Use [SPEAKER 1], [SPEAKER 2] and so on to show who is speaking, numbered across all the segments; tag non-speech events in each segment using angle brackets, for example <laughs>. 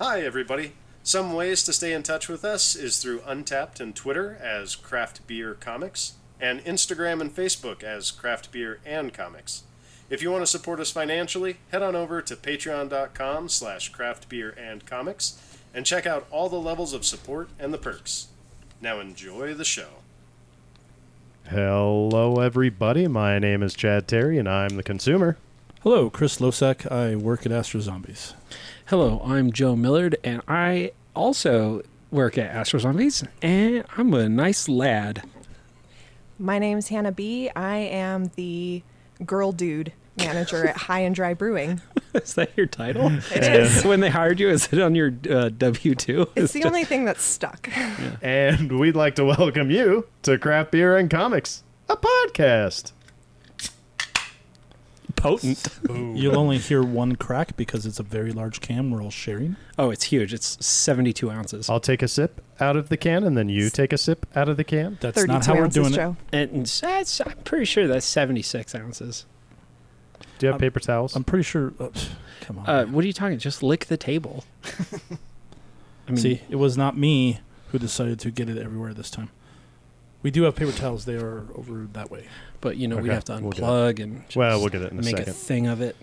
[SPEAKER 1] Hi, everybody. Some ways to stay in touch with us is through Untapped and Twitter as Craft Beer Comics, and Instagram and Facebook as Craft Beer and Comics. If you want to support us financially, head on over to patreon.com slash craftbeerandcomics and comics and check out all the levels of support and the perks. Now enjoy the show. Hello, everybody. My name is Chad Terry, and I'm the consumer.
[SPEAKER 2] Hello, Chris Losak. I work at Astro Zombies.
[SPEAKER 3] Hello, I'm Joe Millard, and I also work at Astro Zombies, and I'm a nice lad. <laughs>
[SPEAKER 4] My name's Hannah B. I am the girl dude manager at High and Dry
[SPEAKER 2] <laughs>
[SPEAKER 4] Brewing.
[SPEAKER 3] Is that your title?
[SPEAKER 4] It is.
[SPEAKER 3] when they hired you, is it on your uh, W two?
[SPEAKER 4] It's the only thing that's stuck.
[SPEAKER 1] And we'd like to welcome you to Craft Beer and Comics, a podcast.
[SPEAKER 3] potent.
[SPEAKER 2] You'll only hear one crack because it's a very large can we're all sharing.
[SPEAKER 3] Oh, it's huge. It's seventy two ounces,
[SPEAKER 1] I'll take a sip out of the can, and then you take a sip out of the can.
[SPEAKER 2] That's
[SPEAKER 4] 32
[SPEAKER 2] not how we're
[SPEAKER 4] ounces,
[SPEAKER 2] doing
[SPEAKER 4] Joe.
[SPEAKER 3] and that's I'm pretty sure that's seventy six ounces.
[SPEAKER 1] Do you
[SPEAKER 4] Um,
[SPEAKER 1] have paper towels?
[SPEAKER 2] it. I'm pretty sure. oh, <sighs> pff, come on.
[SPEAKER 3] Uh, what are you talking? Just lick the table. I mean,
[SPEAKER 2] See, it was not me who decided to get it everywhere this time. We do have paper towels. They are over that way.
[SPEAKER 3] but you know we
[SPEAKER 1] Okay,
[SPEAKER 3] have to
[SPEAKER 1] we'll get it.
[SPEAKER 3] unplug and just
[SPEAKER 1] well, we'll get it in a
[SPEAKER 3] make
[SPEAKER 1] second.
[SPEAKER 3] thing of it.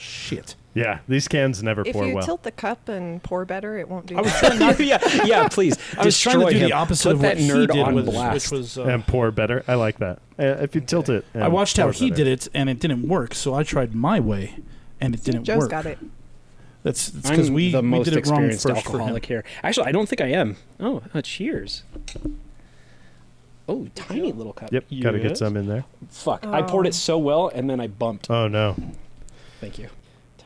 [SPEAKER 2] Shit.
[SPEAKER 1] yeah, these cans never
[SPEAKER 4] If
[SPEAKER 1] pour
[SPEAKER 4] you
[SPEAKER 1] well.
[SPEAKER 4] tilt the cup and pour better, it won't do
[SPEAKER 2] I was
[SPEAKER 4] that.
[SPEAKER 2] trying not.
[SPEAKER 3] yeah, yeah. <laughs> Please,
[SPEAKER 2] I was trying to
[SPEAKER 3] destroy
[SPEAKER 2] do
[SPEAKER 3] him.
[SPEAKER 2] the opposite
[SPEAKER 3] Put
[SPEAKER 2] of what
[SPEAKER 3] that nerd
[SPEAKER 2] he did,
[SPEAKER 3] on
[SPEAKER 2] with-
[SPEAKER 3] blast.
[SPEAKER 2] which was. Uh,
[SPEAKER 1] and pour better. I like that. Uh, if you tilt it, and
[SPEAKER 2] I watched how
[SPEAKER 1] pour
[SPEAKER 2] he
[SPEAKER 1] better.
[SPEAKER 2] did it, and it didn't work. So I tried my way, and it didn't
[SPEAKER 4] <laughs> Joe's
[SPEAKER 2] work.
[SPEAKER 4] got it.
[SPEAKER 2] That's because
[SPEAKER 3] I'm
[SPEAKER 2] we,
[SPEAKER 3] the
[SPEAKER 2] we
[SPEAKER 3] most
[SPEAKER 2] did it wrong
[SPEAKER 3] experienced
[SPEAKER 2] first for him.
[SPEAKER 3] alcoholic here. Actually, I don't think I am. Oh, uh, cheers. Oh, tiny little cup.
[SPEAKER 1] Yep, gotta get
[SPEAKER 3] Yes.
[SPEAKER 1] some in there.
[SPEAKER 3] Fuck, I poured
[SPEAKER 4] Oh.
[SPEAKER 3] it so well, and then I
[SPEAKER 2] Uh.
[SPEAKER 3] bumped.
[SPEAKER 1] Oh no, <laughs>
[SPEAKER 3] Thank you.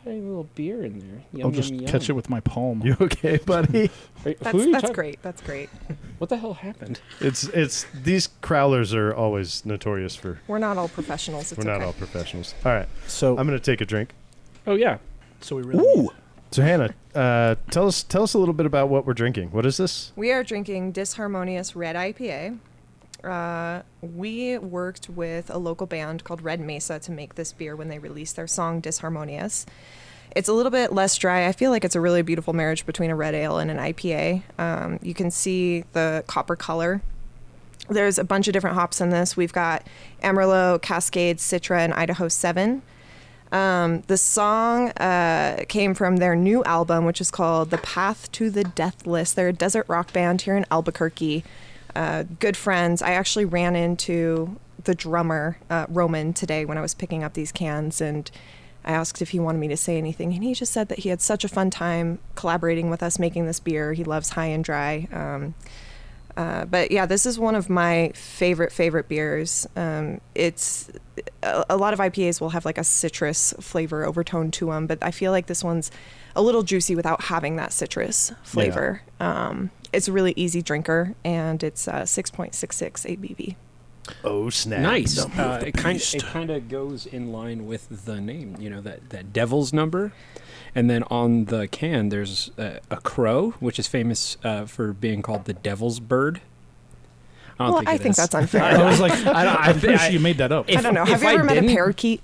[SPEAKER 3] Tiny little beer in there. Yum,
[SPEAKER 2] I'll just
[SPEAKER 3] yum,
[SPEAKER 2] catch it
[SPEAKER 3] yum.
[SPEAKER 2] with my palm.
[SPEAKER 1] you okay, buddy?
[SPEAKER 3] Wait, who are
[SPEAKER 4] That's,
[SPEAKER 3] you
[SPEAKER 4] that's
[SPEAKER 3] talking-
[SPEAKER 4] great. That's great.
[SPEAKER 3] What the hell happened?
[SPEAKER 1] it's it's these crowlers are always notorious for.
[SPEAKER 4] We're not all professionals. It's
[SPEAKER 1] We're not
[SPEAKER 4] okay.
[SPEAKER 1] all professionals. All right,
[SPEAKER 2] So
[SPEAKER 1] I'm gonna take a drink.
[SPEAKER 3] Oh yeah.
[SPEAKER 2] So we really.
[SPEAKER 1] So Hannah, uh, tell us tell us a little bit about what we're drinking. What is this?
[SPEAKER 4] We are drinking Disharmonious Red IPA. Uh, we worked with a local band called Red Mesa to make this beer when they released their song Disharmonious. It's a little bit less dry. I feel like it's a really beautiful marriage between a red ale and an IPA. Um, you can see the copper color. There's a bunch of different hops in this. We've got Amarillo, Cascade, Citra, and Idaho 7. Um, the song uh, came from their new album, which is called The Path to the Deathless. They're a desert rock band here in Albuquerque. Uh, good friends. I actually ran into the drummer, uh, Roman, today when I was picking up these cans, and I asked if he wanted me to say anything. And he just said that he had such a fun time collaborating with us making this beer. He loves high and dry. Um, uh, but yeah, this is one of my favorite favorite beers. Um, it's a, a lot of IPAs will have like a citrus flavor overtone to them, but I feel like this one's a little juicy without having that citrus flavor. Um, it's a really easy drinker, and it's uh, 6.66 ABV.
[SPEAKER 1] Oh snap!
[SPEAKER 3] Nice. Uh, it kind it kind of goes in line with the name. You know that that devil's number, and then on the can there's a, a crow, which is famous uh, for being called the devil's bird. I don't
[SPEAKER 4] Well,
[SPEAKER 3] think
[SPEAKER 4] I
[SPEAKER 3] it
[SPEAKER 4] think
[SPEAKER 3] is.
[SPEAKER 4] that's unfair.
[SPEAKER 2] I was like,
[SPEAKER 3] I don't- I-
[SPEAKER 2] I'm pretty
[SPEAKER 3] I-
[SPEAKER 2] sure you made that up.
[SPEAKER 3] <laughs> if-
[SPEAKER 4] I don't know. Have
[SPEAKER 3] if
[SPEAKER 4] you
[SPEAKER 3] I
[SPEAKER 4] ever met a
[SPEAKER 3] didn't-
[SPEAKER 4] parakeet?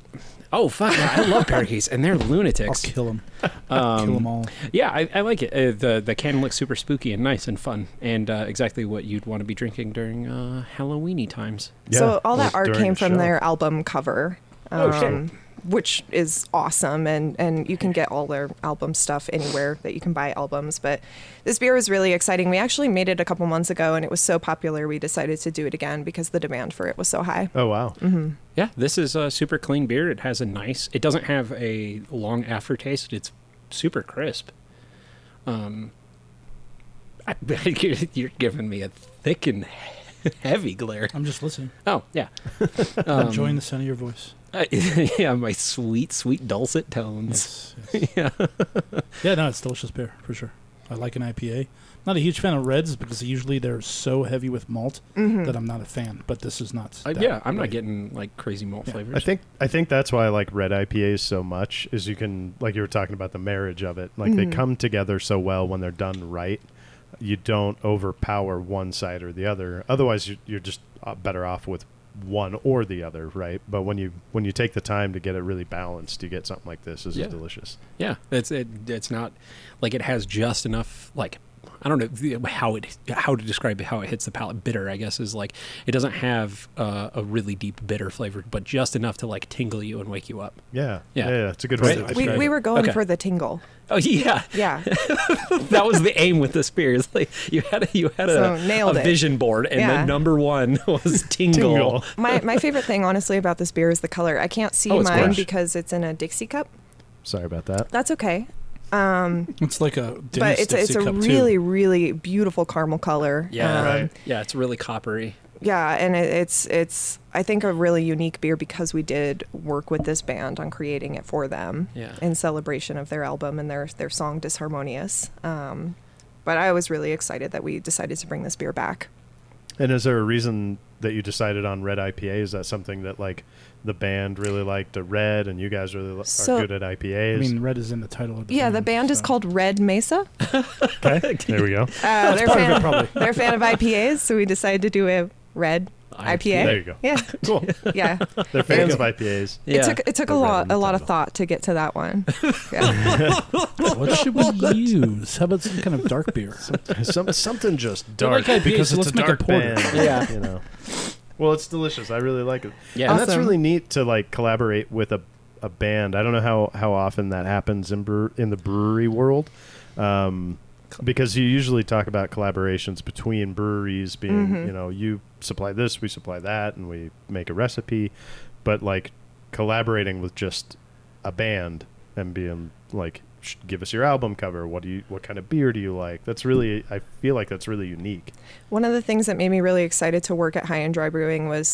[SPEAKER 3] Oh fuck! I love parakeets, and they're
[SPEAKER 2] I'll
[SPEAKER 3] lunatics.
[SPEAKER 2] kill him.
[SPEAKER 3] Um,
[SPEAKER 2] I'll kill them all.
[SPEAKER 3] Yeah, I, I like it. Uh, the The can looks super spooky and nice and fun, and uh, exactly what you'd want to be drinking during uh, Halloweeny times.
[SPEAKER 4] so all that art came from
[SPEAKER 1] there.
[SPEAKER 4] their album cover. Um,
[SPEAKER 3] Oh, shit.
[SPEAKER 4] Which is awesome, and, and you can get all their album stuff anywhere that you can buy albums. But this beer was really exciting. We actually made it a couple months ago, and it was so popular we decided to do it again because the demand for it was so high.
[SPEAKER 1] Oh wow!
[SPEAKER 4] Mm-hmm.
[SPEAKER 3] Yeah, this is a super clean beer. It has a nice. It doesn't have a long aftertaste. It's super crisp. Um, I, <laughs> you're giving me a thick and <laughs> heavy glare.
[SPEAKER 2] I'm just listening.
[SPEAKER 3] Oh yeah,
[SPEAKER 2] I'm
[SPEAKER 3] um,
[SPEAKER 2] enjoying the sound of your
[SPEAKER 3] <laughs>
[SPEAKER 2] voice.
[SPEAKER 3] Uh, yeah, my sweet, sweet dulcet tones.
[SPEAKER 2] Yes, yes. <laughs> yeah, no, it's delicious beer for sure. I like an IPA. Not a huge fan of reds because usually they're so heavy with malt
[SPEAKER 4] Mm-hmm.
[SPEAKER 2] that I'm not a fan. But this is not.
[SPEAKER 3] Uh,
[SPEAKER 2] that.
[SPEAKER 3] yeah, I'm not
[SPEAKER 2] Like,
[SPEAKER 3] getting like crazy malt
[SPEAKER 2] Yeah.
[SPEAKER 3] flavors.
[SPEAKER 1] I think I think that's why I like red IPAs so much is you can like you were talking about the marriage of it. Like
[SPEAKER 4] Mm-hmm.
[SPEAKER 1] they come together so well when they're done right. You don't overpower one side or the other. Otherwise, you- you're just uh, better off with one or the other, right? But when you when you take the time to get it really balanced, you get something like this. This
[SPEAKER 3] Yeah.
[SPEAKER 1] is delicious.
[SPEAKER 3] Yeah, it's it, it's not like it has just enough like I don't know the- how it how to describe how it hits the palate. Bitter, I guess, is like it doesn't have uh, a really deep bitter flavor, but just enough to like tingle you and wake you up.
[SPEAKER 1] Yeah,
[SPEAKER 3] Yeah.
[SPEAKER 1] yeah, it's a good
[SPEAKER 3] Right.
[SPEAKER 1] way to
[SPEAKER 3] We-
[SPEAKER 4] We,
[SPEAKER 1] describe
[SPEAKER 4] we
[SPEAKER 1] it.
[SPEAKER 4] were going
[SPEAKER 3] Okay.
[SPEAKER 4] for the tingle.
[SPEAKER 3] Oh <laughs> yeah,
[SPEAKER 4] Yeah.
[SPEAKER 3] that was the aim with this beer. It's like you had a, you had a,
[SPEAKER 4] So, nailed
[SPEAKER 3] a
[SPEAKER 4] it.
[SPEAKER 3] vision board, and
[SPEAKER 4] Yeah.
[SPEAKER 3] the number one <laughs> was tingle.
[SPEAKER 1] Tingle.
[SPEAKER 4] my, my favorite thing, honestly, about this beer is the color. I can't see
[SPEAKER 3] Oh, it's
[SPEAKER 4] mine
[SPEAKER 1] orange.
[SPEAKER 4] because it's in a Dixie cup.
[SPEAKER 1] Sorry about that.
[SPEAKER 4] That's okay.
[SPEAKER 2] It's like a
[SPEAKER 4] but
[SPEAKER 2] Denny's
[SPEAKER 4] it's, a- it's
[SPEAKER 2] Dixie
[SPEAKER 4] a
[SPEAKER 2] cup,
[SPEAKER 4] really,
[SPEAKER 2] too.
[SPEAKER 4] really beautiful caramel color.
[SPEAKER 3] Yeah,
[SPEAKER 4] Um,
[SPEAKER 1] Right.
[SPEAKER 3] yeah, it's really coppery.
[SPEAKER 4] yeah and it, it's it's i think a really unique beer because we did work with this band on creating it for them
[SPEAKER 3] Yeah.
[SPEAKER 4] in celebration of their album and their their song disharmonious um, but i was really excited that we decided to bring this beer back
[SPEAKER 1] And is there a reason that you decided on red IPA? Is that something that like the band really liked the red, and you guys really li-
[SPEAKER 4] So-
[SPEAKER 1] are good at IPAs?
[SPEAKER 2] I
[SPEAKER 1] <laughs>
[SPEAKER 2] mean, red is in the title of the
[SPEAKER 4] yeah the band is
[SPEAKER 2] so-
[SPEAKER 4] called red
[SPEAKER 2] <laughs>
[SPEAKER 4] mesa
[SPEAKER 1] okay, there we go.
[SPEAKER 4] uh, they're,
[SPEAKER 2] Part of it,
[SPEAKER 4] fan,
[SPEAKER 2] <laughs> probably.
[SPEAKER 4] they're a fan of ipas so we decided to do a red ipa
[SPEAKER 1] There you go.
[SPEAKER 4] yeah
[SPEAKER 1] Cool.
[SPEAKER 2] <laughs>
[SPEAKER 4] yeah
[SPEAKER 1] They're fans of IPAs.
[SPEAKER 4] it took it took a
[SPEAKER 1] The red
[SPEAKER 4] lot
[SPEAKER 1] in the
[SPEAKER 4] a lot of
[SPEAKER 1] title.
[SPEAKER 4] thought to get to that
[SPEAKER 2] <laughs>
[SPEAKER 4] one yeah.
[SPEAKER 2] What
[SPEAKER 4] <laughs>
[SPEAKER 2] should we use? How about some kind of dark beer?
[SPEAKER 1] <laughs> Some, something just
[SPEAKER 2] They're
[SPEAKER 1] dark
[SPEAKER 2] like IPAs,
[SPEAKER 1] because
[SPEAKER 2] so
[SPEAKER 1] it's
[SPEAKER 2] let's
[SPEAKER 1] a
[SPEAKER 2] make a
[SPEAKER 1] dark
[SPEAKER 2] porter.
[SPEAKER 1] band.
[SPEAKER 3] Yeah.
[SPEAKER 1] you know. Well, it's delicious. I really like it.
[SPEAKER 3] Yeah.
[SPEAKER 1] and that's
[SPEAKER 4] Awesome.
[SPEAKER 1] really neat to like collaborate with a a band. I don't know how how often that happens in brew, in the brewery world. Um, because you usually talk about collaborations between breweries being, you know, you supply this, we supply that, and we make a recipe. But like collaborating with just a band and being like, "Sh- give us your album cover. What do you? What kind of beer do you like? That's really, I feel like that's really unique.
[SPEAKER 4] One of the things that made me really excited to work at High and Dry Brewing was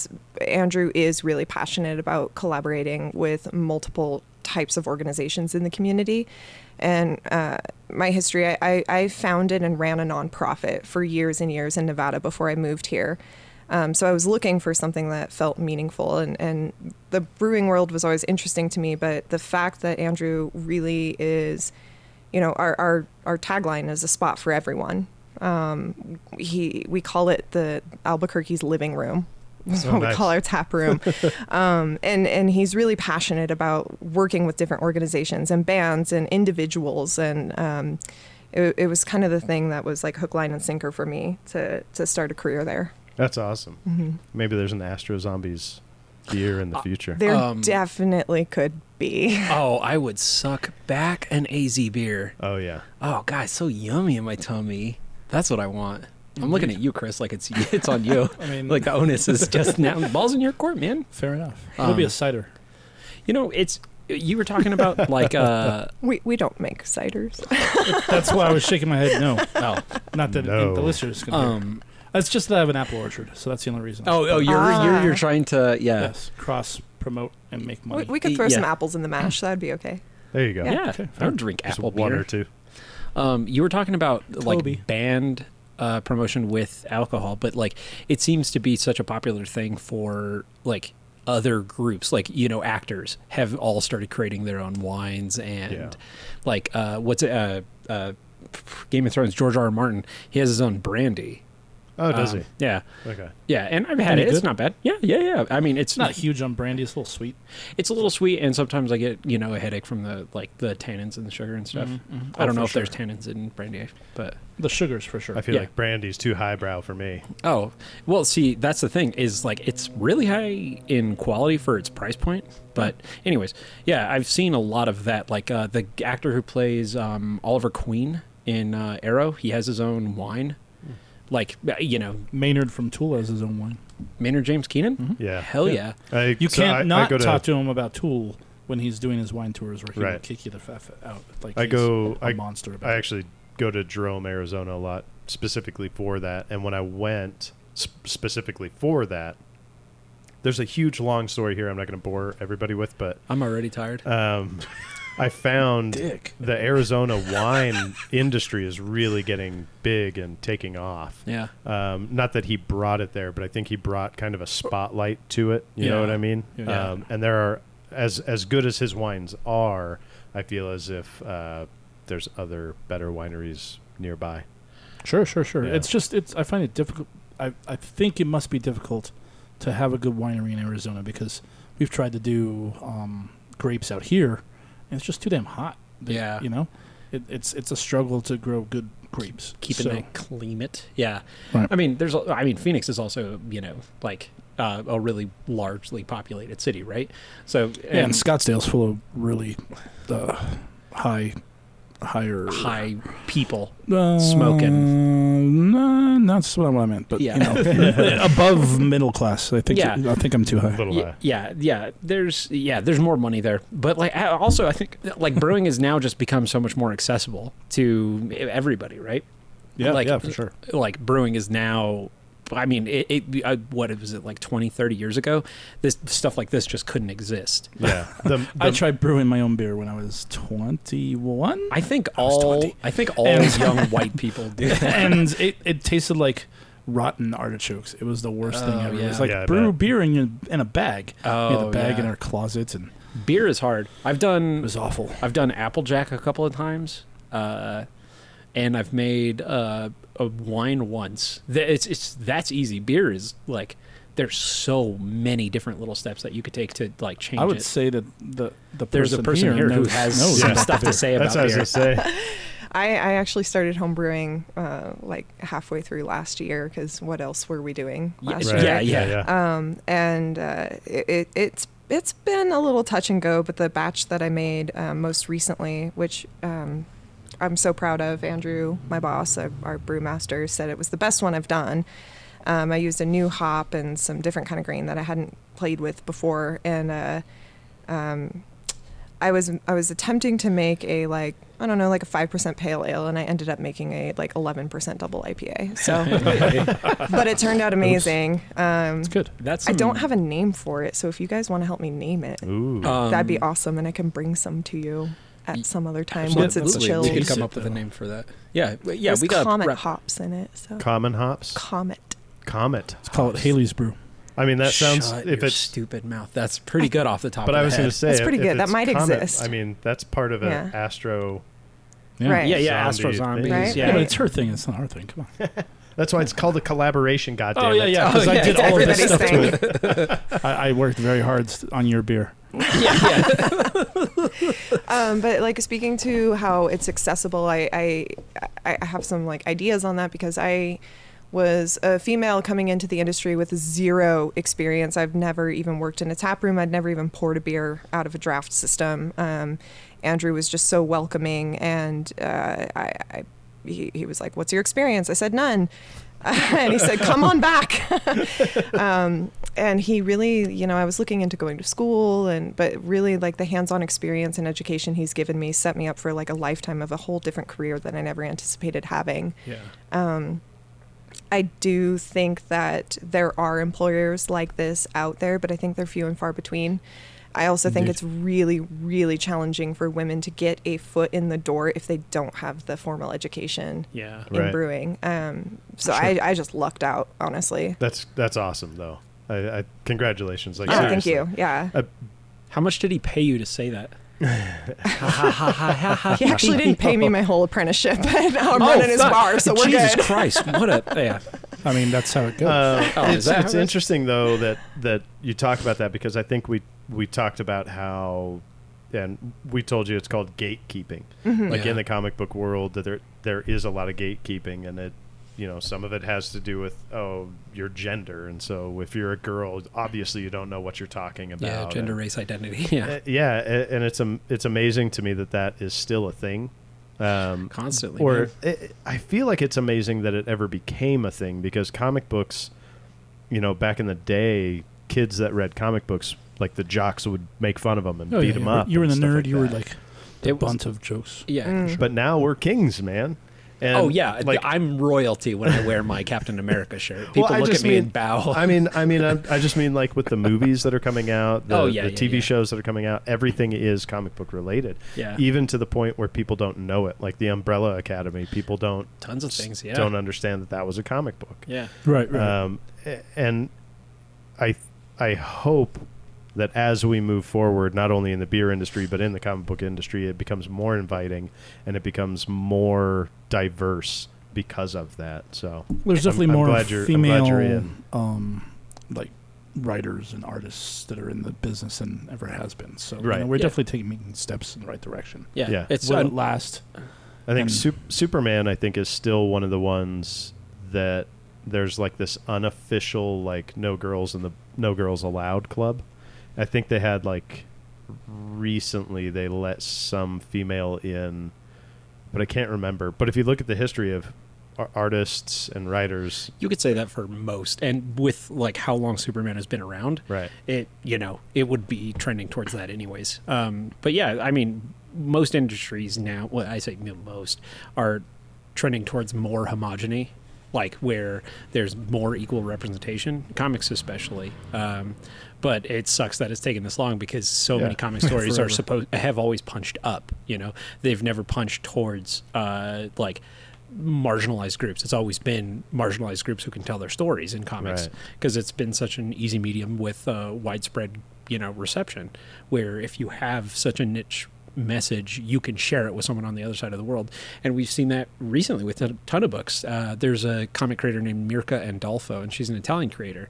[SPEAKER 4] Andrew is really passionate about collaborating with multiple types of organizations in the community. And uh, my history, I, I, I founded and ran a nonprofit for years and years in Nevada before I moved here. Um, so I was looking for something that felt meaningful, and, and the brewing world was always interesting to me. But the fact that Andrew really is, you know, our, our, our tagline is a spot for everyone he we call it the Albuquerque's living room. That's what we
[SPEAKER 1] nice.
[SPEAKER 4] call our tap
[SPEAKER 3] <laughs>
[SPEAKER 4] room. um, and and he's really passionate about working with different organizations and bands and individuals and um, it, it was kind of the thing that was like hook line and sinker for me to to start a career there.
[SPEAKER 1] That's awesome. Maybe there's an Astro Zombies beer in the future.
[SPEAKER 4] There
[SPEAKER 3] Um,
[SPEAKER 4] definitely could be. <laughs>
[SPEAKER 3] Oh, I would suck back an AZ beer.
[SPEAKER 1] Oh yeah.
[SPEAKER 3] Oh, God, so yummy in my tummy. That's what I want. <laughs> I'm looking at you, Chris, like it's <laughs> it's on you.
[SPEAKER 2] I mean-
[SPEAKER 3] like uh, um, the onus is just <laughs> now balls in your court, man.
[SPEAKER 2] Fair enough. It'll be a cider.
[SPEAKER 3] You know, it's you were talking about like <laughs> uh
[SPEAKER 4] We we don't make ciders.
[SPEAKER 2] That's why I was shaking my head. No,
[SPEAKER 3] oh
[SPEAKER 2] not that
[SPEAKER 1] No.
[SPEAKER 2] the listeners can hear.
[SPEAKER 3] um
[SPEAKER 2] It's just that I have an apple orchard, so that's the only reason.
[SPEAKER 3] oh oh you're you're,
[SPEAKER 4] Ah.
[SPEAKER 3] you're trying to yeah
[SPEAKER 2] yes, cross promote and make
[SPEAKER 4] We,
[SPEAKER 2] money.
[SPEAKER 4] we could throw
[SPEAKER 3] Yeah.
[SPEAKER 4] some apples in the mash. That'd be okay.
[SPEAKER 1] There you go.
[SPEAKER 3] yeah,
[SPEAKER 2] okay,
[SPEAKER 3] I
[SPEAKER 2] fair.
[SPEAKER 3] don't drink
[SPEAKER 1] Just
[SPEAKER 3] apple
[SPEAKER 1] one
[SPEAKER 3] beer.
[SPEAKER 1] or two.
[SPEAKER 3] Um, you were talking about
[SPEAKER 2] Toby.
[SPEAKER 3] like band uh, promotion with alcohol, but like it seems to be such a popular thing for like other groups, like you know, actors have all started creating their own wines and
[SPEAKER 1] Yeah.
[SPEAKER 3] like uh, what's it, uh, uh, Game of Thrones. George R. R. Martin, he has his own brandy.
[SPEAKER 1] Oh, does
[SPEAKER 3] Um,
[SPEAKER 1] he?
[SPEAKER 3] Yeah,
[SPEAKER 1] Okay.
[SPEAKER 3] yeah, and I've had
[SPEAKER 2] Any
[SPEAKER 3] it. It's
[SPEAKER 2] good?
[SPEAKER 3] not bad. Yeah, yeah, yeah. I mean, it's
[SPEAKER 2] It's not huge on brandy. It's a little sweet.
[SPEAKER 3] it's a little sweet, and sometimes I get you know a headache from the like the tannins and the sugar and stuff. I
[SPEAKER 2] Oh,
[SPEAKER 3] don't
[SPEAKER 2] for
[SPEAKER 3] know if there's tannins in brandy, but
[SPEAKER 2] The sugars for sure.
[SPEAKER 1] I feel
[SPEAKER 3] Yeah.
[SPEAKER 1] like brandy's too highbrow for me.
[SPEAKER 3] Oh, well, see, that's the thing is like it's really high in quality for its price point. But, anyways, yeah, I've seen a lot of that. Like uh, the actor who plays um, Oliver Queen in uh, Arrow, he has his own wine. Like, uh, you know,
[SPEAKER 2] Maynard from Tool has his own wine.
[SPEAKER 3] Maynard James Keenan?
[SPEAKER 1] Yeah.
[SPEAKER 3] Hell yeah.
[SPEAKER 1] I,
[SPEAKER 2] You
[SPEAKER 1] so
[SPEAKER 2] can't
[SPEAKER 1] I,
[SPEAKER 2] not
[SPEAKER 1] I go to,
[SPEAKER 2] talk to him about Tool when he's doing his wine tours, where he will
[SPEAKER 1] Right.
[SPEAKER 2] kick you the f f- out. Like
[SPEAKER 1] I
[SPEAKER 2] he's
[SPEAKER 1] go-
[SPEAKER 2] a
[SPEAKER 1] I-
[SPEAKER 2] monster. About
[SPEAKER 1] I
[SPEAKER 2] it.
[SPEAKER 1] actually go to Jerome, Arizona a lot specifically for that. And when I went sp- specifically for that, there's a huge long story here. I'm not going to bore everybody with, but
[SPEAKER 3] I'm already tired.
[SPEAKER 2] Uh,
[SPEAKER 1] um, I found
[SPEAKER 2] Dick.
[SPEAKER 1] the Arizona wine <laughs> industry is really getting big and taking off.
[SPEAKER 3] yeah.
[SPEAKER 1] Um, not that he brought it there, but I think he brought kind of a spotlight to it. You
[SPEAKER 2] Yeah.
[SPEAKER 1] know what I mean?
[SPEAKER 2] Yeah. Yeah.
[SPEAKER 1] Um, and there are as as good as his wines are, I feel as if uh, there's other better wineries nearby.
[SPEAKER 2] Sure, sure, sure.
[SPEAKER 1] Yeah.
[SPEAKER 2] It's just it's. I find it difficult. I I think it must be difficult to have a good winery in Arizona because we've tried to do um, grapes out here, and it's just too damn hot. They-
[SPEAKER 3] Yeah.
[SPEAKER 2] you know, it, it's it's a struggle to grow good grapes.
[SPEAKER 3] keeping
[SPEAKER 2] So-
[SPEAKER 3] that climate. Yeah,
[SPEAKER 2] Right.
[SPEAKER 3] I mean, there's. a- I mean, Phoenix is also you know like uh, a really largely populated city, right? So
[SPEAKER 2] Yeah, and, Scottsdale's full of really uh, high, higher
[SPEAKER 3] high people.
[SPEAKER 2] uh,
[SPEAKER 3] smoking.
[SPEAKER 2] No, that's what I meant. But
[SPEAKER 3] Yeah.
[SPEAKER 2] you know, above middle class. I think.
[SPEAKER 3] Yeah.
[SPEAKER 2] I think I'm too high.
[SPEAKER 1] little uh,
[SPEAKER 3] Y-
[SPEAKER 1] high.
[SPEAKER 3] yeah, yeah. There's yeah, there's more money there, but like I- also I think like brewing has now just become so much more accessible to everybody, right?
[SPEAKER 2] Yeah,
[SPEAKER 3] like,
[SPEAKER 2] yeah, for sure.
[SPEAKER 3] Like brewing is now. I mean, it, it I, what was it like 20, 30 years ago? This stuff like this just couldn't exist. <laughs>
[SPEAKER 1] Yeah. The, the,
[SPEAKER 2] I tried brewing my own beer when I was
[SPEAKER 3] <laughs>
[SPEAKER 2] 21,
[SPEAKER 3] I think
[SPEAKER 2] was
[SPEAKER 3] all
[SPEAKER 2] 20.
[SPEAKER 3] I think
[SPEAKER 2] <laughs>
[SPEAKER 3] all
[SPEAKER 2] And-
[SPEAKER 3] young white people
[SPEAKER 2] <laughs>
[SPEAKER 3] do that.
[SPEAKER 2] and it, it tasted like rotten artichokes. It was the worst thing
[SPEAKER 3] Oh,
[SPEAKER 2] ever.
[SPEAKER 3] yeah.
[SPEAKER 2] It's like
[SPEAKER 1] Yeah, I
[SPEAKER 2] brew
[SPEAKER 1] bet.
[SPEAKER 2] beer in, your, in a bag. we had
[SPEAKER 3] Oh,
[SPEAKER 2] a bag in
[SPEAKER 3] yeah.
[SPEAKER 2] our closet, and
[SPEAKER 3] Beer is hard. I've
[SPEAKER 2] it
[SPEAKER 3] done
[SPEAKER 2] was awful.
[SPEAKER 3] I've done Applejack a couple of times, uh, and I've made uh, a wine once. Th- It's it's that's easy. Beer is like there's so many different little steps that you could take to like change
[SPEAKER 2] I would
[SPEAKER 3] it.
[SPEAKER 2] say that the the
[SPEAKER 3] there's
[SPEAKER 2] person
[SPEAKER 3] a person here, who
[SPEAKER 2] knows-
[SPEAKER 3] has
[SPEAKER 2] knows
[SPEAKER 3] some
[SPEAKER 1] about
[SPEAKER 3] stuff to say about
[SPEAKER 1] that's what I was
[SPEAKER 3] beer.
[SPEAKER 1] gonna say.
[SPEAKER 4] I, I actually started homebrewing uh, like halfway through last year because what else were we doing
[SPEAKER 3] Yeah, <laughs>
[SPEAKER 4] last
[SPEAKER 3] right.
[SPEAKER 4] year?
[SPEAKER 3] Yeah, yeah.
[SPEAKER 4] Um, and uh, it, it, it's it's been a little touch and go, but the batch that I made um, most recently, which um, I'm so proud of, Andrew, my boss, our, our brewmaster, said it was the best one I've done. Um, I used a new hop and some different kind of grain that I hadn't played with before, and uh, um, I was I was attempting to make a like I don't know like a five percent pale ale, and I ended up making a like eleven percent double IPA.
[SPEAKER 2] <laughs>
[SPEAKER 4] So, but it turned out amazing. Um,
[SPEAKER 2] It's good.
[SPEAKER 3] <laughs> that's
[SPEAKER 4] I don't
[SPEAKER 3] some-
[SPEAKER 4] have a name for it, so if you guys want to help me name it,
[SPEAKER 1] Ooh.
[SPEAKER 3] um,
[SPEAKER 4] that'd be awesome, and I can bring some to you
[SPEAKER 3] y-
[SPEAKER 4] at some other time
[SPEAKER 3] absolutely.
[SPEAKER 4] once it's chilled.
[SPEAKER 3] We could come
[SPEAKER 2] Decent,
[SPEAKER 3] up with a
[SPEAKER 2] though.
[SPEAKER 3] name for that. Yeah, w- yeah.
[SPEAKER 4] There's
[SPEAKER 3] we got
[SPEAKER 4] comet hops in it, so
[SPEAKER 1] Common hops.
[SPEAKER 4] comet.
[SPEAKER 1] Comet.
[SPEAKER 2] Let's
[SPEAKER 3] Oh,
[SPEAKER 2] call it Haley's Brew.
[SPEAKER 1] I mean, that sounds.
[SPEAKER 3] Shut
[SPEAKER 1] if
[SPEAKER 3] your
[SPEAKER 1] it's.
[SPEAKER 3] stupid mouth. That's pretty good off the top.
[SPEAKER 1] But
[SPEAKER 3] of
[SPEAKER 1] I
[SPEAKER 3] the
[SPEAKER 1] was
[SPEAKER 3] head.
[SPEAKER 1] going to say
[SPEAKER 4] That's pretty
[SPEAKER 1] if
[SPEAKER 4] good. That
[SPEAKER 1] it's
[SPEAKER 4] might
[SPEAKER 1] comet,
[SPEAKER 4] exist.
[SPEAKER 1] I mean, that's part of an
[SPEAKER 4] Yeah.
[SPEAKER 1] astro.
[SPEAKER 4] Right.
[SPEAKER 3] Yeah, yeah. Astro
[SPEAKER 1] Zombie
[SPEAKER 3] zombies.
[SPEAKER 1] thing.
[SPEAKER 4] Right?
[SPEAKER 2] Yeah, but
[SPEAKER 3] Yeah.
[SPEAKER 2] it's her thing. It's not our thing. Come on.
[SPEAKER 1] That's why it's called a collaboration.
[SPEAKER 2] Oh,
[SPEAKER 1] Goddamn it.
[SPEAKER 2] <laughs>
[SPEAKER 3] Oh, yeah, 'cause I
[SPEAKER 2] I
[SPEAKER 3] yeah,
[SPEAKER 2] did
[SPEAKER 3] did
[SPEAKER 4] it's
[SPEAKER 2] all of this
[SPEAKER 4] everybody's
[SPEAKER 2] stuff
[SPEAKER 4] stuff to
[SPEAKER 2] to it. I, I worked very hard st- on your beer.
[SPEAKER 3] <laughs> yeah, yeah.
[SPEAKER 4] Um, but like speaking to how it's accessible, I, I I I have some like ideas on that because I was a female coming into the industry with zero experience. I've never even worked in a tap room. I'd never even poured a beer out of a draft system. Um, Andrew was just so welcoming, and uh, I, I he, he was like, "What's your experience?" I said, "None." <laughs> and he said, "Come on back." um, and he really, you know, I was looking into going to school, and but really, like the hands-on experience and education he's given me set me up for like a lifetime of a whole different career that I never anticipated having.
[SPEAKER 3] yeah.
[SPEAKER 4] Um, I do think that there are employers like this out there, but I think they're few and far between. I also think
[SPEAKER 2] Indeed.
[SPEAKER 4] it's really, really challenging for women to get a foot in the door if they don't have the formal education
[SPEAKER 3] Yeah.
[SPEAKER 1] Right.
[SPEAKER 4] in brewing. Um, so I, I just lucked out, honestly.
[SPEAKER 1] That's that's awesome though. I, I congratulations. Like,
[SPEAKER 4] Yeah, Oh, thank
[SPEAKER 1] seriously.
[SPEAKER 4] you. Yeah.
[SPEAKER 3] How much did he pay you to
[SPEAKER 1] <laughs>
[SPEAKER 3] say that?
[SPEAKER 4] He actually didn't pay me my whole apprenticeship, <laughs> but now I'm running his
[SPEAKER 3] Oh, fuck.
[SPEAKER 4] bar, so we're
[SPEAKER 3] Jesus
[SPEAKER 4] good.
[SPEAKER 3] Christ, what
[SPEAKER 4] <laughs>
[SPEAKER 3] a yeah.
[SPEAKER 2] I mean, that's how it goes.
[SPEAKER 1] Uh,
[SPEAKER 3] Oh, is
[SPEAKER 1] it's
[SPEAKER 3] that how
[SPEAKER 1] it's
[SPEAKER 3] it is?
[SPEAKER 1] interesting though that that you talk about that because I think we we talked about how and we told you it's called gatekeeping.
[SPEAKER 4] Mm-hmm.
[SPEAKER 1] Like
[SPEAKER 3] Yeah.
[SPEAKER 1] in the comic book world that there there is a lot of gatekeeping and it you know some of it has to do with oh your gender and so if you're a girl obviously you don't know what you're talking about.
[SPEAKER 3] Yeah, gender,
[SPEAKER 1] and-
[SPEAKER 3] race, identity. <laughs> Yeah,
[SPEAKER 1] Uh, yeah, a- and it's um, it's amazing to me that that is still a thing. Um,
[SPEAKER 3] constantly.
[SPEAKER 1] or
[SPEAKER 3] man.
[SPEAKER 1] it, I feel like it's amazing that it ever became a thing because comic books, you know, back in the day, kids that read comic books, like the jocks would make fun of them and
[SPEAKER 2] Oh,
[SPEAKER 1] beat
[SPEAKER 2] yeah,
[SPEAKER 1] them
[SPEAKER 2] you were-
[SPEAKER 1] up.
[SPEAKER 2] You were
[SPEAKER 1] and
[SPEAKER 2] the
[SPEAKER 1] stuff
[SPEAKER 2] nerd. you were
[SPEAKER 1] that.
[SPEAKER 2] like the
[SPEAKER 3] It was-
[SPEAKER 2] bunt of jokes.
[SPEAKER 3] yeah.
[SPEAKER 4] Mm.
[SPEAKER 1] But now we're kings, man. And
[SPEAKER 3] oh yeah,
[SPEAKER 1] like
[SPEAKER 3] I'm royalty when I wear
[SPEAKER 1] <laughs>
[SPEAKER 3] my Captain America shirt. People
[SPEAKER 1] well, I
[SPEAKER 3] look at
[SPEAKER 1] just
[SPEAKER 3] me
[SPEAKER 1] mean,
[SPEAKER 3] and bow.
[SPEAKER 1] I mean, I mean, I'm, I just mean like with the movies that are coming
[SPEAKER 3] <laughs>
[SPEAKER 1] out, the,
[SPEAKER 3] Oh, yeah,
[SPEAKER 1] the
[SPEAKER 3] yeah,
[SPEAKER 1] TV
[SPEAKER 3] yeah.
[SPEAKER 1] shows that are coming out, everything is comic book related.
[SPEAKER 3] Yeah.
[SPEAKER 1] Even to the point where people don't know it, like the Umbrella Academy, people don't
[SPEAKER 3] <laughs> Tons of things, yeah.
[SPEAKER 1] don't understand that that was a comic book.
[SPEAKER 3] yeah,
[SPEAKER 2] Right,
[SPEAKER 1] Um, a- and I I hope that as we move forward, not only in the beer industry but in the comic book industry, it becomes more inviting and it becomes more diverse because of that. So
[SPEAKER 2] There's
[SPEAKER 1] I'm-
[SPEAKER 2] definitely
[SPEAKER 1] I'm
[SPEAKER 2] more
[SPEAKER 1] glad you're- I'm glad
[SPEAKER 2] female,
[SPEAKER 1] you're in.
[SPEAKER 2] um, like writers and artists that are in the business than ever has been. So you
[SPEAKER 1] Right.
[SPEAKER 2] know, we're
[SPEAKER 3] Yeah.
[SPEAKER 2] definitely taking making steps in the right direction.
[SPEAKER 3] Yeah,
[SPEAKER 1] Yeah.
[SPEAKER 3] it's uh,
[SPEAKER 2] Will
[SPEAKER 3] un-
[SPEAKER 2] it last?
[SPEAKER 1] I think
[SPEAKER 2] And-
[SPEAKER 1] Sup- Superman, I think, is still one of the ones that there's like this unofficial like no girls in the no girls allowed club. I think they had like recently they let some female in, but I can't remember. But if you look at the history of ar- artists and writers,
[SPEAKER 3] you could say that for most, and with like how long Superman has been around,
[SPEAKER 1] right?
[SPEAKER 3] it you know it would be trending towards that anyways um but yeah i mean most industries now well i say mo- most are trending towards more homogeny like where there's more equal representation comics especially um but it sucks that it's taken this long because so
[SPEAKER 1] Yeah.
[SPEAKER 3] many comic stories are
[SPEAKER 2] Forever.
[SPEAKER 3] supposed have always punched up you know they've never punched towards uh like marginalized groups it's always been marginalized groups who can tell their stories in comics
[SPEAKER 1] Right.
[SPEAKER 3] because it's been such an easy medium with uh, widespread you know reception where if you have such a niche message you can share it with someone on the other side of the world and we've seen that recently with a ton of books uh, there's a comic creator named mirka andolfo and she's an italian creator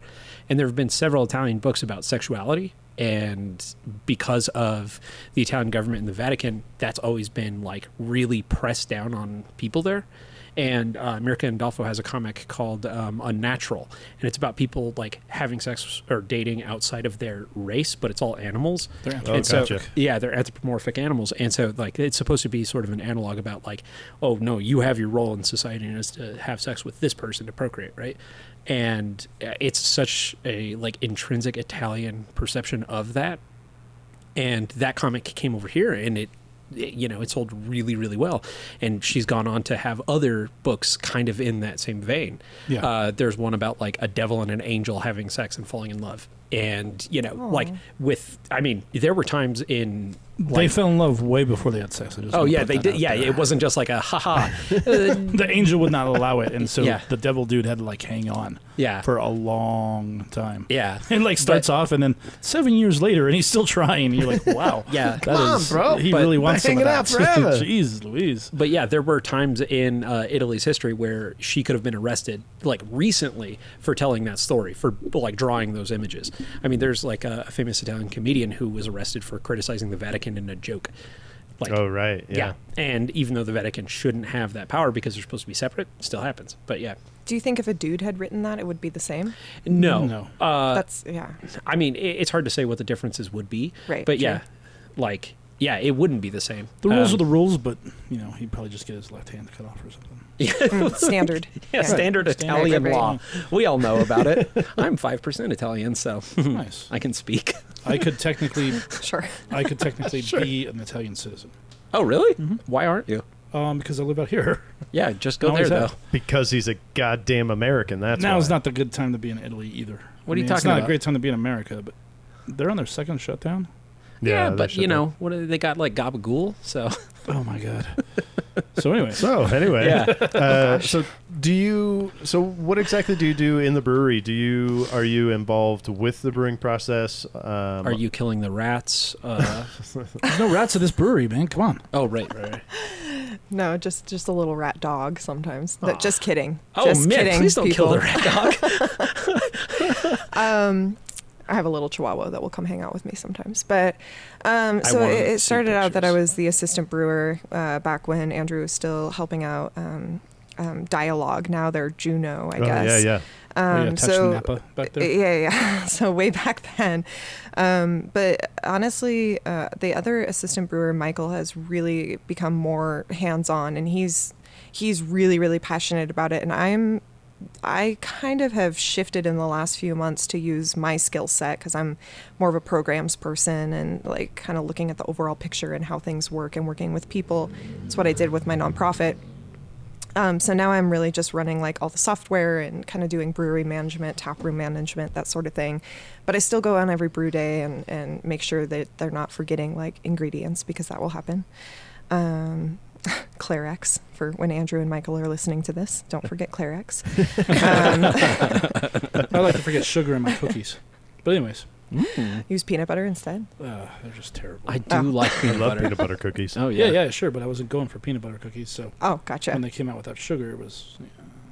[SPEAKER 3] and there have been several italian books about sexuality and because of the italian government and the vatican that's always been like really pressed down on people there and uh, Mirka Andolfo has a comic called um, Unnatural, and it's about people like having sex or dating outside of their race, but it's all animals.
[SPEAKER 2] They're
[SPEAKER 1] Oh,
[SPEAKER 3] and so,
[SPEAKER 1] gotcha.
[SPEAKER 3] yeah, they're anthropomorphic animals, and so like it's supposed to be sort of an analog about like, oh no, you have your role in society, and it's to have sex with this person to procreate, right? And uh, it's such a like intrinsic Italian perception of that and that comic came over here and it, it- you know it sold really really well and she's gone on to have other books kind of in that same vein
[SPEAKER 2] Yeah.
[SPEAKER 3] uh, there's one about like a devil and an angel having sex and falling in love and you know like with i mean there were times in
[SPEAKER 2] they
[SPEAKER 3] like,
[SPEAKER 2] fell in love way before they had sex. I just
[SPEAKER 3] oh
[SPEAKER 2] wanna
[SPEAKER 3] yeah
[SPEAKER 2] put
[SPEAKER 3] they
[SPEAKER 2] that
[SPEAKER 3] did
[SPEAKER 2] out
[SPEAKER 3] yeah
[SPEAKER 2] there.
[SPEAKER 3] it wasn't just like a
[SPEAKER 2] <laughs>
[SPEAKER 3] haha uh,
[SPEAKER 2] the angel would not allow it, and so
[SPEAKER 3] Yeah.
[SPEAKER 2] the devil dude had to like hang on
[SPEAKER 3] yeah
[SPEAKER 2] for a long time.
[SPEAKER 3] yeah
[SPEAKER 2] <laughs> It like starts off, and then seven years later, and he's still trying. And you're like, wow,
[SPEAKER 3] <laughs> Yeah.
[SPEAKER 2] that
[SPEAKER 1] on,
[SPEAKER 2] is-
[SPEAKER 1] bro.
[SPEAKER 2] He
[SPEAKER 3] But-
[SPEAKER 2] really wants some
[SPEAKER 1] hang it
[SPEAKER 2] of
[SPEAKER 1] out
[SPEAKER 2] that. <laughs>
[SPEAKER 1] forever.
[SPEAKER 2] Jeez, Louise.
[SPEAKER 3] But yeah, there were times in uh, Italy's history where she could have been arrested, like recently, for telling that story, for like drawing those images. I mean, there's like a, a famous Italian comedian who was arrested for criticizing the Vatican in a joke. Like,
[SPEAKER 1] Oh, right. Yeah.
[SPEAKER 3] yeah. And even though the Vatican shouldn't have that power because they're supposed to be separate, it still happens. But yeah,
[SPEAKER 4] Do you think if a dude had written that, it would be the same?
[SPEAKER 3] no,
[SPEAKER 2] No.
[SPEAKER 3] Uh,
[SPEAKER 4] That's <laughs> yeah.
[SPEAKER 3] I mean, it, it's hard to say what the differences would be.
[SPEAKER 4] Right,
[SPEAKER 3] But yeah,
[SPEAKER 4] true.
[SPEAKER 3] like yeah, it wouldn't be the same.
[SPEAKER 2] The rules
[SPEAKER 3] Um, <laughs>
[SPEAKER 2] are the rules, but you know he'd probably just get his left hand cut off or something.
[SPEAKER 4] Mm, standard.
[SPEAKER 3] Yeah,
[SPEAKER 2] Standard.
[SPEAKER 3] standard Italian
[SPEAKER 4] Right, right,
[SPEAKER 3] law. We all know about it. <laughs> I'm five percent Italian, so <laughs>
[SPEAKER 2] Nice.
[SPEAKER 3] Hmm. I can speak.
[SPEAKER 2] I could technically,
[SPEAKER 4] Sure.
[SPEAKER 2] I could
[SPEAKER 3] <laughs>
[SPEAKER 2] technically be an Italian citizen
[SPEAKER 3] Oh, really? Why aren't you?
[SPEAKER 2] um, because I live out
[SPEAKER 3] <laughs>
[SPEAKER 2] here.
[SPEAKER 3] Yeah, just go
[SPEAKER 2] How
[SPEAKER 3] there
[SPEAKER 2] is
[SPEAKER 3] though.
[SPEAKER 2] that?
[SPEAKER 1] Because he's a goddamn American. That's
[SPEAKER 2] now is
[SPEAKER 1] why.
[SPEAKER 2] not the good time to be in Italy either.
[SPEAKER 3] What are you
[SPEAKER 2] it's
[SPEAKER 3] talking
[SPEAKER 2] not a
[SPEAKER 3] about?
[SPEAKER 2] great time to be in America, but they're on their second shutdown.
[SPEAKER 3] Yeah,
[SPEAKER 1] they
[SPEAKER 3] but
[SPEAKER 1] should
[SPEAKER 3] you
[SPEAKER 1] be.
[SPEAKER 3] know what? do They got like gabagool.
[SPEAKER 1] <laughs>
[SPEAKER 3] So
[SPEAKER 2] Oh my
[SPEAKER 3] <laughs>
[SPEAKER 2] god. so anyway,
[SPEAKER 1] So Oh,
[SPEAKER 2] <laughs>
[SPEAKER 1] anyway,
[SPEAKER 3] Yeah.
[SPEAKER 4] <laughs> Oh,
[SPEAKER 1] Uh, so do you? So what exactly do you do in the brewery? Do you are you involved with the brewing process? Um,
[SPEAKER 3] are you killing the rats? <laughs> Uh,
[SPEAKER 2] there's no rats at this brewery, man. Come on.
[SPEAKER 3] oh, right, right, right.
[SPEAKER 4] No, just just a little rat dog sometimes. No, just kidding.
[SPEAKER 3] Oh
[SPEAKER 4] just
[SPEAKER 3] man,
[SPEAKER 4] kidding,
[SPEAKER 3] please don't
[SPEAKER 4] people.
[SPEAKER 3] kill the rat <laughs> dog.
[SPEAKER 4] um, I have a little chihuahua that will come hang out with me sometimes. But um,
[SPEAKER 3] I
[SPEAKER 4] so
[SPEAKER 3] wanna
[SPEAKER 4] it,
[SPEAKER 3] see
[SPEAKER 4] it started out that I
[SPEAKER 3] pictures.
[SPEAKER 4] was the assistant brewer uh, back when Andrew was still helping out um, um, Dialogue. Now they're Juno, I
[SPEAKER 1] oh,
[SPEAKER 4] guess.
[SPEAKER 1] Yeah, yeah.
[SPEAKER 2] Were
[SPEAKER 4] Um,
[SPEAKER 2] you attached to
[SPEAKER 4] so
[SPEAKER 2] Napa back there.
[SPEAKER 4] Uh, Yeah, yeah. <laughs> So way back then. Um, but honestly, uh, the other assistant brewer, Michael, has really become more hands-on, and he's he's really, really passionate about it. And I'm I kind of have shifted in the last few months to use my skill set because I'm more of a programs person and like kind of looking at the overall picture and how things work and working with people. It's what I did with my nonprofit. Um, so now I'm really just running like all the software and kind of doing brewery management, tap room management, that sort of thing. But I still go on every brew day and, and make sure that they're not forgetting like ingredients because that will happen. Um, <laughs> Clarex for when Andrew and Michael are listening to this. Don't forget Clarex. um, <laughs>
[SPEAKER 2] I like to forget sugar in my cookies. But anyways,
[SPEAKER 4] use peanut butter instead.
[SPEAKER 2] uh, they're just terrible.
[SPEAKER 3] Mm. I do
[SPEAKER 4] Oh.
[SPEAKER 3] like
[SPEAKER 1] I
[SPEAKER 3] peanut
[SPEAKER 1] love
[SPEAKER 3] butter.
[SPEAKER 1] peanut butter
[SPEAKER 2] <laughs>
[SPEAKER 1] cookies.
[SPEAKER 3] Oh
[SPEAKER 2] yeah.
[SPEAKER 3] yeah,
[SPEAKER 2] yeah, sure, but I wasn't going for peanut butter cookies, so
[SPEAKER 4] Oh,
[SPEAKER 2] when
[SPEAKER 4] gotcha.
[SPEAKER 2] they came out without sugar, it was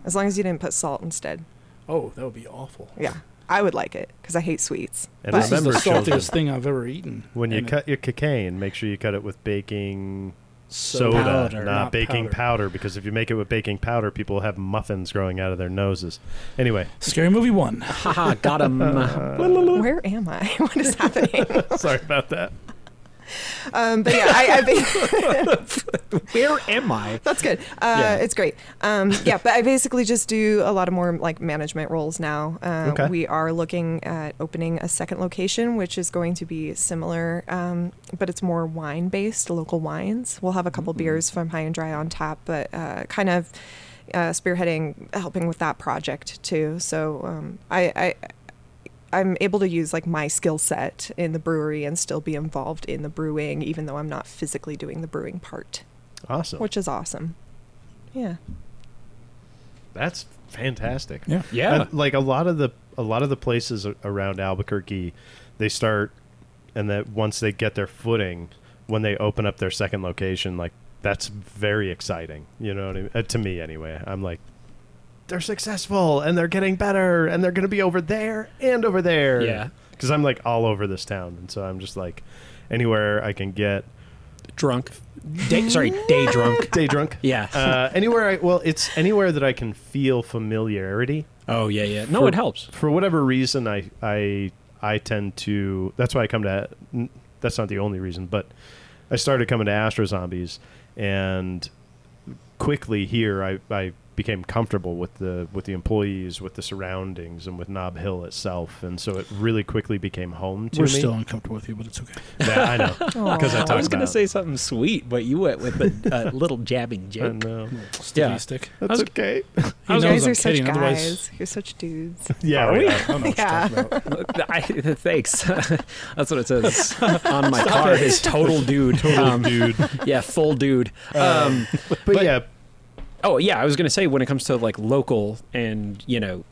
[SPEAKER 4] As long as you didn't put salt instead.
[SPEAKER 2] oh, that would be awful.
[SPEAKER 4] Yeah. I would like it because I hate sweets.
[SPEAKER 1] And
[SPEAKER 4] But-
[SPEAKER 2] This is the
[SPEAKER 1] remember,
[SPEAKER 2] saltiest
[SPEAKER 1] children,
[SPEAKER 2] thing I've ever eaten.
[SPEAKER 1] when you
[SPEAKER 2] And
[SPEAKER 1] cut your cocaine, make sure you cut it with baking soda,
[SPEAKER 2] soda,
[SPEAKER 1] not, baking powder. because if you make it with baking powder, people have muffins growing out of their noses. Anyway, <laughs>
[SPEAKER 2] Scary movie one.
[SPEAKER 3] Haha, got <laughs> him.
[SPEAKER 4] Where am I? <laughs> What is happening?
[SPEAKER 1] sorry about that.
[SPEAKER 4] um, but yeah, I, I think
[SPEAKER 3] Where am I?
[SPEAKER 4] that's good. Uh,
[SPEAKER 3] Yeah.
[SPEAKER 4] It's great. Um, yeah, but I basically just do a lot of more like management roles now. Uh,
[SPEAKER 1] Okay.
[SPEAKER 4] We are looking at opening a second location, which is going to be similar, um, but it's more wine based, local wines. We'll have a couple beers from High and Dry on top, but uh, kind of uh, spearheading, helping with that project too. So um, I. I I'm able to use like my skill set in the brewery and still be involved in the brewing, even though I'm not physically doing the brewing part
[SPEAKER 1] Awesome.
[SPEAKER 4] which is awesome. Yeah.
[SPEAKER 1] That's fantastic.
[SPEAKER 2] Yeah.
[SPEAKER 3] Yeah.
[SPEAKER 1] Uh, like a lot of the a lot of the places a- around Albuquerque, they start and that once they get their footing, when they open up their second location, like that's very exciting. You know what I mean? Uh, to me anyway. I'm like they're successful and they're getting better and they're going to be over there and over there.
[SPEAKER 3] Yeah.
[SPEAKER 1] Cuz I'm like all over this town and so I'm just like anywhere I can get
[SPEAKER 3] Drunk. Day, sorry, day <laughs> drunk.
[SPEAKER 1] day drunk.
[SPEAKER 3] Yeah.
[SPEAKER 1] Uh, anywhere I well, it's anywhere that I can feel familiarity.
[SPEAKER 3] oh yeah, yeah. No,
[SPEAKER 1] For-
[SPEAKER 3] it helps.
[SPEAKER 1] for whatever reason i i i tend to that's why i come to n- that's not the only reason but i started coming to astro zombies and quickly here i i became comfortable with the with the employees with the surroundings and with knob hill itself and so it really quickly became home to
[SPEAKER 2] We're
[SPEAKER 1] me
[SPEAKER 2] still uncomfortable with you, but it's okay.
[SPEAKER 1] yeah, i know
[SPEAKER 4] <laughs>
[SPEAKER 1] because i
[SPEAKER 4] Aw.
[SPEAKER 1] talked
[SPEAKER 4] I
[SPEAKER 3] I was
[SPEAKER 1] about
[SPEAKER 3] gonna say something sweet, but you went with <laughs> a, a little jabbing
[SPEAKER 1] it. I
[SPEAKER 3] joke.
[SPEAKER 1] know.
[SPEAKER 2] Sticky
[SPEAKER 3] Yeah.
[SPEAKER 2] stick.
[SPEAKER 1] uh, that's
[SPEAKER 3] was-
[SPEAKER 1] okay
[SPEAKER 2] He
[SPEAKER 4] You
[SPEAKER 2] knows
[SPEAKER 4] guys
[SPEAKER 2] I'm
[SPEAKER 4] are such
[SPEAKER 2] kidding,
[SPEAKER 4] guys.
[SPEAKER 2] otherwise-
[SPEAKER 4] You're such dudes.
[SPEAKER 1] <laughs> yeah
[SPEAKER 3] Are
[SPEAKER 1] we
[SPEAKER 3] we?
[SPEAKER 1] are.
[SPEAKER 2] I don't know what
[SPEAKER 4] Yeah.
[SPEAKER 2] you're talking about.
[SPEAKER 3] I, thanks. <laughs> That's what it <laughs> says on my card. Is total dude. Total
[SPEAKER 1] dude
[SPEAKER 3] Yeah, full dude. Um,
[SPEAKER 1] but, yeah
[SPEAKER 3] oh yeah, I was gonna say when it comes to like local and you know,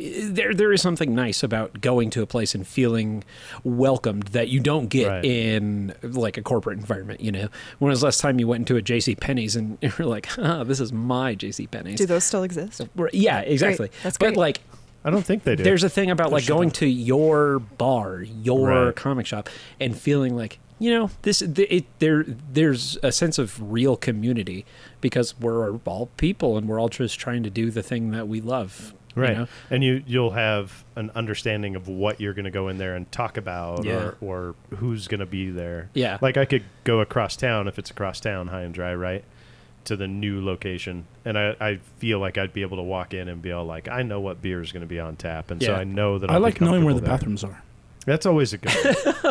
[SPEAKER 3] there there is something nice about going to a place and feeling welcomed that you don't get
[SPEAKER 1] Right.
[SPEAKER 3] in like a corporate environment. You know, when was the last time you went into a J C Penney's and <laughs> you were like, huh, this is my J C Penney's.
[SPEAKER 4] Do those still exist?
[SPEAKER 3] Yeah, exactly.
[SPEAKER 4] That's
[SPEAKER 3] but
[SPEAKER 4] great.
[SPEAKER 3] like
[SPEAKER 1] i don't think they do
[SPEAKER 3] there's a thing about like
[SPEAKER 2] shut
[SPEAKER 3] going
[SPEAKER 2] up.
[SPEAKER 3] to your bar, your
[SPEAKER 1] Right.
[SPEAKER 3] comic shop, and feeling like you know this. th- It, there, there's a sense of real community because we're all people and we're all just trying to do the thing that we love. you
[SPEAKER 1] right
[SPEAKER 3] know?
[SPEAKER 1] and you you'll have an understanding of what you're going to go in there and talk about
[SPEAKER 3] Yeah.
[SPEAKER 1] or, or who's going to be there
[SPEAKER 3] Yeah.
[SPEAKER 1] like i could go across town if it's across town high and dry right to the new location and i, I feel like i'd be able to walk in and be all like i know what beer is going to be on tap and so
[SPEAKER 3] Yeah.
[SPEAKER 1] i know that
[SPEAKER 2] I
[SPEAKER 1] I'll be
[SPEAKER 2] like knowing where the
[SPEAKER 1] comfortable there.
[SPEAKER 2] bathrooms are.
[SPEAKER 1] that's always a good
[SPEAKER 3] <laughs>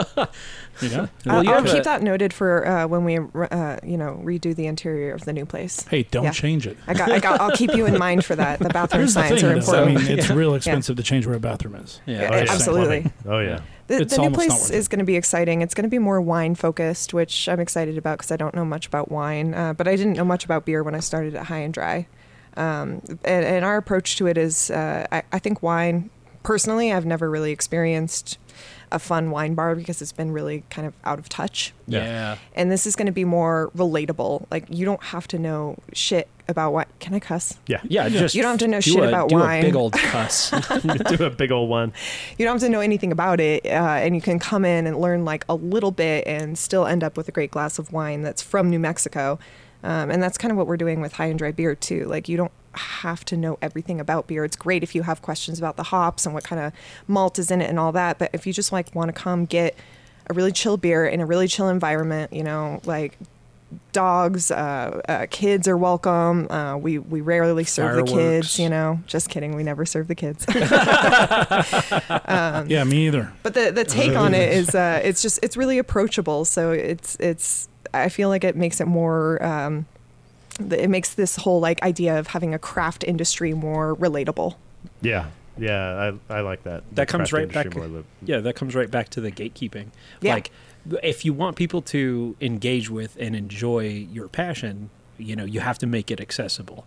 [SPEAKER 2] You know?
[SPEAKER 3] Well, you
[SPEAKER 4] I'll, I'll
[SPEAKER 3] have
[SPEAKER 4] keep
[SPEAKER 3] a-
[SPEAKER 4] that noted for uh, when we, uh, you know, redo the interior of the new place.
[SPEAKER 2] Hey, don't
[SPEAKER 4] Yeah.
[SPEAKER 2] change it.
[SPEAKER 4] I got, I got, I'll keep you in mind
[SPEAKER 2] <laughs>
[SPEAKER 4] for that. The bathroom
[SPEAKER 2] Here's the
[SPEAKER 4] signs
[SPEAKER 2] thing,
[SPEAKER 4] are
[SPEAKER 2] though. I
[SPEAKER 4] important.
[SPEAKER 2] mean, it's real expensive to change where a bathroom is.
[SPEAKER 3] Yeah.
[SPEAKER 1] Oh, yeah.
[SPEAKER 4] Absolutely.
[SPEAKER 1] oh yeah
[SPEAKER 4] The,
[SPEAKER 2] It's
[SPEAKER 4] the new
[SPEAKER 2] almost not
[SPEAKER 4] place
[SPEAKER 2] worth it.
[SPEAKER 4] is going to be exciting. It's going to be more wine focused, which I'm excited about because I don't know much about wine, uh, but I didn't know much about beer when I started at High and Dry. Um, and, and our approach to it is, uh, I, I think wine. Personally, I've never really experienced a fun wine bar because it's been really kind of out of touch.
[SPEAKER 1] Yeah.
[SPEAKER 3] yeah.
[SPEAKER 4] And this is going to be more relatable. Like you don't have to know shit about what. Can I cuss?
[SPEAKER 1] yeah
[SPEAKER 3] Yeah, just
[SPEAKER 4] You don't have to know
[SPEAKER 3] do
[SPEAKER 4] shit
[SPEAKER 3] a-
[SPEAKER 4] about
[SPEAKER 3] do
[SPEAKER 4] wine.
[SPEAKER 3] A big old
[SPEAKER 4] <laughs>
[SPEAKER 3] cuss.
[SPEAKER 1] <laughs> do a big old one
[SPEAKER 4] you don't have to know anything about it uh, and you can come in and learn like a little bit and still end up with a great glass of wine that's from new mexico um, and that's kind of what we're doing with high and dry beer too like you don't have to know everything about beer it's great if you have questions about the hops and what kind of malt is in it and all that but if you just like want to come get a really chill beer in a really chill environment you know like dogs uh, uh, kids are welcome uh, we we rarely serve the
[SPEAKER 3] Fireworks.
[SPEAKER 4] kids you know just kidding we never serve the kids
[SPEAKER 2] Yeah, me either.
[SPEAKER 4] But the the take on it <laughs> is uh, it's just it's really approachable. So it's it's I feel like it makes it more. Um, th- it makes this whole like idea of having a craft industry more
[SPEAKER 3] <laughs>
[SPEAKER 4] relatable.
[SPEAKER 1] yeah yeah i, I like that The
[SPEAKER 3] That comes
[SPEAKER 1] craft
[SPEAKER 3] right
[SPEAKER 1] industry
[SPEAKER 3] back-
[SPEAKER 1] more li-
[SPEAKER 3] yeah, that comes right back to the gatekeeping.
[SPEAKER 4] Yeah.
[SPEAKER 3] Like, if you want people to engage with and enjoy your passion, you know, you have to make it accessible.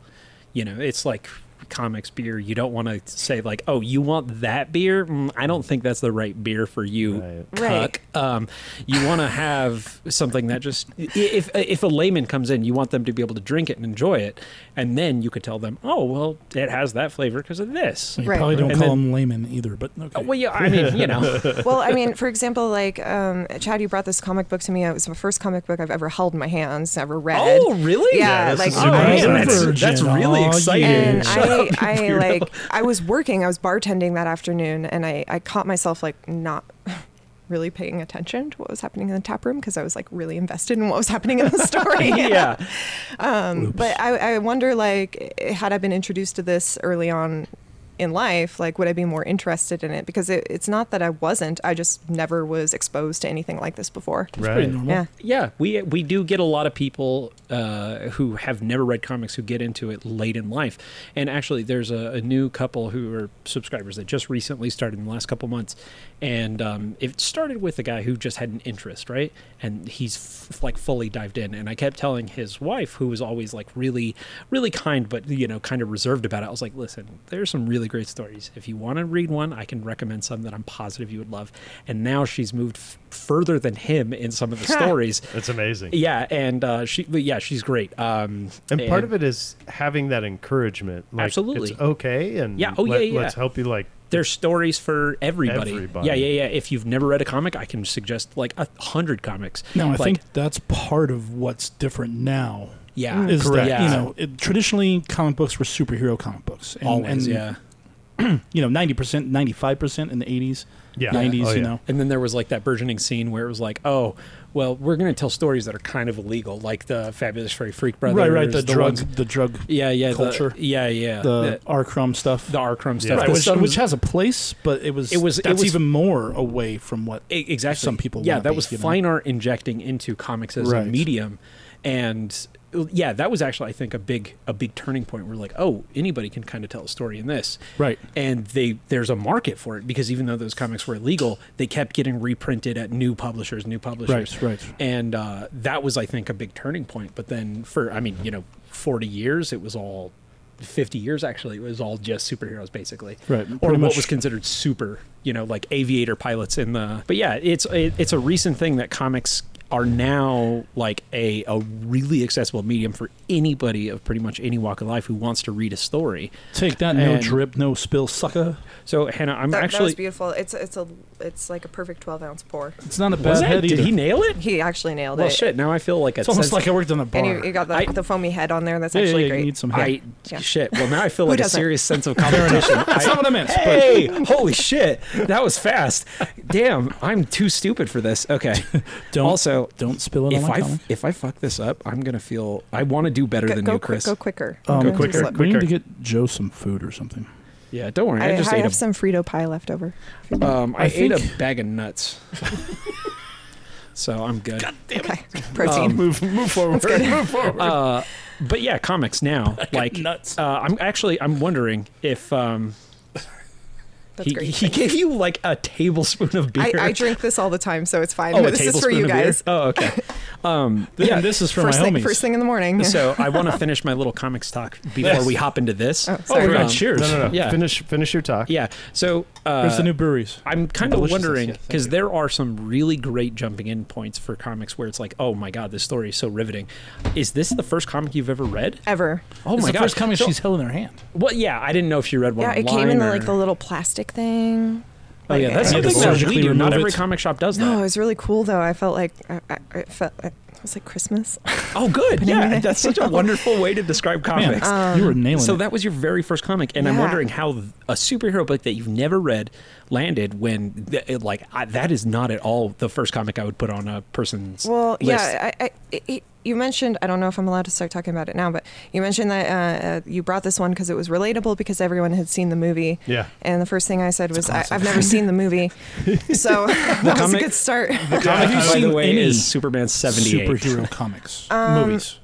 [SPEAKER 3] You know, it's like comics beer, you don't want to say like, "Oh, you want that beer? Mm, I don't think that's the right beer for you."
[SPEAKER 1] Right.
[SPEAKER 3] Cuck.
[SPEAKER 4] Right.
[SPEAKER 3] Um, you want to have something that just i- if uh, if a layman comes in, you want them to be able to drink it and enjoy it, and then you could tell them, "Oh, well, it has that flavor because of this."
[SPEAKER 2] <laughs> So you
[SPEAKER 4] Right.
[SPEAKER 2] probably don't
[SPEAKER 3] And
[SPEAKER 2] call
[SPEAKER 3] then-
[SPEAKER 2] them layman either, but okay.
[SPEAKER 3] Well, yeah, I mean, you know,
[SPEAKER 4] well, I mean, for example, like um, Chad, you brought this comic book to me. It was the first comic book I've ever held in my hands, ever read.
[SPEAKER 3] Oh, really?
[SPEAKER 4] Yeah,
[SPEAKER 1] Yeah, this
[SPEAKER 4] like
[SPEAKER 1] is
[SPEAKER 3] Oh,
[SPEAKER 1] super
[SPEAKER 4] I-
[SPEAKER 1] exciting.
[SPEAKER 3] man, that's,
[SPEAKER 2] Virgin.
[SPEAKER 3] that's really
[SPEAKER 2] Aw,
[SPEAKER 3] exciting.
[SPEAKER 2] yeah.
[SPEAKER 4] and
[SPEAKER 3] <laughs> Shut
[SPEAKER 4] I,
[SPEAKER 3] up, you
[SPEAKER 4] I
[SPEAKER 3] weirdo.
[SPEAKER 4] like I was working, I was bartending that afternoon, and I, I caught myself like not <laughs> really paying attention to what was happening in the tap room because I was like really invested in what was
[SPEAKER 3] <laughs>
[SPEAKER 4] happening in the
[SPEAKER 3] <laughs>
[SPEAKER 4] story.
[SPEAKER 3] yeah.
[SPEAKER 4] <laughs> Um, but I, I wonder, like, eh, had I been introduced to this early on in life, like, would I be more interested in it? Because it, it's not that I wasn't; I just never was exposed to anything like this before.
[SPEAKER 2] it's pretty
[SPEAKER 1] Right.
[SPEAKER 2] normal.
[SPEAKER 4] Yeah,
[SPEAKER 3] Yeah, we we do get a lot of people uh, who have never read comics who get into it late in life. And actually, there's a, a new couple who are subscribers that just recently started in the last couple months. And um, it started with a guy who just had an interest, right? And he's f- like fully dived in. And I kept telling his wife, who was always like really, really kind, but you know, kind of reserved about it. I was like, listen, there's some really great stories. If you want to read one, I can recommend some that I'm positive you would love. And now she's moved f- further than him in some of the stories.
[SPEAKER 1] It's amazing.
[SPEAKER 3] Yeah, and uh, she, but yeah, she's great. Um,
[SPEAKER 1] And part of it is having that encouragement. Like,
[SPEAKER 3] Absolutely.
[SPEAKER 1] It's okay. And
[SPEAKER 3] Yeah, oh, yeah, yeah.
[SPEAKER 1] Let's help you, like,
[SPEAKER 3] there's stories for everybody.
[SPEAKER 1] Everybody.
[SPEAKER 3] Yeah, yeah, yeah. If you've never read a comic, I can suggest like a hundred comics.
[SPEAKER 2] Now I
[SPEAKER 3] Like,
[SPEAKER 2] think that's part of what's different now.
[SPEAKER 3] yeah,
[SPEAKER 2] Is
[SPEAKER 1] Correct.
[SPEAKER 2] that
[SPEAKER 3] Yeah.
[SPEAKER 2] you know it, traditionally comic books were superhero comic books. And, and,
[SPEAKER 3] always, yeah.
[SPEAKER 2] You know, ninety percent, ninety-five percent in the eighties,
[SPEAKER 1] Yeah.
[SPEAKER 2] nineties.
[SPEAKER 1] Oh,
[SPEAKER 2] You
[SPEAKER 1] yeah.
[SPEAKER 2] know,
[SPEAKER 3] And then there was like that burgeoning scene where it was like, oh, well, we're going to tell stories that are kind of illegal, like the Fabulous Fairy Freak Brothers,
[SPEAKER 2] right, right. The, drug,
[SPEAKER 3] ones-
[SPEAKER 2] the drug,
[SPEAKER 3] yeah, yeah, the-
[SPEAKER 2] culture.
[SPEAKER 3] yeah, yeah,
[SPEAKER 2] the R crumb stuff.
[SPEAKER 3] the, the R. Crumb
[SPEAKER 1] Yeah.
[SPEAKER 3] stuff,
[SPEAKER 1] Right,
[SPEAKER 3] The
[SPEAKER 2] which,
[SPEAKER 3] Sons-
[SPEAKER 2] which has a place, but it was
[SPEAKER 3] It was- it
[SPEAKER 2] that's
[SPEAKER 3] was-
[SPEAKER 2] even more away from what
[SPEAKER 3] E- exactly
[SPEAKER 2] some people
[SPEAKER 3] yeah
[SPEAKER 2] wanna
[SPEAKER 3] that
[SPEAKER 2] be,
[SPEAKER 3] was
[SPEAKER 2] you know?
[SPEAKER 3] fine art injecting into comics as
[SPEAKER 2] Right.
[SPEAKER 3] a medium and uh, yeah that was actually i think a big a big turning point where like oh anybody can kind of tell a story in this
[SPEAKER 2] Right.
[SPEAKER 3] and they there's a market for it because even though those comics were illegal they kept getting reprinted at new publishers new publishers
[SPEAKER 2] Right, right.
[SPEAKER 3] and uh, that was i think a big turning point but then for i mean you know 40 years it was all 50 years actually it was all just superheroes basically
[SPEAKER 2] Right, pretty
[SPEAKER 3] or what
[SPEAKER 2] much.
[SPEAKER 3] was considered super you know like aviator pilots in the but yeah it's it, it's a recent thing that comics are now like a, a really accessible medium for anybody of pretty much any walk of life who wants to read a story
[SPEAKER 2] Take that, no
[SPEAKER 3] And-
[SPEAKER 2] drip, no spill, sucker.
[SPEAKER 3] so hannah i'm
[SPEAKER 4] that, that
[SPEAKER 3] actually
[SPEAKER 4] was beautiful. It's it's a it's like a perfect twelve ounce pour.
[SPEAKER 2] It's not a
[SPEAKER 3] Was
[SPEAKER 2] bad
[SPEAKER 3] that-
[SPEAKER 2] head
[SPEAKER 3] did
[SPEAKER 2] either.
[SPEAKER 3] he nail it
[SPEAKER 4] He actually nailed
[SPEAKER 3] well
[SPEAKER 4] it.
[SPEAKER 3] shit now i feel like a
[SPEAKER 2] it's almost
[SPEAKER 3] sensitive-
[SPEAKER 2] like I worked on a bar.
[SPEAKER 4] And
[SPEAKER 2] <laughs>
[SPEAKER 4] you, you got the,
[SPEAKER 3] I-
[SPEAKER 4] the foamy head on there. That's
[SPEAKER 2] yeah, yeah,
[SPEAKER 4] actually
[SPEAKER 2] yeah,
[SPEAKER 4] great.
[SPEAKER 2] you need some head.
[SPEAKER 3] I
[SPEAKER 4] Yeah.
[SPEAKER 3] shit. Well, now I feel
[SPEAKER 4] <laughs> Who
[SPEAKER 3] like a
[SPEAKER 4] doesn't?
[SPEAKER 3] serious sense of competition. <laughs>
[SPEAKER 2] That's
[SPEAKER 3] I-
[SPEAKER 2] not what I meant, but-
[SPEAKER 3] Hey, holy shit, that was fast. Damn, I'm too stupid for this. Okay.
[SPEAKER 2] <laughs> Don't-
[SPEAKER 3] also,
[SPEAKER 2] Don't spill it on
[SPEAKER 3] if
[SPEAKER 2] my
[SPEAKER 3] I
[SPEAKER 2] comic.
[SPEAKER 3] if I fuck this up, I'm gonna feel. I want to do better
[SPEAKER 4] Go,
[SPEAKER 3] than
[SPEAKER 4] go,
[SPEAKER 3] you,
[SPEAKER 4] quick,
[SPEAKER 3] Chris.
[SPEAKER 4] go quicker.
[SPEAKER 2] Um,
[SPEAKER 4] Go
[SPEAKER 1] quicker,
[SPEAKER 4] slow.
[SPEAKER 1] quick.
[SPEAKER 2] We need
[SPEAKER 1] quicker.
[SPEAKER 2] to get Joe some food or something.
[SPEAKER 3] Yeah, don't worry. I,
[SPEAKER 4] I,
[SPEAKER 3] just
[SPEAKER 4] I
[SPEAKER 3] ate
[SPEAKER 4] have
[SPEAKER 3] a,
[SPEAKER 4] some Frito pie left over. <laughs>
[SPEAKER 3] um,
[SPEAKER 2] I
[SPEAKER 3] I, ate a
[SPEAKER 2] think-
[SPEAKER 3] bag of nuts. <laughs> so I'm good.
[SPEAKER 4] Okay,
[SPEAKER 3] Um, <laughs>
[SPEAKER 4] protein.
[SPEAKER 1] move, move forward. Move forward.
[SPEAKER 3] Uh, but yeah, comics now. like
[SPEAKER 2] nuts.
[SPEAKER 3] Uh, I'm actually I'm wondering if um,
[SPEAKER 4] That's
[SPEAKER 3] he,
[SPEAKER 4] great.
[SPEAKER 3] he gave you like a tablespoon of beer.
[SPEAKER 4] I, I drink this all the time, so it's fine.
[SPEAKER 3] Oh, a
[SPEAKER 4] this is for
[SPEAKER 3] tablespoon
[SPEAKER 4] you
[SPEAKER 3] of beer?
[SPEAKER 4] guys.
[SPEAKER 3] Oh, okay.
[SPEAKER 4] <laughs>
[SPEAKER 3] Um, yeah,
[SPEAKER 2] And this is for
[SPEAKER 4] first
[SPEAKER 2] my
[SPEAKER 4] thing,
[SPEAKER 2] homies.
[SPEAKER 4] first thing in the morning.
[SPEAKER 3] so I want to finish my little comics talk before we hop into this.
[SPEAKER 4] Oh,
[SPEAKER 2] oh, we're
[SPEAKER 4] sorry.
[SPEAKER 2] gonna
[SPEAKER 3] Um,
[SPEAKER 2] cheers.
[SPEAKER 1] no, no, no.
[SPEAKER 3] yeah.
[SPEAKER 1] Finish, finish your talk.
[SPEAKER 3] Yeah. So
[SPEAKER 2] There's
[SPEAKER 3] uh,
[SPEAKER 2] the new breweries.
[SPEAKER 3] I'm kind of
[SPEAKER 2] Deliciousness,
[SPEAKER 3] wondering
[SPEAKER 2] yeah, thank
[SPEAKER 3] because
[SPEAKER 2] you.
[SPEAKER 3] there are some really great jumping in points for comics where it's like, oh my god, this story is so riveting. Is this the first comic you've ever read?
[SPEAKER 4] <laughs> Ever.
[SPEAKER 3] Oh
[SPEAKER 2] it's
[SPEAKER 3] my
[SPEAKER 2] the
[SPEAKER 3] god!
[SPEAKER 2] first comic
[SPEAKER 3] So-
[SPEAKER 2] she's held in her hand.
[SPEAKER 3] well, yeah, I didn't know if you read one.
[SPEAKER 4] Yeah, it came in
[SPEAKER 3] online
[SPEAKER 4] like
[SPEAKER 3] or-
[SPEAKER 4] the little plastic thing.
[SPEAKER 3] Oh yeah, that's
[SPEAKER 2] You had to
[SPEAKER 3] something that we
[SPEAKER 2] surgically
[SPEAKER 3] do. Not
[SPEAKER 2] remove
[SPEAKER 3] every
[SPEAKER 2] it.
[SPEAKER 3] comic shop does
[SPEAKER 4] No, it
[SPEAKER 3] that.
[SPEAKER 4] was really cool though. I felt like I, I, I felt it was like Christmas.
[SPEAKER 3] Oh, good.
[SPEAKER 4] in
[SPEAKER 3] Yeah,
[SPEAKER 4] <laughs> there.
[SPEAKER 3] that's such a wonderful way to describe
[SPEAKER 2] oh, Man,
[SPEAKER 3] comics.
[SPEAKER 2] you were nailing
[SPEAKER 3] so
[SPEAKER 2] it.
[SPEAKER 3] that was your very first comic, and I'm
[SPEAKER 4] Yeah.
[SPEAKER 3] wondering how th- a superhero book that you've never read landed when, th- it, like, I, that is not at all the first comic I would put on a person's
[SPEAKER 4] Well,
[SPEAKER 3] list.
[SPEAKER 4] yeah, I, I, it- it- you mentioned. I don't know if I'm allowed to start talking about it now, but you mentioned that uh, uh, you brought this one because it was relatable because everyone had seen the movie.
[SPEAKER 1] Yeah.
[SPEAKER 4] And the first thing I said was,
[SPEAKER 3] awesome.
[SPEAKER 4] I, "I've never seen the movie," so <laughs> that was a
[SPEAKER 3] comic-
[SPEAKER 4] good start.
[SPEAKER 3] The comic,
[SPEAKER 2] Have you
[SPEAKER 3] by the
[SPEAKER 2] seen
[SPEAKER 3] way,
[SPEAKER 2] any <laughs>
[SPEAKER 3] is Superman 78.
[SPEAKER 2] Superhero comics, movies.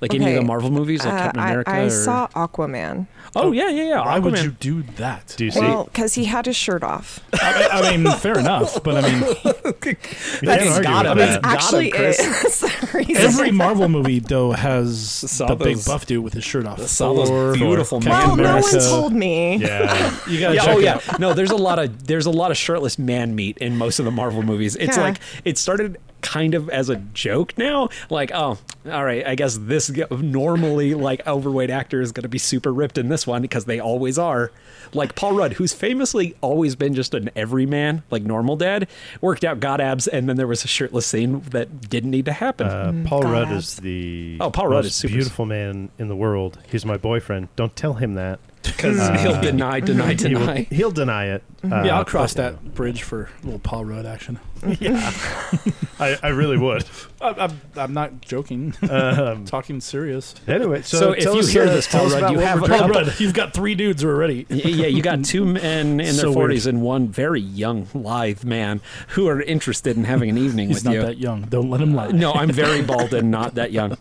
[SPEAKER 5] Like any of
[SPEAKER 4] Okay,
[SPEAKER 5] the Marvel movies, like
[SPEAKER 4] Uh,
[SPEAKER 5] Captain
[SPEAKER 4] <laughs> I,
[SPEAKER 5] America.
[SPEAKER 4] I
[SPEAKER 5] or-
[SPEAKER 4] saw Aquaman.
[SPEAKER 5] Oh yeah, yeah, yeah.
[SPEAKER 2] Why would
[SPEAKER 5] Aquaman.
[SPEAKER 2] you do that?
[SPEAKER 1] Do you see?
[SPEAKER 4] Well, because he had his shirt off.
[SPEAKER 2] I, I mean, fair enough, but I mean,
[SPEAKER 1] You can't argue
[SPEAKER 5] gotta
[SPEAKER 1] with
[SPEAKER 5] be.
[SPEAKER 1] that.
[SPEAKER 5] God,
[SPEAKER 4] Actually, it, <laughs>
[SPEAKER 5] Chris.
[SPEAKER 4] that's the reason.
[SPEAKER 2] every Marvel movie though has
[SPEAKER 3] Saw
[SPEAKER 2] the big
[SPEAKER 3] those-
[SPEAKER 2] buff dude with his shirt off.
[SPEAKER 3] saw those
[SPEAKER 2] Thor,
[SPEAKER 3] beautiful
[SPEAKER 2] Captain
[SPEAKER 4] well, no one
[SPEAKER 2] America.
[SPEAKER 4] told me.
[SPEAKER 1] <laughs> Yeah.
[SPEAKER 2] You gotta
[SPEAKER 3] yeah,
[SPEAKER 2] check
[SPEAKER 3] oh
[SPEAKER 2] it
[SPEAKER 3] yeah.
[SPEAKER 2] out.
[SPEAKER 3] No, there's a lot of there's a lot of shirtless man meat in most of the Marvel movies. It's
[SPEAKER 4] Yeah.
[SPEAKER 3] like it started kind of as a joke now. Like, oh, all right, I guess this g- normally like overweight actor is going to be super ripped in this one because they always are. Like Paul Rudd, who's famously always been just an everyman, like normal dad, worked out god abs, and then there was a shirtless scene that didn't need to happen. <laughs>
[SPEAKER 1] Uh, Paul
[SPEAKER 4] God.
[SPEAKER 1] Rudd is the
[SPEAKER 3] Oh, Paul Rudd
[SPEAKER 1] most
[SPEAKER 3] is super-
[SPEAKER 1] beautiful man in the world. He's my boyfriend. Don't tell him that.
[SPEAKER 3] Because he'll deny, deny,
[SPEAKER 1] He will,
[SPEAKER 3] deny.
[SPEAKER 1] he'll deny
[SPEAKER 3] <laughs>
[SPEAKER 1] it. Uh,
[SPEAKER 2] Uh, yeah, I'll cross
[SPEAKER 1] but,
[SPEAKER 2] that bridge for a little Paul Rudd action.
[SPEAKER 1] you know, <laughs> I, I really would.
[SPEAKER 2] I, I'm, I'm not <laughs> joking. Talking serious.
[SPEAKER 1] Anyway, so,
[SPEAKER 3] So if
[SPEAKER 1] tell
[SPEAKER 3] you
[SPEAKER 1] us,
[SPEAKER 3] hear
[SPEAKER 1] uh,
[SPEAKER 3] this,
[SPEAKER 1] tell
[SPEAKER 3] Paul
[SPEAKER 1] us
[SPEAKER 3] Rudd,
[SPEAKER 1] about
[SPEAKER 3] you
[SPEAKER 1] what
[SPEAKER 3] have
[SPEAKER 1] we're
[SPEAKER 3] a
[SPEAKER 1] drinking.
[SPEAKER 2] Paul Rudd, <laughs> you've got three dudes already.
[SPEAKER 3] Y- <laughs> yeah, you
[SPEAKER 2] <laughs>
[SPEAKER 3] got two men in
[SPEAKER 2] So
[SPEAKER 3] their
[SPEAKER 2] weird.
[SPEAKER 3] forties and one very young, lithe man who are interested in having an evening
[SPEAKER 2] He's
[SPEAKER 3] with
[SPEAKER 2] not
[SPEAKER 3] you. Uh,
[SPEAKER 2] that young. Don't let him lie.
[SPEAKER 3] <laughs> no, I'm very bald and not that
[SPEAKER 2] <laughs>
[SPEAKER 3] young.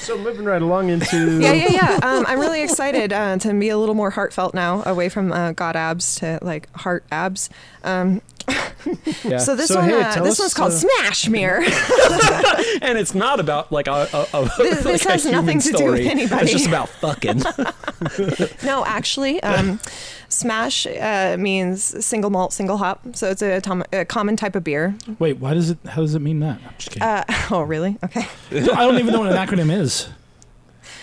[SPEAKER 1] So moving right along into
[SPEAKER 4] <laughs> Yeah, yeah, yeah. Um, I'm really excited uh, to be a little more heartfelt now, away from uh, God abs to like heart abs. Um, <laughs>
[SPEAKER 3] Yeah.
[SPEAKER 4] So this
[SPEAKER 1] So,
[SPEAKER 4] one,
[SPEAKER 1] hey,
[SPEAKER 4] uh,
[SPEAKER 1] tell
[SPEAKER 4] this
[SPEAKER 1] us,
[SPEAKER 4] one's called
[SPEAKER 1] uh,
[SPEAKER 4] Smash Mirror. <laughs>
[SPEAKER 3] and it's not about like a, a, a <laughs> like
[SPEAKER 4] This- this
[SPEAKER 3] a
[SPEAKER 4] has
[SPEAKER 3] human
[SPEAKER 4] nothing to do with
[SPEAKER 3] story.
[SPEAKER 4] anybody.
[SPEAKER 3] It's just about fucking.
[SPEAKER 4] <laughs> no, actually, um, Smash uh, means single malt, single hop. So it's a, tom- a common type of beer.
[SPEAKER 2] Wait, why does it? How does it mean that? I'm just kidding.
[SPEAKER 4] Uh, <laughs> oh, really? Okay.
[SPEAKER 2] I don't even know what an acronym is.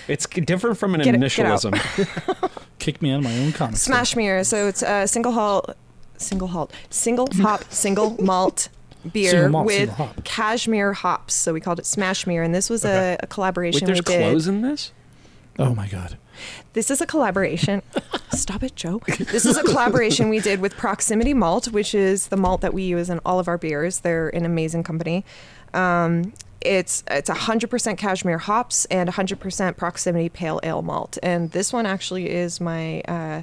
[SPEAKER 3] it's c- different from an
[SPEAKER 4] Get it- get out.
[SPEAKER 3] initialism.
[SPEAKER 2] Kick me out of my own comments.
[SPEAKER 4] Smash Mirror. So it's a single halt, single halt, single hop, single malt beer
[SPEAKER 2] Single malt,
[SPEAKER 4] with
[SPEAKER 2] single hop.
[SPEAKER 4] cashmere hops. So we called it Smash Mirror, and this was
[SPEAKER 2] Okay.
[SPEAKER 4] a, a collaboration
[SPEAKER 3] Wait, there's
[SPEAKER 4] we did.
[SPEAKER 3] clothes in this?
[SPEAKER 2] Oh my god.
[SPEAKER 4] This is a collaboration. Stop it, Joe. This is a collaboration we did with Proximity Malt, which is the malt that we use in all of our beers. They're an amazing company. Um, it's it's 100% cashmere hops and 100% Proximity Pale Ale malt, and this one actually is my uh,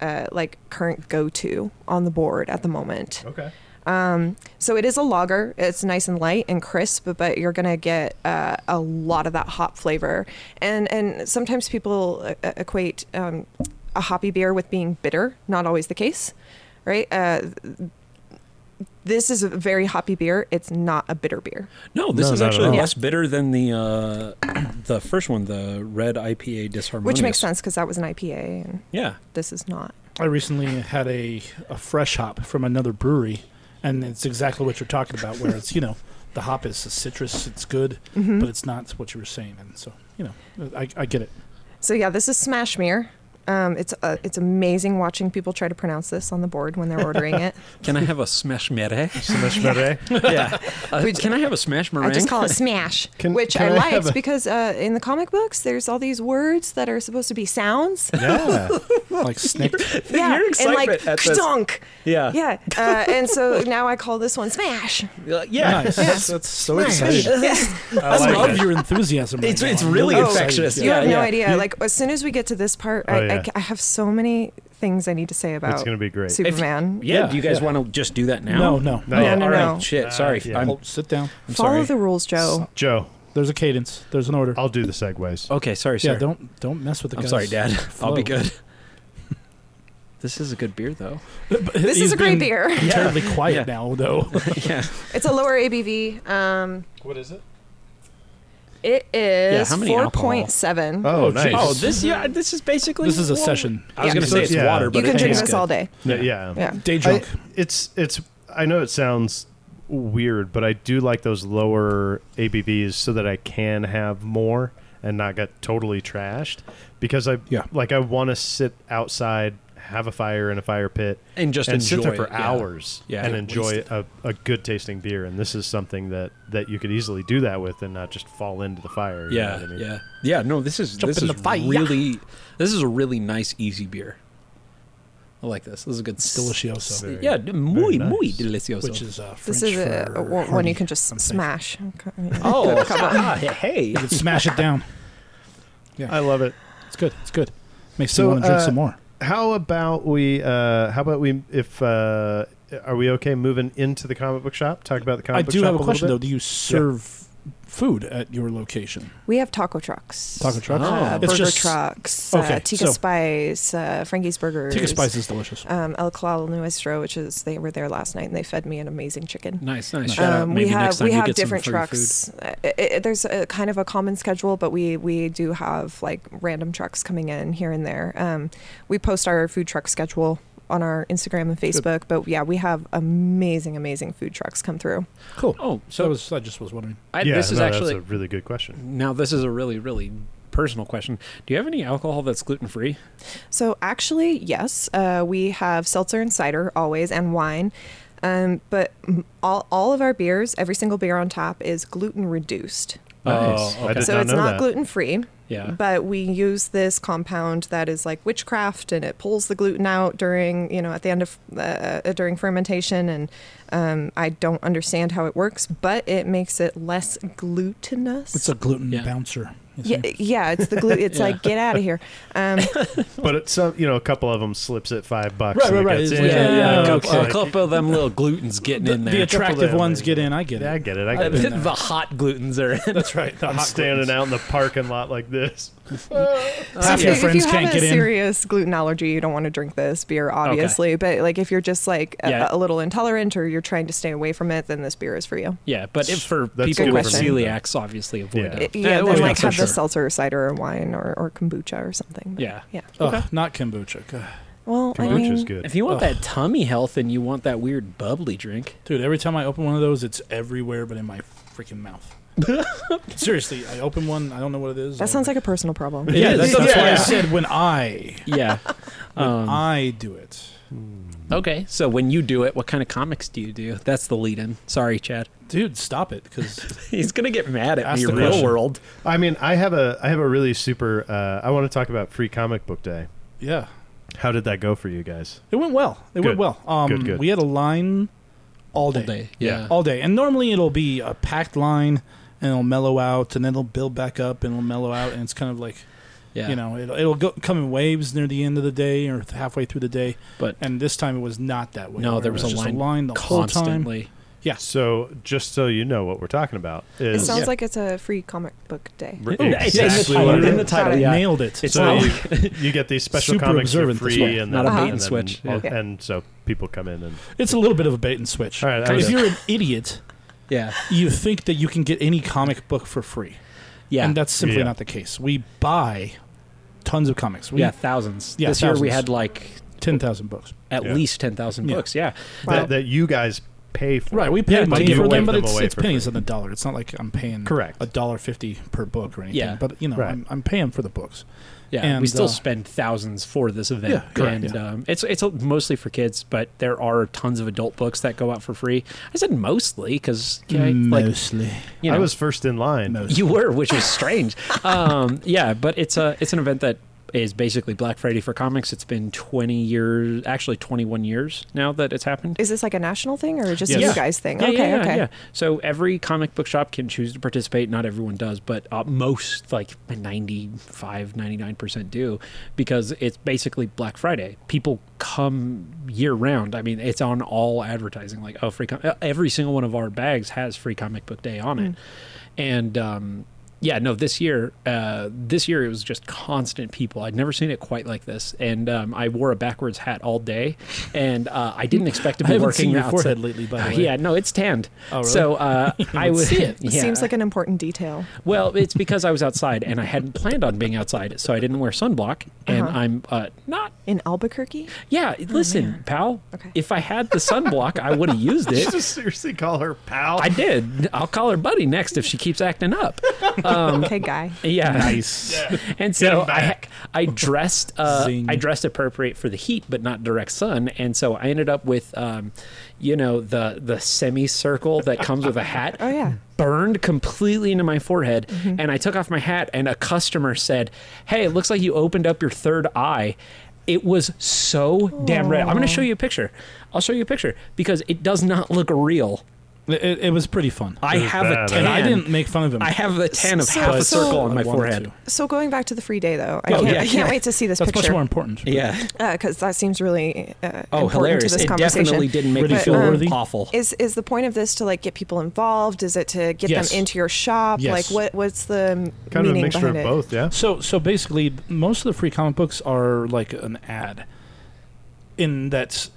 [SPEAKER 4] uh, like current go-to on the board at the moment.
[SPEAKER 1] Okay.
[SPEAKER 4] Um, so it is a lager. It's nice and light and crisp, but you're gonna get uh, a lot of that hop flavor. And and sometimes people uh, uh, equate um, a hoppy beer with being bitter. Not always the case, right? Uh, this is a very hoppy beer. It's not a bitter beer.
[SPEAKER 3] No, this
[SPEAKER 1] No,
[SPEAKER 3] is
[SPEAKER 1] not at
[SPEAKER 3] actually
[SPEAKER 1] all.
[SPEAKER 3] less bitter than the uh, <clears throat> the first one, the red IPA disharmonious.
[SPEAKER 4] Which makes sense because that was an IPA and
[SPEAKER 3] Yeah.
[SPEAKER 4] this is not.
[SPEAKER 2] I recently had a, a fresh hop from another brewery, and it's exactly what you're talking about. Where it's you know the hop is a citrus, it's good, but it's not what you were saying, and so you know I, I get it.
[SPEAKER 4] So yeah, this is Smashmere. Um, it's uh, it's amazing watching people try to pronounce this on the board when they're ordering it.
[SPEAKER 3] Can I have a smash meringue?
[SPEAKER 4] <laughs>
[SPEAKER 1] Smash Mare.
[SPEAKER 3] <laughs> yeah. Uh, can I have a smash meringue?
[SPEAKER 4] I
[SPEAKER 3] <laughs>
[SPEAKER 4] just call it smash,
[SPEAKER 1] Can-
[SPEAKER 4] which
[SPEAKER 1] can
[SPEAKER 4] I
[SPEAKER 1] I
[SPEAKER 4] liked
[SPEAKER 1] have a-
[SPEAKER 4] because uh, in the comic books, there's all these words that are supposed to be sounds.
[SPEAKER 1] Yeah.
[SPEAKER 2] Like snicked.
[SPEAKER 3] <laughs>
[SPEAKER 4] yeah,
[SPEAKER 3] Your
[SPEAKER 4] and
[SPEAKER 3] excitement
[SPEAKER 4] like
[SPEAKER 3] at this-
[SPEAKER 4] dunk.
[SPEAKER 3] Yeah.
[SPEAKER 4] Yeah, uh,
[SPEAKER 3] <laughs>
[SPEAKER 4] and so now I call this one smash.
[SPEAKER 3] Uh, yeah.
[SPEAKER 2] Nice. That's, that's so exciting.
[SPEAKER 4] Yes.
[SPEAKER 2] I,
[SPEAKER 1] like
[SPEAKER 2] love
[SPEAKER 1] it.
[SPEAKER 2] your enthusiasm. Right
[SPEAKER 3] It's-
[SPEAKER 2] now.
[SPEAKER 3] it's
[SPEAKER 2] I'm
[SPEAKER 3] really
[SPEAKER 2] excited.
[SPEAKER 3] infectious.
[SPEAKER 4] You
[SPEAKER 3] <laughs> Yeah,
[SPEAKER 4] have no
[SPEAKER 3] yeah.
[SPEAKER 4] idea. Like as soon as we get to this part, I,
[SPEAKER 1] Oh, yeah.
[SPEAKER 4] I ca- I, have so many things I need to say about.
[SPEAKER 1] It's gonna be great. If-
[SPEAKER 4] Superman.
[SPEAKER 3] Yeah,
[SPEAKER 2] Yeah,
[SPEAKER 3] do you guys
[SPEAKER 2] yeah.
[SPEAKER 3] want to just do that now?
[SPEAKER 2] No, no.
[SPEAKER 1] No,
[SPEAKER 4] no, no,
[SPEAKER 3] all right,
[SPEAKER 4] no.
[SPEAKER 3] shit.
[SPEAKER 1] Uh,
[SPEAKER 3] Sorry,
[SPEAKER 1] yeah.
[SPEAKER 3] I'm,
[SPEAKER 2] Hold, sit down.
[SPEAKER 3] I'm
[SPEAKER 4] Follow
[SPEAKER 3] sorry.
[SPEAKER 4] the rules, Joe.
[SPEAKER 1] Joe,
[SPEAKER 2] There's a cadence. There's an order.
[SPEAKER 1] I'll do the segues.
[SPEAKER 3] okay, sorry, sir.
[SPEAKER 2] yeah, don't don't mess with the.
[SPEAKER 3] I'm
[SPEAKER 2] guy's
[SPEAKER 3] sorry, Dad.
[SPEAKER 2] <laughs>
[SPEAKER 3] I'll be
[SPEAKER 2] flow.
[SPEAKER 3] good. This is a good
[SPEAKER 2] <laughs>
[SPEAKER 3] beer, though.
[SPEAKER 4] This
[SPEAKER 2] He's
[SPEAKER 4] is a great
[SPEAKER 2] being
[SPEAKER 4] beer.
[SPEAKER 2] <laughs> Terribly quiet
[SPEAKER 3] Yeah.
[SPEAKER 2] now, though. <laughs>
[SPEAKER 3] yeah.
[SPEAKER 4] It's a lower ABV. Um,
[SPEAKER 1] What is it?
[SPEAKER 4] it is
[SPEAKER 3] how many
[SPEAKER 4] four
[SPEAKER 3] alcohol?
[SPEAKER 4] point seven.
[SPEAKER 1] Oh,
[SPEAKER 2] Oh,
[SPEAKER 1] nice.
[SPEAKER 2] geez.
[SPEAKER 3] Oh, this <laughs> yeah, this is basically.
[SPEAKER 2] this is a
[SPEAKER 3] well,
[SPEAKER 2] session.
[SPEAKER 3] I was gonna
[SPEAKER 1] Yeah.
[SPEAKER 3] say it's
[SPEAKER 1] Yeah.
[SPEAKER 3] water,
[SPEAKER 1] You
[SPEAKER 3] but
[SPEAKER 4] you
[SPEAKER 3] it
[SPEAKER 4] can drink
[SPEAKER 3] tastes
[SPEAKER 4] this
[SPEAKER 3] good.
[SPEAKER 4] all day.
[SPEAKER 1] yeah. yeah.
[SPEAKER 4] Yeah.
[SPEAKER 2] Day
[SPEAKER 1] I,
[SPEAKER 2] drunk.
[SPEAKER 1] it's it's. I know it sounds weird, but I do like those lower ABVs so that I can have more and not get totally trashed because I
[SPEAKER 2] Yeah.
[SPEAKER 1] like I want to sit outside, have a fire in a fire pit,
[SPEAKER 3] And just
[SPEAKER 1] and sit there for
[SPEAKER 3] enjoy it, yeah.
[SPEAKER 1] hours
[SPEAKER 3] Yeah,
[SPEAKER 1] and
[SPEAKER 3] get
[SPEAKER 1] enjoy a, a good tasting beer. And this is something that that you could easily do that with and not just fall into the fire. you know
[SPEAKER 3] Yeah,
[SPEAKER 1] what I mean?
[SPEAKER 3] yeah, yeah. No, this is
[SPEAKER 2] Jump
[SPEAKER 3] this
[SPEAKER 2] in
[SPEAKER 3] is
[SPEAKER 2] the fire.
[SPEAKER 3] really this is a really nice, easy beer. I like this. This is a good s-
[SPEAKER 2] Delicioso.
[SPEAKER 3] s- Yeah, d- muy
[SPEAKER 1] nice.
[SPEAKER 3] muy delicioso.
[SPEAKER 2] which is uh, French
[SPEAKER 4] This is a,
[SPEAKER 2] for
[SPEAKER 4] a one one
[SPEAKER 2] hearty,
[SPEAKER 4] you can just
[SPEAKER 2] I'm thinking.
[SPEAKER 4] smash. Okay, I mean,
[SPEAKER 2] <laughs>
[SPEAKER 3] oh,
[SPEAKER 4] come on.
[SPEAKER 3] ah, hey,
[SPEAKER 2] You can smash it down.
[SPEAKER 1] I love it.
[SPEAKER 2] It's good. It's good. Makes
[SPEAKER 1] So,
[SPEAKER 2] me want to drink
[SPEAKER 1] uh,
[SPEAKER 2] some more.
[SPEAKER 1] How about we? Uh, how about we? If uh, are we okay moving into the comic book shop? Talk about the comic
[SPEAKER 2] I
[SPEAKER 1] book
[SPEAKER 2] do
[SPEAKER 1] shop
[SPEAKER 2] have a
[SPEAKER 1] little
[SPEAKER 2] question though.
[SPEAKER 1] bit?
[SPEAKER 2] Do you serve food at your location?
[SPEAKER 4] We have taco trucks.
[SPEAKER 2] Taco trucks?
[SPEAKER 4] Uh,
[SPEAKER 2] Oh. It's
[SPEAKER 4] burger
[SPEAKER 2] just-
[SPEAKER 4] trucks.
[SPEAKER 2] okay,
[SPEAKER 4] uh, Tika
[SPEAKER 2] so-
[SPEAKER 4] Spice. Uh, Frankie's Burgers.
[SPEAKER 2] Take a spice is delicious.
[SPEAKER 4] Um, El Clal Nuestro, which is they were there last night and they fed me an amazing chicken.
[SPEAKER 3] Nice, nice. Shout out.
[SPEAKER 4] Um, we
[SPEAKER 3] Maybe next
[SPEAKER 4] have
[SPEAKER 3] time
[SPEAKER 4] we
[SPEAKER 3] you
[SPEAKER 4] have
[SPEAKER 3] get some
[SPEAKER 4] different
[SPEAKER 3] free
[SPEAKER 4] trucks. Uh, it, it, there's a kind of a common schedule, but we we do have like random trucks coming in here and there. Um, we post our food truck schedule on our Instagram and Facebook, but yeah, we have amazing amazing food trucks come through.
[SPEAKER 2] cool.
[SPEAKER 3] Food. Oh,
[SPEAKER 2] So I,
[SPEAKER 3] so
[SPEAKER 2] was, I just was wondering.
[SPEAKER 3] I,
[SPEAKER 1] yeah,
[SPEAKER 3] this is
[SPEAKER 1] no,
[SPEAKER 3] actually
[SPEAKER 1] that's a really good question.
[SPEAKER 3] now this is a really really personal question. Do you have any alcohol that's gluten free?
[SPEAKER 4] So actually, yes, uh, we have seltzer and cider always, and wine. Um, but m- all, all of our beers, every single beer on tap is gluten reduced.
[SPEAKER 1] Nice. I
[SPEAKER 3] Oh, okay.
[SPEAKER 1] did
[SPEAKER 4] So
[SPEAKER 1] not
[SPEAKER 4] it's
[SPEAKER 1] know
[SPEAKER 4] not
[SPEAKER 1] that. Uh.
[SPEAKER 4] gluten free,
[SPEAKER 3] Yeah.
[SPEAKER 4] but we use this compound that is like witchcraft, and it pulls the gluten out during you know at the end of uh, uh, during fermentation. And um, I don't understand how it works, but it makes it less glutinous.
[SPEAKER 2] It's a gluten
[SPEAKER 3] Yeah.
[SPEAKER 2] bouncer. you see.
[SPEAKER 4] yeah, yeah, it's the gluten.
[SPEAKER 2] <laughs>
[SPEAKER 4] It's
[SPEAKER 3] Yeah.
[SPEAKER 4] like get out of here. Um,
[SPEAKER 1] But it's some, you know, a couple of them slips at five bucks.
[SPEAKER 2] Hmm. Right,
[SPEAKER 1] and it
[SPEAKER 2] right, right.
[SPEAKER 1] gets
[SPEAKER 2] It's
[SPEAKER 1] in.
[SPEAKER 2] like- Yeah, yeah,
[SPEAKER 3] a couple,
[SPEAKER 1] okay.
[SPEAKER 3] a couple of them little glutens getting in there.
[SPEAKER 2] The attractive
[SPEAKER 1] them,
[SPEAKER 2] ones
[SPEAKER 1] yeah.
[SPEAKER 2] get in. I get
[SPEAKER 1] Yeah, I
[SPEAKER 2] it.
[SPEAKER 1] get it. I
[SPEAKER 2] I've
[SPEAKER 1] get
[SPEAKER 2] been
[SPEAKER 1] it.
[SPEAKER 2] in
[SPEAKER 3] <laughs> the hot glutens are in.
[SPEAKER 2] That's right. the
[SPEAKER 1] I'm
[SPEAKER 2] hot
[SPEAKER 1] standing
[SPEAKER 2] gluten's.
[SPEAKER 1] out in the parking lot like
[SPEAKER 2] <laughs>
[SPEAKER 1] this.
[SPEAKER 4] So
[SPEAKER 2] Half
[SPEAKER 4] if,
[SPEAKER 2] your
[SPEAKER 4] you, if
[SPEAKER 2] friends
[SPEAKER 4] you
[SPEAKER 2] can't
[SPEAKER 4] have
[SPEAKER 2] get
[SPEAKER 4] a
[SPEAKER 2] in.
[SPEAKER 4] serious gluten allergy, you don't want to drink this beer, obviously. But like, if you're just like a,
[SPEAKER 3] Yeah.
[SPEAKER 4] a little intolerant or you're trying to stay away from it, then this beer is for you.
[SPEAKER 3] Yeah, but if for
[SPEAKER 1] That's
[SPEAKER 3] people
[SPEAKER 4] good
[SPEAKER 3] with
[SPEAKER 4] question.
[SPEAKER 3] celiacs, obviously avoid
[SPEAKER 1] Yeah.
[SPEAKER 3] it.
[SPEAKER 4] It-
[SPEAKER 3] Eh,
[SPEAKER 4] yeah,
[SPEAKER 3] well,
[SPEAKER 4] then like
[SPEAKER 3] yeah, for
[SPEAKER 4] have the
[SPEAKER 3] sure.
[SPEAKER 4] seltzer or cider or wine or, or kombucha or something. But,
[SPEAKER 3] Yeah.
[SPEAKER 4] yeah.
[SPEAKER 2] Ugh, Oh. not kombucha. God.
[SPEAKER 4] Well, I
[SPEAKER 1] Which is
[SPEAKER 4] mean,
[SPEAKER 1] good.
[SPEAKER 3] If you want that tummy health and you want that weird bubbly drink,
[SPEAKER 2] Dude, every time I open one of those, it's everywhere but in my freaking
[SPEAKER 3] <laughs>
[SPEAKER 2] mouth. Seriously, I open one. I don't know what it is.
[SPEAKER 4] that sounds like a personal problem.
[SPEAKER 2] <laughs> yeah,
[SPEAKER 3] It
[SPEAKER 2] that's,
[SPEAKER 3] is.
[SPEAKER 2] that's why I
[SPEAKER 3] Yeah. Um.
[SPEAKER 2] said when I
[SPEAKER 3] yeah.
[SPEAKER 2] I do it.
[SPEAKER 3] Okay, so when you do it, what kind of comics do you do? That's the lead-in. Sorry, Chad.
[SPEAKER 2] Dude, stop it because
[SPEAKER 3] He's gonna get mad at
[SPEAKER 2] Ask
[SPEAKER 3] me.
[SPEAKER 2] the
[SPEAKER 3] Real
[SPEAKER 2] question.
[SPEAKER 3] world.
[SPEAKER 1] I mean, I have a I have a really super. Uh, I want to talk about Free Comic Book Day.
[SPEAKER 2] yeah,
[SPEAKER 1] How did that go for you guys?
[SPEAKER 2] it went well. It
[SPEAKER 1] Good.
[SPEAKER 2] went well. Um,
[SPEAKER 1] Good, good.
[SPEAKER 2] we had a line all day.
[SPEAKER 3] All day.
[SPEAKER 1] Yeah.
[SPEAKER 3] Yeah.
[SPEAKER 2] All day. And normally it'll be a packed line and it'll mellow out and then it'll build back up and it'll mellow out and it's kind of like
[SPEAKER 3] Yeah.
[SPEAKER 2] you know, it'll, it'll go, come in waves near the end of the day or halfway through the day.
[SPEAKER 3] But
[SPEAKER 2] And this time it was not that way.
[SPEAKER 3] no,
[SPEAKER 2] It
[SPEAKER 3] there was, a
[SPEAKER 2] just
[SPEAKER 3] line,
[SPEAKER 2] the whole time.
[SPEAKER 3] constantly.
[SPEAKER 2] Yeah.
[SPEAKER 1] So, just so you know what we're talking about
[SPEAKER 4] It
[SPEAKER 1] is
[SPEAKER 4] sounds
[SPEAKER 3] Yeah.
[SPEAKER 4] like it's a free comic book day.
[SPEAKER 1] Re-
[SPEAKER 3] Ooh, it's in the
[SPEAKER 1] exactly
[SPEAKER 3] title,
[SPEAKER 1] what it
[SPEAKER 3] in the
[SPEAKER 1] is.
[SPEAKER 3] title,
[SPEAKER 4] Got it.
[SPEAKER 3] yeah.
[SPEAKER 2] Nailed it.
[SPEAKER 3] It's
[SPEAKER 1] So
[SPEAKER 3] not
[SPEAKER 1] you, <laughs>
[SPEAKER 3] like
[SPEAKER 1] you get these special
[SPEAKER 2] Super
[SPEAKER 1] comics for
[SPEAKER 2] observant this
[SPEAKER 1] free,
[SPEAKER 2] morning.
[SPEAKER 1] and
[SPEAKER 3] Not
[SPEAKER 1] then,
[SPEAKER 3] a bait
[SPEAKER 1] and
[SPEAKER 3] and
[SPEAKER 1] then
[SPEAKER 3] switch,
[SPEAKER 1] all-
[SPEAKER 4] yeah.
[SPEAKER 1] and so people come in and
[SPEAKER 2] It's a little bit of a bait and switch.
[SPEAKER 1] All right, that
[SPEAKER 2] if
[SPEAKER 1] was-
[SPEAKER 2] you're an idiot,
[SPEAKER 3] yeah,
[SPEAKER 2] you think that you can get any comic book for free.
[SPEAKER 3] yeah,
[SPEAKER 2] And that's simply
[SPEAKER 1] Yeah.
[SPEAKER 2] not the case. We buy tons of comics. uh, We
[SPEAKER 3] yeah, thousands.
[SPEAKER 2] Yeah,
[SPEAKER 3] this year we
[SPEAKER 2] thousands.
[SPEAKER 3] had like
[SPEAKER 2] 10,000 books.
[SPEAKER 3] at
[SPEAKER 1] Yeah.
[SPEAKER 3] least ten thousand
[SPEAKER 2] Yeah.
[SPEAKER 3] books. Yeah,
[SPEAKER 4] Wow.
[SPEAKER 1] that, that you guys pay for.
[SPEAKER 2] Right, we
[SPEAKER 3] Yeah,
[SPEAKER 2] pay
[SPEAKER 3] to
[SPEAKER 2] money
[SPEAKER 3] give
[SPEAKER 2] for
[SPEAKER 1] away
[SPEAKER 2] them, but
[SPEAKER 1] them
[SPEAKER 2] it's,
[SPEAKER 1] away
[SPEAKER 2] it's
[SPEAKER 1] for
[SPEAKER 2] pennies
[SPEAKER 1] free.
[SPEAKER 2] on the dollar. It's not like I'm paying
[SPEAKER 1] Correct.
[SPEAKER 2] a dollar fifty per book or anything.
[SPEAKER 3] Yeah.
[SPEAKER 2] But you know,
[SPEAKER 1] Right.
[SPEAKER 2] I'm, I'm paying for the books.
[SPEAKER 3] yeah. we
[SPEAKER 2] And,
[SPEAKER 3] still
[SPEAKER 2] uh,
[SPEAKER 3] spend thousands for this event.
[SPEAKER 2] Yeah, correct,
[SPEAKER 3] And
[SPEAKER 2] yeah.
[SPEAKER 3] um, it's it's mostly for kids, but there are tons of adult books that go out for free. I said mostly because like
[SPEAKER 2] Mostly.
[SPEAKER 3] you know,
[SPEAKER 1] I was first in line. <laughs>
[SPEAKER 2] Mostly.
[SPEAKER 3] You were, which was strange. um, yeah, but it's a it's an event that is basically Black Friday for comics. It's been 20 years, actually 21 years now that it's happened.
[SPEAKER 4] Is this like a national thing or just a
[SPEAKER 2] Yes.
[SPEAKER 4] you
[SPEAKER 2] Yeah.
[SPEAKER 4] guys thing?
[SPEAKER 3] Yeah,
[SPEAKER 4] okay,
[SPEAKER 3] yeah, yeah,
[SPEAKER 4] okay.
[SPEAKER 3] yeah. So every comic book shop can choose to participate. Not everyone does, but uh, most, like 95, 99% do because it's basically Black Friday. People come year round. I mean, it's on all advertising. Like, oh, free com- uh, every single one of our bags has free comic book day on it.
[SPEAKER 4] Hmm.
[SPEAKER 3] And, um, yeah, no. This year, uh, this year it was just constant people. I'd never seen it quite like this, and um, I wore a backwards hat all day, and uh, I didn't expect to
[SPEAKER 2] <laughs> I
[SPEAKER 3] be
[SPEAKER 2] haven't
[SPEAKER 3] working
[SPEAKER 2] seen your
[SPEAKER 3] outside.
[SPEAKER 2] forehead lately, by the
[SPEAKER 3] Uh,
[SPEAKER 2] way.
[SPEAKER 3] Yeah, no, it's tanned.
[SPEAKER 2] Oh, really? <laughs>
[SPEAKER 3] So uh, I would
[SPEAKER 2] see
[SPEAKER 3] <laughs>
[SPEAKER 2] it.
[SPEAKER 4] It
[SPEAKER 3] yeah.
[SPEAKER 4] seems like an important detail.
[SPEAKER 3] well, it's because I was outside and I hadn't planned on being outside, so I didn't wear sunblock, and
[SPEAKER 4] Uh-huh.
[SPEAKER 3] I'm uh, not.
[SPEAKER 4] In Albuquerque?
[SPEAKER 3] Yeah, listen, pal.
[SPEAKER 4] Okay.
[SPEAKER 3] If I had the sunblock, I would have used
[SPEAKER 2] <laughs>
[SPEAKER 3] it.
[SPEAKER 1] Just seriously call her pal.
[SPEAKER 3] I did. I'll call her buddy next if she keeps acting up.
[SPEAKER 4] okay, guy.
[SPEAKER 3] Yeah.
[SPEAKER 2] Nice.
[SPEAKER 3] And
[SPEAKER 1] him
[SPEAKER 3] so I,
[SPEAKER 1] back.
[SPEAKER 3] I dressed uh,
[SPEAKER 2] Zing.
[SPEAKER 3] I dressed appropriate for the heat, but not direct sun. And so I ended up with, um, you know, the the semicircle that comes with a hat.
[SPEAKER 4] <laughs> Oh, yeah. Mm-hmm.
[SPEAKER 3] Burned completely into my forehead, and I took off my hat. And a customer said, "Hey, it looks like you opened up your third eye." It was so damn red. I'm going to show you a picture. I'll show you a picture because it does not look real
[SPEAKER 2] It, it was pretty fun.
[SPEAKER 3] I
[SPEAKER 1] was
[SPEAKER 3] have a
[SPEAKER 1] bad,
[SPEAKER 3] tan.
[SPEAKER 2] and I didn't make fun of him.
[SPEAKER 3] I have a tan of
[SPEAKER 4] So-
[SPEAKER 3] half a
[SPEAKER 4] so-
[SPEAKER 3] circle on my
[SPEAKER 2] I wanted
[SPEAKER 3] forehead.
[SPEAKER 2] to.
[SPEAKER 4] So going back to the free day though, I
[SPEAKER 3] Oh,
[SPEAKER 4] can't,
[SPEAKER 3] yeah,
[SPEAKER 4] I can't
[SPEAKER 3] yeah.
[SPEAKER 4] wait to see this
[SPEAKER 2] That's much
[SPEAKER 4] picture
[SPEAKER 2] more important.
[SPEAKER 3] Yeah.
[SPEAKER 4] because Uh, that seems really uh,
[SPEAKER 3] Oh,
[SPEAKER 4] important
[SPEAKER 3] hilarious!
[SPEAKER 4] to this
[SPEAKER 3] It
[SPEAKER 4] conversation.
[SPEAKER 3] definitely didn't make me
[SPEAKER 2] Ridicule
[SPEAKER 3] feel
[SPEAKER 2] worthy.
[SPEAKER 3] awful.
[SPEAKER 4] Is is the point of this to like get people involved? Is it to get
[SPEAKER 2] Yes.
[SPEAKER 4] them into your shop?
[SPEAKER 2] Yes.
[SPEAKER 4] Like what what's the m-
[SPEAKER 1] Kind of a
[SPEAKER 4] meaning
[SPEAKER 1] mixture of
[SPEAKER 4] behind it?
[SPEAKER 1] both, yeah.
[SPEAKER 2] So so basically, most of the free comic books are like an ad, in that,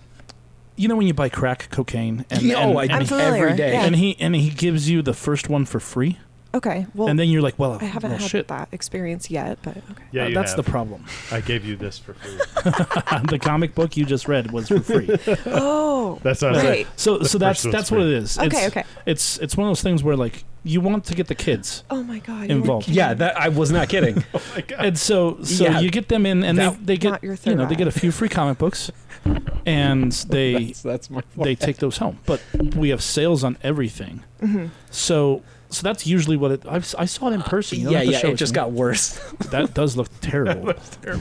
[SPEAKER 2] you know, when you buy crack cocaine and
[SPEAKER 3] Yeah,
[SPEAKER 2] and,
[SPEAKER 3] oh, I
[SPEAKER 2] and,
[SPEAKER 4] I'm
[SPEAKER 2] he,
[SPEAKER 4] familiar.
[SPEAKER 3] every day.
[SPEAKER 4] Yeah.
[SPEAKER 2] and he and he gives you the first one for free,
[SPEAKER 4] Okay. Well,
[SPEAKER 2] and then you're like, well,
[SPEAKER 4] I haven't
[SPEAKER 2] well,
[SPEAKER 4] had
[SPEAKER 2] shit.
[SPEAKER 4] that experience yet, but okay.
[SPEAKER 1] Yeah,
[SPEAKER 2] Uh,
[SPEAKER 1] you
[SPEAKER 2] that's
[SPEAKER 1] have.
[SPEAKER 2] the problem. <laughs>
[SPEAKER 1] I gave you this for free.
[SPEAKER 2] the comic book you just read was for
[SPEAKER 3] <laughs>
[SPEAKER 2] free.
[SPEAKER 4] <gasps> Oh.
[SPEAKER 1] That's not
[SPEAKER 4] Right.
[SPEAKER 2] So so that's
[SPEAKER 1] first one's
[SPEAKER 2] that's
[SPEAKER 1] free.
[SPEAKER 2] what it is.
[SPEAKER 4] Okay,
[SPEAKER 2] It's-
[SPEAKER 4] okay.
[SPEAKER 2] It's it's one of those things where like you want to get the kids.
[SPEAKER 4] Oh my god. you weren't
[SPEAKER 2] Involved.
[SPEAKER 4] kidding.
[SPEAKER 3] Yeah, that I was not kidding.
[SPEAKER 1] Oh my god.
[SPEAKER 2] And so, so
[SPEAKER 3] Yeah.
[SPEAKER 2] you get them in, and
[SPEAKER 3] That-
[SPEAKER 2] they, they
[SPEAKER 4] Not
[SPEAKER 2] get
[SPEAKER 4] your
[SPEAKER 2] you know
[SPEAKER 4] third
[SPEAKER 2] they get a few free comic books,
[SPEAKER 3] <laughs>
[SPEAKER 2] and they
[SPEAKER 3] <laughs> that's, that's my.
[SPEAKER 2] they take those home. But we have sales on everything,
[SPEAKER 3] Mm-hmm.
[SPEAKER 2] so so that's usually what it. I've, si saw it in person. You don't
[SPEAKER 3] Uh, yeah,
[SPEAKER 2] have to
[SPEAKER 3] yeah.
[SPEAKER 2] show
[SPEAKER 3] It just
[SPEAKER 2] to me.
[SPEAKER 3] got worse. <laughs>
[SPEAKER 2] that does look terrible.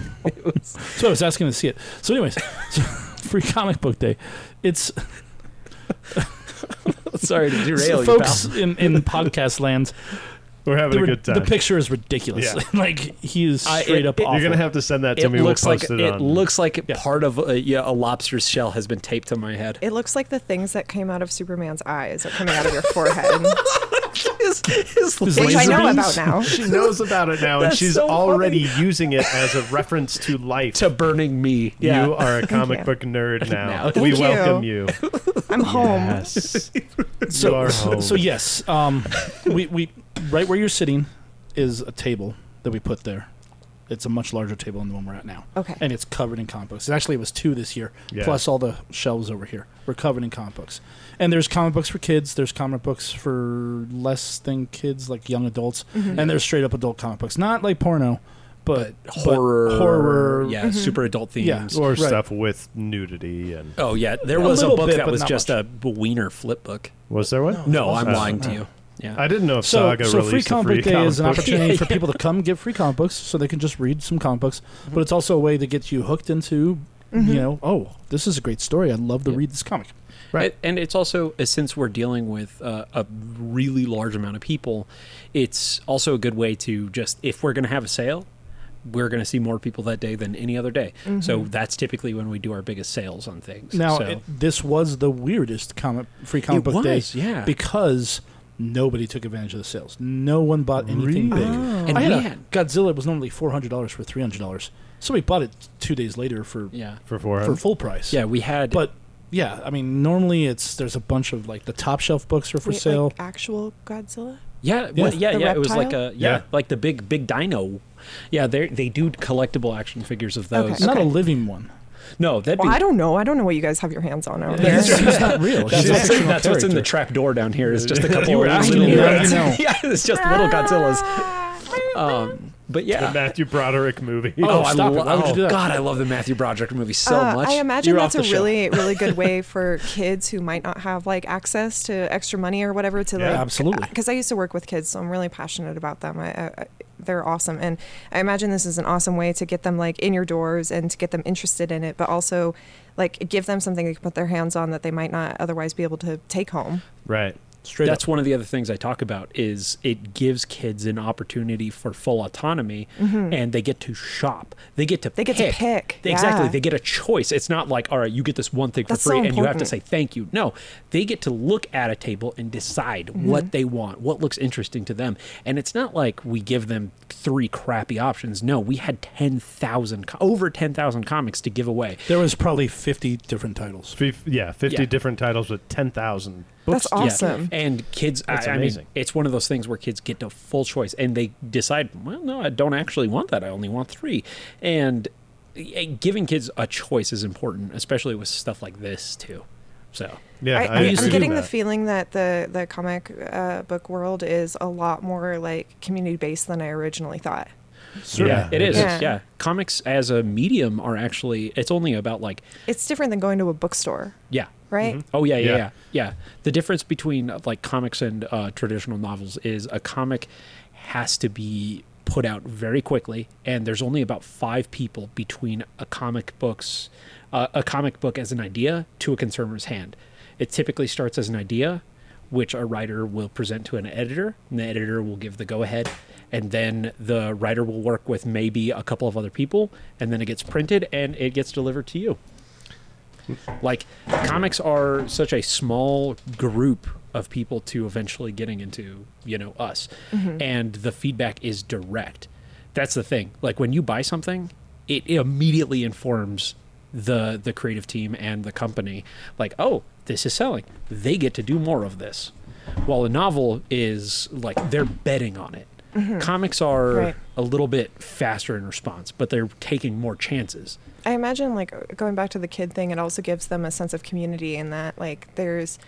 [SPEAKER 2] <laughs> so I was asking to see it. So, anyways, <laughs> so free comic book day. It's
[SPEAKER 3] Sorry to <laughs> derail you,
[SPEAKER 2] folks
[SPEAKER 3] pal.
[SPEAKER 2] in in
[SPEAKER 3] <laughs>
[SPEAKER 2] podcast land.
[SPEAKER 1] We're having
[SPEAKER 2] The,
[SPEAKER 1] a
[SPEAKER 2] re-
[SPEAKER 1] good time.
[SPEAKER 2] the picture is ridiculous.
[SPEAKER 1] Yeah.
[SPEAKER 2] <laughs> like he is
[SPEAKER 3] I-
[SPEAKER 2] straight
[SPEAKER 3] it-
[SPEAKER 2] up.
[SPEAKER 3] it-
[SPEAKER 2] awful.
[SPEAKER 1] You're gonna have to send that to
[SPEAKER 3] It
[SPEAKER 1] me.
[SPEAKER 3] looks,
[SPEAKER 1] we'll
[SPEAKER 3] like,
[SPEAKER 1] post
[SPEAKER 3] it,
[SPEAKER 1] it, on.
[SPEAKER 3] looks like
[SPEAKER 2] Yeah.
[SPEAKER 3] part of a, yeah, a lobster's shell has been taped to my head.
[SPEAKER 4] It looks like the things that came out of Superman's eyes are coming out of your
[SPEAKER 2] <laughs>
[SPEAKER 4] forehead,
[SPEAKER 3] <laughs> his, his
[SPEAKER 2] His
[SPEAKER 4] which I
[SPEAKER 2] Laser
[SPEAKER 4] know
[SPEAKER 2] beams?
[SPEAKER 4] about
[SPEAKER 1] <laughs>
[SPEAKER 4] now.
[SPEAKER 1] She knows about it now, and
[SPEAKER 3] That's
[SPEAKER 1] she's
[SPEAKER 3] so
[SPEAKER 1] already using it as a reference to life.
[SPEAKER 3] <laughs> to burning me. Yeah.
[SPEAKER 1] You are a comic
[SPEAKER 4] you.
[SPEAKER 1] book nerd now.
[SPEAKER 3] Now.
[SPEAKER 1] we
[SPEAKER 4] Thank you.
[SPEAKER 1] welcome you.
[SPEAKER 4] I'm home.
[SPEAKER 1] Yes.
[SPEAKER 2] so,
[SPEAKER 1] you are
[SPEAKER 2] so-
[SPEAKER 1] home.
[SPEAKER 2] so yes, um, we, we right where you're sitting is a table that we put there. It's a much larger table than the one we're at now.
[SPEAKER 4] Okay.
[SPEAKER 2] And it's covered in comic books. And actually, it was two this year,
[SPEAKER 1] Yeah.
[SPEAKER 2] plus all the shelves over here. We're covered in comic books. And there's comic books for kids. There's comic books for less than kids, like young adults. And there's straight up adult comic books, not like porno, but, but
[SPEAKER 3] horror,
[SPEAKER 2] horror.
[SPEAKER 3] yeah, super adult themes.
[SPEAKER 2] Yeah.
[SPEAKER 1] Or
[SPEAKER 2] Right.
[SPEAKER 1] stuff with nudity and
[SPEAKER 3] Oh yeah, there
[SPEAKER 2] A
[SPEAKER 3] was a
[SPEAKER 2] little
[SPEAKER 3] book
[SPEAKER 2] bit,
[SPEAKER 3] that
[SPEAKER 2] but
[SPEAKER 3] was
[SPEAKER 2] not
[SPEAKER 3] just
[SPEAKER 2] much.
[SPEAKER 3] a b- wiener flip book.
[SPEAKER 1] was there one?
[SPEAKER 3] No, I'm
[SPEAKER 1] Uh,
[SPEAKER 3] lying to you. Yeah,
[SPEAKER 1] I didn't know if
[SPEAKER 2] So,
[SPEAKER 1] Saga
[SPEAKER 2] so
[SPEAKER 1] released
[SPEAKER 2] free comic
[SPEAKER 1] a free
[SPEAKER 2] book day
[SPEAKER 1] comic
[SPEAKER 2] is an
[SPEAKER 1] book. <laughs>
[SPEAKER 2] opportunity for people to come get free comic books so they can just read some comic books
[SPEAKER 3] Mm-hmm.
[SPEAKER 2] but it's also a way to get you hooked into you know oh this is a great story i'd love to read this comic
[SPEAKER 1] Right.
[SPEAKER 3] And- and it's also uh, since we're dealing with uh, a really large amount of people, it's also a good way to just if we're going to have a sale, we're going to see more people that day than any other day. So that's typically when we do our biggest sales on things.
[SPEAKER 2] Mm-hmm. now
[SPEAKER 3] so,
[SPEAKER 2] it, this was the weirdest comic free comic
[SPEAKER 3] It
[SPEAKER 2] book day
[SPEAKER 3] was, yeah.
[SPEAKER 2] because nobody took advantage of the sales no one bought anything
[SPEAKER 1] Really?
[SPEAKER 2] big
[SPEAKER 3] Oh. And
[SPEAKER 2] I had
[SPEAKER 3] we
[SPEAKER 2] a-
[SPEAKER 3] had-
[SPEAKER 2] godzilla was normally $400 for $300 somebody bought it two days later for
[SPEAKER 3] yeah,
[SPEAKER 1] for four
[SPEAKER 2] for full price
[SPEAKER 3] yeah, we had
[SPEAKER 2] but yeah i mean normally it's there's a bunch of like the top shelf books are for
[SPEAKER 4] Wait, like,
[SPEAKER 2] sale
[SPEAKER 4] actual Godzilla.
[SPEAKER 3] Yeah, yeah, yeah,
[SPEAKER 4] The
[SPEAKER 3] yeah. It was like
[SPEAKER 4] reptile?
[SPEAKER 3] a yeah,
[SPEAKER 1] Yeah.
[SPEAKER 3] like the big big dino. Yeah, they they do collectible action figures of those.
[SPEAKER 4] Okay.
[SPEAKER 2] not a living one
[SPEAKER 3] No, that'd
[SPEAKER 4] Well,
[SPEAKER 3] be
[SPEAKER 4] I don't know. I don't know what you guys have your hands on out there.
[SPEAKER 2] It's not real.
[SPEAKER 3] that's,
[SPEAKER 2] It's a
[SPEAKER 3] what's in-
[SPEAKER 2] fictional
[SPEAKER 3] that's what's
[SPEAKER 2] <laughs>
[SPEAKER 3] in the
[SPEAKER 2] character.
[SPEAKER 3] trap door down here. It's just
[SPEAKER 2] <laughs>
[SPEAKER 3] a couple
[SPEAKER 2] You were
[SPEAKER 3] of
[SPEAKER 2] asking
[SPEAKER 3] little
[SPEAKER 2] me, now you
[SPEAKER 3] Godzillas.
[SPEAKER 2] know.
[SPEAKER 3] <laughs> yeah, it's just little
[SPEAKER 4] <laughs>
[SPEAKER 3] Godzillas.
[SPEAKER 4] Ah,
[SPEAKER 3] Um, but
[SPEAKER 1] The
[SPEAKER 3] yeah.
[SPEAKER 1] Matthew Broderick movie.
[SPEAKER 2] Oh,
[SPEAKER 3] I
[SPEAKER 2] stop it.
[SPEAKER 3] lo-
[SPEAKER 2] Why would you
[SPEAKER 3] oh,
[SPEAKER 2] do that?
[SPEAKER 3] God, I love the Matthew Broderick movie so
[SPEAKER 4] Uh,
[SPEAKER 3] much.
[SPEAKER 4] I imagine
[SPEAKER 2] You're
[SPEAKER 4] that's
[SPEAKER 2] off
[SPEAKER 4] a
[SPEAKER 2] the show.
[SPEAKER 4] really, really good way for kids who might not have like access to extra money or whatever to
[SPEAKER 1] Yeah,
[SPEAKER 4] like
[SPEAKER 2] absolutely.
[SPEAKER 4] Because I used to work with kids, so I'm really passionate about them. I, I, I- they're awesome, and I imagine this is an awesome way to get them like in your doors and to get them interested in it, but also like give them something they can put their hands on that they might not otherwise be able to take home.
[SPEAKER 1] right.
[SPEAKER 2] Straight
[SPEAKER 3] That's one of the other things I talk about is it gives kids an opportunity for full autonomy, and they get to shop. They get to
[SPEAKER 4] Mm-hmm. They get to
[SPEAKER 3] pick.
[SPEAKER 4] pick,
[SPEAKER 3] They- Exactly,
[SPEAKER 4] yeah.
[SPEAKER 3] they get a choice. It's not like all right, you get this one thing for
[SPEAKER 4] That's so
[SPEAKER 3] free, and you have to
[SPEAKER 4] important.
[SPEAKER 3] say thank you. No, they get to look at a table and decide
[SPEAKER 4] Mm-hmm.
[SPEAKER 3] what they want, what looks interesting to them, and it's not like we give them three crappy options. No, we had ten thousand, over ten thousand comics to give away.
[SPEAKER 2] There was probably 50 different titles.
[SPEAKER 1] Fif- yeah, 50
[SPEAKER 3] Yeah.
[SPEAKER 1] different titles with 10,000 books.
[SPEAKER 4] That's awesome.
[SPEAKER 3] Yeah. And kids, I,
[SPEAKER 1] That's
[SPEAKER 3] I mean,
[SPEAKER 1] amazing.
[SPEAKER 3] it's one of those things where kids get to full choice and they decide, well, no, I don't actually want that. I only want three. And eh, giving kids a choice is important, especially with stuff like this, too. So,
[SPEAKER 1] Yeah, I,
[SPEAKER 4] I, I,
[SPEAKER 1] agree
[SPEAKER 4] am
[SPEAKER 1] with
[SPEAKER 4] getting the
[SPEAKER 1] that.
[SPEAKER 4] feeling that the the comic uh, book world is a lot more like community based than I originally thought.
[SPEAKER 1] Yeah,
[SPEAKER 3] it is.
[SPEAKER 4] Yeah.
[SPEAKER 3] Yeah. Comics as a medium are actually, it's only about like,
[SPEAKER 4] It's different than going to a bookstore,
[SPEAKER 3] yeah.
[SPEAKER 4] right?
[SPEAKER 3] Oh yeah, yeah,
[SPEAKER 1] Yeah.
[SPEAKER 3] yeah, yeah, The difference between uh, like comics and uh, traditional novels is a comic has to be put out very quickly, and there's only about five people between a comic books, uh, a comic book as an idea to a consumer's hand. It typically starts as an idea, which a writer will present to an editor, and the editor will give the go ahead. And then the writer will work with maybe a couple of other people, and then it gets printed and it gets delivered to you. Like, comics are such a small group of people to eventually getting into, you know, us. And the feedback is direct. That's the thing. Like, when you buy something, it immediately informs the the creative team and the company like oh this is selling they get to do more of this while a novel is like they're betting on it comics are
[SPEAKER 4] Right.
[SPEAKER 3] a little bit faster in response but they're taking more chances
[SPEAKER 4] I imagine like going back to the kid thing, it also gives them a sense of community in that like there's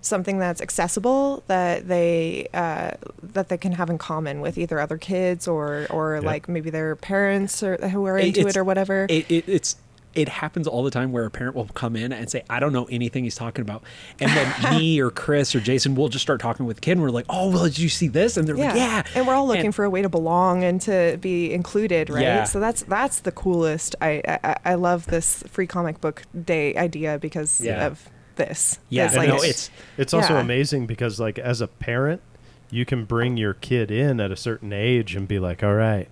[SPEAKER 4] something that's accessible that they uh, that they can have in common with either other kids or or like maybe their parents or who are into
[SPEAKER 3] it's-
[SPEAKER 4] it or whatever.
[SPEAKER 3] It, it, it's it happens all the time where a parent will come in and say, "I don't know anything he's talking about," and then
[SPEAKER 4] <laughs>
[SPEAKER 3] me or Chris or Jason will just start talking with the kid. and We're like, "Oh, well, did you see this?" And they're
[SPEAKER 4] yeah.
[SPEAKER 3] like, "Yeah."
[SPEAKER 4] and we're all looking
[SPEAKER 3] And-
[SPEAKER 4] for a way to belong and to be included, right?
[SPEAKER 3] Yeah.
[SPEAKER 4] So that's that's the coolest. I, I I love this free comic book day idea because
[SPEAKER 3] Yeah.
[SPEAKER 4] of this.
[SPEAKER 3] Yeah,
[SPEAKER 4] it's
[SPEAKER 3] no,
[SPEAKER 4] like
[SPEAKER 3] it's
[SPEAKER 1] It's also
[SPEAKER 4] Yeah.
[SPEAKER 1] amazing because, like, as a parent, you can bring your kid in at a certain age and be like, "All right,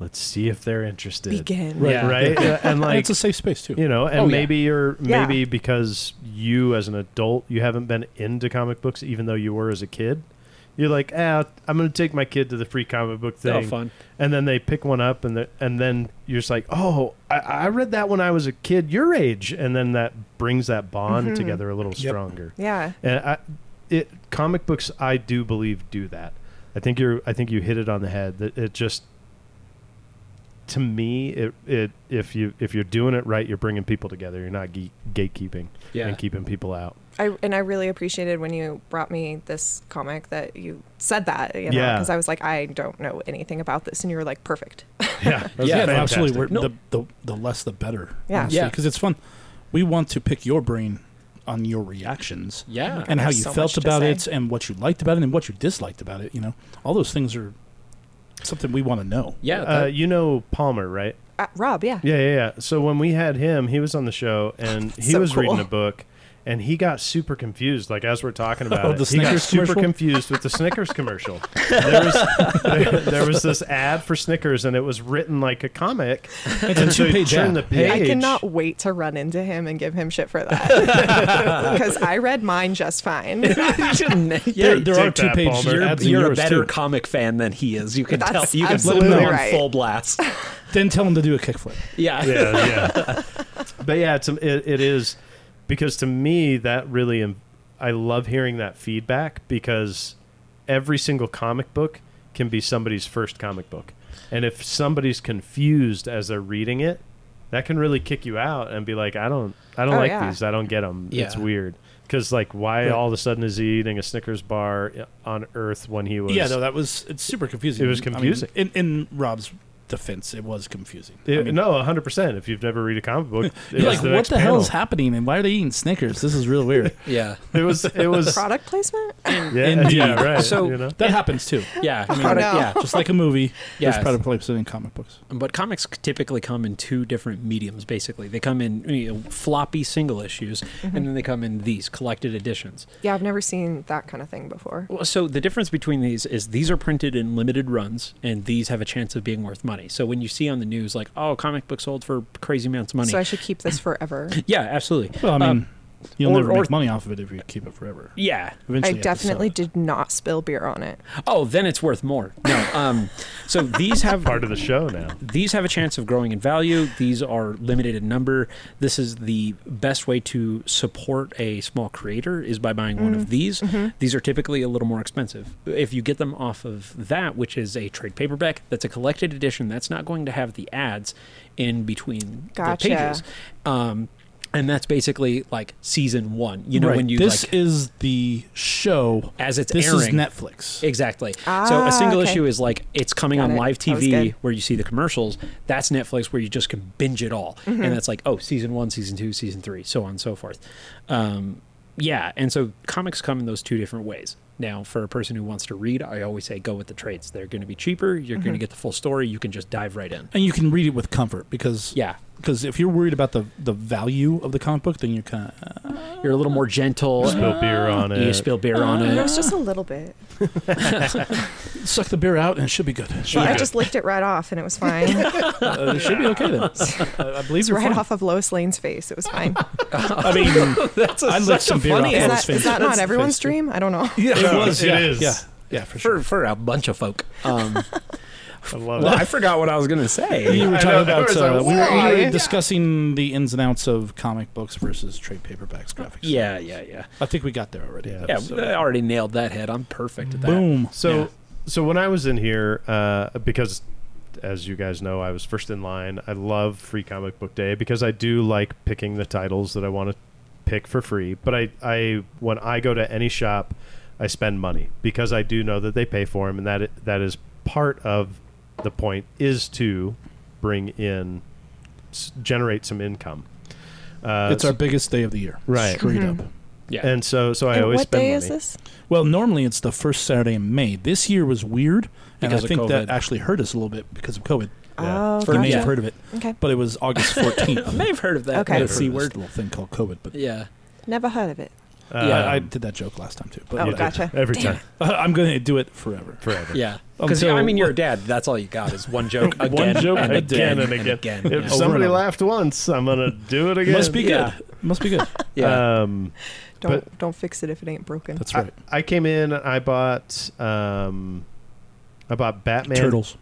[SPEAKER 1] let's see if they're interested."
[SPEAKER 4] begin.
[SPEAKER 2] Right.
[SPEAKER 3] Yeah.
[SPEAKER 1] Right? and
[SPEAKER 2] And
[SPEAKER 1] like,
[SPEAKER 2] it's a safe space too.
[SPEAKER 1] you know, and
[SPEAKER 3] Oh, yeah.
[SPEAKER 1] maybe you're
[SPEAKER 4] Yeah.
[SPEAKER 1] maybe because you as an adult you haven't been into comic books, even though you were as a kid. You're like, ah, I'm going to take my kid to the free comic book
[SPEAKER 3] Oh,
[SPEAKER 1] thing.
[SPEAKER 3] fun.
[SPEAKER 1] And then they pick one up, and the, and then you're just like, oh, I, I read that when I was a kid, your age, and then that brings that bond
[SPEAKER 3] Mm-hmm.
[SPEAKER 1] together a little
[SPEAKER 2] Yep.
[SPEAKER 1] stronger.
[SPEAKER 4] Yeah.
[SPEAKER 1] And I, it comic books, I do believe do that. I think you're. I think you hit it on the head. That it just, to me, it it if you if you're doing it right, you're bringing people together. You're not ge- gatekeeping
[SPEAKER 3] Yeah.
[SPEAKER 1] and keeping people out.
[SPEAKER 4] I and I really appreciated when you brought me this comic that you said that, you know,
[SPEAKER 1] Yeah.
[SPEAKER 4] because I was like, I don't know anything about this, and you were like, perfect.
[SPEAKER 1] <laughs> Yeah,
[SPEAKER 2] yeah, no, absolutely. We're,
[SPEAKER 3] No.
[SPEAKER 2] the, the the less the better.
[SPEAKER 4] Yeah.
[SPEAKER 3] Yeah.
[SPEAKER 2] because it's fun. We want to pick your brain on your reactions
[SPEAKER 3] Yeah.
[SPEAKER 2] and how
[SPEAKER 4] There's
[SPEAKER 2] you
[SPEAKER 4] so much
[SPEAKER 2] felt
[SPEAKER 4] to
[SPEAKER 2] about
[SPEAKER 4] say.
[SPEAKER 2] it, and what you liked about it, and what you disliked about it. You know, all those things are something we want to know.
[SPEAKER 3] yeah.
[SPEAKER 1] Uh,
[SPEAKER 3] that-
[SPEAKER 1] you know Palmer, right?
[SPEAKER 4] Uh, Rob, yeah.
[SPEAKER 1] Yeah, yeah, yeah. So when we had him, he was on the show
[SPEAKER 2] <laughs>
[SPEAKER 1] and he
[SPEAKER 4] So
[SPEAKER 1] was reading
[SPEAKER 4] cool.
[SPEAKER 1] a book and he got super confused, like as we're
[SPEAKER 2] <laughs>
[SPEAKER 1] talking about
[SPEAKER 2] Oh,
[SPEAKER 1] it.
[SPEAKER 2] the
[SPEAKER 1] he got
[SPEAKER 2] Snickers
[SPEAKER 1] super
[SPEAKER 2] commercial?
[SPEAKER 1] confused
[SPEAKER 2] <laughs>
[SPEAKER 1] with the Snickers commercial. There was, <laughs> there, there was this ad for Snickers and it was written like a comic. It's and so he
[SPEAKER 2] two-page
[SPEAKER 1] turned the
[SPEAKER 2] ad.
[SPEAKER 1] page.
[SPEAKER 4] I cannot wait to run into him and give him shit for that <laughs> because I read mine
[SPEAKER 3] <laughs>
[SPEAKER 4] just fine.
[SPEAKER 3] yeah,
[SPEAKER 2] There, there
[SPEAKER 1] take
[SPEAKER 2] are
[SPEAKER 1] that,
[SPEAKER 2] two pages.
[SPEAKER 1] Palmer.
[SPEAKER 2] You're,
[SPEAKER 1] You're-
[SPEAKER 2] ads in
[SPEAKER 3] you're a
[SPEAKER 2] yours,
[SPEAKER 3] better
[SPEAKER 2] too.
[SPEAKER 3] comic fan than he is. You can
[SPEAKER 4] That's
[SPEAKER 3] tell. You can let him
[SPEAKER 4] absolutely
[SPEAKER 3] know on
[SPEAKER 4] right.
[SPEAKER 3] full
[SPEAKER 4] <laughs>
[SPEAKER 3] blast.
[SPEAKER 2] then tell them to do a kickflip.
[SPEAKER 3] Yeah.
[SPEAKER 1] yeah, yeah. but yeah, it's, it, it is because to me that really im- I love hearing that feedback because every single comic book can be somebody's first comic book, and if somebody's confused as they're reading it, that can really kick you out and be like, I don't, I don't
[SPEAKER 4] Oh,
[SPEAKER 1] like
[SPEAKER 4] yeah.
[SPEAKER 1] these, I don't get them. It's
[SPEAKER 3] Yeah.
[SPEAKER 1] weird. Because like, why
[SPEAKER 2] Right.
[SPEAKER 1] all of a sudden is he eating a Snickers bar uh, on Earth when he was?
[SPEAKER 2] Yeah, no, that was it's super confusing.
[SPEAKER 1] It was
[SPEAKER 2] I mean,
[SPEAKER 1] confusing.
[SPEAKER 2] in, in Rob's defense, it was confusing. I
[SPEAKER 1] It,
[SPEAKER 2] mean,
[SPEAKER 1] no, hundred percent. If you've never read a comic
[SPEAKER 2] <laughs>
[SPEAKER 1] book, it
[SPEAKER 2] you're
[SPEAKER 1] was
[SPEAKER 2] like
[SPEAKER 1] the
[SPEAKER 2] what
[SPEAKER 1] next
[SPEAKER 2] the hell is
[SPEAKER 1] panel.
[SPEAKER 2] happening, and why are they eating Snickers? This is real weird.
[SPEAKER 3] Yeah.
[SPEAKER 1] It was. It
[SPEAKER 2] <laughs>
[SPEAKER 1] was.
[SPEAKER 4] Product placement?
[SPEAKER 1] Yeah,
[SPEAKER 2] Indeed.
[SPEAKER 1] yeah, right.
[SPEAKER 3] So-
[SPEAKER 1] you know?
[SPEAKER 2] That happens too.
[SPEAKER 4] <laughs>
[SPEAKER 3] Yeah. I mean,
[SPEAKER 4] Oh, no.
[SPEAKER 3] Yeah.
[SPEAKER 2] Just like a movie,
[SPEAKER 3] Yes.
[SPEAKER 2] there's product placement in comic books.
[SPEAKER 3] But comics typically come in two different mediums. Basically, they come in you know, floppy single issues,
[SPEAKER 4] Mm-hmm.
[SPEAKER 3] and then they come in these collected editions.
[SPEAKER 4] Yeah, I've never seen that kind of thing before.
[SPEAKER 3] Well, so the difference between these is these are printed in limited runs, and these have a chance of being worth money. So when you see on the news like, "Oh, comic book sold for crazy amounts of money,"
[SPEAKER 4] So I should keep this forever.
[SPEAKER 3] yeah, absolutely.
[SPEAKER 2] Well, I mean,
[SPEAKER 3] Um,
[SPEAKER 2] you'll
[SPEAKER 3] or-
[SPEAKER 2] never
[SPEAKER 3] or-
[SPEAKER 2] make money off of it if you keep it forever.
[SPEAKER 3] yeah.
[SPEAKER 4] I
[SPEAKER 2] Eventually, you have to sell
[SPEAKER 4] definitely
[SPEAKER 2] it.
[SPEAKER 4] did not spill beer on it.
[SPEAKER 3] Oh, then it's worth more. No. Um, so these have
[SPEAKER 1] part of the show now.
[SPEAKER 3] these have a chance of growing in value. These are limited in number. This is the best way to support a small creator is by buying one of these. These are typically a little more expensive. If you get them off of that, which is a trade paperback, that's a collected edition. That's not going to have the ads in between
[SPEAKER 4] Gotcha.
[SPEAKER 3] the pages. Um, and that's basically like season one. You know
[SPEAKER 2] Right.
[SPEAKER 3] when you
[SPEAKER 2] this
[SPEAKER 3] like
[SPEAKER 2] is the show
[SPEAKER 3] as it's
[SPEAKER 2] This
[SPEAKER 3] airing.
[SPEAKER 2] is Netflix.
[SPEAKER 3] Exactly. so
[SPEAKER 4] Ah,
[SPEAKER 3] a single
[SPEAKER 4] okay.
[SPEAKER 3] issue is like it's coming
[SPEAKER 4] Got
[SPEAKER 3] on
[SPEAKER 4] it.
[SPEAKER 3] live
[SPEAKER 4] That was
[SPEAKER 3] TV
[SPEAKER 4] good.
[SPEAKER 3] where you see the commercials. That's Netflix where you just can binge it all,
[SPEAKER 4] Mm-hmm.
[SPEAKER 3] and that's like oh season one, season two, season three, so on and so forth. Um, yeah, and so comics come in those two different ways. Now, for a person who wants to read, I always say go with the trades. They're going to be cheaper. You're going to
[SPEAKER 4] Mm-hmm.
[SPEAKER 3] get the full story. You can just dive right in.
[SPEAKER 2] and you can read it with comfort because
[SPEAKER 3] Yeah.
[SPEAKER 2] because if you're worried about the the value of the comic book, then you're kind of
[SPEAKER 3] You're a little more gentle.
[SPEAKER 1] Spill beer on it.
[SPEAKER 3] You spill beer on
[SPEAKER 4] It
[SPEAKER 3] it.
[SPEAKER 4] was just a little bit.
[SPEAKER 2] Suck the beer out and it should be good.
[SPEAKER 4] Well, I just licked it right off, and it was fine.
[SPEAKER 2] Uh, it should be okay
[SPEAKER 4] <laughs>
[SPEAKER 2] then. I I believe
[SPEAKER 4] It's
[SPEAKER 2] you're
[SPEAKER 4] right
[SPEAKER 2] fine.
[SPEAKER 4] off of Lois Lane's face. It was fine.
[SPEAKER 2] I
[SPEAKER 4] Oh,
[SPEAKER 2] mean,
[SPEAKER 4] <laughs>
[SPEAKER 3] That's a,
[SPEAKER 2] I licked some beer off
[SPEAKER 4] Is
[SPEAKER 2] Lois
[SPEAKER 4] that,
[SPEAKER 2] Lane's
[SPEAKER 4] is that not
[SPEAKER 2] face
[SPEAKER 4] everyone's
[SPEAKER 2] too.
[SPEAKER 4] dream? I don't know.
[SPEAKER 3] Yeah,
[SPEAKER 1] Yeah,
[SPEAKER 3] it was.
[SPEAKER 4] <laughs>
[SPEAKER 1] it
[SPEAKER 3] yeah.
[SPEAKER 1] is.
[SPEAKER 2] Yeah, yeah, for sure.
[SPEAKER 3] For, for a bunch of folk.
[SPEAKER 1] <laughs>
[SPEAKER 3] Um,
[SPEAKER 1] I love
[SPEAKER 3] well,
[SPEAKER 1] it.
[SPEAKER 3] I forgot what I was going to
[SPEAKER 2] We
[SPEAKER 3] say.
[SPEAKER 1] I
[SPEAKER 2] were talking
[SPEAKER 1] know, I
[SPEAKER 2] about
[SPEAKER 1] was
[SPEAKER 2] uh,
[SPEAKER 1] like,
[SPEAKER 2] we were, we
[SPEAKER 4] "Why?"
[SPEAKER 2] were discussing the ins and outs of comic books versus trade paperbacks graphics.
[SPEAKER 3] Yeah, yeah, yeah.
[SPEAKER 2] I think we got there already.
[SPEAKER 1] Yeah.
[SPEAKER 3] Yeah,
[SPEAKER 2] So-
[SPEAKER 3] I already nailed that head. I'm perfect at that.
[SPEAKER 2] uh, boom.
[SPEAKER 1] So,
[SPEAKER 2] Yeah.
[SPEAKER 1] so when I was in here, uh, because as you guys know, I was first in line. I love Free Comic Book Day because I do like picking the titles that I want to pick for free. But I, I when I go to any shop, I spend money because I do know that they pay for them, and that that is part of the point is to bring in s- generate some income. Uh,
[SPEAKER 2] it's our biggest day of the year.
[SPEAKER 1] Right.
[SPEAKER 2] Straight up.
[SPEAKER 3] Yeah.
[SPEAKER 1] and so so I
[SPEAKER 4] And
[SPEAKER 1] always
[SPEAKER 4] what
[SPEAKER 1] spend
[SPEAKER 4] day
[SPEAKER 1] money.
[SPEAKER 4] is this?
[SPEAKER 2] Well, normally it's the first Saturday in May. This year was weird, and I
[SPEAKER 3] Because of
[SPEAKER 2] think that
[SPEAKER 3] COVID.
[SPEAKER 2] actually hurt us a little bit because of COVID.
[SPEAKER 1] Yeah.
[SPEAKER 4] Oh,
[SPEAKER 2] you may have
[SPEAKER 4] gotcha.
[SPEAKER 2] heard of it,
[SPEAKER 4] Okay.
[SPEAKER 2] but it was August 14th.
[SPEAKER 3] I may have heard of that.
[SPEAKER 4] Okay.
[SPEAKER 3] Okay.
[SPEAKER 2] I've heard
[SPEAKER 3] C
[SPEAKER 2] of this
[SPEAKER 3] word.
[SPEAKER 2] little thing called COVID, but
[SPEAKER 3] Yeah.
[SPEAKER 4] Never heard of it.
[SPEAKER 3] Yeah.
[SPEAKER 2] I, I
[SPEAKER 1] Um,
[SPEAKER 2] did that joke last time too.
[SPEAKER 4] Oh,
[SPEAKER 2] But
[SPEAKER 1] you do.
[SPEAKER 4] gotcha.
[SPEAKER 1] every
[SPEAKER 4] Damn
[SPEAKER 1] time
[SPEAKER 2] <laughs> I'm going to do it forever.
[SPEAKER 1] forever.
[SPEAKER 3] Yeah.
[SPEAKER 2] Um,
[SPEAKER 3] Because,
[SPEAKER 2] so-
[SPEAKER 3] I mean, you're a dad. That's all you got is one joke again.
[SPEAKER 1] joke
[SPEAKER 3] and
[SPEAKER 1] again
[SPEAKER 3] again,
[SPEAKER 1] and
[SPEAKER 3] and again. Oh,
[SPEAKER 1] If
[SPEAKER 3] yeah.
[SPEAKER 1] somebody
[SPEAKER 2] over.
[SPEAKER 1] laughed once, I'm gonna do it again.
[SPEAKER 2] Must be
[SPEAKER 3] Yeah.
[SPEAKER 2] good. <laughs> Must be good.
[SPEAKER 3] Yeah.
[SPEAKER 1] Um,
[SPEAKER 4] Don't don't fix it if it ain't
[SPEAKER 1] <laughs>
[SPEAKER 4] broken.
[SPEAKER 2] That's
[SPEAKER 1] I,
[SPEAKER 2] right.
[SPEAKER 1] I came in. and I bought. Um, I bought Batman,
[SPEAKER 2] Turtles.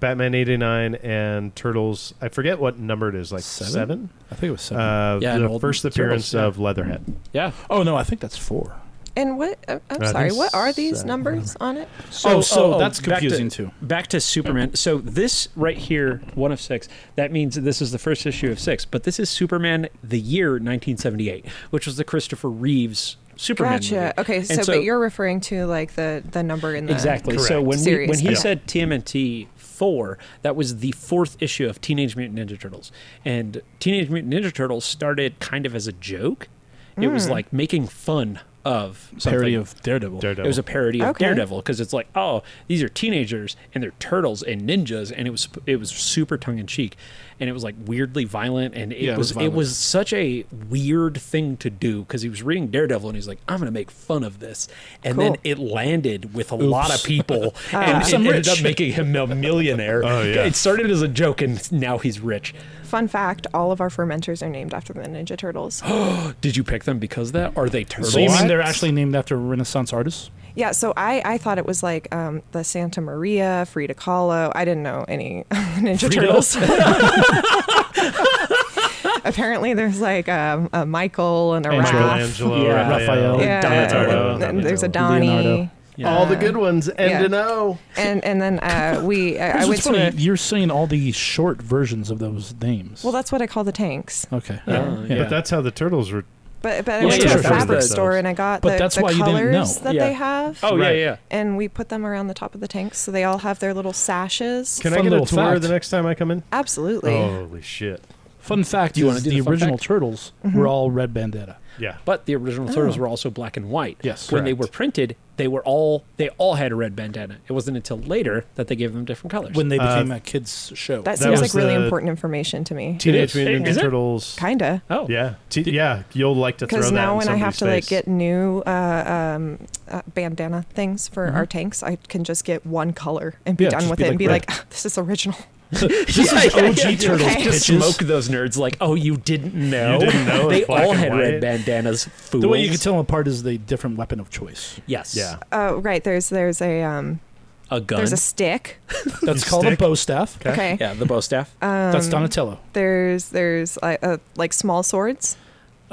[SPEAKER 1] Batman '89, and Turtles. I forget what number it is, like
[SPEAKER 2] Seven?
[SPEAKER 1] seven.
[SPEAKER 2] I think it was seven.
[SPEAKER 1] Uh,
[SPEAKER 3] Yeah, an
[SPEAKER 1] the
[SPEAKER 3] old
[SPEAKER 1] first
[SPEAKER 3] Turtles,
[SPEAKER 1] appearance
[SPEAKER 3] yeah.
[SPEAKER 1] of Leatherhead.
[SPEAKER 3] yeah.
[SPEAKER 2] oh no, I think that's four.
[SPEAKER 4] And what? I'm, I'm
[SPEAKER 1] I
[SPEAKER 4] sorry.
[SPEAKER 1] think
[SPEAKER 4] What are these
[SPEAKER 1] so.
[SPEAKER 4] numbers on it?
[SPEAKER 2] oh, so that's
[SPEAKER 3] back to-
[SPEAKER 2] confusing too.
[SPEAKER 3] Back to Superman. So this right here, one of six. That means this is the first issue of six. But this is Superman the year 1978, which was the Christopher Reeves Superman.
[SPEAKER 4] Gotcha.
[SPEAKER 3] movie.
[SPEAKER 4] Okay.
[SPEAKER 3] And
[SPEAKER 4] So, but you're referring to like the the number in the
[SPEAKER 3] exactly. So
[SPEAKER 1] Correct.
[SPEAKER 3] when we,
[SPEAKER 4] Series.
[SPEAKER 3] when he
[SPEAKER 4] uh, Yeah.
[SPEAKER 3] said TMNT four, that was the fourth issue of Teenage Mutant Ninja Turtles, and Teenage Mutant Ninja Turtles started kind of as a joke. It was like making fun of something.
[SPEAKER 2] Parody of Daredevil.
[SPEAKER 1] Daredevil.
[SPEAKER 3] It was a parody of
[SPEAKER 4] Okay.
[SPEAKER 3] Daredevil because it's like, oh, these are teenagers and they're turtles and ninjas, and it was it was super tongue in cheek, and it was like weirdly violent, and it
[SPEAKER 2] Yeah, it was
[SPEAKER 3] was, it
[SPEAKER 2] violent.
[SPEAKER 3] was such a weird thing to do because he was reading Daredevil and he's like, I'm gonna make fun of this, and then
[SPEAKER 4] Cool.
[SPEAKER 3] it landed with a lot of
[SPEAKER 2] <laughs>
[SPEAKER 3] people,
[SPEAKER 4] Ah.
[SPEAKER 3] and it
[SPEAKER 2] Some
[SPEAKER 3] ended
[SPEAKER 2] rich.
[SPEAKER 3] up making him a millionaire.
[SPEAKER 1] Oh, yeah.
[SPEAKER 3] It started as a joke, and now he's rich.
[SPEAKER 4] Fun fact: All of our fermenters are named after the Ninja Turtles.
[SPEAKER 3] Did you pick them because of that? Are they turtles?
[SPEAKER 2] So you mean
[SPEAKER 1] What?
[SPEAKER 2] they're actually named after Renaissance artists?
[SPEAKER 4] yeah. So I I thought it was like um, the Santa Maria, Frida Kahlo. I didn't know any <laughs> Ninja Turtles. <laughs> Apparently, there's like um, a Michael and a Raph.
[SPEAKER 1] Michelangelo,
[SPEAKER 3] Yeah.
[SPEAKER 1] Raphael,
[SPEAKER 3] Raphael.
[SPEAKER 4] Yeah,
[SPEAKER 1] Donatello.
[SPEAKER 4] and there's a Donnie,
[SPEAKER 2] Leonardo.
[SPEAKER 1] All the good ones end
[SPEAKER 4] yeah.
[SPEAKER 1] in O.
[SPEAKER 4] and and then uh, we I, I
[SPEAKER 2] Here's
[SPEAKER 4] went
[SPEAKER 2] what's funny.
[SPEAKER 4] to a,
[SPEAKER 2] You're saying all the short versions of those names.
[SPEAKER 4] well, that's what I call the tanks.
[SPEAKER 2] okay.
[SPEAKER 3] Oh, yeah.
[SPEAKER 1] But that's how the turtles were.
[SPEAKER 4] But but I
[SPEAKER 3] Yeah,
[SPEAKER 4] went
[SPEAKER 3] yeah,
[SPEAKER 4] to
[SPEAKER 3] sure.
[SPEAKER 4] a fabric
[SPEAKER 1] Those.
[SPEAKER 4] store and I got
[SPEAKER 2] But
[SPEAKER 4] the,
[SPEAKER 2] that's
[SPEAKER 4] the
[SPEAKER 2] why you
[SPEAKER 4] colors
[SPEAKER 2] didn't know.
[SPEAKER 4] that
[SPEAKER 3] Yeah.
[SPEAKER 4] they have.
[SPEAKER 3] Oh
[SPEAKER 1] Right.
[SPEAKER 3] yeah, yeah.
[SPEAKER 4] And we put them around the top of the tanks, so they all have their little sashes.
[SPEAKER 1] Can Oh, I
[SPEAKER 2] Fun
[SPEAKER 1] get a
[SPEAKER 2] little
[SPEAKER 1] tour
[SPEAKER 2] fact.
[SPEAKER 1] the next time I come in?
[SPEAKER 4] Absolutly.
[SPEAKER 1] Holy shit!
[SPEAKER 2] Fun fact
[SPEAKER 3] You wanna
[SPEAKER 2] is
[SPEAKER 3] do
[SPEAKER 2] the,
[SPEAKER 3] the fun
[SPEAKER 2] original
[SPEAKER 3] fact?
[SPEAKER 2] Turtles
[SPEAKER 4] Mm-hmm.
[SPEAKER 2] were all red bandana.
[SPEAKER 1] Yeah.
[SPEAKER 3] But the original turtles were also black and white.
[SPEAKER 2] Yes.
[SPEAKER 3] When they
[SPEAKER 2] Correct.
[SPEAKER 3] were printed, they were all they all had a red bandana. It wasn't until later that they gave them different colors.
[SPEAKER 2] When they
[SPEAKER 1] Uh,
[SPEAKER 2] became a kids show.
[SPEAKER 4] That
[SPEAKER 1] That was
[SPEAKER 4] seems like really
[SPEAKER 1] the-
[SPEAKER 4] important information to me.
[SPEAKER 1] Teenage
[SPEAKER 3] It is.
[SPEAKER 1] Mutant
[SPEAKER 3] Is
[SPEAKER 1] Ninja
[SPEAKER 3] it?
[SPEAKER 1] Turtles.
[SPEAKER 4] Kinda.
[SPEAKER 3] oh <laughs>
[SPEAKER 1] Yeah, T- yeah. You'll like to throw that.
[SPEAKER 4] Because now
[SPEAKER 1] in
[SPEAKER 4] when I have
[SPEAKER 1] somebody's
[SPEAKER 4] to like
[SPEAKER 1] face.
[SPEAKER 4] get new uh, um, uh, bandana things for our tanks, I can just get one color and be
[SPEAKER 2] Yeah,
[SPEAKER 4] done
[SPEAKER 2] just
[SPEAKER 4] with
[SPEAKER 2] be
[SPEAKER 4] it
[SPEAKER 2] like
[SPEAKER 4] and be
[SPEAKER 2] red.
[SPEAKER 4] like, "Ah, this is original.
[SPEAKER 3] this is OG
[SPEAKER 2] Turtles
[SPEAKER 3] Just
[SPEAKER 2] pitches.
[SPEAKER 3] smoke those nerds like, oh, you didn't know.
[SPEAKER 1] didn't know it was
[SPEAKER 3] they
[SPEAKER 1] black
[SPEAKER 3] all
[SPEAKER 1] and
[SPEAKER 3] had
[SPEAKER 1] white?
[SPEAKER 3] red bandanas. Fools.
[SPEAKER 2] the way you can tell them apart is the different weapon of
[SPEAKER 3] <laughs>
[SPEAKER 2] choice.
[SPEAKER 3] Yes.
[SPEAKER 1] Yeah.
[SPEAKER 4] Oh, right. There's there's a um,
[SPEAKER 3] A gun.
[SPEAKER 4] there's a stick.
[SPEAKER 2] That's called a
[SPEAKER 1] stick.
[SPEAKER 2] bow staff.
[SPEAKER 1] Okay.
[SPEAKER 4] Okay. Um,
[SPEAKER 3] yeah, the bow staff.
[SPEAKER 2] That's Donatello.
[SPEAKER 4] There's there's uh, uh, like small swords.
[SPEAKER 2] Uh,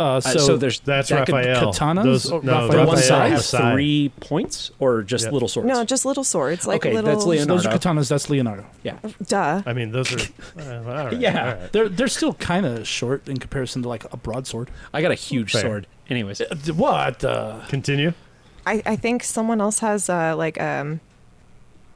[SPEAKER 3] Uh,
[SPEAKER 2] so,
[SPEAKER 3] there's
[SPEAKER 1] That's
[SPEAKER 3] that could-
[SPEAKER 1] Raphael.
[SPEAKER 2] katanas?
[SPEAKER 1] Those,
[SPEAKER 2] Oh,
[SPEAKER 1] no,
[SPEAKER 2] Raphael.
[SPEAKER 3] The
[SPEAKER 1] Raphael
[SPEAKER 3] ones that have
[SPEAKER 1] Masai.
[SPEAKER 3] three points or just
[SPEAKER 1] Yep.
[SPEAKER 3] little swords.
[SPEAKER 4] No, just little swords. Like
[SPEAKER 3] Okay, that's
[SPEAKER 4] little.
[SPEAKER 3] Leonardo.
[SPEAKER 2] those are katanas. That's Leonardo.
[SPEAKER 3] yeah.
[SPEAKER 4] Duh.
[SPEAKER 1] I mean, those are. Uh, all right,
[SPEAKER 3] Yeah.
[SPEAKER 1] all right.
[SPEAKER 2] They're they're still kind of short in comparison to like a broadsword.
[SPEAKER 3] I got a huge
[SPEAKER 1] Fair.
[SPEAKER 3] sword. Anyways.
[SPEAKER 2] What? Uh,
[SPEAKER 1] Continue.
[SPEAKER 4] I, I think someone else has uh, like um,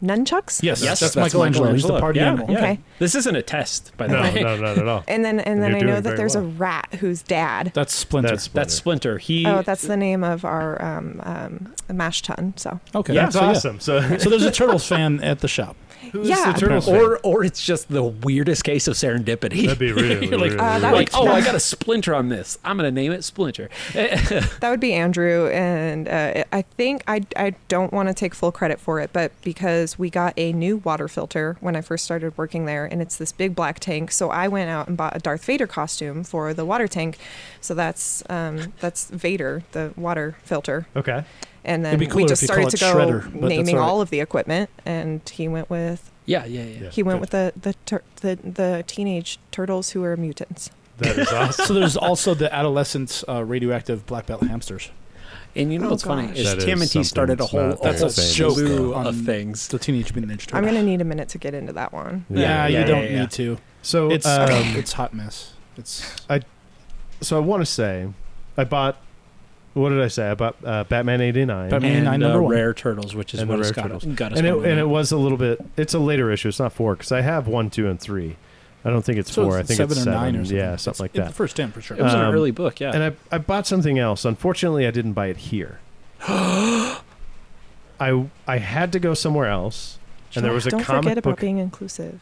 [SPEAKER 4] nunchucks.
[SPEAKER 2] yes,
[SPEAKER 3] Yes,
[SPEAKER 2] that's,
[SPEAKER 3] that's
[SPEAKER 2] Michelangelo. He's the
[SPEAKER 3] Michelangelo.
[SPEAKER 2] party
[SPEAKER 3] Yeah,
[SPEAKER 2] animal.
[SPEAKER 3] yeah.
[SPEAKER 4] Okay.
[SPEAKER 3] This isn't a test, by the
[SPEAKER 1] No,
[SPEAKER 3] way.
[SPEAKER 1] no, not at all.
[SPEAKER 4] And then and then
[SPEAKER 1] You're
[SPEAKER 4] I know
[SPEAKER 1] doing
[SPEAKER 4] that
[SPEAKER 1] very
[SPEAKER 4] there's a
[SPEAKER 1] well.
[SPEAKER 4] rat who's dad.
[SPEAKER 2] That's Splinter.
[SPEAKER 1] That's
[SPEAKER 3] That's Splinter. He
[SPEAKER 1] E
[SPEAKER 4] oh, that's the name of our um, um, mash tun. So
[SPEAKER 2] okay.
[SPEAKER 1] that's
[SPEAKER 2] so,
[SPEAKER 1] awesome. So
[SPEAKER 2] So there's a Turtles fan at the shop.
[SPEAKER 1] Who's
[SPEAKER 4] Yeah.
[SPEAKER 1] the turtles? fan?
[SPEAKER 3] Or or it's just the weirdest case of serendipity. <laughs>
[SPEAKER 1] That'd be really,
[SPEAKER 3] You're like,
[SPEAKER 1] really,
[SPEAKER 4] Uh, that
[SPEAKER 3] like,
[SPEAKER 4] would-
[SPEAKER 3] oh, I got a splinter on this. I'm gonna name it Splinter.
[SPEAKER 4] That would be Andrew, and uh, I think I, I don't want to take full credit for it, but because we got a new water filter when I first started working there, and it's this big black tank, so I went out and bought a Darth Vader costume for the water tank. So that's um, that's Vader, the water filter,
[SPEAKER 1] okay.
[SPEAKER 4] and
[SPEAKER 2] It'd
[SPEAKER 4] then
[SPEAKER 2] be
[SPEAKER 4] we
[SPEAKER 2] cooler
[SPEAKER 4] just
[SPEAKER 2] if you call
[SPEAKER 4] started to go
[SPEAKER 2] it Shredder, but that's
[SPEAKER 4] naming
[SPEAKER 2] all right.
[SPEAKER 4] all of the equipment, and he went with
[SPEAKER 3] yeah, yeah, yeah.
[SPEAKER 1] Yeah,
[SPEAKER 4] he went
[SPEAKER 1] good.
[SPEAKER 4] with the the, tur- the the teenage turtles who are mutants.
[SPEAKER 1] That is awesome.
[SPEAKER 2] so there's also the adolescent uh, radioactive black belt hamsters.
[SPEAKER 3] And you know
[SPEAKER 4] Oh,
[SPEAKER 3] what's funny
[SPEAKER 4] gosh.
[SPEAKER 3] is
[SPEAKER 1] That is
[SPEAKER 3] Timothy
[SPEAKER 1] something
[SPEAKER 3] started a
[SPEAKER 1] that's
[SPEAKER 3] whole,
[SPEAKER 1] not
[SPEAKER 2] That's
[SPEAKER 3] a
[SPEAKER 2] a
[SPEAKER 3] whole
[SPEAKER 2] joke
[SPEAKER 3] slew
[SPEAKER 2] on
[SPEAKER 3] of
[SPEAKER 1] um,
[SPEAKER 3] things.
[SPEAKER 2] The Teenage Mutant Ninja Turtles.
[SPEAKER 4] I'm gonna need a minute to get into that one.
[SPEAKER 2] <laughs> Yeah, you
[SPEAKER 3] yeah,
[SPEAKER 2] don't
[SPEAKER 3] yeah, yeah.
[SPEAKER 2] need to.
[SPEAKER 1] So
[SPEAKER 2] It's
[SPEAKER 1] um,
[SPEAKER 2] <laughs> it's hot mess. It's
[SPEAKER 1] so I want to say, I bought. What did I say? I bought uh, Batman eighty nine.
[SPEAKER 2] Batman- mean,
[SPEAKER 3] and
[SPEAKER 2] I number
[SPEAKER 3] uh,
[SPEAKER 2] one.
[SPEAKER 3] Rare Turtles, which is
[SPEAKER 1] And the
[SPEAKER 3] what it's
[SPEAKER 1] Rare
[SPEAKER 3] got,
[SPEAKER 1] Turtles.
[SPEAKER 3] got us.
[SPEAKER 1] and it,
[SPEAKER 3] going
[SPEAKER 1] and it
[SPEAKER 3] on.
[SPEAKER 1] was a little bit. It's a later issue. It's not four because I have one, two, and three. I don't think it's
[SPEAKER 2] so
[SPEAKER 1] four. I
[SPEAKER 2] it's
[SPEAKER 1] think
[SPEAKER 2] seven
[SPEAKER 1] it's
[SPEAKER 2] or
[SPEAKER 1] seven.
[SPEAKER 2] nine or something.
[SPEAKER 1] Yeah, something like
[SPEAKER 2] It's-
[SPEAKER 1] that.
[SPEAKER 2] It, first damn for sure.
[SPEAKER 3] It was an
[SPEAKER 1] um,
[SPEAKER 3] early book, yeah.
[SPEAKER 1] And I, I bought something else. Unfortunately, I didn't buy it here. I I had to go somewhere else, and there was a
[SPEAKER 4] don't forget
[SPEAKER 1] comic
[SPEAKER 4] about
[SPEAKER 1] book.
[SPEAKER 4] being inclusive.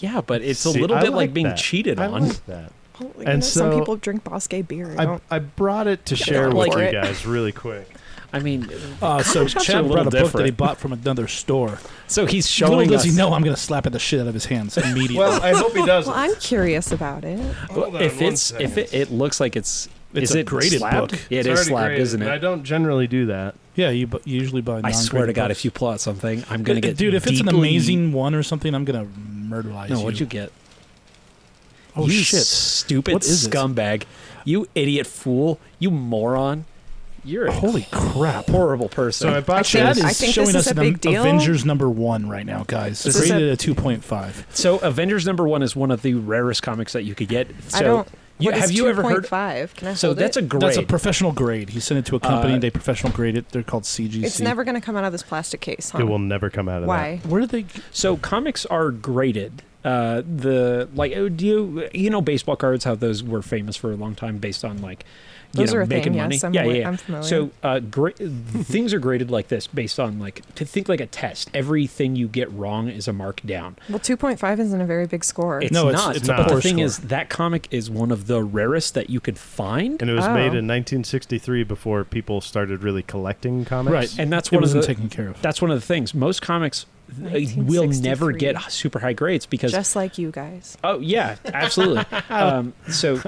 [SPEAKER 3] yeah, but it's a
[SPEAKER 1] See,
[SPEAKER 3] little
[SPEAKER 1] I
[SPEAKER 3] bit like,
[SPEAKER 1] like
[SPEAKER 3] being
[SPEAKER 1] that.
[SPEAKER 3] cheated
[SPEAKER 1] I
[SPEAKER 3] on.
[SPEAKER 1] like that.
[SPEAKER 4] Well, you
[SPEAKER 1] And
[SPEAKER 4] know, some
[SPEAKER 1] so-
[SPEAKER 4] people drink Bosque beer. I
[SPEAKER 1] I,
[SPEAKER 4] don't.
[SPEAKER 1] I brought it to
[SPEAKER 4] Yeah,
[SPEAKER 1] share
[SPEAKER 4] go
[SPEAKER 1] with
[SPEAKER 4] for
[SPEAKER 1] you
[SPEAKER 4] it.
[SPEAKER 1] guys really quick.
[SPEAKER 3] I mean,
[SPEAKER 2] Uh, so
[SPEAKER 3] Concepts are a
[SPEAKER 2] Chad
[SPEAKER 3] little
[SPEAKER 2] brought a book that he
[SPEAKER 3] different.
[SPEAKER 2] bought from another store.
[SPEAKER 3] so he's
[SPEAKER 2] Little
[SPEAKER 3] showing
[SPEAKER 2] does
[SPEAKER 3] us.
[SPEAKER 2] he know I'm going to slap at the shit out of
[SPEAKER 1] <laughs>
[SPEAKER 2] his hands immediately.
[SPEAKER 1] <laughs> Well, I hope he does.
[SPEAKER 4] Well, I'm curious about it.
[SPEAKER 1] Hold on
[SPEAKER 3] if
[SPEAKER 1] one
[SPEAKER 3] it's if it, it looks like it's
[SPEAKER 2] It's
[SPEAKER 3] is
[SPEAKER 2] a
[SPEAKER 3] it
[SPEAKER 2] graded
[SPEAKER 3] slabbed?
[SPEAKER 2] book.
[SPEAKER 3] Yeah, it is slabbed, isn't
[SPEAKER 1] I
[SPEAKER 3] it?
[SPEAKER 1] don't generally do that.
[SPEAKER 2] yeah, you, bu- you usually buy.
[SPEAKER 3] I swear to
[SPEAKER 2] non-graded
[SPEAKER 3] God,
[SPEAKER 2] books.
[SPEAKER 3] if you plot something, I'm gonna
[SPEAKER 2] Dude,
[SPEAKER 3] get
[SPEAKER 2] dude, if it's an
[SPEAKER 3] deeply-
[SPEAKER 2] amazing one or something, I'm going to murderize
[SPEAKER 3] No,
[SPEAKER 2] you.
[SPEAKER 3] what'd you get?
[SPEAKER 2] Oh
[SPEAKER 3] you
[SPEAKER 2] shit!
[SPEAKER 3] Stupid
[SPEAKER 2] What is it?
[SPEAKER 3] scumbag! You idiot fool! You moron! You're a
[SPEAKER 2] Holy crap!
[SPEAKER 3] horrible person.
[SPEAKER 1] So I bought
[SPEAKER 4] think-
[SPEAKER 2] Chad
[SPEAKER 1] this.
[SPEAKER 2] is
[SPEAKER 4] I think
[SPEAKER 2] showing
[SPEAKER 4] this is
[SPEAKER 2] us
[SPEAKER 4] a
[SPEAKER 2] an
[SPEAKER 4] big
[SPEAKER 2] Am-
[SPEAKER 4] deal.
[SPEAKER 2] Avengers number one right now, guys.
[SPEAKER 3] This
[SPEAKER 2] It's
[SPEAKER 3] is a-
[SPEAKER 2] rated at two point five.
[SPEAKER 3] So Avengers number one is one of the rarest comics that you could get. So
[SPEAKER 4] I don't.
[SPEAKER 3] You,
[SPEAKER 4] what is
[SPEAKER 3] have you ever heard?
[SPEAKER 4] 2.5? Can I
[SPEAKER 3] So
[SPEAKER 4] hold
[SPEAKER 3] that's
[SPEAKER 4] it?
[SPEAKER 3] a grade.
[SPEAKER 2] That's a professional grade. He sent it to a company.
[SPEAKER 3] Uh,
[SPEAKER 2] they professional grade it. They're called CGC.
[SPEAKER 4] It's never going to come out of this plastic case. Huh?
[SPEAKER 1] It will never come out of
[SPEAKER 4] Why?
[SPEAKER 2] Where did they?
[SPEAKER 3] so comics are graded. Uh, the like oh, do you you know baseball cards how those were famous for a long time based on like you
[SPEAKER 4] Those
[SPEAKER 3] know
[SPEAKER 4] are a
[SPEAKER 3] making
[SPEAKER 4] thing.
[SPEAKER 3] money
[SPEAKER 4] Yes, I'm,
[SPEAKER 3] yeah
[SPEAKER 4] wi-
[SPEAKER 3] yeah
[SPEAKER 4] I'm familiar.
[SPEAKER 3] so uh, gra- things are graded like this based on like to think like a test everything you get wrong is a mark down
[SPEAKER 4] well, 2.5 isn't a very big score.
[SPEAKER 3] it's
[SPEAKER 2] No, it's-
[SPEAKER 3] not
[SPEAKER 2] it's
[SPEAKER 1] a
[SPEAKER 3] but
[SPEAKER 1] poor
[SPEAKER 3] the thing
[SPEAKER 2] score.
[SPEAKER 3] is that comic is one of the rarest that you could find
[SPEAKER 1] And it was
[SPEAKER 4] Oh.
[SPEAKER 1] made in 1963 before people started really collecting comics.
[SPEAKER 2] Right.
[SPEAKER 3] and that's
[SPEAKER 2] It
[SPEAKER 3] one of the
[SPEAKER 2] wasn't taken care of.
[SPEAKER 3] that's one of the things most comics uh, will never
[SPEAKER 4] 1963.
[SPEAKER 3] get super high grades because
[SPEAKER 4] just like you guys.
[SPEAKER 3] oh yeah
[SPEAKER 2] <laughs>
[SPEAKER 3] absolutely um, so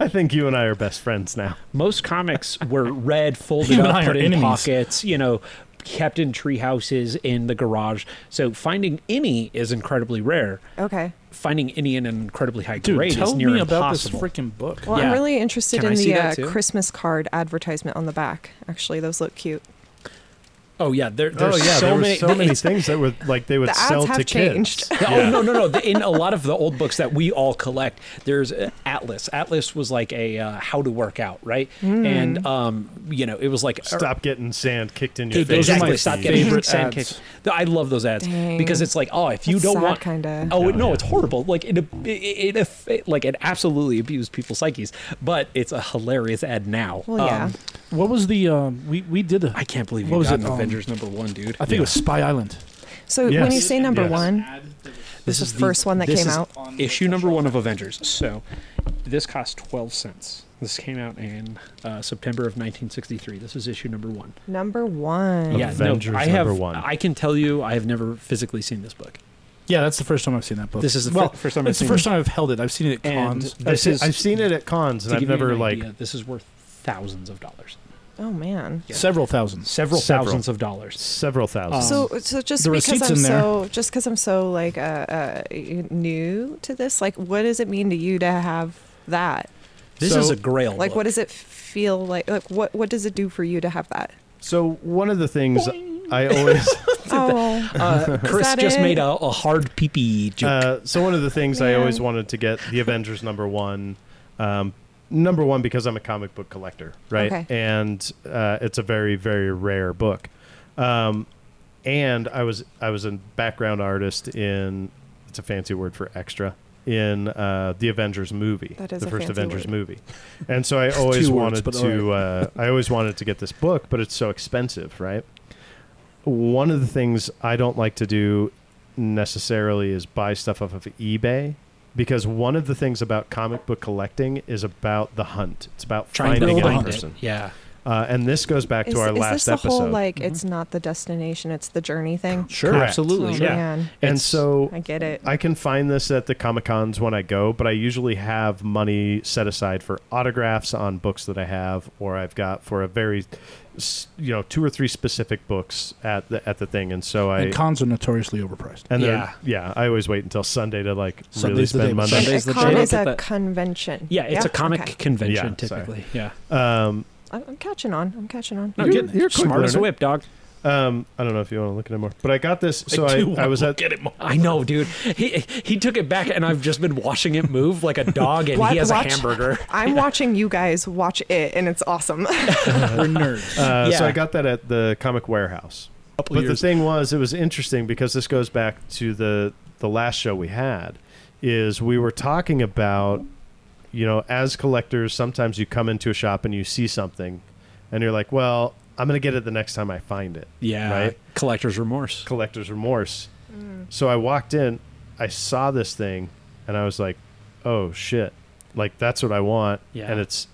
[SPEAKER 1] I think you and I are best friends now.
[SPEAKER 3] most comics were read folded
[SPEAKER 2] You and I
[SPEAKER 3] up
[SPEAKER 2] are
[SPEAKER 3] put in
[SPEAKER 2] enemies.
[SPEAKER 3] pockets you know kept in tree houses in the garage so finding any is incredibly rare
[SPEAKER 4] Okay.
[SPEAKER 3] finding any in an incredibly high
[SPEAKER 2] Dude,
[SPEAKER 3] grade
[SPEAKER 2] tell
[SPEAKER 3] is near
[SPEAKER 2] me
[SPEAKER 3] impossible
[SPEAKER 2] about this freaking book.
[SPEAKER 4] Well, I'm
[SPEAKER 3] Yeah.
[SPEAKER 4] really interested
[SPEAKER 3] Can I
[SPEAKER 4] in
[SPEAKER 3] see
[SPEAKER 4] the
[SPEAKER 3] that
[SPEAKER 4] uh,
[SPEAKER 3] too?
[SPEAKER 4] Christmas card advertisement on the back. Actually, those look cute.
[SPEAKER 3] oh yeah there, there's
[SPEAKER 1] oh yeah,
[SPEAKER 3] so
[SPEAKER 1] there were
[SPEAKER 3] many
[SPEAKER 1] so many
[SPEAKER 3] it's-
[SPEAKER 1] things that were like they would
[SPEAKER 4] The ads
[SPEAKER 1] sell
[SPEAKER 4] have
[SPEAKER 1] to <laughs>
[SPEAKER 4] changed.
[SPEAKER 1] kids.
[SPEAKER 3] Oh no no no! The- In a lot of the old books that we all collect, there's uh, Atlas. Atlas was like a uh, how to work out, right? And um, you know, it was like er,
[SPEAKER 1] Stop getting sand kicked in your
[SPEAKER 3] Dude,
[SPEAKER 1] face.
[SPEAKER 3] those are my
[SPEAKER 1] Like,
[SPEAKER 3] stop
[SPEAKER 1] you-
[SPEAKER 3] getting
[SPEAKER 2] favorite
[SPEAKER 3] sand
[SPEAKER 2] ads.
[SPEAKER 3] kicks. Th- I love those ads
[SPEAKER 4] Dang.
[SPEAKER 3] because it's like, oh, if you
[SPEAKER 4] That's
[SPEAKER 3] don't
[SPEAKER 4] sad,
[SPEAKER 3] want,
[SPEAKER 4] kinda.
[SPEAKER 3] oh
[SPEAKER 1] Yeah,
[SPEAKER 3] no,
[SPEAKER 1] yeah.
[SPEAKER 3] it's horrible. Like it, it, it, aff- it, like it absolutely abused people's psyches. But it's a hilarious ad now.
[SPEAKER 4] Well, yeah.
[SPEAKER 3] Um,
[SPEAKER 2] What was the? Um, we we did. A,
[SPEAKER 3] I can't believe
[SPEAKER 2] What
[SPEAKER 3] we
[SPEAKER 2] was
[SPEAKER 3] got
[SPEAKER 2] it?
[SPEAKER 3] an
[SPEAKER 2] Um,
[SPEAKER 3] Avengers number one, dude.
[SPEAKER 2] I think it was Spy Island.
[SPEAKER 4] so when
[SPEAKER 1] Yes.
[SPEAKER 4] you say number
[SPEAKER 1] Yes.
[SPEAKER 4] one,
[SPEAKER 3] this
[SPEAKER 4] the first one that
[SPEAKER 3] this
[SPEAKER 4] came
[SPEAKER 3] is
[SPEAKER 4] out.
[SPEAKER 3] Issue number one of Avengers. So this cost twelve cents. This came out in uh, September of 1963. This is issue number one.
[SPEAKER 4] number one.
[SPEAKER 3] Yeah,
[SPEAKER 1] Avengers
[SPEAKER 3] no, I
[SPEAKER 1] number
[SPEAKER 3] have.
[SPEAKER 1] one.
[SPEAKER 3] I can tell you, I have never physically seen this book.
[SPEAKER 2] Yeah, that's the first time I've seen that book.
[SPEAKER 3] This is the fir-
[SPEAKER 2] well,
[SPEAKER 3] first time I've
[SPEAKER 2] It's the
[SPEAKER 3] seen
[SPEAKER 2] first
[SPEAKER 3] it.
[SPEAKER 2] time I've held it. I've seen it at
[SPEAKER 3] And
[SPEAKER 2] cons.
[SPEAKER 1] I've
[SPEAKER 3] <laughs> this
[SPEAKER 1] seen,
[SPEAKER 3] is
[SPEAKER 1] I've seen it at cons, and
[SPEAKER 3] to
[SPEAKER 1] I've
[SPEAKER 3] give you
[SPEAKER 1] never
[SPEAKER 3] an
[SPEAKER 1] like
[SPEAKER 3] idea, this is worth thousands of dollars,
[SPEAKER 4] Oh man.
[SPEAKER 3] Yeah.
[SPEAKER 2] Several thousands.
[SPEAKER 3] several,
[SPEAKER 1] Several.
[SPEAKER 3] thousands of dollars.
[SPEAKER 1] several
[SPEAKER 3] Um,
[SPEAKER 1] thousand.
[SPEAKER 4] so so just
[SPEAKER 2] the
[SPEAKER 4] because
[SPEAKER 2] receipt's
[SPEAKER 4] I'm
[SPEAKER 2] in there.
[SPEAKER 4] so just because I'm so like uh, uh, new to this, like what does it mean to you to have that?
[SPEAKER 3] This
[SPEAKER 1] So-
[SPEAKER 3] is a grail.
[SPEAKER 4] Like
[SPEAKER 3] book. <laughs>
[SPEAKER 4] what does it feel like? Like what what does it do for you to have that?
[SPEAKER 1] so one of the things I always
[SPEAKER 4] oh,
[SPEAKER 3] Uh, Chris
[SPEAKER 4] that
[SPEAKER 3] just
[SPEAKER 4] it?
[SPEAKER 3] made a, a hard pee pee <laughs> joke.
[SPEAKER 1] Uh, so one of the things I always
[SPEAKER 4] Man.
[SPEAKER 1] wanted to get the Avengers number one, um, number one because I'm a comic book collector, right?
[SPEAKER 4] Okay.
[SPEAKER 1] And uh, it's a very very rare book. Um, and I was I was a background artist in it's a fancy word for extra in uh, the Avengers movie,
[SPEAKER 4] That is
[SPEAKER 1] the
[SPEAKER 4] a
[SPEAKER 1] first
[SPEAKER 4] fancy
[SPEAKER 1] Avengers
[SPEAKER 4] word.
[SPEAKER 1] movie. And so
[SPEAKER 4] <laughs>
[SPEAKER 1] I always
[SPEAKER 2] Two words,
[SPEAKER 1] wanted
[SPEAKER 2] but all
[SPEAKER 1] to uh, I always wanted to get this book, but it's so expensive, right? one of the things I don't like to do necessarily is buy stuff off of eBay because one of the things about comic book collecting is about the hunt. It's about
[SPEAKER 3] Trying to
[SPEAKER 1] finding
[SPEAKER 2] build
[SPEAKER 1] a
[SPEAKER 2] a hunt.
[SPEAKER 1] person.
[SPEAKER 3] Yeah.
[SPEAKER 1] Uh, and this goes back
[SPEAKER 4] Is,
[SPEAKER 1] to our
[SPEAKER 4] is
[SPEAKER 1] last
[SPEAKER 4] this the
[SPEAKER 1] episode.
[SPEAKER 4] whole like
[SPEAKER 3] Mm-hmm.
[SPEAKER 4] it's not the destination, it's the journey thing?
[SPEAKER 3] Sure.
[SPEAKER 1] Correct.
[SPEAKER 4] Oh,
[SPEAKER 3] Absolutely. Yeah.
[SPEAKER 4] man.
[SPEAKER 1] and
[SPEAKER 3] It's-
[SPEAKER 1] so
[SPEAKER 4] I get it.
[SPEAKER 1] I can find this at the Comic Cons when I go, but I usually have money set aside for autographs on books that I have, or I've got for a very, s- you know, two or three specific books at the at the thing, and so I
[SPEAKER 2] and cons are notoriously overpriced.
[SPEAKER 1] and then
[SPEAKER 3] Yeah.
[SPEAKER 1] yeah. I always wait until Sunday to like really
[SPEAKER 2] Sunday's the day
[SPEAKER 1] spend
[SPEAKER 2] we
[SPEAKER 1] money.
[SPEAKER 2] spend.
[SPEAKER 4] a
[SPEAKER 3] Sunday's the
[SPEAKER 4] con
[SPEAKER 3] day.
[SPEAKER 4] is
[SPEAKER 3] Look
[SPEAKER 4] a
[SPEAKER 3] at that.
[SPEAKER 4] convention.
[SPEAKER 3] Yeah, it's a comic
[SPEAKER 4] okay.
[SPEAKER 3] convention
[SPEAKER 1] Yeah, sorry.
[SPEAKER 3] typically. Yeah.
[SPEAKER 1] Um,
[SPEAKER 4] I'm, I'm catching on. I'm catching on.
[SPEAKER 3] No,
[SPEAKER 1] You're-
[SPEAKER 3] you're,
[SPEAKER 1] you're a quick
[SPEAKER 3] smart as a
[SPEAKER 1] learner.
[SPEAKER 3] whip, dog.
[SPEAKER 1] um, I don't know if you want to look at it more, but I got this. So
[SPEAKER 2] do
[SPEAKER 1] I, I,
[SPEAKER 2] wanna
[SPEAKER 1] was at
[SPEAKER 2] Get it more.
[SPEAKER 3] I know, dude. He he took it back, and I've just been watching it move like a dog, and
[SPEAKER 4] Watch-
[SPEAKER 3] he has a
[SPEAKER 4] watch.
[SPEAKER 3] hamburger.
[SPEAKER 4] I'm watching you guys watch it, and it's
[SPEAKER 2] <laughs>
[SPEAKER 4] awesome.
[SPEAKER 2] We're nerds.
[SPEAKER 1] uh, so
[SPEAKER 3] Yeah.
[SPEAKER 1] I got that at the Comic Warehouse.
[SPEAKER 2] couple
[SPEAKER 1] But
[SPEAKER 2] years.
[SPEAKER 1] the thing was, it was interesting because this goes back to the the last show we had. Is we were talking about, you know, as collectors, sometimes you come into a shop and you see something, and you're like, well, I'm gonna get it the next time I find it.
[SPEAKER 3] Yeah.
[SPEAKER 1] Right.
[SPEAKER 3] Collector's remorse.
[SPEAKER 1] Collector's remorse. So I walked in, I saw this thing, and I was like, oh shit, like that's what I want.
[SPEAKER 3] Yeah.
[SPEAKER 1] And it's,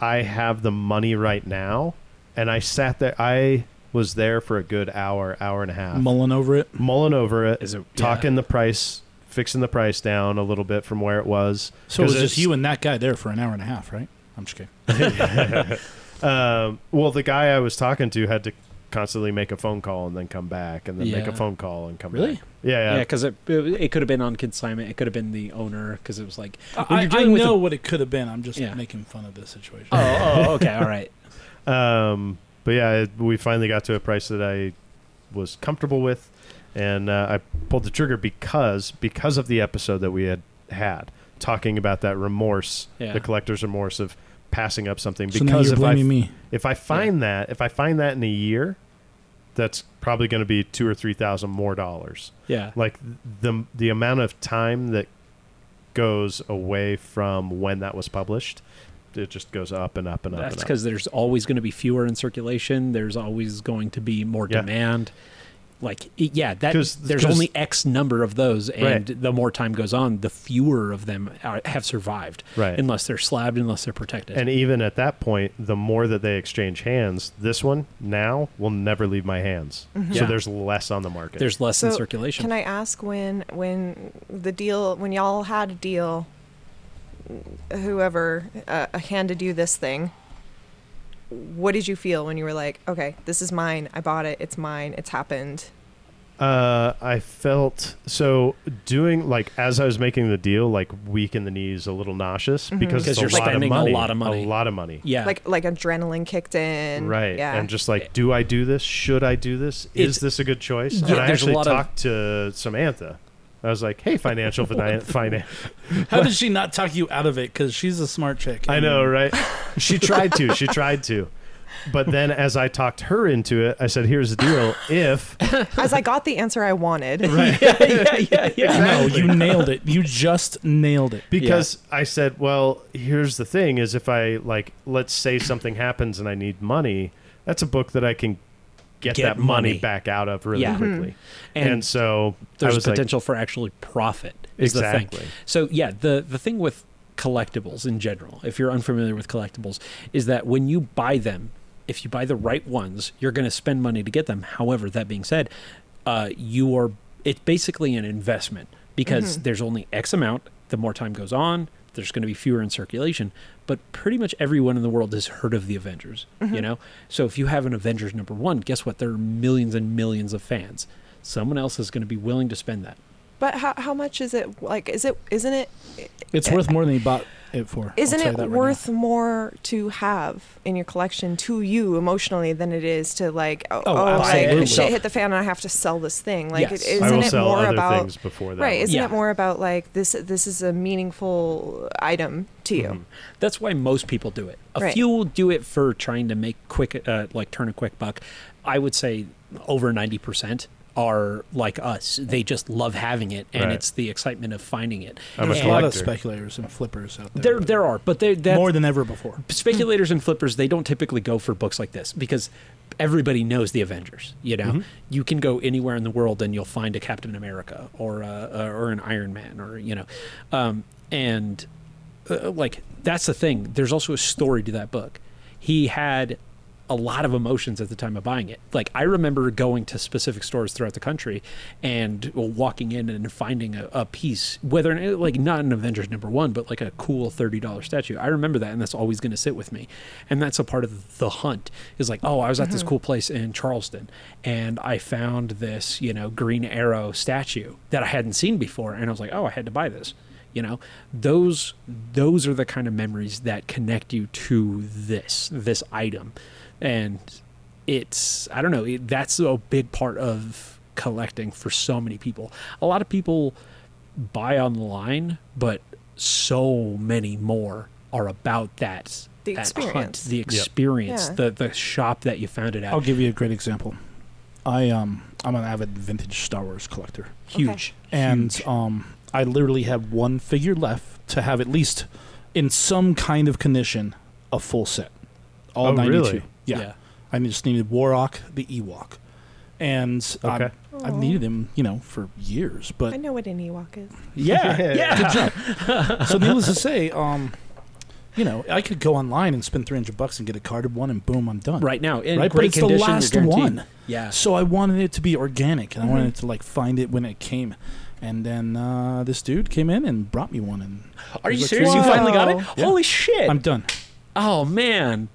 [SPEAKER 1] I have the money right now, and I sat there. I was there for a good hour, hour and a half
[SPEAKER 2] mulling over it.
[SPEAKER 1] mulling over it,
[SPEAKER 3] Is it-
[SPEAKER 1] talking the price, fixing the price down a little bit from where it was.
[SPEAKER 2] So it was
[SPEAKER 1] 'Cause
[SPEAKER 2] just
[SPEAKER 1] it's-
[SPEAKER 2] you and that guy there for an hour and a half, right? I'm just kidding.
[SPEAKER 1] Um, well, the guy I was talking to had to constantly make a phone call and then come back, and then make a
[SPEAKER 3] Yeah.
[SPEAKER 1] phone call and come
[SPEAKER 3] Really?
[SPEAKER 1] back. Yeah,
[SPEAKER 3] Yeah,
[SPEAKER 1] yeah.
[SPEAKER 3] because it, it could have been on consignment. It could have been the owner because it was like when
[SPEAKER 2] I,
[SPEAKER 3] you're
[SPEAKER 2] I
[SPEAKER 3] dealing with a-
[SPEAKER 2] know what it could have been. I'm just
[SPEAKER 3] Yeah.
[SPEAKER 2] making fun of this situation.
[SPEAKER 3] oh, oh, okay, all right.
[SPEAKER 1] Um, but yeah, it, we finally got to a price that I was comfortable with, and uh, I pulled the trigger because because of the episode that we had had talking about that remorse,
[SPEAKER 3] Yeah.
[SPEAKER 1] the collector's remorse of passing up something.
[SPEAKER 2] so now
[SPEAKER 1] because
[SPEAKER 2] you're
[SPEAKER 1] if I
[SPEAKER 2] blaming me.
[SPEAKER 1] If I find that, if I find that in a year, that's probably going to be two or three thousand more dollars.
[SPEAKER 3] <laughs> Yeah,
[SPEAKER 1] Like the the amount of time that goes away from when that was published, it just goes up and up and up.
[SPEAKER 3] that's
[SPEAKER 1] and up.
[SPEAKER 3] because there's always going to be fewer in circulation. There's always going to be more
[SPEAKER 1] Yeah.
[SPEAKER 3] demand. Like i- yeah, that
[SPEAKER 1] 'Cause-
[SPEAKER 3] there's
[SPEAKER 1] 'cause-
[SPEAKER 3] only X number of those, and
[SPEAKER 1] Right.
[SPEAKER 3] the more time goes on, the fewer of them are, have survived.
[SPEAKER 1] Right.
[SPEAKER 3] Unless they're slabbed, unless they're protected.
[SPEAKER 1] And even at that point, the more that they exchange hands, this one now will never leave my hands. So
[SPEAKER 3] Yeah.
[SPEAKER 1] there's less on the market.
[SPEAKER 3] there's less in
[SPEAKER 4] So,
[SPEAKER 3] circulation.
[SPEAKER 4] <laughs> Can I ask when when the deal when y'all had a deal, whoever uh, handed you this thing? What did you feel when you were like, okay, this is mine. I bought it. It's mine. It's happened.
[SPEAKER 1] Uh, I felt so doing like as I was making the deal, like weak in the knees, a little nauseous because it's
[SPEAKER 3] Because you're
[SPEAKER 1] a lot
[SPEAKER 3] spending
[SPEAKER 1] of
[SPEAKER 3] a
[SPEAKER 1] money,
[SPEAKER 3] lot of money.
[SPEAKER 1] a lot of money.
[SPEAKER 3] yeah,
[SPEAKER 4] Like like adrenaline kicked in.
[SPEAKER 1] Right,
[SPEAKER 4] Yeah. <laughs>
[SPEAKER 1] and just like, do I do this? Should I do this? Is
[SPEAKER 3] It's-
[SPEAKER 1] this a good choice?
[SPEAKER 3] Yeah,
[SPEAKER 1] and I
[SPEAKER 3] there's a
[SPEAKER 1] actually
[SPEAKER 3] lot of-
[SPEAKER 1] talked to Samantha. I was like, "Hey,
[SPEAKER 3] <laughs>
[SPEAKER 1] financial finance."
[SPEAKER 2] How did she not talk you out of it? Because she's a smart chick.
[SPEAKER 1] I
[SPEAKER 2] and
[SPEAKER 1] know, right? She tried to. She tried to. But then, as I talked her into it, I said, "Here's the deal: if
[SPEAKER 4] As I got the answer
[SPEAKER 3] <laughs>
[SPEAKER 4] I
[SPEAKER 3] <laughs>
[SPEAKER 4] wanted.
[SPEAKER 3] yeah, yeah, yeah, yeah.
[SPEAKER 2] No, you nailed it. You just nailed it.
[SPEAKER 1] because I said, well, here's the thing is if I like let's say something happens and I need money, that's a book that I can get,
[SPEAKER 3] Get
[SPEAKER 1] that money.
[SPEAKER 3] money.
[SPEAKER 1] back out of really
[SPEAKER 3] Yeah. Mhm.
[SPEAKER 1] quickly. And,
[SPEAKER 3] And
[SPEAKER 1] so I
[SPEAKER 3] there's
[SPEAKER 1] was
[SPEAKER 3] potential for actually profit is the
[SPEAKER 1] Exactly.
[SPEAKER 3] thing. So yeah, the the thing with collectibles in general, if you're unfamiliar with collectibles, is that when you buy them, if you buy the right ones, you're going to spend money to get them. However, that being said, uh, you are it's basically an investment because there's only X amount. The more time goes on, there's going to be fewer in circulation. But pretty much everyone in the world has heard of the Avengers, you know. So if you have an Avengers number one, guess what? There are millions and millions of fans. Someone else is going to be willing to spend that.
[SPEAKER 4] But how how much is it? Like, is it isn't it
[SPEAKER 2] It's worth more than you bought it for. I'll
[SPEAKER 4] isn't
[SPEAKER 2] tell you
[SPEAKER 4] it
[SPEAKER 2] that right now.
[SPEAKER 4] worth more to have in your collection to you emotionally than it is to like oh,
[SPEAKER 3] Oh,
[SPEAKER 4] oh,
[SPEAKER 3] absolutely.
[SPEAKER 4] like shit hit the fan and I have to sell this thing like
[SPEAKER 3] Yes.
[SPEAKER 1] like
[SPEAKER 4] it, isn't
[SPEAKER 1] I will
[SPEAKER 4] it
[SPEAKER 1] sell
[SPEAKER 4] more
[SPEAKER 1] other
[SPEAKER 4] about
[SPEAKER 1] things before that.
[SPEAKER 4] right
[SPEAKER 1] one.
[SPEAKER 4] isn't
[SPEAKER 3] Yeah.
[SPEAKER 4] it more about like this this is a meaningful item to you
[SPEAKER 2] Mm-hmm.
[SPEAKER 3] That's why most people do it. A
[SPEAKER 4] Right.
[SPEAKER 3] few will do it for trying to make quick, uh, like turn a quick buck. I would say over 90% are like us. They just love having it and
[SPEAKER 1] Right.
[SPEAKER 3] it's the excitement of finding it.
[SPEAKER 1] I'm
[SPEAKER 2] There's
[SPEAKER 1] a
[SPEAKER 2] a lot of
[SPEAKER 1] collector.
[SPEAKER 2] speculators and flippers out there.
[SPEAKER 3] There, there are, but they that
[SPEAKER 2] more than ever before.
[SPEAKER 3] speculators and flippers they don't typically go for books like this because everybody knows the Avengers. You know, you can go anywhere in the world and you'll find a Captain America or a, or an Iron Man or you know, um, and uh, like that's the thing. There's also a story to that book. He had a lot of emotions at the time of buying it. Like I remember going to specific stores throughout the country and well, walking in and finding a, a piece, whether like not an Avengers number one, but like a cool thirty dollar statue. I remember that, and that's always going to sit with me. And that's a part of the hunt. Is like, oh, I was at this cool place in Charleston, and I found this you know Green Arrow statue that I hadn't seen before, and I was like, oh, I had to buy this you know those those are the kind of memories that connect you to this this item and it's i don't know it, that's a big part of collecting for so many people a lot of people buy online but so many more are about that
[SPEAKER 4] The
[SPEAKER 3] that
[SPEAKER 4] experience.
[SPEAKER 3] the experience
[SPEAKER 4] Yeah.
[SPEAKER 3] the the shop that you found it at
[SPEAKER 2] I'll give you a great example. I um I'm an avid vintage Star Wars collector.
[SPEAKER 3] huge
[SPEAKER 2] and
[SPEAKER 3] huge.
[SPEAKER 2] um, I literally have one figure left to have at least, in some kind of condition, a full set. All
[SPEAKER 1] Oh,
[SPEAKER 2] 92.
[SPEAKER 1] really?
[SPEAKER 2] Yeah.
[SPEAKER 3] Yeah.
[SPEAKER 2] I just needed Warrock, the Ewok. And
[SPEAKER 1] Okay.
[SPEAKER 2] I, have needed him, you know, for years.
[SPEAKER 4] I
[SPEAKER 2] But
[SPEAKER 4] know what an Ewok is.
[SPEAKER 3] yeah <laughs> yeah
[SPEAKER 2] so, needless to say, um, you know, I could go online and spend 300 bucks and get a carded one, and boom, I'm done.
[SPEAKER 3] right now in
[SPEAKER 2] right,
[SPEAKER 3] great
[SPEAKER 2] but it's
[SPEAKER 3] condition
[SPEAKER 2] the
[SPEAKER 3] you're
[SPEAKER 2] last
[SPEAKER 3] guaranteed.
[SPEAKER 2] one.
[SPEAKER 3] yeah
[SPEAKER 2] So I wanted it to be organic, and I wanted to like find it when it came. And then uh, this dude came in and brought me one, and
[SPEAKER 3] Are
[SPEAKER 2] It was
[SPEAKER 3] you
[SPEAKER 2] like,
[SPEAKER 3] serious? You
[SPEAKER 4] "Wow."
[SPEAKER 3] finally got it?
[SPEAKER 2] Yeah.
[SPEAKER 3] Holy shit.
[SPEAKER 2] I'm done.
[SPEAKER 3] oh, man.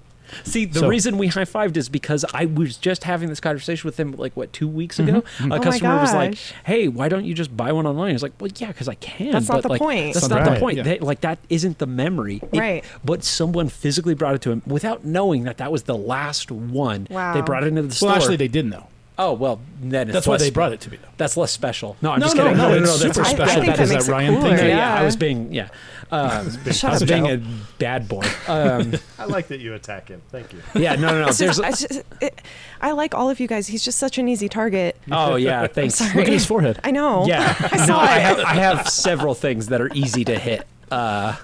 [SPEAKER 3] See, the
[SPEAKER 2] So-
[SPEAKER 3] reason we high fived is because I was just having this conversation with him, like, what, two weeks ago? A
[SPEAKER 4] Mm-hmm. Oh my
[SPEAKER 3] customer was like,
[SPEAKER 4] gosh.
[SPEAKER 3] hey, why don't you just buy one online? He's like, well, yeah, because I can.
[SPEAKER 4] That's not
[SPEAKER 3] but,
[SPEAKER 4] the
[SPEAKER 3] like,
[SPEAKER 4] point.
[SPEAKER 3] That's not the
[SPEAKER 1] Right,
[SPEAKER 3] point.
[SPEAKER 2] yeah.
[SPEAKER 3] That- like, that isn't the memory. It-
[SPEAKER 4] Right.
[SPEAKER 3] But someone physically brought it to him without knowing that that was the last one.
[SPEAKER 4] Wow.
[SPEAKER 3] They brought it into the store.
[SPEAKER 2] Well, actually, they didn't know.
[SPEAKER 3] oh, well, then it's
[SPEAKER 2] That's why
[SPEAKER 3] less
[SPEAKER 2] they
[SPEAKER 3] spe-
[SPEAKER 2] brought it to me. Though.
[SPEAKER 3] That's less special. No, I'm
[SPEAKER 2] No,
[SPEAKER 3] just
[SPEAKER 2] no,
[SPEAKER 3] kidding.
[SPEAKER 2] no, it's super
[SPEAKER 3] that's-
[SPEAKER 2] special.
[SPEAKER 4] I think
[SPEAKER 3] that
[SPEAKER 4] that
[SPEAKER 3] is
[SPEAKER 2] a
[SPEAKER 4] makes it
[SPEAKER 2] Ryan
[SPEAKER 4] cooler.
[SPEAKER 2] thing?
[SPEAKER 3] yeah.
[SPEAKER 4] Yeah.
[SPEAKER 3] I was being yeah,
[SPEAKER 2] <laughs>
[SPEAKER 3] uh, I was
[SPEAKER 4] up,
[SPEAKER 3] being
[SPEAKER 4] Joe.
[SPEAKER 3] a bad boy. Um,
[SPEAKER 1] I like that you attack him. Thank you.
[SPEAKER 3] yeah, no, no, no.
[SPEAKER 4] It's just-
[SPEAKER 3] There's
[SPEAKER 4] <laughs> I, just- it- I like all of you guys. He's just such an easy target.
[SPEAKER 3] <laughs> oh yeah, thanks.
[SPEAKER 4] sorry.
[SPEAKER 2] Look at his forehead.
[SPEAKER 4] I know. <laughs>
[SPEAKER 3] Yeah,
[SPEAKER 4] I saw
[SPEAKER 3] no, I
[SPEAKER 4] it.
[SPEAKER 3] have, I have several things that are easy to hit. Uh,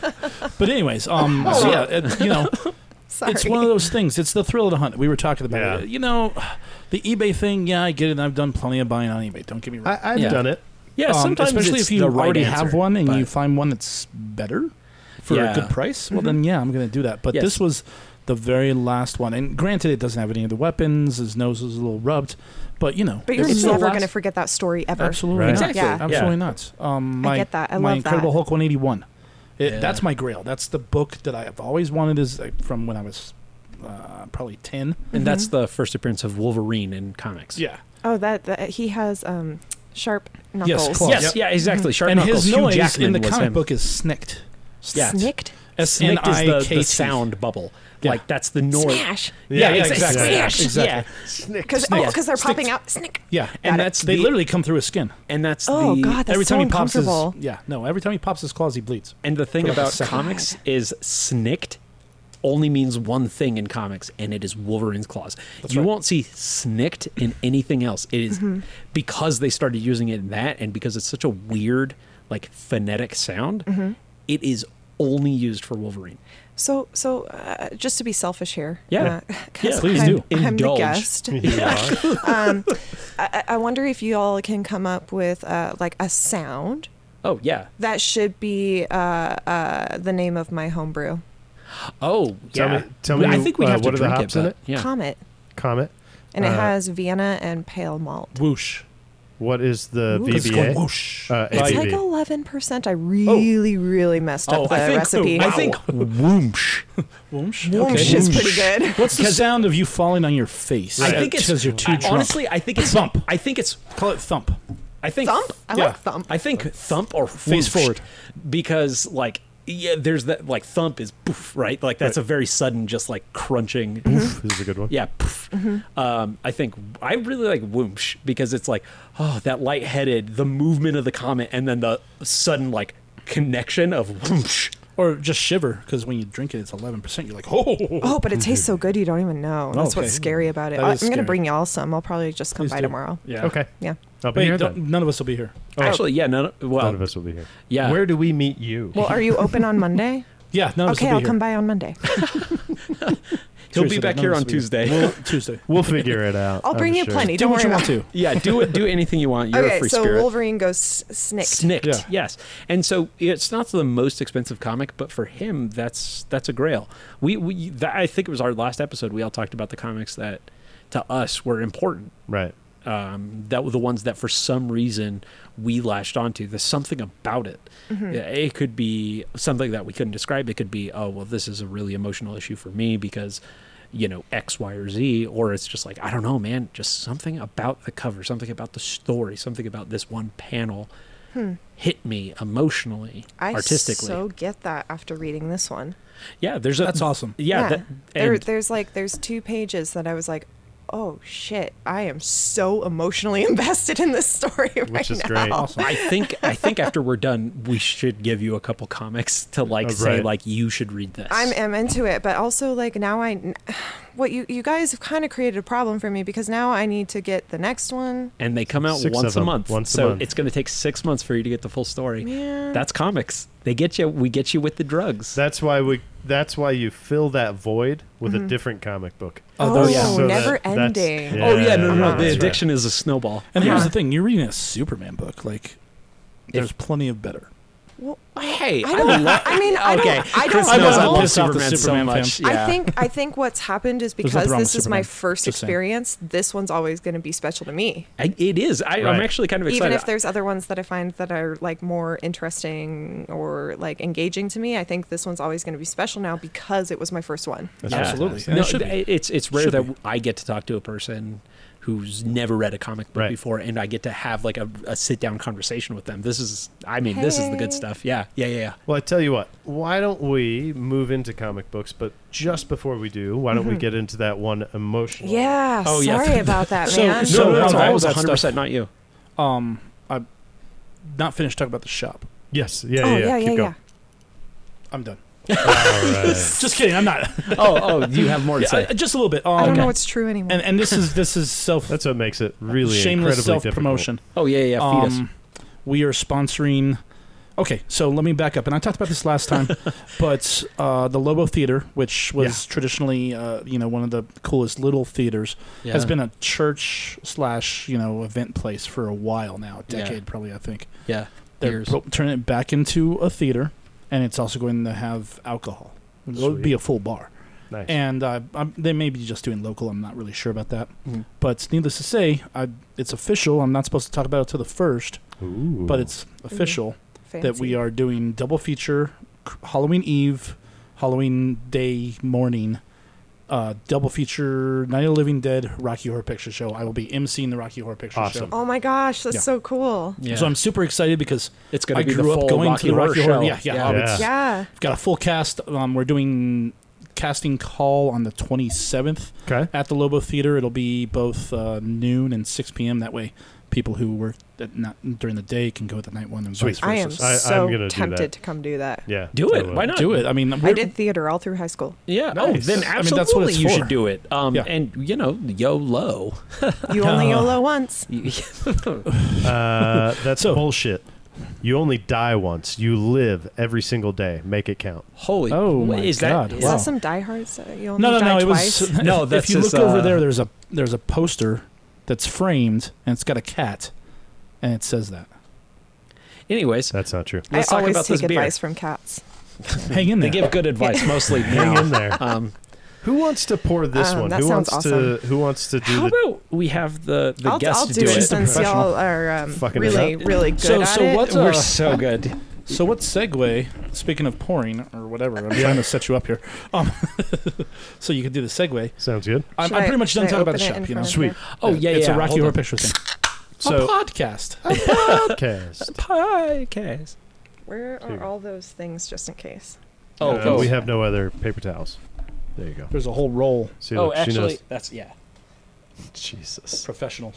[SPEAKER 2] But anyways,
[SPEAKER 3] Oh,
[SPEAKER 2] um, so yeah, it, you
[SPEAKER 3] <laughs>
[SPEAKER 2] know,
[SPEAKER 4] Sorry.
[SPEAKER 2] it's one of those things. It's the thrill of the hunt. We were talking about
[SPEAKER 1] Yeah.
[SPEAKER 2] it. You know, the eBay thing. Yeah, I get it. I've done plenty of buying on eBay. Don't get me wrong.
[SPEAKER 1] I, I've
[SPEAKER 3] Yeah.
[SPEAKER 1] done it.
[SPEAKER 3] yeah,
[SPEAKER 2] Um,
[SPEAKER 3] sometimes
[SPEAKER 2] especially
[SPEAKER 3] it's
[SPEAKER 2] if you
[SPEAKER 3] the right
[SPEAKER 2] already
[SPEAKER 3] answer,
[SPEAKER 2] have one and you
[SPEAKER 3] but-
[SPEAKER 2] find one that's better for
[SPEAKER 3] Yeah. Mm-hmm.
[SPEAKER 2] a good price, well then yeah, I'm gonna do that. But
[SPEAKER 3] Yes.
[SPEAKER 2] this was the very last one, and granted, it doesn't have any of the weapons. His nose is a little rubbed, but you know,
[SPEAKER 4] But you're
[SPEAKER 2] it's the
[SPEAKER 4] never
[SPEAKER 2] last-
[SPEAKER 4] going to forget that story ever.
[SPEAKER 2] Absolutely
[SPEAKER 1] Right.
[SPEAKER 2] not.
[SPEAKER 4] Exactly. Yeah.
[SPEAKER 2] Absolutely not. Um,
[SPEAKER 4] I
[SPEAKER 2] my,
[SPEAKER 4] get that. I
[SPEAKER 2] my
[SPEAKER 4] love
[SPEAKER 2] Incredible
[SPEAKER 4] that.
[SPEAKER 2] Hulk 181. It,
[SPEAKER 3] Yeah.
[SPEAKER 2] That's my grail. That's the book that I have always wanted. Is like, from when I was uh, probably 10.
[SPEAKER 3] and that's the first appearance of Wolverine in comics.
[SPEAKER 2] Yeah.
[SPEAKER 4] Oh, that, that he has um, sharp
[SPEAKER 2] Yes,
[SPEAKER 4] knuckles.
[SPEAKER 2] claws.
[SPEAKER 3] Yes,
[SPEAKER 2] Yep.
[SPEAKER 3] yeah, exactly. Sharp
[SPEAKER 2] and
[SPEAKER 3] knuckles.
[SPEAKER 2] his
[SPEAKER 3] Hugh
[SPEAKER 2] noise
[SPEAKER 3] Jackman
[SPEAKER 2] in the
[SPEAKER 3] was
[SPEAKER 2] comic
[SPEAKER 3] him.
[SPEAKER 2] book is snicked.
[SPEAKER 3] Yeah.
[SPEAKER 4] Snicked.
[SPEAKER 2] S N
[SPEAKER 3] Snicked is
[SPEAKER 2] I
[SPEAKER 3] the,
[SPEAKER 2] K
[SPEAKER 3] the
[SPEAKER 2] T.
[SPEAKER 3] sound bubble.
[SPEAKER 2] Yeah.
[SPEAKER 3] Like that's the noise.
[SPEAKER 4] Smash.
[SPEAKER 3] Yeah,
[SPEAKER 2] Yeah,
[SPEAKER 3] exactly.
[SPEAKER 2] exactly.
[SPEAKER 3] Yeah,
[SPEAKER 4] Smash.
[SPEAKER 3] Yeah.
[SPEAKER 2] Exactly.
[SPEAKER 4] <laughs>
[SPEAKER 1] Snick.
[SPEAKER 4] Because
[SPEAKER 2] Snicked.
[SPEAKER 4] oh, they're
[SPEAKER 2] Snicked.
[SPEAKER 4] popping out. Snick.
[SPEAKER 2] Yeah.
[SPEAKER 3] And
[SPEAKER 4] Got it.
[SPEAKER 3] that's
[SPEAKER 2] They
[SPEAKER 3] the,
[SPEAKER 2] literally come through his skin.
[SPEAKER 3] and that's
[SPEAKER 4] Oh,
[SPEAKER 3] the
[SPEAKER 4] God, that's
[SPEAKER 2] Every
[SPEAKER 4] so
[SPEAKER 2] time he pops his
[SPEAKER 4] uncomfortable.
[SPEAKER 2] yeah, no. Every time he pops his claws, he bleeds.
[SPEAKER 3] And the thing
[SPEAKER 2] For like a
[SPEAKER 3] about
[SPEAKER 2] second.
[SPEAKER 3] comics is snicked only means one thing in comics, and it is Wolverine's claws. you
[SPEAKER 2] right.
[SPEAKER 3] won't see snicked in anything else. It is- because they started using it in that, and because it's such a weird, like phonetic sound. It is only used for Wolverine.
[SPEAKER 4] So, so uh, just to be selfish here.
[SPEAKER 3] Yeah.
[SPEAKER 4] uh, <laughs> 'cause
[SPEAKER 3] Yeah, please
[SPEAKER 4] I'm,
[SPEAKER 3] do.
[SPEAKER 4] I'm
[SPEAKER 3] Indulge.
[SPEAKER 4] the guest.
[SPEAKER 1] You are.
[SPEAKER 4] Um, I, I wonder if you all can come up with uh, like a sound
[SPEAKER 3] Oh yeah.
[SPEAKER 4] that should be uh, uh, the name of my homebrew.
[SPEAKER 3] Oh
[SPEAKER 1] Tell
[SPEAKER 3] yeah.
[SPEAKER 1] me- tell me,
[SPEAKER 3] I think we
[SPEAKER 1] uh,
[SPEAKER 3] have to
[SPEAKER 1] what are the
[SPEAKER 3] drink
[SPEAKER 1] hops
[SPEAKER 3] it,
[SPEAKER 1] in
[SPEAKER 3] but-
[SPEAKER 1] it?
[SPEAKER 3] Yeah.
[SPEAKER 4] Comet,
[SPEAKER 1] <laughs> Comet.
[SPEAKER 4] and it
[SPEAKER 1] Uh,
[SPEAKER 4] has Vienna and pale malt.
[SPEAKER 2] Whoosh.
[SPEAKER 1] What is the
[SPEAKER 4] Ooh.
[SPEAKER 2] It's
[SPEAKER 1] VBA?
[SPEAKER 2] going whoosh.
[SPEAKER 1] Uh,
[SPEAKER 4] It's like
[SPEAKER 1] ABV.
[SPEAKER 4] eleven percent. I really, really messed up
[SPEAKER 3] Oh,
[SPEAKER 4] the
[SPEAKER 3] I think.
[SPEAKER 4] recipe.
[SPEAKER 3] I
[SPEAKER 4] <laughs>
[SPEAKER 3] think. Whoosh.
[SPEAKER 2] whoosh.
[SPEAKER 4] Whoosh
[SPEAKER 2] Okay.
[SPEAKER 4] is pretty good.
[SPEAKER 2] What's the sound of you falling on your face?
[SPEAKER 3] I think it's
[SPEAKER 2] because you're too
[SPEAKER 3] I-
[SPEAKER 2] drunk.
[SPEAKER 3] Honestly, I think it's
[SPEAKER 2] Thump.
[SPEAKER 3] I think it's.
[SPEAKER 2] call it thump.
[SPEAKER 3] I think
[SPEAKER 4] Thump. I
[SPEAKER 2] Yeah.
[SPEAKER 4] like thump.
[SPEAKER 3] I think thump or
[SPEAKER 2] Face
[SPEAKER 3] whooshed,
[SPEAKER 2] forward.
[SPEAKER 3] because like yeah, there's that like thump is poof right like that's a very sudden just like crunching
[SPEAKER 2] Mm-hmm.
[SPEAKER 1] This is a good one.
[SPEAKER 3] yeah poof. Um, I think I really like whoosh because it's like oh that lightheaded the movement of the comet and then the sudden like connection of whoosh
[SPEAKER 2] Or just shiver because when you drink it, it's 11%. You're like, oh,
[SPEAKER 4] Oh, but it tastes so good you don't even know. That's
[SPEAKER 2] Okay.
[SPEAKER 4] what's scary about it.
[SPEAKER 2] That
[SPEAKER 4] I- I'm
[SPEAKER 2] is
[SPEAKER 4] gonna
[SPEAKER 2] scary.
[SPEAKER 4] bring y'all some. I'll probably just come
[SPEAKER 2] Please
[SPEAKER 4] by
[SPEAKER 2] do.
[SPEAKER 4] tomorrow.
[SPEAKER 2] Yeah.
[SPEAKER 1] Okay.
[SPEAKER 4] Yeah.
[SPEAKER 1] I'll be
[SPEAKER 2] Wait,
[SPEAKER 1] here
[SPEAKER 2] don't-
[SPEAKER 1] then.
[SPEAKER 2] none of us will be here.
[SPEAKER 3] actually yeah no, no well
[SPEAKER 1] None of us will be here.
[SPEAKER 3] yeah
[SPEAKER 1] Where do we meet you?
[SPEAKER 4] Well, are you open on Monday?
[SPEAKER 2] Yeah, none of us
[SPEAKER 4] okay,
[SPEAKER 2] will be
[SPEAKER 4] I'll
[SPEAKER 2] here.
[SPEAKER 4] come by on Monday.
[SPEAKER 3] He'll
[SPEAKER 2] Seriously,
[SPEAKER 3] be back
[SPEAKER 2] none
[SPEAKER 3] here
[SPEAKER 2] of
[SPEAKER 3] on
[SPEAKER 2] this will be-
[SPEAKER 3] Tuesday.
[SPEAKER 2] Well, Tuesday.
[SPEAKER 1] We'll figure it out.
[SPEAKER 4] I'll
[SPEAKER 1] I'm
[SPEAKER 4] bring you
[SPEAKER 1] sure.
[SPEAKER 4] plenty.
[SPEAKER 2] Do
[SPEAKER 4] don't
[SPEAKER 2] what
[SPEAKER 4] worry
[SPEAKER 2] you
[SPEAKER 4] about
[SPEAKER 2] want to.
[SPEAKER 3] yeah, do it. Do anything you want. You're
[SPEAKER 4] it.
[SPEAKER 3] a
[SPEAKER 4] Okay,
[SPEAKER 3] free
[SPEAKER 4] so
[SPEAKER 3] spirit.
[SPEAKER 4] Wolverine goes s- snicked.
[SPEAKER 3] Snicked,
[SPEAKER 2] Yeah.
[SPEAKER 3] yes. And so it's not the most expensive comic, but for him, that's that's a grail. We, we that, I think it was our last episode. We all talked about the comics that to us were important.
[SPEAKER 1] Right.
[SPEAKER 3] Um, that were the ones that for some reason we latched onto. There's something about it.
[SPEAKER 4] Mm-hmm.
[SPEAKER 3] Yeah, It could be something that we couldn't describe. It could be, oh well, this is a really emotional issue for me because you know X, Y, or Z. Or it's just like I don't know, man. Just something about the cover, something about the story, something about this one panel hit me emotionally,
[SPEAKER 4] Hmm. I
[SPEAKER 3] artistically.
[SPEAKER 4] so get that after reading this one.
[SPEAKER 3] yeah, there's a
[SPEAKER 2] That's awesome.
[SPEAKER 3] Yeah, that-
[SPEAKER 4] there,
[SPEAKER 3] and-
[SPEAKER 4] there's like there's two pages that I was like, oh shit, I am so emotionally <laughs> invested in this story right
[SPEAKER 1] Which is
[SPEAKER 4] now.
[SPEAKER 1] great.
[SPEAKER 2] Awesome.
[SPEAKER 3] I think I think after we're done, we should give you a couple comics to like
[SPEAKER 1] Oh,
[SPEAKER 3] say
[SPEAKER 1] right.
[SPEAKER 3] like you should read this.
[SPEAKER 4] I'm am into it, but also like now I, <sighs> what you you guys have kind of created a problem for me because now I need to get the next one.
[SPEAKER 3] and they come out
[SPEAKER 1] Six
[SPEAKER 3] once
[SPEAKER 1] of
[SPEAKER 3] a
[SPEAKER 1] them,
[SPEAKER 3] month.
[SPEAKER 1] once a
[SPEAKER 3] so
[SPEAKER 1] month.
[SPEAKER 3] it's going to take six months for you to get the full story.
[SPEAKER 4] Man.
[SPEAKER 3] That's comics. They get you. We get you with the drugs.
[SPEAKER 1] That's why we. That's why you fill that void with a different comic book.
[SPEAKER 4] Oh,
[SPEAKER 2] those-
[SPEAKER 3] yeah.
[SPEAKER 1] So that-
[SPEAKER 4] never
[SPEAKER 1] that's-
[SPEAKER 4] ending.
[SPEAKER 1] yeah.
[SPEAKER 3] oh yeah, no, no, no.
[SPEAKER 1] Uh-huh.
[SPEAKER 3] The
[SPEAKER 1] That's right.
[SPEAKER 3] addiction is a snowball.
[SPEAKER 2] And here's
[SPEAKER 4] Yeah.
[SPEAKER 2] the thing: you're reading a Superman book. Like, there's plenty of better.
[SPEAKER 4] Well,
[SPEAKER 3] Hey,
[SPEAKER 2] Oh,
[SPEAKER 4] I don't.
[SPEAKER 3] love-
[SPEAKER 4] I mean, I
[SPEAKER 3] okay.
[SPEAKER 4] don't. I
[SPEAKER 3] Chris
[SPEAKER 4] don't.
[SPEAKER 2] I
[SPEAKER 3] knows
[SPEAKER 2] wasn't
[SPEAKER 3] I
[SPEAKER 4] know.
[SPEAKER 3] love
[SPEAKER 2] pissed off the
[SPEAKER 3] Superman so
[SPEAKER 2] Superman
[SPEAKER 3] much.
[SPEAKER 2] fan.
[SPEAKER 3] Yeah.
[SPEAKER 4] I think I think what's happened is
[SPEAKER 2] There's nothing
[SPEAKER 4] because
[SPEAKER 2] wrong with
[SPEAKER 4] this is my
[SPEAKER 2] Superman.
[SPEAKER 4] first
[SPEAKER 2] Just saying.
[SPEAKER 4] experience. This one's always going to be special to me,
[SPEAKER 3] I- it is. I, I'm
[SPEAKER 1] Right.
[SPEAKER 3] actually kind of excited.
[SPEAKER 4] even if there's other ones that I find that are like more interesting or like engaging to me. I think this one's always going to be special now because it was my first one.
[SPEAKER 1] That's
[SPEAKER 3] Yeah.
[SPEAKER 2] Absolutely. And
[SPEAKER 3] No,
[SPEAKER 2] it should be.
[SPEAKER 3] th- it's it's rare
[SPEAKER 2] Should
[SPEAKER 3] that
[SPEAKER 2] be.
[SPEAKER 3] I get to talk to a person who's never read a comic book
[SPEAKER 1] Right.
[SPEAKER 3] before, and I get to have like a, a sit down conversation with them. This is, I mean, this is the
[SPEAKER 4] Hey.
[SPEAKER 3] good stuff. Yeah, yeah, yeah. yeah.
[SPEAKER 1] Well, I tell you what. Why don't we move into comic books? But just before we do, why don't we get into that one emotional?
[SPEAKER 4] Yeah.
[SPEAKER 3] Oh, yeah.
[SPEAKER 4] sorry about
[SPEAKER 2] <laughs>
[SPEAKER 4] that,
[SPEAKER 2] So-
[SPEAKER 4] man.
[SPEAKER 2] so- No, no, no, no,
[SPEAKER 3] I
[SPEAKER 2] all
[SPEAKER 3] was
[SPEAKER 2] that stuff-
[SPEAKER 3] 100 percent not you.
[SPEAKER 2] Um, I'm not finished talking about the shop.
[SPEAKER 1] Yes. Yeah.
[SPEAKER 4] oh
[SPEAKER 1] yeah.
[SPEAKER 4] yeah, yeah,
[SPEAKER 1] Keep
[SPEAKER 4] yeah.
[SPEAKER 1] going.
[SPEAKER 2] I'm done.
[SPEAKER 1] All right.
[SPEAKER 2] Just kidding. I'm not.
[SPEAKER 3] oh, oh, you have more to say.
[SPEAKER 2] Yeah, just a little bit. Um,
[SPEAKER 4] I don't know
[SPEAKER 3] Okay.
[SPEAKER 4] what's true anymore.
[SPEAKER 2] and and this is this is self
[SPEAKER 1] That's what makes it really
[SPEAKER 2] shameless
[SPEAKER 1] incredibly
[SPEAKER 2] self
[SPEAKER 1] difficult.
[SPEAKER 2] promotion.
[SPEAKER 3] Oh yeah, yeah. yeah, Fetus.
[SPEAKER 2] Um, we are sponsoring. Okay, so let me back up, and I talked about this last <laughs> time, but uh, the Lobo Theater, which was traditionally, uh, you know, one of the coolest little theaters, has
[SPEAKER 3] Yeah.
[SPEAKER 2] been a church slash you know event place for a while now, a
[SPEAKER 3] Yeah.
[SPEAKER 2] decade probably, I think.
[SPEAKER 3] yeah.
[SPEAKER 2] They're
[SPEAKER 3] Years.
[SPEAKER 2] pro- turning it back into a theater, and it's also going to have alcohol. It would be
[SPEAKER 1] Sweet.
[SPEAKER 2] a full bar,
[SPEAKER 1] Nice.
[SPEAKER 2] and uh, i they may be just doing local. I'm not really sure about that,
[SPEAKER 3] Mhm.
[SPEAKER 2] but needless to say, I, it's official. I'm not supposed to talk about it till the first,
[SPEAKER 1] Ooh.
[SPEAKER 2] but it's official
[SPEAKER 4] Fancy.
[SPEAKER 2] that we are doing double feature cr- Halloween Eve, Halloween Day morning, uh, double feature Night of the Living Dead, Rocky Horror Picture Show. I will be emceeing the Rocky Horror Picture
[SPEAKER 1] Awesome.
[SPEAKER 2] Show.
[SPEAKER 4] Oh my gosh, that's
[SPEAKER 2] Yeah.
[SPEAKER 4] so cool.
[SPEAKER 3] Yeah.
[SPEAKER 2] So I'm super excited because
[SPEAKER 3] it's
[SPEAKER 2] I
[SPEAKER 3] going to be the
[SPEAKER 2] grew up
[SPEAKER 3] full
[SPEAKER 2] going
[SPEAKER 3] Rocky
[SPEAKER 2] to the
[SPEAKER 3] Horror
[SPEAKER 2] Rocky
[SPEAKER 3] Show.
[SPEAKER 2] Horror- yeah, yeah,
[SPEAKER 1] yeah.
[SPEAKER 2] it's-
[SPEAKER 4] Yeah.
[SPEAKER 2] we've got a full cast. Um, we're doing casting call on the 27th
[SPEAKER 1] okay.
[SPEAKER 2] at the Lobo Theater. It'll be both uh, noon and 6 p.m. That way, people who work at not during the day can go at the night one and
[SPEAKER 1] Sweet.
[SPEAKER 2] vice
[SPEAKER 4] I am
[SPEAKER 2] versa.
[SPEAKER 1] I- I'm
[SPEAKER 4] so
[SPEAKER 1] gonna do that.
[SPEAKER 4] tempted to come do that.
[SPEAKER 1] Yeah.
[SPEAKER 3] Do it. Why not?
[SPEAKER 2] Do it. I mean,
[SPEAKER 4] I
[SPEAKER 2] we're-
[SPEAKER 4] did theater all through
[SPEAKER 3] <laughs>
[SPEAKER 4] high school.
[SPEAKER 3] Yeah. Oh,
[SPEAKER 1] Nice.
[SPEAKER 3] then
[SPEAKER 1] I
[SPEAKER 3] absolutely
[SPEAKER 2] mean, that's what it's
[SPEAKER 3] you
[SPEAKER 2] for.
[SPEAKER 3] should do it. Um,
[SPEAKER 2] Yeah.
[SPEAKER 3] and you know, YOLO.
[SPEAKER 4] You only YOLO once.
[SPEAKER 1] Uh, that's
[SPEAKER 2] So-
[SPEAKER 1] bullshit. You only die once. You live every single day. Make it count.
[SPEAKER 3] Holy.
[SPEAKER 2] Oh
[SPEAKER 3] what
[SPEAKER 2] my
[SPEAKER 3] is
[SPEAKER 2] God,
[SPEAKER 3] That,
[SPEAKER 4] Is
[SPEAKER 3] is
[SPEAKER 2] wow.
[SPEAKER 4] that some diehards that you only
[SPEAKER 2] No, no,
[SPEAKER 4] die
[SPEAKER 2] no. It <laughs>
[SPEAKER 4] twice?
[SPEAKER 2] was
[SPEAKER 3] No,
[SPEAKER 2] If,
[SPEAKER 3] that's
[SPEAKER 2] if you
[SPEAKER 3] his,
[SPEAKER 2] look over
[SPEAKER 3] uh,
[SPEAKER 2] there, there's a there's a poster that's framed and it's got a cat, and it says
[SPEAKER 3] <laughs>
[SPEAKER 2] that.
[SPEAKER 3] Anyways,
[SPEAKER 1] That's not true.
[SPEAKER 4] I
[SPEAKER 3] let's talk
[SPEAKER 4] always
[SPEAKER 3] about
[SPEAKER 4] take
[SPEAKER 3] this beer.
[SPEAKER 4] advice from cats.
[SPEAKER 2] Hang in
[SPEAKER 3] They
[SPEAKER 2] there.
[SPEAKER 3] give good advice mostly
[SPEAKER 1] Hang
[SPEAKER 3] now.
[SPEAKER 1] in there.
[SPEAKER 3] Um,
[SPEAKER 1] Who wants to pour this
[SPEAKER 4] Um,
[SPEAKER 1] one?
[SPEAKER 4] that
[SPEAKER 1] who
[SPEAKER 4] sounds
[SPEAKER 1] wants to? Who wants to do
[SPEAKER 3] how
[SPEAKER 1] the?
[SPEAKER 3] about we have the the
[SPEAKER 4] I'll,
[SPEAKER 3] guests
[SPEAKER 4] I'll
[SPEAKER 3] do,
[SPEAKER 4] do
[SPEAKER 3] it?
[SPEAKER 4] it
[SPEAKER 2] She's the
[SPEAKER 4] since
[SPEAKER 2] professional.
[SPEAKER 4] y'all are um,
[SPEAKER 1] Fucking it
[SPEAKER 4] really, really good
[SPEAKER 2] So-
[SPEAKER 4] at
[SPEAKER 2] so
[SPEAKER 4] it.
[SPEAKER 2] what's-
[SPEAKER 3] We're
[SPEAKER 2] Uh,
[SPEAKER 3] so good.
[SPEAKER 2] so what segue? Speaking of pouring or whatever, I'm trying to set you up here. Um, <laughs> so you can do the segue.
[SPEAKER 1] Sounds good.
[SPEAKER 2] I'm,
[SPEAKER 4] Should
[SPEAKER 2] I'm
[SPEAKER 4] I-
[SPEAKER 2] pretty much done
[SPEAKER 4] should I
[SPEAKER 2] talking about the
[SPEAKER 4] open it in
[SPEAKER 2] shop. You know,
[SPEAKER 4] front of Sweet. you?
[SPEAKER 3] Oh, yeah,
[SPEAKER 2] It's
[SPEAKER 3] yeah,
[SPEAKER 2] a Rocky
[SPEAKER 3] hold
[SPEAKER 2] Horror
[SPEAKER 3] on.
[SPEAKER 2] Picture thing. a
[SPEAKER 1] So
[SPEAKER 2] podcast.
[SPEAKER 1] podcast.
[SPEAKER 3] Podcast.
[SPEAKER 4] Where
[SPEAKER 1] Here.
[SPEAKER 4] are all those things, just in case?
[SPEAKER 3] Oh,
[SPEAKER 1] Uh,
[SPEAKER 3] oh,
[SPEAKER 1] we have no other paper towels. There you go.
[SPEAKER 2] <laughs> There's a whole roll.
[SPEAKER 1] See,
[SPEAKER 3] oh,
[SPEAKER 1] look, she
[SPEAKER 3] actually,
[SPEAKER 1] knows.
[SPEAKER 3] that's yeah.
[SPEAKER 1] Jesus.
[SPEAKER 2] Professional.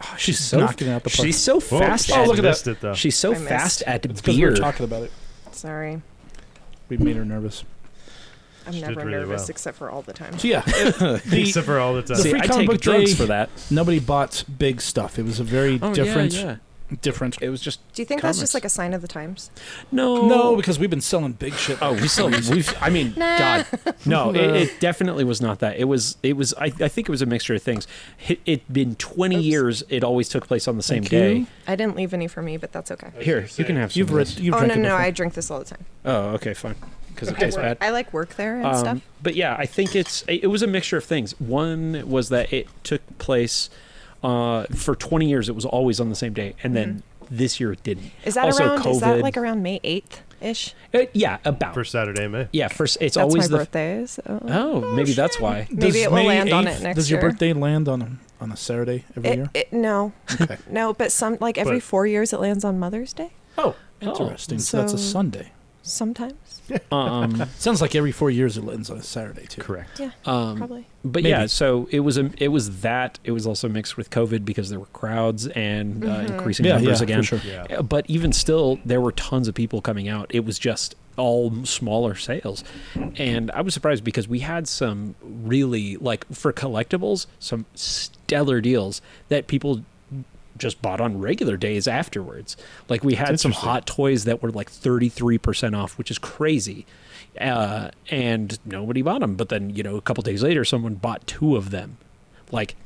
[SPEAKER 2] Oh, she's
[SPEAKER 3] so-
[SPEAKER 2] knocking it out the park.
[SPEAKER 3] She's so
[SPEAKER 1] Whoa,
[SPEAKER 3] fast.
[SPEAKER 1] she
[SPEAKER 2] Oh,
[SPEAKER 3] at,
[SPEAKER 2] look at
[SPEAKER 1] missed
[SPEAKER 2] that.
[SPEAKER 1] It, though.
[SPEAKER 3] She's
[SPEAKER 4] I
[SPEAKER 3] so
[SPEAKER 4] missed.
[SPEAKER 3] fast at
[SPEAKER 2] it's because we
[SPEAKER 3] beer.
[SPEAKER 2] were
[SPEAKER 3] <laughs>
[SPEAKER 2] talking about it.
[SPEAKER 4] Sorry.
[SPEAKER 2] We made her nervous.
[SPEAKER 4] I'm
[SPEAKER 1] She did
[SPEAKER 4] never
[SPEAKER 1] really
[SPEAKER 4] nervous
[SPEAKER 1] well.
[SPEAKER 4] except for all the time.
[SPEAKER 2] So yeah, it- the-
[SPEAKER 1] Except for all the time.
[SPEAKER 2] the
[SPEAKER 3] See,
[SPEAKER 2] free
[SPEAKER 3] I
[SPEAKER 2] comic
[SPEAKER 3] take
[SPEAKER 2] book
[SPEAKER 3] drugs
[SPEAKER 2] day-
[SPEAKER 3] for that. Oh,
[SPEAKER 4] Oh,
[SPEAKER 2] nobody bought big stuff. It was a very different different.
[SPEAKER 3] It was just.
[SPEAKER 4] Do you think that's just like a sign of the times?
[SPEAKER 3] no?
[SPEAKER 2] No, because we've been selling big shit.
[SPEAKER 3] Oh, we still
[SPEAKER 2] <laughs>
[SPEAKER 3] we've. I mean, God, no, It,
[SPEAKER 2] Nah.
[SPEAKER 3] it definitely was not that. It was. It was. I, I think it was a mixture of things. It, it been twenty
[SPEAKER 4] Oops.
[SPEAKER 3] years. It always took place on the same
[SPEAKER 2] Thank
[SPEAKER 3] day.
[SPEAKER 2] you.
[SPEAKER 4] I didn't leave any for me, but that's okay.
[SPEAKER 3] Here, you can have. Some
[SPEAKER 2] You've
[SPEAKER 3] of
[SPEAKER 2] read.
[SPEAKER 3] this.
[SPEAKER 2] You've
[SPEAKER 4] Oh no,
[SPEAKER 2] drank
[SPEAKER 4] no,
[SPEAKER 2] it
[SPEAKER 4] no,
[SPEAKER 2] before.
[SPEAKER 4] I drink this all the time.
[SPEAKER 3] Oh, okay, fine. Because it tastes bad.
[SPEAKER 4] I like work there and stuff.
[SPEAKER 3] Um, but yeah, I think it's it it was a mixture of things. One was that it took place uh, for 20 years; it was always on the same day, and then
[SPEAKER 4] Mm-hmm.
[SPEAKER 3] this year it didn't.
[SPEAKER 4] Is that
[SPEAKER 3] also
[SPEAKER 4] around?
[SPEAKER 3] COVID?
[SPEAKER 4] Is that like around May eighth ish?
[SPEAKER 3] Uh, yeah, about
[SPEAKER 1] for Saturday, May.
[SPEAKER 3] yeah. First, it's
[SPEAKER 4] That's
[SPEAKER 3] always
[SPEAKER 4] my
[SPEAKER 3] the
[SPEAKER 4] birthday. So
[SPEAKER 3] oh, maybe that's why.
[SPEAKER 4] maybe
[SPEAKER 2] Does
[SPEAKER 4] it will
[SPEAKER 2] May
[SPEAKER 4] land on
[SPEAKER 2] 8th
[SPEAKER 4] it next
[SPEAKER 2] Does
[SPEAKER 4] year.
[SPEAKER 2] your birthday land on a, on a Saturday every
[SPEAKER 4] It,
[SPEAKER 2] year?
[SPEAKER 4] it, no, <laughs> no, but some like every
[SPEAKER 1] But-
[SPEAKER 4] four years it lands on Mother's Day
[SPEAKER 2] Oh, interesting. so that's a
[SPEAKER 4] So-
[SPEAKER 2] Sunday.
[SPEAKER 4] sometimes.
[SPEAKER 3] Um,
[SPEAKER 2] Sounds like every four years it lands on a Saturday too.
[SPEAKER 1] Correct.
[SPEAKER 4] Yeah,
[SPEAKER 3] um,
[SPEAKER 4] probably.
[SPEAKER 3] but
[SPEAKER 2] Maybe.
[SPEAKER 3] yeah, so it was a, it was that it was also mixed with COVID because there were crowds and uh, increasing
[SPEAKER 2] Yeah, yeah,
[SPEAKER 3] numbers
[SPEAKER 2] for
[SPEAKER 3] again.
[SPEAKER 2] sure.
[SPEAKER 1] Yeah.
[SPEAKER 3] Uh, But even still, there were tons of people coming out. It was just all smaller sales. And I was surprised because we had some really, like, for collectibles, some stellar deals that people just bought on regular days afterwards. Like, we had
[SPEAKER 1] That's
[SPEAKER 3] some
[SPEAKER 1] interesting.
[SPEAKER 3] hot toys that were like 33% off, which is crazy. Uh, and nobody bought them. But then, you know, a couple days later, someone bought two of them. Like,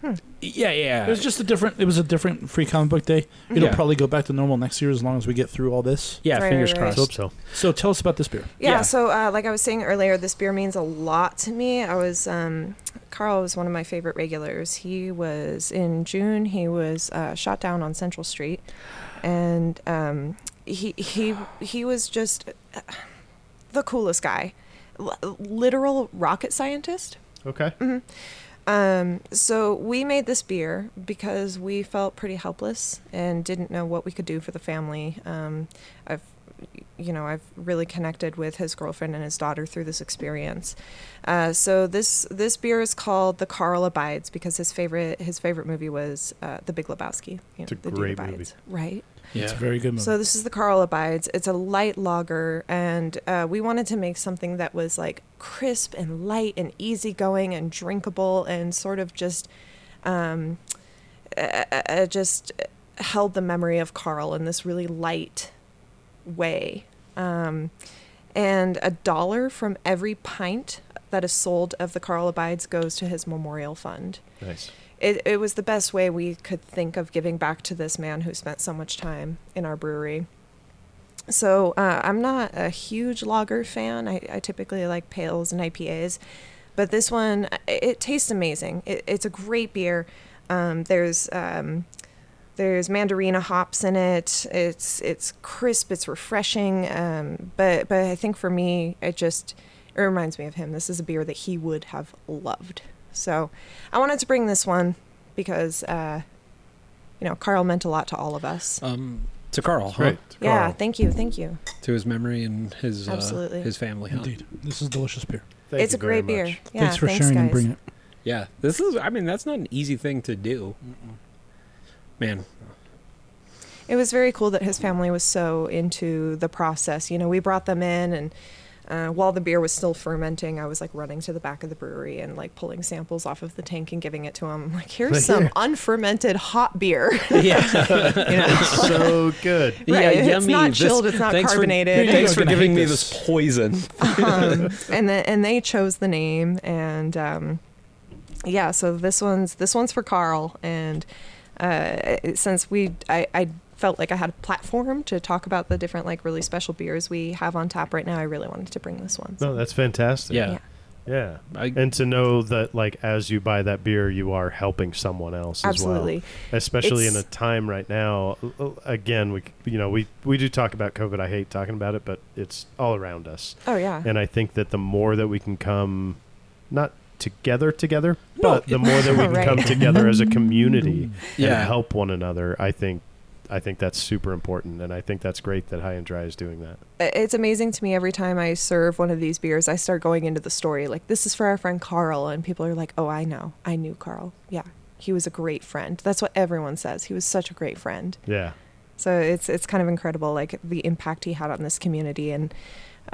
[SPEAKER 4] Hmm.
[SPEAKER 3] yeah, yeah.
[SPEAKER 2] It was just a different. It was a different free comic book day. It'll
[SPEAKER 3] Yeah.
[SPEAKER 2] probably go back to normal next year as long as we get through all this.
[SPEAKER 3] yeah,
[SPEAKER 4] Right,
[SPEAKER 3] fingers
[SPEAKER 4] right, right.
[SPEAKER 3] crossed.
[SPEAKER 1] Hope so.
[SPEAKER 2] So tell us about this beer.
[SPEAKER 4] Yeah,
[SPEAKER 3] Yeah.
[SPEAKER 4] so uh, like I was saying earlier, this beer means a lot to me. I was um, Carl was one of my favorite regulars. He was in June. He was uh, shot down on Central Street, and um, he he he was just uh, the coolest guy, L- literal rocket scientist.
[SPEAKER 1] Okay.
[SPEAKER 4] Um, so we made this beer because we felt pretty helpless and didn't know what we could do for the family. Um, I've, you know, I've really connected with his girlfriend and his daughter through this experience. Uh, so this this beer is called the Carl Abides because his favorite his favorite movie was uh, The Big Lebowski. You know,
[SPEAKER 1] It's a
[SPEAKER 4] the Dude
[SPEAKER 1] great movie.
[SPEAKER 4] Abides, right?
[SPEAKER 2] It's a very good movie.
[SPEAKER 4] So this is the Carl Abides. It's a light lager, and uh, we wanted to make something that was like crisp and light and easygoing and drinkable and sort of just, um, uh, uh, uh, just held the memory of Carl in this really light way. Um, and a dollar from every pint that is sold of the Carl Abides goes to his memorial fund
[SPEAKER 1] Nice.
[SPEAKER 4] it, it was the best way we could think of giving back to this man who spent so much time in our brewery. So uh, I'm not a huge lager fan. I, I typically like pales and IPAs, but this one i- it tastes amazing. It, it's a great beer. Um, there's um, there's mandarina hops in it. It's it's crisp. It's refreshing. Um, but but I think for me, it just it reminds me of him. This is a beer that he would have loved. So I wanted to bring this one because uh, you know Carl meant a lot to all of us.
[SPEAKER 3] Um, to Carl, huh?
[SPEAKER 1] Right.
[SPEAKER 4] yeah.
[SPEAKER 1] Carl,
[SPEAKER 4] Thank you. Thank you.
[SPEAKER 3] to his memory and his
[SPEAKER 4] Absolutely.
[SPEAKER 3] uh, his family. Huh?
[SPEAKER 2] Indeed, this is delicious beer.
[SPEAKER 1] thank
[SPEAKER 4] it's
[SPEAKER 1] you
[SPEAKER 4] a great
[SPEAKER 1] very
[SPEAKER 4] beer.
[SPEAKER 1] much.
[SPEAKER 4] Yeah,
[SPEAKER 2] thanks for sharing
[SPEAKER 4] guys.
[SPEAKER 2] and bringing it.
[SPEAKER 3] Yeah, this is. I mean, that's not an easy thing to do.
[SPEAKER 4] <laughs>
[SPEAKER 3] Man, <laughs>
[SPEAKER 4] It was very cool that his family was so into the process. You know, we brought them in, and uh, while the beer was still fermenting, I was like running to the back of the brewery and like pulling samples off of the tank and giving it to him. Like, here's
[SPEAKER 1] Right
[SPEAKER 4] some
[SPEAKER 1] here.
[SPEAKER 4] unfermented hot beer. <laughs>
[SPEAKER 3] yeah,
[SPEAKER 1] <laughs> so good.
[SPEAKER 3] yeah,
[SPEAKER 4] Right, it's
[SPEAKER 3] yummy.
[SPEAKER 4] not
[SPEAKER 3] This-
[SPEAKER 4] chilled, it's not
[SPEAKER 3] thanks for-
[SPEAKER 4] carbonated. You're
[SPEAKER 3] thanks for
[SPEAKER 2] gonna
[SPEAKER 3] giving
[SPEAKER 2] hate
[SPEAKER 3] me
[SPEAKER 2] this.
[SPEAKER 3] this poison.
[SPEAKER 1] <laughs>
[SPEAKER 4] um, and the, and they chose the name and um, yeah so this one's this one's for carl and uh, since we I, I felt like i had a platform to talk about the different like really special beers we have on tap right now i really wanted to bring this one
[SPEAKER 1] No, that's fantastic.
[SPEAKER 3] Yeah,
[SPEAKER 1] Yeah.
[SPEAKER 3] I,
[SPEAKER 1] And to know that, like, as you buy that beer, you are helping someone else as well.
[SPEAKER 4] absolutely
[SPEAKER 1] especially in a
[SPEAKER 4] It's-
[SPEAKER 1] time right now. l- l- Again, we c- you know we we do talk about COVID. I hate talking about it, but it's all around us,
[SPEAKER 4] oh yeah
[SPEAKER 1] and I think that the more that we can come, not together together,
[SPEAKER 3] No,
[SPEAKER 1] but the more
[SPEAKER 4] <laughs>
[SPEAKER 1] that we can
[SPEAKER 4] Right.
[SPEAKER 1] come together as a
[SPEAKER 2] <laughs>
[SPEAKER 1] community
[SPEAKER 2] Mm-hmm.
[SPEAKER 3] Yeah.
[SPEAKER 1] and help one another, I think. I think that's super important, and I think that's great that High and Dry is doing that.
[SPEAKER 4] it's amazing to me every time i serve one of these beers i start going into the story like this is for our friend carl and people are like oh i know i knew carl yeah he was a great friend that's what everyone says he was such a great friend
[SPEAKER 1] Yeah,
[SPEAKER 4] So it's it's kind of incredible, like the impact he had on this community, and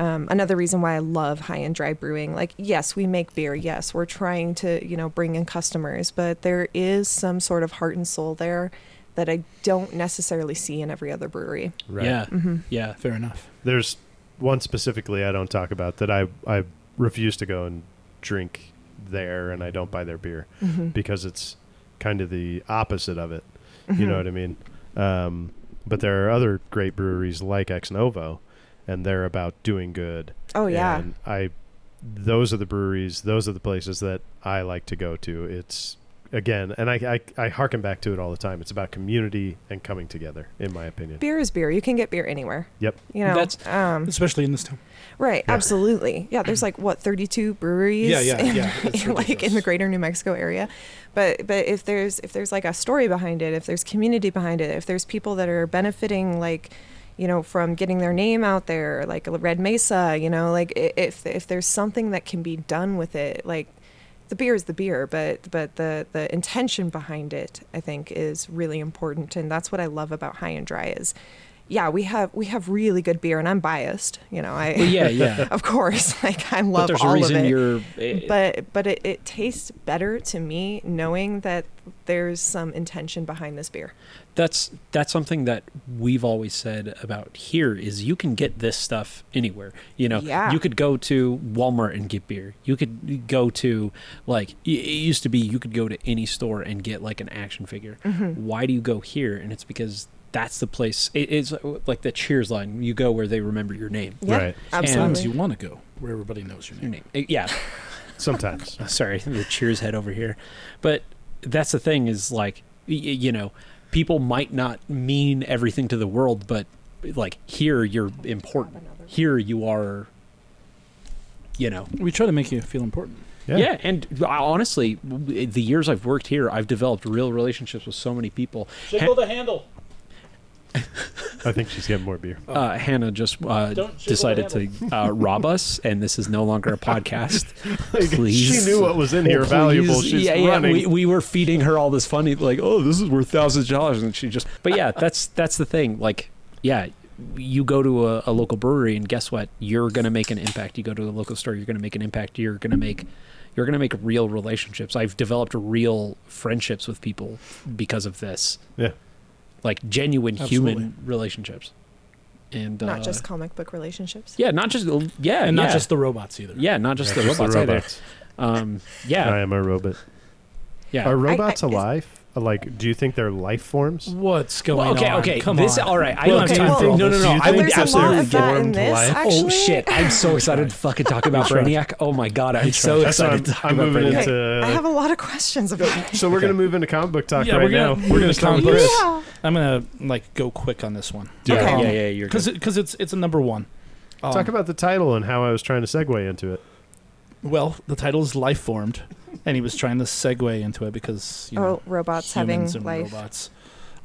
[SPEAKER 4] um, another reason why I love high and dry brewing. Like, yes, we make beer, yes, we're trying to you know bring in customers, but there is some sort of heart and soul there that I don't necessarily see in every other brewery.
[SPEAKER 1] Right.
[SPEAKER 2] Yeah.
[SPEAKER 4] Mhm.
[SPEAKER 3] Yeah.
[SPEAKER 2] Fair enough.
[SPEAKER 1] There's one specifically I don't talk about that I I refuse to go and drink there, and I don't buy their beer
[SPEAKER 4] Mm-hmm.
[SPEAKER 1] because it's kind of the opposite of it.
[SPEAKER 4] Mm-hmm.
[SPEAKER 1] You know what I mean? Um, but there are other great breweries like Ex Novo, and they're about doing good.
[SPEAKER 4] Oh yeah.
[SPEAKER 1] And I, those are the breweries. Those are the places that I like to go to. It's again, and I, I I harken back to it all the time. It's about community and coming together, in my opinion.
[SPEAKER 4] beer is beer. You can get beer anywhere.
[SPEAKER 1] Yep.
[SPEAKER 4] You know.
[SPEAKER 3] That's-
[SPEAKER 4] um
[SPEAKER 2] Especially in this town.
[SPEAKER 4] right, absolutely. Yeah, there's like what 32 breweries
[SPEAKER 2] Yeah, yeah,
[SPEAKER 4] <laughs>
[SPEAKER 2] yeah. It's
[SPEAKER 4] like in the
[SPEAKER 2] ridiculous.
[SPEAKER 4] greater New Mexico area. But but if there's if there's like a story behind it, if there's community behind it, if there's people that are benefiting like you know from getting their name out there, like Red Mesa, you know, like i- if if there's something that can be done with it, like the beer is the beer, but but the the intention behind it, I think, is really important, and that's what I love about High and Dry is. Yeah, we have we have really good beer, and I'm biased. You know, I
[SPEAKER 3] Well, yeah,
[SPEAKER 4] <laughs>
[SPEAKER 3] yeah.
[SPEAKER 4] of course, like I love
[SPEAKER 3] but there's
[SPEAKER 4] all
[SPEAKER 3] a reason
[SPEAKER 4] of it
[SPEAKER 3] you're. eh,
[SPEAKER 4] but but it, it tastes better to me knowing that there's some intention behind this beer.
[SPEAKER 3] that's that's something that we've always said about here is you can get this stuff anywhere you know
[SPEAKER 4] Yeah.
[SPEAKER 3] you could go to walmart and get beer you could go to like y- it used to be you could go to any store and get like an action figure
[SPEAKER 4] Mm-hmm.
[SPEAKER 3] why do you go here and it's because that's the place it- it's like the cheers line you go where they remember your name
[SPEAKER 4] Yeah,
[SPEAKER 1] Right.
[SPEAKER 4] absolutely.
[SPEAKER 2] Sometimes you want to go where everybody knows your
[SPEAKER 3] your
[SPEAKER 2] name.
[SPEAKER 3] name Eh, yeah
[SPEAKER 1] Sometimes.
[SPEAKER 3] <laughs> sorry the cheers head over here but that's the thing is like y- y- you know people might not mean everything to the world but like here you're important here you are you know
[SPEAKER 2] We try to make you feel important.
[SPEAKER 1] Yeah.
[SPEAKER 3] yeah, and I, honestly w- the years i've worked here i've developed real relationships with so many people Ha-
[SPEAKER 6] the handle.
[SPEAKER 1] I think she's getting more beer.
[SPEAKER 3] uh, hannah just uh,
[SPEAKER 6] Don't jiggle
[SPEAKER 3] decided to uh, rob us and this is no longer a podcast please Oh,
[SPEAKER 1] She knew what was in here
[SPEAKER 3] Please.
[SPEAKER 1] valuable. She's
[SPEAKER 3] yeah,
[SPEAKER 1] running.
[SPEAKER 3] yeah. We, we were feeding her all this funny, like, oh, this is worth thousands of dollars, and she just. But yeah, that's that's the thing. Like, yeah, you go to a, a local brewery, and guess what? You're gonna make an impact. You go to a local store, you're gonna make an impact. You're gonna make, you're gonna make real relationships. I've developed real friendships with people because of this,
[SPEAKER 1] yeah.
[SPEAKER 3] like genuine human
[SPEAKER 2] Absolutely.
[SPEAKER 3] relationships, and
[SPEAKER 4] Not
[SPEAKER 3] uh,
[SPEAKER 4] just comic book relationships.
[SPEAKER 3] yeah, not just yeah,
[SPEAKER 2] And
[SPEAKER 3] yeah.
[SPEAKER 2] not just the robots either.
[SPEAKER 3] yeah, not just the
[SPEAKER 1] Just
[SPEAKER 3] robots, either.
[SPEAKER 1] robots.
[SPEAKER 3] Um,
[SPEAKER 1] I
[SPEAKER 3] yeah,
[SPEAKER 1] am a robot.
[SPEAKER 3] yeah.
[SPEAKER 1] Are robots
[SPEAKER 4] I- is-
[SPEAKER 1] alive? Like, do you think they're life forms?
[SPEAKER 2] What's going
[SPEAKER 3] Well, okay,
[SPEAKER 2] on?
[SPEAKER 3] okay.
[SPEAKER 2] Come
[SPEAKER 3] this,
[SPEAKER 2] on.
[SPEAKER 3] All right, I
[SPEAKER 2] Well,
[SPEAKER 3] don't have
[SPEAKER 2] okay,
[SPEAKER 3] time
[SPEAKER 2] well,
[SPEAKER 3] for all
[SPEAKER 1] no, no,
[SPEAKER 3] this.
[SPEAKER 1] no,
[SPEAKER 3] Do you
[SPEAKER 1] I
[SPEAKER 3] think
[SPEAKER 1] would
[SPEAKER 4] there's a lot
[SPEAKER 1] absolutely
[SPEAKER 4] of that in
[SPEAKER 1] formed
[SPEAKER 4] this.
[SPEAKER 1] life.
[SPEAKER 4] Actually,
[SPEAKER 3] Oh shit! <laughs> I'm so excited to fucking talk about Brainiac. Oh my god, I'm so
[SPEAKER 1] That's why
[SPEAKER 3] excited to
[SPEAKER 1] I'm-
[SPEAKER 3] talk
[SPEAKER 1] I'm
[SPEAKER 3] about
[SPEAKER 1] moving
[SPEAKER 3] Brainiac.
[SPEAKER 4] Okay,
[SPEAKER 1] into-
[SPEAKER 4] I have a lot of questions about
[SPEAKER 1] <laughs>
[SPEAKER 4] it.
[SPEAKER 1] So we're gonna move into comic book talk
[SPEAKER 2] Yeah,
[SPEAKER 1] right
[SPEAKER 2] we're gonna-
[SPEAKER 1] now.
[SPEAKER 2] we're gonna
[SPEAKER 1] start with
[SPEAKER 2] comic
[SPEAKER 1] Chris.
[SPEAKER 4] Yeah.
[SPEAKER 2] I'm gonna like go quick on this one.
[SPEAKER 4] Yeah. Okay.
[SPEAKER 3] yeah, yeah, you're
[SPEAKER 2] Because
[SPEAKER 3] good.
[SPEAKER 2] because it's it's a number one. Um,
[SPEAKER 1] Talk about the title and how I was trying to segue into it.
[SPEAKER 2] well, the title is life formed, and he was trying to segue into it because you know
[SPEAKER 4] Oh, robots having
[SPEAKER 2] humans and
[SPEAKER 4] life.
[SPEAKER 2] robots.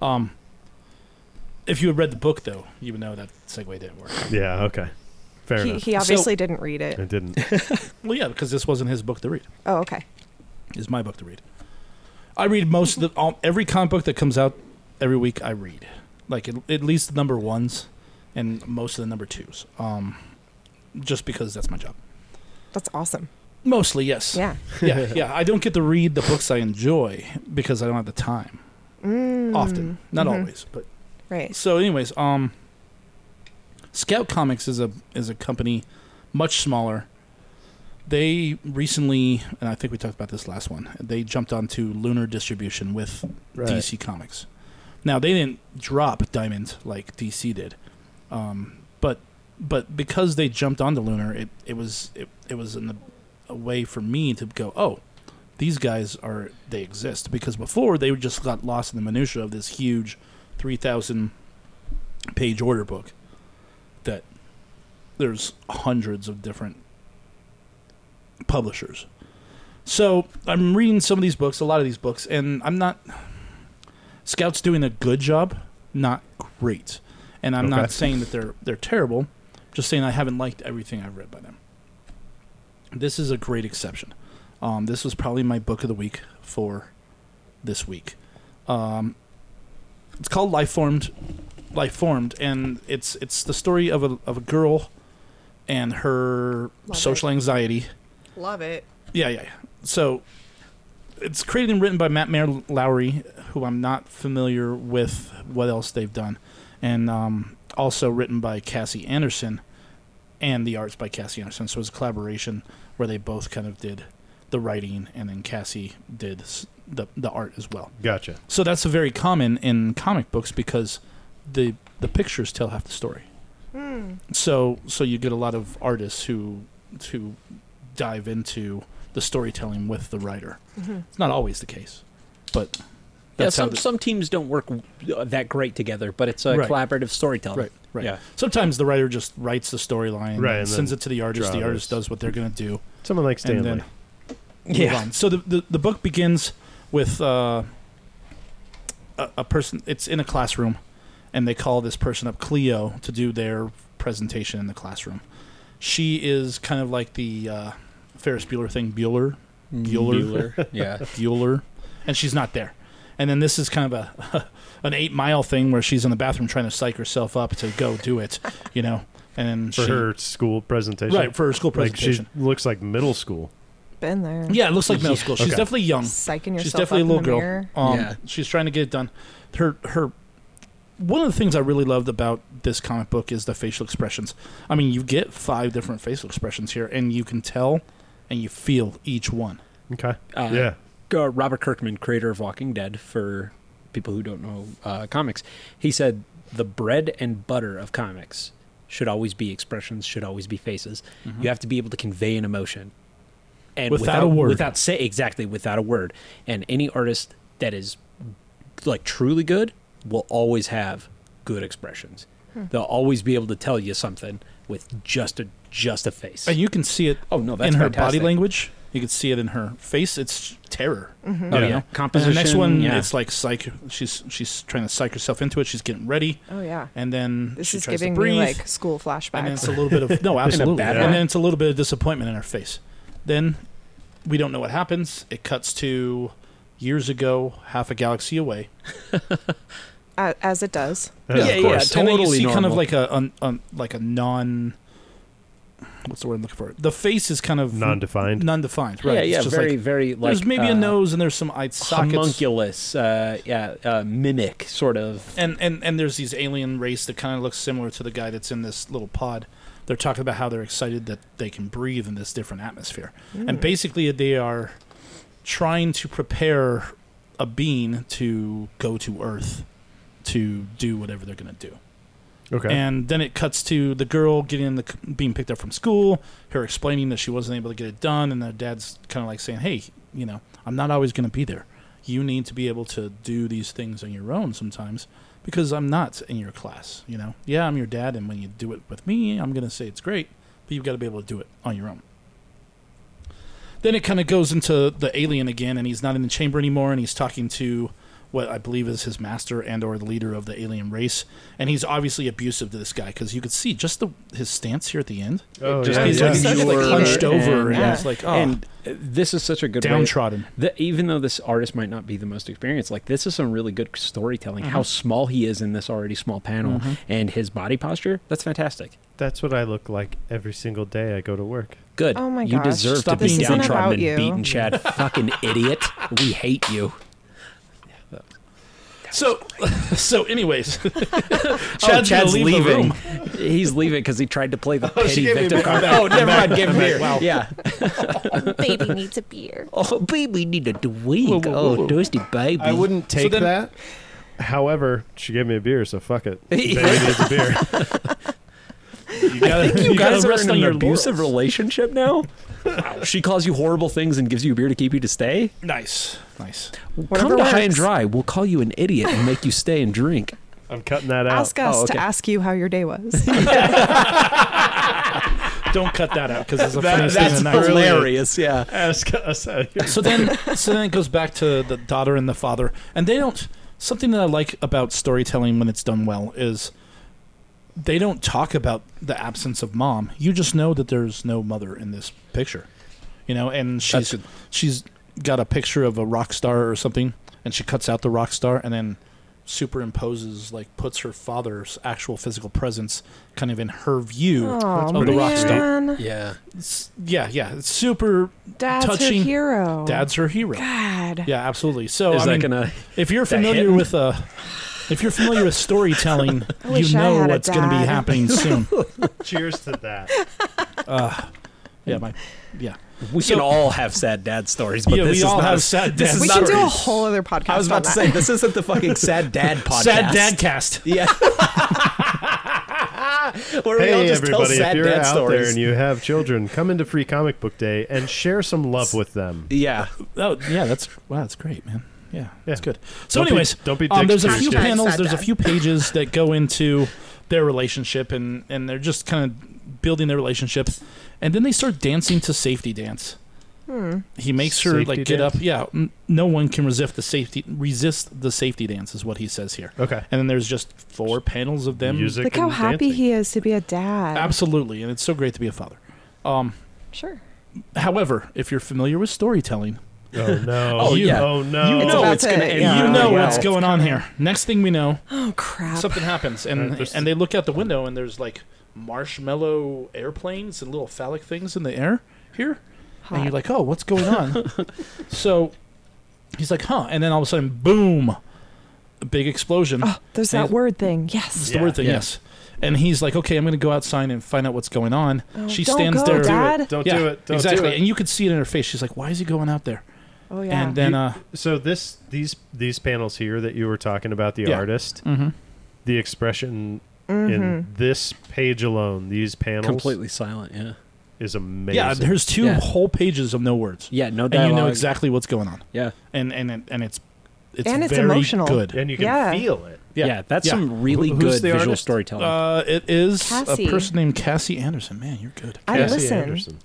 [SPEAKER 2] Um, if you had read the book though, you would know that segue didn't work.
[SPEAKER 1] Yeah. Okay. Fair
[SPEAKER 4] He,
[SPEAKER 1] enough.
[SPEAKER 4] he obviously didn't read it.
[SPEAKER 1] I didn't.
[SPEAKER 2] Well, yeah, because this wasn't his book to read.
[SPEAKER 4] Oh, okay.
[SPEAKER 2] It's my book to read. I read most of the all, every comic book that comes out every week. I read like at, at least the number ones and most of the number twos. Um, just because that's my job.
[SPEAKER 4] That's awesome.
[SPEAKER 2] Mostly, yes.
[SPEAKER 4] Yeah.
[SPEAKER 2] yeah, yeah. I don't get to read the books I enjoy because I don't have the time. Often, not
[SPEAKER 4] Mhm.
[SPEAKER 2] always, but
[SPEAKER 4] Right.
[SPEAKER 2] so. Anyways, um, Scout Comics is a is a company much smaller. They recently, and I think we talked about this last one. They jumped onto Lunar Distribution with DC Comics. Now they didn't drop Diamond like DC did, um, but but because they jumped onto Lunar, it, it was it, it was in the, a way for me to go, oh, these guys are they exist because before they just got lost in the minutia of this huge three thousand page order book that there's hundreds of different publishers. So I'm reading some of these books, a lot of these books, and I'm not Scout's doing a good job, not great. And I'm
[SPEAKER 1] Okay.
[SPEAKER 2] not saying that they're they're terrible, just saying I haven't liked everything I've read by them. This is a great exception. Um, this was probably my book of the week for this week. Um, it's called Life Formed, Life Formed, and it's it's the story of a of a girl and her
[SPEAKER 4] Love
[SPEAKER 2] social anxiety.
[SPEAKER 4] Love it.
[SPEAKER 2] Yeah, yeah, yeah. So it's created and written by Matt Mayer Lowry, who I'm not familiar with what else they've done, and um, also written by Cassie Anderson, and the arts by Cassie Anderson. So it was a collaboration where they both kind of did the writing, and then Cassie did s- the the art as well.
[SPEAKER 1] Gotcha.
[SPEAKER 2] So that's very common in comic books because the the pictures tell half the story. So so you get a lot of artists who who dive into the storytelling with the writer. It's not always the case, but
[SPEAKER 3] Yeah,
[SPEAKER 2] that's how
[SPEAKER 3] some,
[SPEAKER 2] the-
[SPEAKER 3] some teams don't work uh, that great together, but it's a
[SPEAKER 2] Right.
[SPEAKER 3] collaborative storytelling.
[SPEAKER 2] right right.
[SPEAKER 3] Yeah.
[SPEAKER 2] Sometimes the writer just writes the storyline,
[SPEAKER 1] Oh, Right,
[SPEAKER 2] and
[SPEAKER 1] and
[SPEAKER 2] sends
[SPEAKER 1] then
[SPEAKER 2] it to the artist. The
[SPEAKER 1] draws.
[SPEAKER 2] artist does what they're gonna do,
[SPEAKER 1] Someone like Stanley.
[SPEAKER 2] and then move on. So the, the the book begins with uh, a, a person. It's in a classroom, and they call this person up Cleo to do their presentation in the classroom. She is kind of like the uh, Ferris Bueller thing, Bueller,
[SPEAKER 3] Mm-hmm.
[SPEAKER 2] Bueller,
[SPEAKER 3] Bueller. <laughs> Yeah.
[SPEAKER 2] Bueller, and she's not there. And then this is kind of a <laughs> an eight mile thing where she's in the bathroom trying to psych herself up to go do it, you know. And then
[SPEAKER 1] for
[SPEAKER 2] she,
[SPEAKER 1] her school presentation.
[SPEAKER 2] right for her school
[SPEAKER 1] Like she
[SPEAKER 2] presentation.
[SPEAKER 1] looks like middle school.
[SPEAKER 4] Been there.
[SPEAKER 2] yeah, it looks like middle
[SPEAKER 3] Yeah.
[SPEAKER 2] school. She's
[SPEAKER 1] Okay.
[SPEAKER 2] definitely young.
[SPEAKER 4] Psyching yourself
[SPEAKER 2] She's definitely
[SPEAKER 4] up
[SPEAKER 2] a little
[SPEAKER 4] in the
[SPEAKER 2] girl.
[SPEAKER 4] mirror.
[SPEAKER 2] Um,
[SPEAKER 3] Yeah.
[SPEAKER 2] she's trying to get it done. Her her one of the things I really loved about this comic book is the facial expressions. I mean, you get five different facial expressions here, and you can tell and you feel each one.
[SPEAKER 1] Okay.
[SPEAKER 3] Uh,
[SPEAKER 1] yeah.
[SPEAKER 3] uh, Robert Kirkman, creator of Walking Dead, for people who don't know uh, comics, he said the bread and butter of comics should always be expressions, should always be faces. You have to be able to convey an emotion, and
[SPEAKER 2] Mm-hmm. Without a word.
[SPEAKER 3] without say exactly without a word. And any artist that is like truly good will always have good expressions. They'll always be able to tell you something with just a just a face.
[SPEAKER 2] And you can see it
[SPEAKER 3] Oh, no, that's
[SPEAKER 2] in her body
[SPEAKER 3] fantastic.
[SPEAKER 2] language. You can see it in her face. It's terror.
[SPEAKER 3] Oh,
[SPEAKER 1] Yeah.
[SPEAKER 3] yeah.
[SPEAKER 2] And the
[SPEAKER 3] Composition.
[SPEAKER 2] next one,
[SPEAKER 3] yeah.
[SPEAKER 2] it's like psych. She's she's trying to psych herself into it. She's getting ready,
[SPEAKER 4] Oh yeah.
[SPEAKER 2] and then
[SPEAKER 4] This
[SPEAKER 2] she
[SPEAKER 4] is
[SPEAKER 2] tries
[SPEAKER 4] giving
[SPEAKER 2] to breathe.
[SPEAKER 4] me like school flashbacks.
[SPEAKER 2] and then it's a little bit of
[SPEAKER 3] <laughs>
[SPEAKER 2] no, absolutely,
[SPEAKER 3] bad
[SPEAKER 2] and
[SPEAKER 3] way.
[SPEAKER 2] then it's a little bit of disappointment in her face. Then we don't know what happens. It cuts to years ago, half a galaxy away.
[SPEAKER 4] A- as it does.
[SPEAKER 3] Yeah,
[SPEAKER 1] of
[SPEAKER 3] yeah,
[SPEAKER 1] course.
[SPEAKER 2] and then you
[SPEAKER 3] Totally
[SPEAKER 2] see kind of
[SPEAKER 3] normal.
[SPEAKER 2] like a, un un- like a non. What's the word I'm looking for? The face is kind of
[SPEAKER 1] Non-defined.
[SPEAKER 2] non-defined, right?
[SPEAKER 3] Yeah,
[SPEAKER 2] It's
[SPEAKER 3] yeah,
[SPEAKER 2] just
[SPEAKER 3] very,
[SPEAKER 2] like-
[SPEAKER 3] very like.
[SPEAKER 2] there's maybe
[SPEAKER 3] uh,
[SPEAKER 2] a nose and there's some eye sockets.
[SPEAKER 3] homunculus, uh, yeah, uh, mimic sort of.
[SPEAKER 2] and and and there's these alien race that kind of looks similar to the guy that's in this little pod. They're talking about how they're excited that they can breathe in this different atmosphere,
[SPEAKER 4] Hmm.
[SPEAKER 2] and basically they are trying to prepare a being to go to Earth to do whatever they're going to do.
[SPEAKER 1] Okay.
[SPEAKER 2] And then it cuts to the girl getting the c- being picked up from school, her explaining that she wasn't able to get it done, and her dad's kind of like saying, "Hey, you know, I'm not always going to be there. You need to be able to do these things on your own sometimes because I'm not in your class. You know, yeah, I'm your dad, and when you do it with me, I'm going to say it's great, but you've got to be able to do it on your own." Then it kind of goes into the alien again, and he's not in the chamber anymore, and he's talking to what I believe is his master and or the leader of the alien race, and he's obviously abusive to this guy because you could see just the his stance here at the end.
[SPEAKER 1] oh,
[SPEAKER 3] just
[SPEAKER 1] yeah,
[SPEAKER 2] he's
[SPEAKER 1] yeah.
[SPEAKER 2] like, he's
[SPEAKER 4] Such
[SPEAKER 2] just, like,
[SPEAKER 4] a
[SPEAKER 2] hunched
[SPEAKER 4] leader.
[SPEAKER 2] over, and,
[SPEAKER 4] Yeah.
[SPEAKER 2] it's like, oh,
[SPEAKER 3] And uh, this is such a good way-
[SPEAKER 2] downtrodden.
[SPEAKER 3] the, even though this artist might not be the most experienced, like this is some really good storytelling. How small he is in this already small panel, and his body posture—that's fantastic.
[SPEAKER 1] That's what I look like every single day I go to work.
[SPEAKER 3] Good.
[SPEAKER 4] Oh my
[SPEAKER 3] You
[SPEAKER 4] gosh,
[SPEAKER 3] deserve to
[SPEAKER 2] stop
[SPEAKER 3] be
[SPEAKER 2] being down.
[SPEAKER 4] About
[SPEAKER 3] downtrodden
[SPEAKER 4] you.
[SPEAKER 3] and beaten, <laughs> Chad. Fucking idiot. We hate you.
[SPEAKER 2] So, <laughs> so, anyways, <laughs>
[SPEAKER 3] Oh,
[SPEAKER 2] Chad's, gonna leave the room.
[SPEAKER 3] He's leaving because he tried to play the
[SPEAKER 1] she
[SPEAKER 3] petty
[SPEAKER 1] gave me
[SPEAKER 3] victim
[SPEAKER 1] back.
[SPEAKER 3] card.
[SPEAKER 1] I'm
[SPEAKER 3] <laughs> Oh, never mind. Give him here.
[SPEAKER 2] Wow.
[SPEAKER 3] Yeah.
[SPEAKER 7] baby needs a beer.
[SPEAKER 3] Oh, <laughs> baby, need a drink.
[SPEAKER 2] Whoa, whoa, whoa, whoa.
[SPEAKER 3] Oh, thirsty baby.
[SPEAKER 1] I wouldn't take
[SPEAKER 2] then-
[SPEAKER 1] that. However, she gave me a beer, so fuck it. Baby needs a beer.
[SPEAKER 2] You gotta,
[SPEAKER 3] You guys
[SPEAKER 2] gotta
[SPEAKER 3] are
[SPEAKER 2] rest
[SPEAKER 3] in
[SPEAKER 2] on
[SPEAKER 3] an
[SPEAKER 2] your
[SPEAKER 3] abusive
[SPEAKER 2] laurels.
[SPEAKER 3] relationship now. <laughs> she calls you horrible things and gives you a beer to keep you to stay.
[SPEAKER 2] Nice, nice.
[SPEAKER 4] Whatever
[SPEAKER 3] Come to high and
[SPEAKER 4] works.
[SPEAKER 3] dry. We'll call you an idiot and make you stay and <laughs> drink.
[SPEAKER 1] I'm cutting that out.
[SPEAKER 4] Ask us
[SPEAKER 3] Oh,
[SPEAKER 4] to
[SPEAKER 3] okay.
[SPEAKER 4] ask you how your day was.
[SPEAKER 2] Don't cut that out because it's a funny
[SPEAKER 1] That-
[SPEAKER 2] thing
[SPEAKER 1] that's
[SPEAKER 2] tonight.
[SPEAKER 1] brilliant.
[SPEAKER 3] Hilarious. Yeah.
[SPEAKER 1] Ask us. How you-
[SPEAKER 2] so then so then it goes back to the daughter and the father and they don't something that i like about storytelling when it's done well is they don't talk about the absence of mom you just know that there's no mother in this picture you know and she's
[SPEAKER 3] good.
[SPEAKER 2] she's got a picture of a rock star or something and she cuts out the rock star and then superimposes like puts her father's actual physical presence kind of in her view
[SPEAKER 4] Oh,
[SPEAKER 2] of the rock star.
[SPEAKER 4] man.
[SPEAKER 5] Yeah.
[SPEAKER 2] It's- yeah, yeah, it's super.
[SPEAKER 4] Dad's
[SPEAKER 2] touching.
[SPEAKER 4] her hero.
[SPEAKER 2] Dad's her hero.
[SPEAKER 4] Oh God.
[SPEAKER 2] Yeah, absolutely. So
[SPEAKER 3] Is
[SPEAKER 2] I
[SPEAKER 3] that
[SPEAKER 2] mean,
[SPEAKER 3] gonna?
[SPEAKER 2] if you're
[SPEAKER 3] that
[SPEAKER 2] familiar
[SPEAKER 3] hidden?
[SPEAKER 2] with uh, if you're familiar with storytelling,
[SPEAKER 4] <laughs> I
[SPEAKER 2] you
[SPEAKER 4] wish I
[SPEAKER 2] know
[SPEAKER 4] had a
[SPEAKER 2] what's going to be
[SPEAKER 4] dad. <laughs>
[SPEAKER 2] happening soon.
[SPEAKER 1] Cheers to that.
[SPEAKER 2] Yeah, my yeah.
[SPEAKER 3] We
[SPEAKER 2] So-
[SPEAKER 3] can all have sad dad stories, but
[SPEAKER 2] Yeah,
[SPEAKER 3] this
[SPEAKER 2] we
[SPEAKER 3] is
[SPEAKER 2] all
[SPEAKER 3] not
[SPEAKER 2] have
[SPEAKER 3] a-
[SPEAKER 2] sad
[SPEAKER 3] this
[SPEAKER 2] dad
[SPEAKER 3] is
[SPEAKER 4] We
[SPEAKER 3] not
[SPEAKER 4] can
[SPEAKER 3] a-
[SPEAKER 2] Sorry.
[SPEAKER 4] do a whole other podcast.
[SPEAKER 3] I was
[SPEAKER 4] on
[SPEAKER 3] about to
[SPEAKER 4] that.
[SPEAKER 3] say this isn't the fucking <laughs> sad dad podcast.
[SPEAKER 2] Sad Dadcast.
[SPEAKER 3] <laughs> Yeah. Where we all
[SPEAKER 1] Hey
[SPEAKER 3] just tell
[SPEAKER 1] everybody!
[SPEAKER 3] sad
[SPEAKER 1] If you're
[SPEAKER 3] dad
[SPEAKER 1] out
[SPEAKER 3] stories.
[SPEAKER 1] there and you have children, come into Free Comic Book Day and share some love with them.
[SPEAKER 3] yeah.
[SPEAKER 2] Oh yeah, that's wow, that's great, man. Yeah, that's
[SPEAKER 1] Yeah.
[SPEAKER 2] good. So,
[SPEAKER 1] Don't be-
[SPEAKER 2] anyways,
[SPEAKER 1] don't be
[SPEAKER 2] um,
[SPEAKER 1] dicks
[SPEAKER 2] there's a
[SPEAKER 1] to your
[SPEAKER 2] few
[SPEAKER 1] kids.
[SPEAKER 2] panels,
[SPEAKER 4] Sad
[SPEAKER 2] there's a
[SPEAKER 4] dad. <laughs>
[SPEAKER 2] few pages that go into their relationship, and and they're just kind of building their relationship, and then they start dancing to safety dance.
[SPEAKER 4] Hmm.
[SPEAKER 2] He makes her like
[SPEAKER 1] Safety
[SPEAKER 2] get up. Yeah, n- no one can resist the safety resist the safety dance is what he says here.
[SPEAKER 1] Okay.
[SPEAKER 2] And then there's just four panels of them.
[SPEAKER 1] Music.
[SPEAKER 4] Look how
[SPEAKER 1] and
[SPEAKER 4] happy
[SPEAKER 1] dancing.
[SPEAKER 4] he is to be a dad.
[SPEAKER 2] Absolutely, and it's so great to be a father. Um,
[SPEAKER 4] Sure.
[SPEAKER 2] however, if you're familiar with storytelling,
[SPEAKER 1] Oh no!
[SPEAKER 3] Oh,
[SPEAKER 1] you,
[SPEAKER 3] yeah.
[SPEAKER 1] Oh no!
[SPEAKER 3] You
[SPEAKER 4] It's
[SPEAKER 3] know
[SPEAKER 4] about
[SPEAKER 3] it's
[SPEAKER 4] to-
[SPEAKER 3] going to end.
[SPEAKER 4] yeah.
[SPEAKER 2] you
[SPEAKER 3] really
[SPEAKER 2] know
[SPEAKER 3] well.
[SPEAKER 2] what's going on here. Next thing we know,
[SPEAKER 4] Oh crap.
[SPEAKER 2] something happens and
[SPEAKER 1] Uh, there's-
[SPEAKER 2] and they look out the window and there's like marshmallow airplanes and little phallic things in the air here and you're like oh what's going
[SPEAKER 4] <laughs>
[SPEAKER 2] on so he's like huh and then all of a sudden boom a big explosion
[SPEAKER 4] oh, there's
[SPEAKER 2] And
[SPEAKER 4] that
[SPEAKER 2] he's-
[SPEAKER 4] word thing. Yes.
[SPEAKER 2] it's the word thing
[SPEAKER 5] Yeah.
[SPEAKER 2] yes and he's like okay i'm gonna go outside and find out what's going on
[SPEAKER 4] Oh,
[SPEAKER 2] she
[SPEAKER 4] don't
[SPEAKER 2] stands
[SPEAKER 4] go,
[SPEAKER 2] there
[SPEAKER 1] Do
[SPEAKER 4] Dad.
[SPEAKER 1] it. Don't
[SPEAKER 2] Yeah,
[SPEAKER 1] do it. Don't
[SPEAKER 2] exactly
[SPEAKER 1] do it.
[SPEAKER 2] and you could see it in her face she's like why is he going out there
[SPEAKER 4] Oh yeah.
[SPEAKER 2] and then
[SPEAKER 1] You-
[SPEAKER 2] uh
[SPEAKER 1] so this these these panels here that you were talking about the
[SPEAKER 2] Yeah.
[SPEAKER 1] artist,
[SPEAKER 2] Mhm.
[SPEAKER 1] the expression in
[SPEAKER 2] Mm-hmm.
[SPEAKER 1] this page alone, these panels
[SPEAKER 5] Completely silent. Yeah.
[SPEAKER 1] is amazing.
[SPEAKER 2] yeah there's two
[SPEAKER 5] Yeah.
[SPEAKER 2] whole pages of no words
[SPEAKER 5] Yeah. No
[SPEAKER 2] and
[SPEAKER 5] dialogue.
[SPEAKER 2] you know exactly what's going on
[SPEAKER 5] Yeah.
[SPEAKER 2] and and and, and it's it's
[SPEAKER 4] And it's
[SPEAKER 2] very
[SPEAKER 4] emotional.
[SPEAKER 2] good
[SPEAKER 1] and you can
[SPEAKER 4] Yeah.
[SPEAKER 1] feel it.
[SPEAKER 5] Yeah. that's
[SPEAKER 2] Yeah.
[SPEAKER 5] some really
[SPEAKER 1] Who- who's
[SPEAKER 5] good
[SPEAKER 1] the
[SPEAKER 5] visual
[SPEAKER 1] artist?
[SPEAKER 5] storytelling.
[SPEAKER 2] Uh, it is
[SPEAKER 4] Cassie.
[SPEAKER 2] a person named Cassie Anderson. Man, you're good.
[SPEAKER 4] I
[SPEAKER 1] Cassie
[SPEAKER 2] <laughs>
[SPEAKER 4] listen.
[SPEAKER 1] Anderson.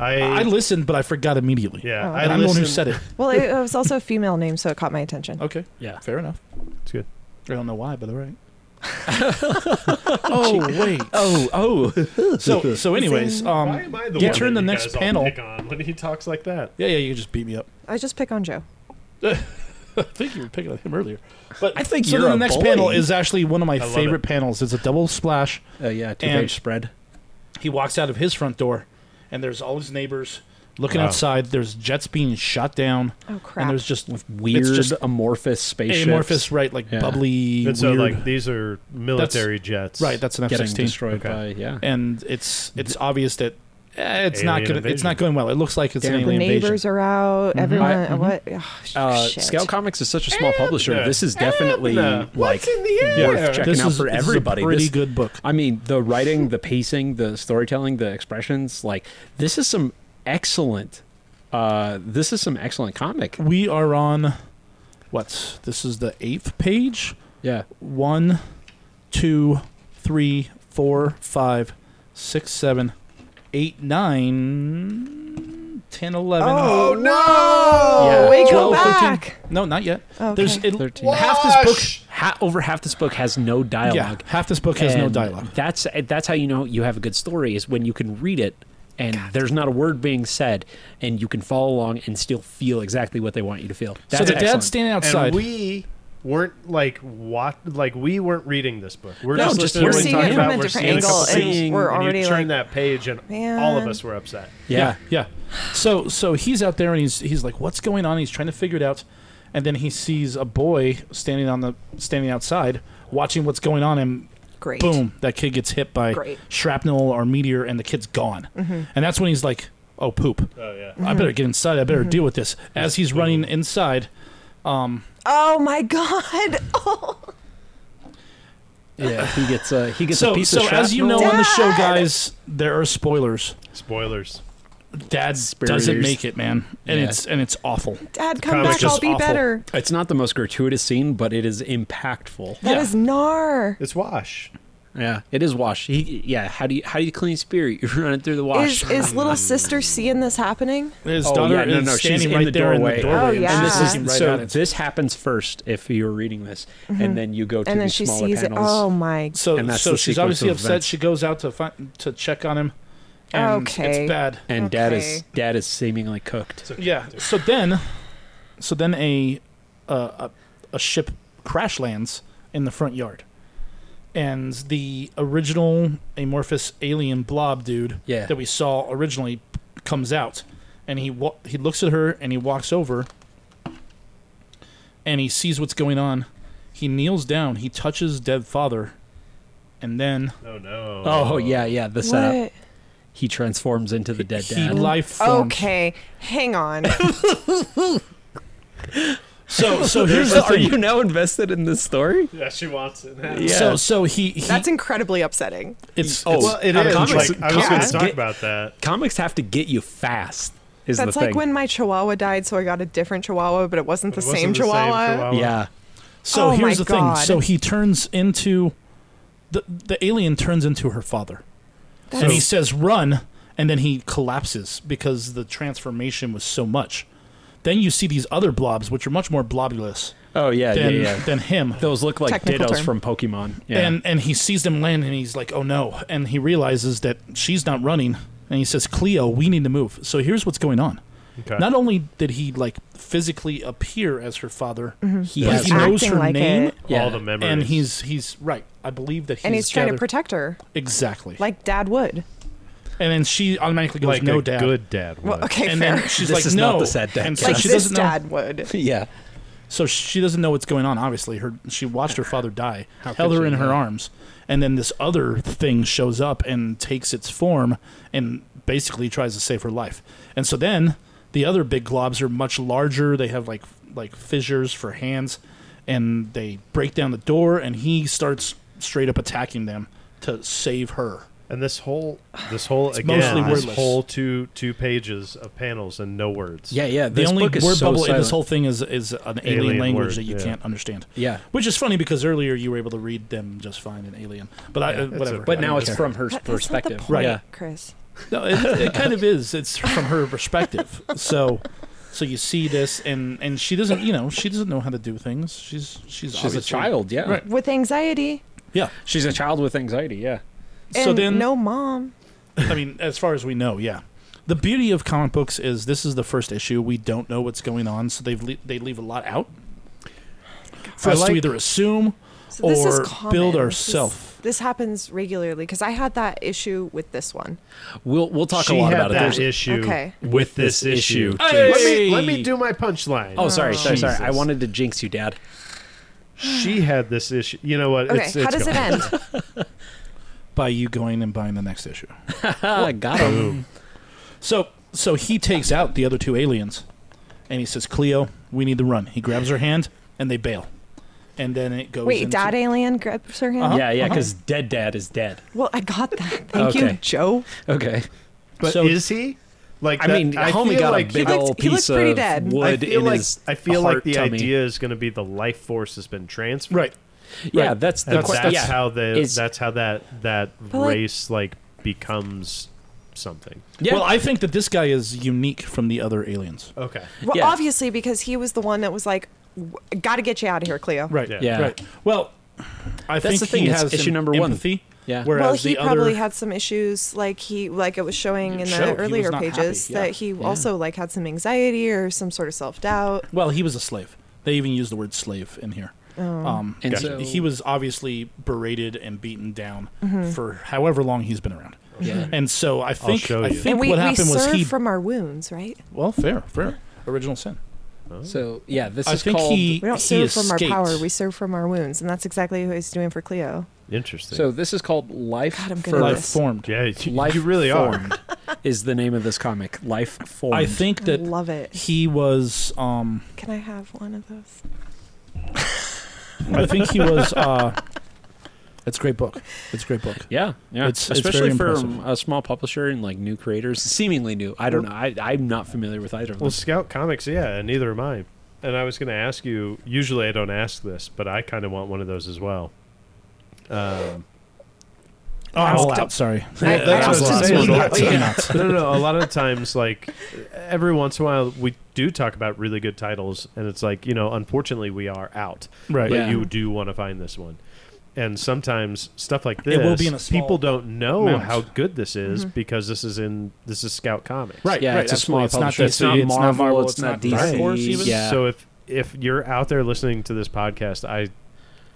[SPEAKER 1] I,
[SPEAKER 2] I listened, but I forgot immediately.
[SPEAKER 1] yeah.
[SPEAKER 4] Oh,
[SPEAKER 1] I
[SPEAKER 2] and I'm the one who
[SPEAKER 1] listened-
[SPEAKER 2] said it.
[SPEAKER 4] Well, it, it was also a female name, so it caught my attention.
[SPEAKER 2] Okay,
[SPEAKER 5] yeah.
[SPEAKER 2] fair enough.
[SPEAKER 1] It's good.
[SPEAKER 2] I don't know why, but all <laughs> right. oh wait.
[SPEAKER 3] Oh, oh.
[SPEAKER 2] So so, anyways,
[SPEAKER 1] Why
[SPEAKER 2] um,
[SPEAKER 1] am I the
[SPEAKER 2] get
[SPEAKER 1] one
[SPEAKER 2] her in
[SPEAKER 1] that
[SPEAKER 2] the
[SPEAKER 1] you
[SPEAKER 2] next
[SPEAKER 1] guys all
[SPEAKER 2] panel.
[SPEAKER 1] pick on when he talks like that?
[SPEAKER 2] yeah, yeah, you can just beat me up.
[SPEAKER 4] I just pick on Joe.
[SPEAKER 2] I think you were picking on him earlier, but
[SPEAKER 3] I think
[SPEAKER 2] so.
[SPEAKER 3] you're
[SPEAKER 2] then the
[SPEAKER 3] a
[SPEAKER 2] next
[SPEAKER 3] bully.
[SPEAKER 2] panel is actually one of my
[SPEAKER 1] love
[SPEAKER 2] favorite
[SPEAKER 1] it.
[SPEAKER 2] panels. It's a double splash.
[SPEAKER 5] <laughs> Uh, yeah. Two
[SPEAKER 2] and-
[SPEAKER 5] page spread.
[SPEAKER 2] He walks out of his front door, and there's all his neighbors looking
[SPEAKER 1] Wow.
[SPEAKER 2] outside. There's jets being shot down,
[SPEAKER 4] Oh crap.
[SPEAKER 2] and there's just
[SPEAKER 5] Weird
[SPEAKER 2] just
[SPEAKER 5] amorphous spaceships.
[SPEAKER 2] amorphous, right? Like
[SPEAKER 5] Yeah.
[SPEAKER 2] bubbly,
[SPEAKER 1] And so,
[SPEAKER 2] weird.
[SPEAKER 1] like, these are military jets.
[SPEAKER 2] right, that's an F
[SPEAKER 5] Getting
[SPEAKER 2] sixteen,
[SPEAKER 5] destroyed by. Yeah.
[SPEAKER 2] and it's it's obvious that eh, it's not
[SPEAKER 1] Alien
[SPEAKER 2] gonna, it's
[SPEAKER 1] invasion.
[SPEAKER 2] not going well. It looks like it's an
[SPEAKER 5] Damn.
[SPEAKER 4] the
[SPEAKER 2] alien
[SPEAKER 4] neighbors
[SPEAKER 2] invasion.
[SPEAKER 4] are out. Everyone.
[SPEAKER 5] I-
[SPEAKER 4] uh, What? Oh, sh-
[SPEAKER 5] Uh,
[SPEAKER 4] shit.
[SPEAKER 5] Scout Comics is such a small publisher. This is definitely
[SPEAKER 1] Abner,
[SPEAKER 5] like worth checking
[SPEAKER 2] This
[SPEAKER 5] out
[SPEAKER 2] is,
[SPEAKER 5] for
[SPEAKER 2] this is
[SPEAKER 5] everybody.
[SPEAKER 2] a pretty
[SPEAKER 5] This-
[SPEAKER 2] good book.
[SPEAKER 5] I mean, the writing, the pacing, the storytelling, the expressions, like this is some excellent uh this is some excellent comic.
[SPEAKER 2] We are on what? This is the eighth page.
[SPEAKER 5] Yeah.
[SPEAKER 2] One, two, three, four, five, six, seven, eight, nine, ten, eleven.
[SPEAKER 1] Oh, no!
[SPEAKER 4] Oh,
[SPEAKER 5] Yeah.
[SPEAKER 4] wait, go
[SPEAKER 2] 12, 13.
[SPEAKER 4] back.
[SPEAKER 2] No, not yet.
[SPEAKER 4] Okay.
[SPEAKER 2] There's it,
[SPEAKER 5] 13.
[SPEAKER 2] half this book.
[SPEAKER 1] Wash!
[SPEAKER 5] Ha- over half this book has no dialogue.
[SPEAKER 2] Yeah, half this book has no
[SPEAKER 5] And
[SPEAKER 2] dialogue.
[SPEAKER 5] That's that's how you know you have a good story is when you can read it and there's not a word being said and you can follow along and still feel exactly what they want you to feel. That's
[SPEAKER 2] so the
[SPEAKER 5] excellent.
[SPEAKER 2] dad's standing outside.
[SPEAKER 1] And we weren't like what like we weren't reading this book. We're
[SPEAKER 5] No,
[SPEAKER 1] just,
[SPEAKER 5] just
[SPEAKER 1] listening to
[SPEAKER 5] we're
[SPEAKER 1] what
[SPEAKER 5] seeing
[SPEAKER 1] talking
[SPEAKER 5] it from
[SPEAKER 1] about.
[SPEAKER 5] a
[SPEAKER 1] We're
[SPEAKER 4] different
[SPEAKER 1] seeing a couple
[SPEAKER 5] angle, and
[SPEAKER 1] things,
[SPEAKER 4] we're
[SPEAKER 1] and
[SPEAKER 4] already
[SPEAKER 1] you turn
[SPEAKER 4] like,
[SPEAKER 1] that page, and all of
[SPEAKER 4] "Man."
[SPEAKER 1] us were upset.
[SPEAKER 2] yeah, yeah. So so he's out there and he's he's like, what's going on? He's trying to figure it out, and then he sees a boy standing on the standing outside watching what's going on, and
[SPEAKER 4] Great.
[SPEAKER 2] boom, that kid gets hit by
[SPEAKER 4] Great. Mm-hmm.
[SPEAKER 2] shrapnel or meteor, and the kid's gone. And that's when he's like, oh poop,
[SPEAKER 1] Oh yeah,
[SPEAKER 2] I better get inside. I better
[SPEAKER 4] Mm-hmm.
[SPEAKER 2] deal with this. As
[SPEAKER 5] Mm-hmm.
[SPEAKER 2] he's running inside,
[SPEAKER 4] Oh my god. <laughs> Oh.
[SPEAKER 5] Yeah, he gets a he gets
[SPEAKER 2] so
[SPEAKER 5] a piece
[SPEAKER 2] so
[SPEAKER 5] of
[SPEAKER 2] as you know
[SPEAKER 5] shrapnel.
[SPEAKER 2] on the show,
[SPEAKER 4] Dad!
[SPEAKER 2] guys, there are spoilers.
[SPEAKER 1] spoilers.
[SPEAKER 2] Dad doesn't
[SPEAKER 5] Spoilers.
[SPEAKER 2] make it, man, and
[SPEAKER 5] Yeah.
[SPEAKER 2] it's and it's awful.
[SPEAKER 4] Dad, come
[SPEAKER 1] comic
[SPEAKER 4] back.
[SPEAKER 1] is
[SPEAKER 4] I'll be
[SPEAKER 2] awful.
[SPEAKER 4] better.
[SPEAKER 5] it's not the most gratuitous scene, but it is impactful.
[SPEAKER 4] That
[SPEAKER 2] Yeah.
[SPEAKER 4] is gnar.
[SPEAKER 1] It's Wash.
[SPEAKER 5] Yeah, it is wash. He, yeah, how do you how do you clean his spirit? <laughs> You run it through the wash.
[SPEAKER 4] Is is little sister seeing this happening?
[SPEAKER 2] His
[SPEAKER 5] Oh,
[SPEAKER 2] daughter
[SPEAKER 5] yeah, no,
[SPEAKER 2] is
[SPEAKER 5] no, she's
[SPEAKER 2] standing
[SPEAKER 5] in
[SPEAKER 2] right
[SPEAKER 5] the
[SPEAKER 2] there in
[SPEAKER 5] doorway.
[SPEAKER 2] the doorway.
[SPEAKER 4] Oh,
[SPEAKER 2] and
[SPEAKER 4] yeah.
[SPEAKER 2] she's
[SPEAKER 4] This is-
[SPEAKER 2] looking right
[SPEAKER 5] so
[SPEAKER 2] at it.
[SPEAKER 5] this happens first if you're reading this, and then you go to
[SPEAKER 4] Mm-hmm. And then
[SPEAKER 5] the
[SPEAKER 4] she
[SPEAKER 5] smaller
[SPEAKER 4] sees it.
[SPEAKER 5] panels.
[SPEAKER 4] Oh my.
[SPEAKER 2] So,
[SPEAKER 5] And that's
[SPEAKER 2] so
[SPEAKER 5] the
[SPEAKER 2] she's
[SPEAKER 5] sequence
[SPEAKER 2] obviously
[SPEAKER 5] of
[SPEAKER 2] upset.
[SPEAKER 5] events.
[SPEAKER 2] She goes out to find, to check on him. And
[SPEAKER 4] Okay.
[SPEAKER 2] It's bad.
[SPEAKER 5] and dad
[SPEAKER 4] Okay.
[SPEAKER 5] is dad is seemingly cooked.
[SPEAKER 2] Yeah. So then, so then a, uh, a, a ship crash lands in the front yard. And the original amorphous alien blob dude
[SPEAKER 5] Yeah.
[SPEAKER 2] that we saw originally comes out, and he wa- he looks at her and he walks over, and he sees what's going on. He kneels down, he touches dead father, and then
[SPEAKER 1] Oh no.
[SPEAKER 5] Oh yeah, yeah. The setup. He transforms into the dead
[SPEAKER 2] he
[SPEAKER 5] dad. <laughs>
[SPEAKER 2] life forms.
[SPEAKER 4] Okay, hang on.
[SPEAKER 2] So
[SPEAKER 5] <laughs>
[SPEAKER 2] so here's the
[SPEAKER 3] Are
[SPEAKER 2] thing.
[SPEAKER 3] you now invested in this story?
[SPEAKER 1] Yeah, she wants it. now.
[SPEAKER 2] So so he, he
[SPEAKER 4] That's incredibly upsetting.
[SPEAKER 2] it's
[SPEAKER 3] Oh,
[SPEAKER 1] Well, it
[SPEAKER 3] I'm
[SPEAKER 1] is.
[SPEAKER 3] comics-
[SPEAKER 1] Like, I was going
[SPEAKER 4] comics
[SPEAKER 1] to talk
[SPEAKER 3] get-
[SPEAKER 1] about that.
[SPEAKER 3] Comics have to get you fast. Is
[SPEAKER 4] That's
[SPEAKER 3] the
[SPEAKER 4] like
[SPEAKER 3] thing.
[SPEAKER 4] when my chihuahua died, so I got a different chihuahua, but it wasn't the
[SPEAKER 1] It wasn't
[SPEAKER 4] same
[SPEAKER 1] the same
[SPEAKER 4] chihuahua.
[SPEAKER 3] yeah.
[SPEAKER 2] So
[SPEAKER 4] Oh my
[SPEAKER 2] here's the
[SPEAKER 4] God.
[SPEAKER 2] thing. So he turns into the the alien turns into her father. and he says run and then he collapses because the transformation was so much. Then you see these other blobs which are much more blobulous
[SPEAKER 3] Oh yeah, yeah,
[SPEAKER 2] than
[SPEAKER 3] yeah.
[SPEAKER 2] than him.
[SPEAKER 3] Those look like
[SPEAKER 4] Technical
[SPEAKER 3] dittos
[SPEAKER 4] term.
[SPEAKER 3] from Pokemon. Yeah.
[SPEAKER 2] And and he sees them land and he's like, "Oh no." And he realizes that she's not running and he says, "Cleo, we need to move." So here's what's going on.
[SPEAKER 1] Okay.
[SPEAKER 2] Not only did he like physically appear as her father,
[SPEAKER 3] he
[SPEAKER 2] but
[SPEAKER 3] has
[SPEAKER 2] he knows
[SPEAKER 4] Mm-hmm. acting
[SPEAKER 2] her
[SPEAKER 4] like
[SPEAKER 2] name
[SPEAKER 4] it.
[SPEAKER 3] yeah.
[SPEAKER 1] all
[SPEAKER 5] <laughs>
[SPEAKER 1] the memories.
[SPEAKER 2] and he's he's right. I believe that he's
[SPEAKER 4] and he's trying to
[SPEAKER 2] gathered-
[SPEAKER 4] protect her,
[SPEAKER 2] exactly.
[SPEAKER 4] like Dad would.
[SPEAKER 2] and then she automatically goes,
[SPEAKER 1] like
[SPEAKER 2] "No,
[SPEAKER 1] a
[SPEAKER 2] dad."
[SPEAKER 1] good dad.
[SPEAKER 4] Well,
[SPEAKER 1] would.
[SPEAKER 4] okay,
[SPEAKER 2] And
[SPEAKER 4] fair. <laughs>
[SPEAKER 2] then she's
[SPEAKER 3] This
[SPEAKER 2] like,
[SPEAKER 3] is
[SPEAKER 2] "No."
[SPEAKER 3] not the sad dad
[SPEAKER 2] And so
[SPEAKER 4] like
[SPEAKER 2] she
[SPEAKER 4] this
[SPEAKER 2] doesn't know.
[SPEAKER 4] Dad would.
[SPEAKER 3] yeah.
[SPEAKER 2] So she doesn't know what's going on. Obviously, her she watched her father die,
[SPEAKER 5] How
[SPEAKER 2] held
[SPEAKER 5] could
[SPEAKER 2] her
[SPEAKER 5] she
[SPEAKER 2] in her
[SPEAKER 5] know?
[SPEAKER 2] arms, and then this other thing shows up and takes its form and basically tries to save her life. And so then the other big globs are much larger. They have like like fissures for hands, and they break down the door. And he starts straight up attacking them to save her.
[SPEAKER 1] And this whole, this whole again,
[SPEAKER 2] mostly
[SPEAKER 1] this
[SPEAKER 2] wordless.
[SPEAKER 1] whole two two pages of panels and no words.
[SPEAKER 5] Yeah, yeah.
[SPEAKER 2] the
[SPEAKER 5] This
[SPEAKER 2] only
[SPEAKER 5] book is
[SPEAKER 2] word
[SPEAKER 5] so
[SPEAKER 2] bubble in this
[SPEAKER 5] silent.
[SPEAKER 2] whole thing is is an alien,
[SPEAKER 1] Alien
[SPEAKER 2] language
[SPEAKER 1] word,
[SPEAKER 2] that you
[SPEAKER 1] yeah.
[SPEAKER 2] can't understand.
[SPEAKER 5] Yeah.
[SPEAKER 2] which is funny because earlier you were able to read them just fine in Alien, but I, uh, whatever.
[SPEAKER 1] okay.
[SPEAKER 5] But
[SPEAKER 2] I
[SPEAKER 5] now
[SPEAKER 2] don't
[SPEAKER 5] it's
[SPEAKER 2] care.
[SPEAKER 5] from her
[SPEAKER 4] But that's not the
[SPEAKER 5] perspective.
[SPEAKER 4] point,
[SPEAKER 2] Right.
[SPEAKER 4] Chris.
[SPEAKER 2] no, it, it kind of is. It's from her perspective. So, so you see this, and and she doesn't, you know, she doesn't know how to do things. She's she's
[SPEAKER 5] She's a
[SPEAKER 2] obviously-
[SPEAKER 5] child. Yeah.
[SPEAKER 2] Right.
[SPEAKER 4] With anxiety
[SPEAKER 2] Yeah.
[SPEAKER 5] She's a child with anxiety. Yeah.
[SPEAKER 4] and
[SPEAKER 2] so then,
[SPEAKER 4] no mom.
[SPEAKER 2] I mean, as far as we know, yeah. The beauty of comic books is this is the first issue. We don't know what's going on, so they've le- they leave a lot out for
[SPEAKER 1] I
[SPEAKER 2] us to
[SPEAKER 1] like-
[SPEAKER 2] either assume
[SPEAKER 4] So this is
[SPEAKER 2] or
[SPEAKER 4] common.
[SPEAKER 2] build
[SPEAKER 4] This is-
[SPEAKER 2] ourself.
[SPEAKER 4] This, happens regularly because I had that issue with this one.
[SPEAKER 5] We'll we'll talk
[SPEAKER 1] she
[SPEAKER 5] a lot
[SPEAKER 1] had
[SPEAKER 5] about it.
[SPEAKER 1] that
[SPEAKER 5] There's-
[SPEAKER 1] issue
[SPEAKER 4] Okay.
[SPEAKER 1] with this, issue. Let me let me do my punchline.
[SPEAKER 5] Oh, sorry, sorry, sorry. I
[SPEAKER 1] Jesus.
[SPEAKER 5] wanted to jinx you, Dad. <laughs>
[SPEAKER 1] She had this issue. You know what?
[SPEAKER 4] Okay,
[SPEAKER 1] it's,
[SPEAKER 4] how
[SPEAKER 1] it's
[SPEAKER 4] does
[SPEAKER 1] gone.
[SPEAKER 4] it
[SPEAKER 2] <laughs>
[SPEAKER 4] end?
[SPEAKER 2] by you going and buying the next issue.
[SPEAKER 5] Ah, got him.
[SPEAKER 2] So so he takes out the other two aliens, and he says, "Cleo, we need to run." He grabs her hand, and they bail. And then it goes.
[SPEAKER 4] Wait,
[SPEAKER 2] into-
[SPEAKER 4] Dad Alien grabs her hand.
[SPEAKER 2] Uh-huh.
[SPEAKER 5] Yeah,
[SPEAKER 1] Uh-huh.
[SPEAKER 5] yeah. Because dead dad is dead.
[SPEAKER 4] Well, I got that. <laughs> Thank you,
[SPEAKER 5] Okay.
[SPEAKER 4] Joe.
[SPEAKER 5] Okay.
[SPEAKER 1] But
[SPEAKER 2] So-
[SPEAKER 1] is he? Like
[SPEAKER 5] I
[SPEAKER 1] that-
[SPEAKER 5] mean,
[SPEAKER 1] I
[SPEAKER 5] homie
[SPEAKER 1] feel
[SPEAKER 5] got
[SPEAKER 1] like
[SPEAKER 5] a big
[SPEAKER 4] He looked-
[SPEAKER 5] old
[SPEAKER 4] he looked
[SPEAKER 5] piece
[SPEAKER 4] pretty
[SPEAKER 5] of
[SPEAKER 4] dead. I
[SPEAKER 5] wood
[SPEAKER 1] I feel
[SPEAKER 5] in
[SPEAKER 1] like
[SPEAKER 5] his.
[SPEAKER 1] I feel like
[SPEAKER 5] heart
[SPEAKER 1] the
[SPEAKER 5] tummy.
[SPEAKER 1] idea is going to be the life force has been transferred.
[SPEAKER 2] Right.
[SPEAKER 5] Yeah, that's the
[SPEAKER 1] That's,
[SPEAKER 5] que-
[SPEAKER 1] that's
[SPEAKER 5] yeah.
[SPEAKER 1] how the
[SPEAKER 5] Is-
[SPEAKER 1] that's how that that
[SPEAKER 4] But, like-
[SPEAKER 1] race like becomes something.
[SPEAKER 5] Yeah.
[SPEAKER 2] Well, I think that this guy is unique from the other aliens.
[SPEAKER 1] Okay.
[SPEAKER 4] Well,
[SPEAKER 5] Yeah.
[SPEAKER 4] obviously because he was the one that was like, "Got to get you out of here, Cleo."
[SPEAKER 2] Right.
[SPEAKER 1] Yeah.
[SPEAKER 5] Yeah.
[SPEAKER 2] Right. Well, I
[SPEAKER 5] That's
[SPEAKER 2] think
[SPEAKER 5] the thing,
[SPEAKER 2] he
[SPEAKER 5] it's
[SPEAKER 2] has
[SPEAKER 5] issue
[SPEAKER 2] an
[SPEAKER 5] number one.
[SPEAKER 2] empathy,
[SPEAKER 5] Yeah.
[SPEAKER 2] Whereas
[SPEAKER 4] well, he
[SPEAKER 2] the
[SPEAKER 4] probably
[SPEAKER 2] other,
[SPEAKER 4] had some issues, like he, like it was showing in
[SPEAKER 2] showed he
[SPEAKER 4] the
[SPEAKER 2] was
[SPEAKER 4] earlier
[SPEAKER 2] not
[SPEAKER 4] pages
[SPEAKER 2] happy, yeah.
[SPEAKER 4] that he also like had some anxiety or some sort of self doubt.
[SPEAKER 2] well, he was a slave. They even use the word slave in here.
[SPEAKER 4] Oh.
[SPEAKER 2] Um,
[SPEAKER 5] And
[SPEAKER 2] he-
[SPEAKER 5] so-
[SPEAKER 2] he was obviously berated and beaten down
[SPEAKER 4] Mm-hmm.
[SPEAKER 2] for however long he's been around.
[SPEAKER 5] Yeah.
[SPEAKER 2] And so I think
[SPEAKER 1] show
[SPEAKER 2] I
[SPEAKER 1] you.
[SPEAKER 2] think
[SPEAKER 4] And we,
[SPEAKER 2] what
[SPEAKER 4] we
[SPEAKER 2] happened was
[SPEAKER 4] serve
[SPEAKER 2] he
[SPEAKER 4] from our wounds, right?
[SPEAKER 2] well fair fair original sin.
[SPEAKER 5] So yeah, this
[SPEAKER 2] I
[SPEAKER 5] is
[SPEAKER 2] think
[SPEAKER 5] called.
[SPEAKER 2] he
[SPEAKER 4] We don't
[SPEAKER 2] he
[SPEAKER 4] serve from
[SPEAKER 2] escaped.
[SPEAKER 4] our power; we serve from our wounds, and that's exactly what he's doing for Cleo.
[SPEAKER 1] Interesting.
[SPEAKER 5] So this is called life.
[SPEAKER 4] God, I'm good
[SPEAKER 5] for
[SPEAKER 4] at
[SPEAKER 2] life
[SPEAKER 4] this.
[SPEAKER 2] formed.
[SPEAKER 1] yeah, you,
[SPEAKER 5] Life
[SPEAKER 1] you really are.
[SPEAKER 5] formed is the name of this comic. Life formed.
[SPEAKER 2] I think
[SPEAKER 4] I
[SPEAKER 2] that
[SPEAKER 4] love it.
[SPEAKER 2] he was um
[SPEAKER 4] Can I have one of those?
[SPEAKER 2] I think he was uh it's a great book. It's a great book.
[SPEAKER 5] Yeah, yeah.
[SPEAKER 2] It's- it's
[SPEAKER 5] especially
[SPEAKER 2] very
[SPEAKER 5] for
[SPEAKER 2] impressive.
[SPEAKER 5] a small publisher and like new creators, seemingly new. I don't know. I, I'm not familiar with either of them.
[SPEAKER 1] Well, Scout Comics, yeah, and neither am I. And I was going to ask you. Usually, I don't ask this, but I kind of want one of those as well.
[SPEAKER 2] Oh, I'm
[SPEAKER 4] Asked
[SPEAKER 2] all
[SPEAKER 4] him.
[SPEAKER 2] out. Sorry.
[SPEAKER 4] I-
[SPEAKER 1] Well, that's
[SPEAKER 4] I
[SPEAKER 1] what
[SPEAKER 4] asked
[SPEAKER 1] I'm
[SPEAKER 4] him
[SPEAKER 1] saying.
[SPEAKER 4] to
[SPEAKER 1] A
[SPEAKER 4] do
[SPEAKER 1] lot
[SPEAKER 4] that.
[SPEAKER 1] of times- <laughs> no, no, no. A lot of times, like every once in a while, we do talk about really good titles, and it's like you know, unfortunately, we are out.
[SPEAKER 2] Right.
[SPEAKER 1] But
[SPEAKER 5] Yeah.
[SPEAKER 1] you do want to find this one, and sometimes stuff like this,
[SPEAKER 2] It will be in a small
[SPEAKER 1] people don't know
[SPEAKER 2] amount.
[SPEAKER 1] how good this is because this is in this is Scout Comics.
[SPEAKER 2] Right.
[SPEAKER 5] yeah,
[SPEAKER 2] right,
[SPEAKER 5] it's a
[SPEAKER 2] absolutely.
[SPEAKER 5] small
[SPEAKER 2] It's not
[SPEAKER 5] publisher.
[SPEAKER 2] DC, it's not Marvel,
[SPEAKER 5] It's
[SPEAKER 2] it's
[SPEAKER 5] not
[SPEAKER 2] not Dark
[SPEAKER 5] DC.
[SPEAKER 2] Horse even.
[SPEAKER 5] Yeah.
[SPEAKER 1] So if if you're out there listening to this podcast, I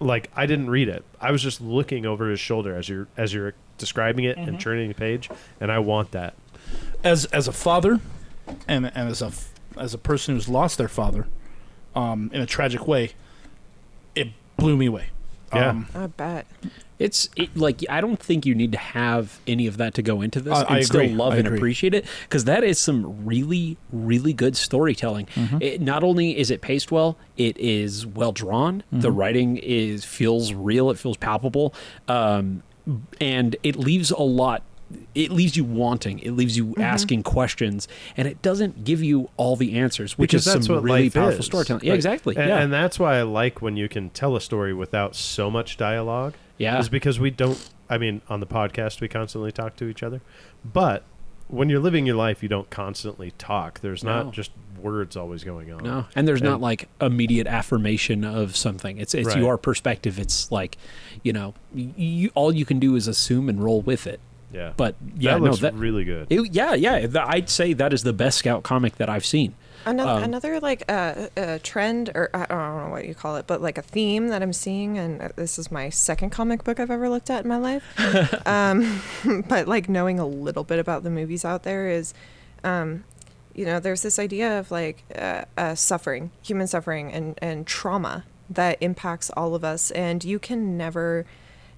[SPEAKER 1] like I didn't read it. I was just looking over his shoulder as you're as you're describing it and turning the page, and I want that.
[SPEAKER 2] as as a father, and and as a f- as a person who's lost their father, um, in a tragic way, it blew me away.
[SPEAKER 1] Yeah.
[SPEAKER 2] Um,
[SPEAKER 4] I bet.
[SPEAKER 5] It's it, like I don't think you need to have any of that to go into this
[SPEAKER 2] I-
[SPEAKER 5] and
[SPEAKER 2] I
[SPEAKER 5] still
[SPEAKER 2] agree.
[SPEAKER 5] love
[SPEAKER 2] I
[SPEAKER 5] and
[SPEAKER 2] agree.
[SPEAKER 5] appreciate it because that is some really really good storytelling. It, not only is it paced well, it is well drawn. The writing is feels real. It feels palpable, um, and it leaves a lot. It leaves you wanting. It leaves you asking questions, and it doesn't give you all the answers, which
[SPEAKER 1] Because
[SPEAKER 5] is
[SPEAKER 1] that's
[SPEAKER 5] some
[SPEAKER 1] what
[SPEAKER 5] really
[SPEAKER 1] life
[SPEAKER 5] powerful
[SPEAKER 1] is.
[SPEAKER 5] storytelling. Yeah,
[SPEAKER 1] Right.
[SPEAKER 5] exactly.
[SPEAKER 1] And,
[SPEAKER 5] yeah.
[SPEAKER 1] and that's why I like when you can tell a story without so much dialogue.
[SPEAKER 5] Yeah.
[SPEAKER 1] Is because we don't, I mean, on the podcast, we constantly talk to each other. But when you're living your life, you don't constantly talk. There's
[SPEAKER 5] No.
[SPEAKER 1] not just words always going on.
[SPEAKER 5] No, and there's not
[SPEAKER 1] And-
[SPEAKER 5] like immediate affirmation of something. It's it's
[SPEAKER 1] Right.
[SPEAKER 5] your perspective. It's like, you know, y- you all you can do is assume and roll with it.
[SPEAKER 1] Yeah.
[SPEAKER 5] But yeah,
[SPEAKER 1] that
[SPEAKER 5] no,
[SPEAKER 1] looks
[SPEAKER 5] that
[SPEAKER 1] really good.
[SPEAKER 5] it, yeah, yeah. th- I'd say that is the best Scout comic that I've seen.
[SPEAKER 4] Another, another like uh, uh, trend, or I I don't know what you call it, but like a theme that I'm seeing, and uh, this is my second comic book I've ever looked at in my life. um, <laughs> but like knowing a little bit about the movies out there is, um, you know, there's this idea of like uh, uh, suffering, human suffering, and and trauma that impacts all of us, and you can never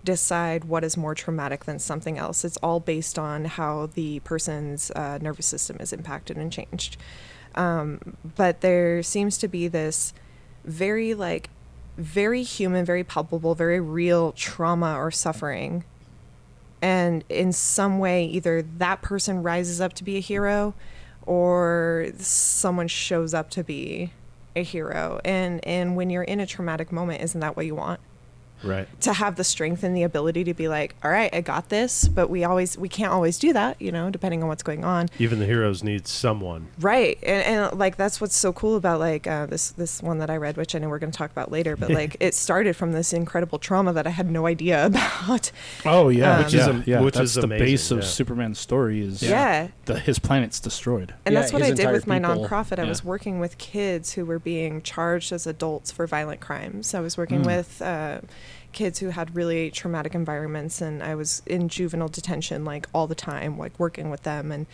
[SPEAKER 4] decide what is more traumatic than something else. It's all based on how the person's uh, nervous system is impacted and changed but there seems to be this very like very human very palpable very real trauma or suffering and in some way either that person rises up to be a hero or someone shows up to be a hero and and when you're in a traumatic moment isn't that what you want
[SPEAKER 1] right.
[SPEAKER 4] to have the strength and the ability to be like all right i got this but we always we can't always do that you know depending on what's going on
[SPEAKER 1] Even the heroes need someone.
[SPEAKER 4] right and, and like that's what's so cool about like uh, this this one that i read which i know we're going to talk about later but like it started from this incredible trauma that i had no idea <laughs> about
[SPEAKER 2] Oh yeah,
[SPEAKER 4] Which
[SPEAKER 1] is
[SPEAKER 2] yeah,
[SPEAKER 1] am-
[SPEAKER 2] yeah.
[SPEAKER 1] which
[SPEAKER 2] That's
[SPEAKER 1] is
[SPEAKER 2] the
[SPEAKER 1] amazing,
[SPEAKER 2] base of
[SPEAKER 1] yeah.
[SPEAKER 2] Superman's story is
[SPEAKER 4] yeah,
[SPEAKER 2] the, his planet's destroyed.
[SPEAKER 4] and
[SPEAKER 5] Yeah,
[SPEAKER 4] that's what
[SPEAKER 5] his
[SPEAKER 4] i did
[SPEAKER 5] entire
[SPEAKER 4] with my
[SPEAKER 5] people-
[SPEAKER 4] nonprofit i
[SPEAKER 5] yeah.
[SPEAKER 4] was working with kids who were being charged as adults for violent crimes i was
[SPEAKER 5] Mm.
[SPEAKER 4] working with uh, kids who had really traumatic environments and i was in juvenile detention like all the time like working with them and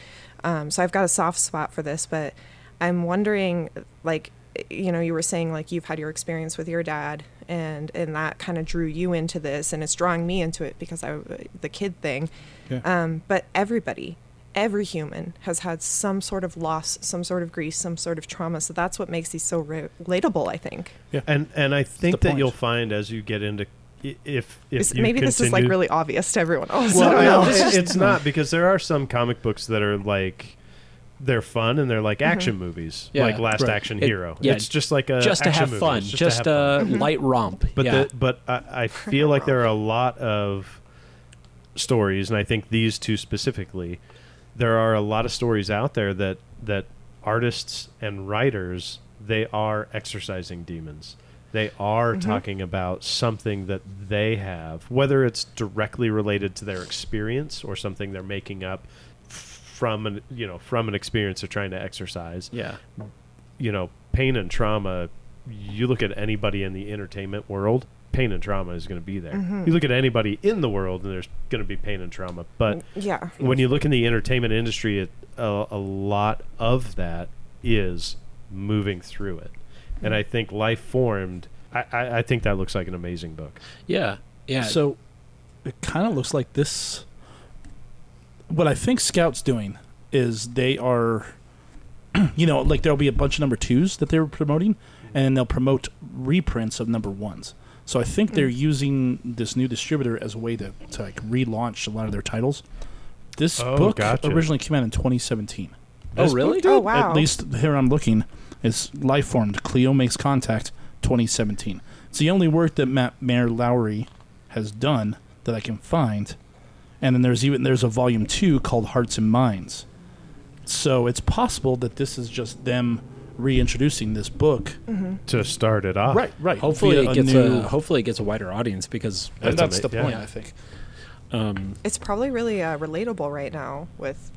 [SPEAKER 4] um, so i've got a soft spot for this but i'm wondering like you know you were saying like you've had your experience with your dad and and that kind of drew you into this and it's drawing me into it because i the kid thing
[SPEAKER 2] Yeah.
[SPEAKER 4] um, but everybody every human has had some sort of loss some sort of grief some sort of trauma so that's what makes these so re- relatable i think
[SPEAKER 1] And and I think
[SPEAKER 2] the
[SPEAKER 1] that
[SPEAKER 2] point.
[SPEAKER 1] you'll find as you get into i- if if
[SPEAKER 4] Is-
[SPEAKER 1] you
[SPEAKER 4] maybe this is like
[SPEAKER 1] continue-
[SPEAKER 4] really obvious to everyone else I don't
[SPEAKER 1] Well,
[SPEAKER 4] know.
[SPEAKER 1] no, it- it's not because there are some comic books that are like they're fun and they're like action movies,
[SPEAKER 5] Mm-hmm. Yeah.
[SPEAKER 1] like Last
[SPEAKER 2] Right.
[SPEAKER 1] Action
[SPEAKER 5] It-
[SPEAKER 1] Hero.
[SPEAKER 5] yeah,
[SPEAKER 1] it's just like a
[SPEAKER 5] just to
[SPEAKER 1] Uh, action
[SPEAKER 5] have
[SPEAKER 1] movie.
[SPEAKER 5] fun,
[SPEAKER 1] It's
[SPEAKER 5] just, uh,
[SPEAKER 1] to have
[SPEAKER 5] a
[SPEAKER 1] fun.
[SPEAKER 4] Mm-hmm.
[SPEAKER 5] light romp.
[SPEAKER 1] But
[SPEAKER 5] yeah.
[SPEAKER 1] the, but I, I feel like there are a lot of stories, and I think these two specifically, there are a lot of stories out there that that artists and writers they are exercising demons. They are talking about something that they have, whether it's directly related to their experience or something they're making up f- from an you know from an experience they're trying to exercise
[SPEAKER 5] yeah,
[SPEAKER 1] you know, pain and trauma, you look at anybody in the entertainment world, pain and trauma is going to be there.
[SPEAKER 2] Mm-hmm.
[SPEAKER 1] You look at anybody in the world, and there's going to be pain and trauma. But
[SPEAKER 4] yeah
[SPEAKER 2] Mm.
[SPEAKER 1] when you look in the entertainment industry, it, a, a lot of that is moving through it. And
[SPEAKER 2] Mm.
[SPEAKER 1] I think Life Formed, I, I, I think that looks like an amazing book.
[SPEAKER 5] yeah, yeah.
[SPEAKER 2] So it kind of looks like this. What I think Scout's doing is they are, <clears throat> you know, like there'll be a bunch of number twos that they're promoting, and they'll promote reprints of number ones. So I think they're using this new distributor as a way to, to like relaunch a lot of their titles. This
[SPEAKER 1] Oh,
[SPEAKER 2] book
[SPEAKER 1] gotcha.
[SPEAKER 2] originally came out in 2017.
[SPEAKER 5] oh
[SPEAKER 1] this
[SPEAKER 5] really?
[SPEAKER 4] oh wow
[SPEAKER 2] At least here I'm looking is life formed. Cleo makes contact 2017. It's the only work that Matt Mayor Lowry has done that I can find. And then there's even there's a volume two called Hearts and Minds. So it's possible that this is just them reintroducing this book.
[SPEAKER 4] Mm.
[SPEAKER 1] To start it off.
[SPEAKER 2] right.
[SPEAKER 5] Hopefully
[SPEAKER 2] via
[SPEAKER 5] it gets
[SPEAKER 2] new-
[SPEAKER 5] a, hopefully it gets a wider audience because
[SPEAKER 2] and that's the
[SPEAKER 1] ama- yeah.
[SPEAKER 2] point
[SPEAKER 5] Yeah.
[SPEAKER 2] I think.
[SPEAKER 4] it's probably really uh, relatable right now with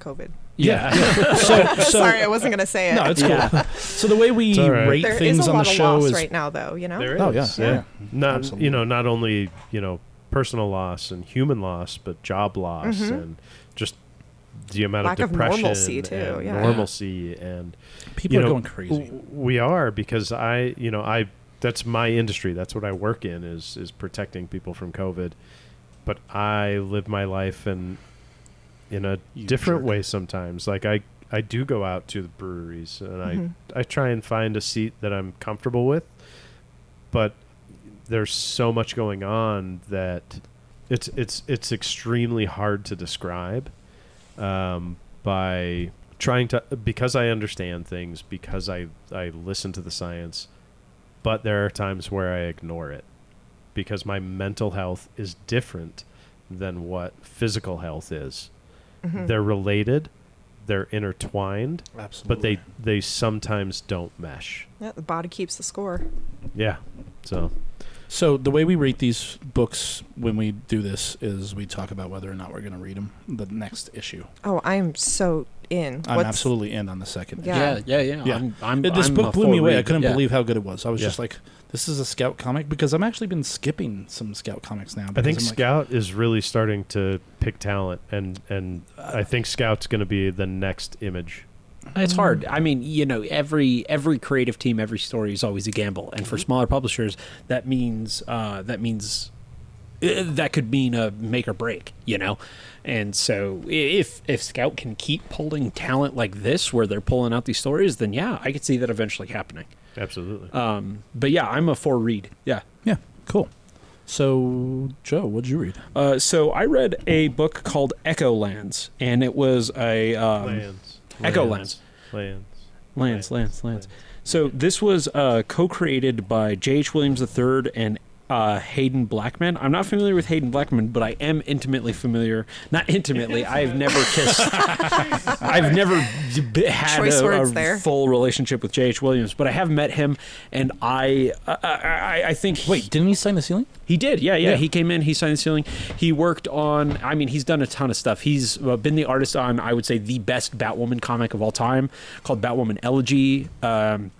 [SPEAKER 4] COVID. <laughs>
[SPEAKER 2] Yeah. so, so
[SPEAKER 4] Sorry, I wasn't gonna say it.
[SPEAKER 2] no, it's cool. <laughs> So the way we
[SPEAKER 1] It's all right.
[SPEAKER 2] rate
[SPEAKER 4] There is
[SPEAKER 2] things
[SPEAKER 4] a
[SPEAKER 2] on the
[SPEAKER 4] lot of
[SPEAKER 2] show
[SPEAKER 4] loss
[SPEAKER 2] is
[SPEAKER 4] right now, though. You know,
[SPEAKER 1] There is.
[SPEAKER 2] Oh, yeah. Yeah.
[SPEAKER 1] Not
[SPEAKER 2] Absolutely.
[SPEAKER 1] you know, not only, you know, personal loss and human loss, but job loss and just the amount
[SPEAKER 4] Lack
[SPEAKER 1] of
[SPEAKER 4] of
[SPEAKER 1] depression
[SPEAKER 4] normalcy, too,
[SPEAKER 1] and
[SPEAKER 4] yeah.
[SPEAKER 1] normalcy and
[SPEAKER 2] people
[SPEAKER 1] you
[SPEAKER 2] are
[SPEAKER 1] know,
[SPEAKER 2] going crazy.
[SPEAKER 1] w- We are because I, you know, I that's my industry. That's what I work in is is protecting people from COVID. But I live my life in in a
[SPEAKER 2] You
[SPEAKER 1] different
[SPEAKER 2] jerk.
[SPEAKER 1] way sometimes. Like I I do go out to the breweries and I I try and find a seat that I'm comfortable with. But there's so much going on that it's it's it's extremely hard to describe um, by trying to because I understand things because I I listen to the science, but there are times where I ignore it because my mental health is different than what physical health is. They're related, they're intertwined,
[SPEAKER 2] Absolutely.
[SPEAKER 1] but they they sometimes don't mesh.
[SPEAKER 4] yeah, the body keeps the score.
[SPEAKER 1] Yeah. So
[SPEAKER 2] So the way we rate these books when we do this is we talk about whether or not we're going to read them the next issue.
[SPEAKER 4] Oh, I am so in.
[SPEAKER 2] I'm
[SPEAKER 4] What's-
[SPEAKER 2] absolutely in on the second.
[SPEAKER 4] Yeah.
[SPEAKER 2] issue.
[SPEAKER 5] Yeah, yeah, yeah.
[SPEAKER 2] Yeah.
[SPEAKER 5] I'm, I'm,
[SPEAKER 2] It- this
[SPEAKER 5] I'm a
[SPEAKER 2] book blew
[SPEAKER 5] full
[SPEAKER 2] me away. I
[SPEAKER 5] read.
[SPEAKER 2] couldn't
[SPEAKER 5] Yeah.
[SPEAKER 2] believe how good it was. I was
[SPEAKER 1] Yeah.
[SPEAKER 2] just like, "This is a Scout comic," because I'm actually been skipping some Scout comics now.
[SPEAKER 1] I
[SPEAKER 2] because
[SPEAKER 1] think
[SPEAKER 2] I'm like,
[SPEAKER 1] Scout is really starting to pick talent, and and I think Scout's going to be the next image.
[SPEAKER 3] Mm.
[SPEAKER 5] It's hard. I mean, you know, every every creative team, every story is always a gamble, and for
[SPEAKER 3] Mm-hmm.
[SPEAKER 5] smaller publishers, that means uh, that means uh, that could mean a make or break. You know, and so i- if if Scout can keep pulling talent like this, where they're pulling out these stories, then yeah, I could see that eventually happening.
[SPEAKER 1] Absolutely.
[SPEAKER 5] Um, but yeah, I'm a four read. Yeah.
[SPEAKER 2] yeah, cool. So Joe, what'd you read?
[SPEAKER 3] Uh, so I read a book called Echo Lands, and it was a um,
[SPEAKER 1] lands.
[SPEAKER 3] Echo Lands.
[SPEAKER 1] Lands. Lands,
[SPEAKER 3] Lands, Lands, Lands. So this was uh, co-created by J.H. Williams III and uh, Hayden Blackman. I'm not familiar with Hayden Blackman, but I am intimately familiar. Not
[SPEAKER 4] <laughs>
[SPEAKER 3] intimately. I've never kissed. I've never b- had
[SPEAKER 4] Choice
[SPEAKER 3] a,
[SPEAKER 4] words
[SPEAKER 3] a
[SPEAKER 4] there.
[SPEAKER 3] full relationship with J.H. Williams, but I have met him, and I uh, I, I, I think he-
[SPEAKER 2] Wait, didn't he sign the ceiling?
[SPEAKER 3] he did, yeah, yeah,
[SPEAKER 2] Yeah.
[SPEAKER 3] He came in, he signed the ceiling. He worked on, I mean, he's done a ton of stuff. He's uh, been the artist on, I would say, the best Batwoman comic of all time called Batwoman Elegy. Um,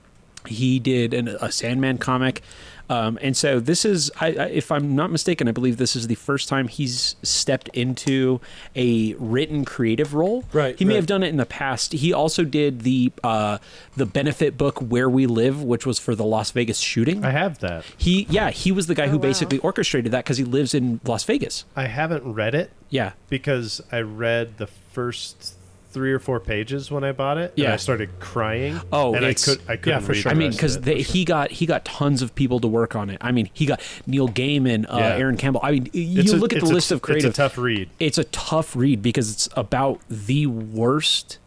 [SPEAKER 3] he did an, a Sandman comic. Um, and so this is, I, I, if I'm not mistaken, I believe this is the first time he's stepped into a written creative role.
[SPEAKER 2] Right,
[SPEAKER 3] He may
[SPEAKER 2] right.
[SPEAKER 3] have done it in the past. He also did the uh, the benefit book Where We Live, which was for the Las Vegas shooting.
[SPEAKER 1] I have that.
[SPEAKER 3] He yeah, he was the guy
[SPEAKER 4] Oh,
[SPEAKER 3] who
[SPEAKER 4] wow.
[SPEAKER 3] basically orchestrated that because he lives in Las Vegas.
[SPEAKER 1] I haven't read it
[SPEAKER 3] Yeah.
[SPEAKER 1] because I read the first three or four pages when I bought it. And
[SPEAKER 3] Yeah.
[SPEAKER 1] I started crying.
[SPEAKER 3] Oh,
[SPEAKER 1] and I
[SPEAKER 3] it's-
[SPEAKER 1] could I couldn't
[SPEAKER 2] yeah, for
[SPEAKER 1] read the
[SPEAKER 2] sure.
[SPEAKER 3] I mean,
[SPEAKER 1] rest of
[SPEAKER 3] because
[SPEAKER 1] it.
[SPEAKER 3] he got he got tons of people to work on it. I mean, he got Neil Gaiman, uh,
[SPEAKER 1] Yeah.
[SPEAKER 3] Aaron Campbell. I mean, you
[SPEAKER 1] It's a-
[SPEAKER 3] look at the
[SPEAKER 1] it's a-
[SPEAKER 3] list of creative.
[SPEAKER 1] It's a tough read.
[SPEAKER 3] it's a tough read because it's about the worst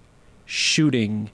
[SPEAKER 3] shooting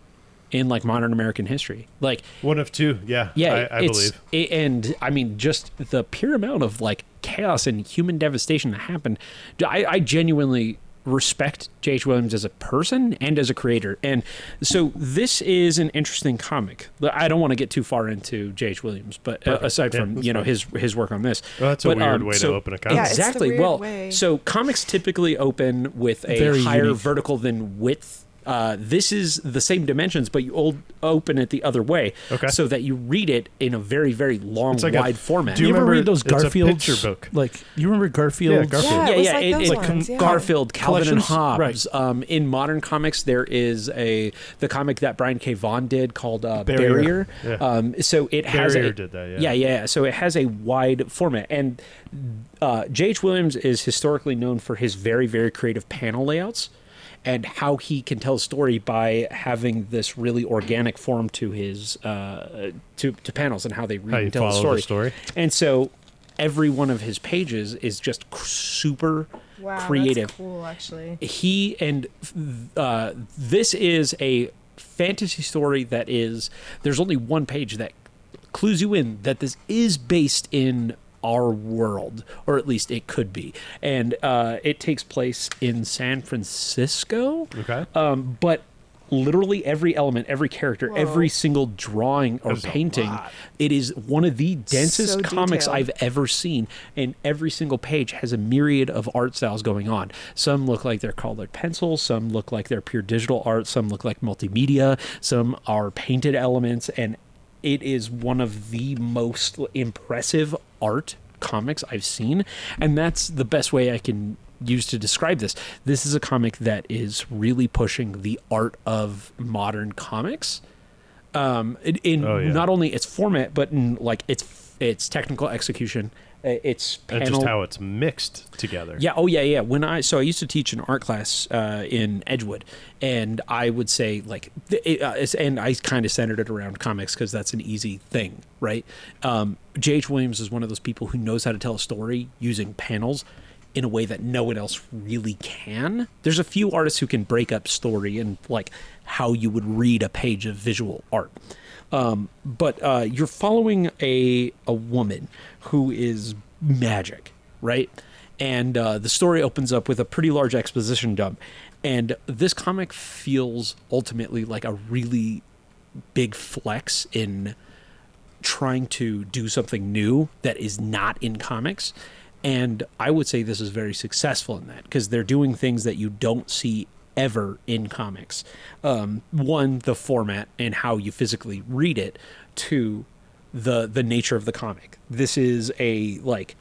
[SPEAKER 3] in like modern American history. Like
[SPEAKER 1] One of two. Yeah.
[SPEAKER 3] Yeah,
[SPEAKER 1] I, I
[SPEAKER 3] it's-
[SPEAKER 1] believe.
[SPEAKER 3] i- and I mean, just the pure amount of like chaos and human devastation that happened. D- I, I genuinely respect J.H. Williams as a person and as a creator. And so this is an interesting comic. But I don't want to get too far into J.H. Williams, but uh, aside
[SPEAKER 1] Yeah,
[SPEAKER 3] from
[SPEAKER 1] that's
[SPEAKER 3] you know
[SPEAKER 1] fine.
[SPEAKER 3] his his work on this.
[SPEAKER 1] Well, that's a
[SPEAKER 3] But,
[SPEAKER 1] weird
[SPEAKER 3] um,
[SPEAKER 1] way
[SPEAKER 3] so-
[SPEAKER 1] to open a
[SPEAKER 4] Yeah,
[SPEAKER 1] comic.
[SPEAKER 4] it's the
[SPEAKER 3] exactly.
[SPEAKER 4] weird
[SPEAKER 3] well,
[SPEAKER 4] way.
[SPEAKER 3] so comics typically open with a
[SPEAKER 2] Very
[SPEAKER 3] higher
[SPEAKER 2] unique.
[SPEAKER 3] vertical than width. Uh, this is the same dimensions, but you old, open it the other way,
[SPEAKER 1] Okay.
[SPEAKER 3] so that you read it in a very, very long,
[SPEAKER 1] It's like a-
[SPEAKER 3] wide format.
[SPEAKER 1] Do you
[SPEAKER 2] you ever
[SPEAKER 1] remember-
[SPEAKER 2] read those
[SPEAKER 1] it's a
[SPEAKER 2] Garfield
[SPEAKER 1] picture book.
[SPEAKER 2] Like you remember Garfield?
[SPEAKER 1] Garfield.
[SPEAKER 3] yeah,
[SPEAKER 4] Yeah, it was
[SPEAKER 3] yeah,
[SPEAKER 4] like
[SPEAKER 3] it-
[SPEAKER 4] those
[SPEAKER 3] it-
[SPEAKER 4] ones, yeah.
[SPEAKER 3] Garfield, Calvin and
[SPEAKER 2] Collections?
[SPEAKER 3] Hobbes. Um, in modern comics, there is a the comic that Brian K. Vaughan did called uh,
[SPEAKER 2] Barrier.
[SPEAKER 3] Barrier.
[SPEAKER 1] Yeah.
[SPEAKER 3] Um, so it has
[SPEAKER 1] Barrier
[SPEAKER 3] a,
[SPEAKER 1] did that, yeah.
[SPEAKER 3] yeah, yeah. So it has a wide format, and uh, J.H. Williams is historically known for his very, very creative panel layouts. And how he can tell a story by having this really organic form to his uh, to, to panels and how they read
[SPEAKER 1] How you
[SPEAKER 3] and tell a
[SPEAKER 1] follow
[SPEAKER 3] story.
[SPEAKER 1] the story.
[SPEAKER 3] And so every one of his pages is just c- super creative.
[SPEAKER 4] cool, actually.
[SPEAKER 3] He and uh, this is a fantasy story that is there's only one page that clues you in that this is based in our world or at least it could be and uh, it takes place in san francisco
[SPEAKER 1] Okay.
[SPEAKER 3] um, but literally every element, every character, every single drawing or
[SPEAKER 2] There's a
[SPEAKER 3] painting.
[SPEAKER 2] lot.
[SPEAKER 3] It is one of the densest
[SPEAKER 4] So
[SPEAKER 3] comics
[SPEAKER 4] detailed.
[SPEAKER 3] I've ever seen, and every single page has a myriad of art styles going on. Some look like they're colored pencils, some look like they're pure digital art, some look like multimedia, some are painted elements, and it is one of the most impressive art comics I've seen, and that's the best way I can use to describe this. This is a comic that is really pushing the art of modern comics um, in, in
[SPEAKER 1] Oh, yeah.
[SPEAKER 3] not only its format but in like its its technical execution, uh, its
[SPEAKER 1] and
[SPEAKER 3] panel.
[SPEAKER 1] just how it's mixed together.
[SPEAKER 3] Yeah. Oh, yeah, yeah. When I so I used to teach an art class uh, in Edgewood, and I would say like, th- it, uh, it's- and I kind of centered it around comics because that's an easy thing, right? Um, J.H. Williams is one of those people who knows how to tell a story using panels in a way that no one else really can. There's a few artists who can break up story and like how you would read a page of visual art. Um, but uh, you're following a a woman who is magic, right? and uh, the story opens up with a pretty large exposition dump. And this comic feels ultimately like a really big flex in trying to do something new that is not in comics. And I would say this is very successful in that because they're doing things that you don't see ever in comics. Um, one, the format and how you physically read it. Two, the the nature of the comic. This is a like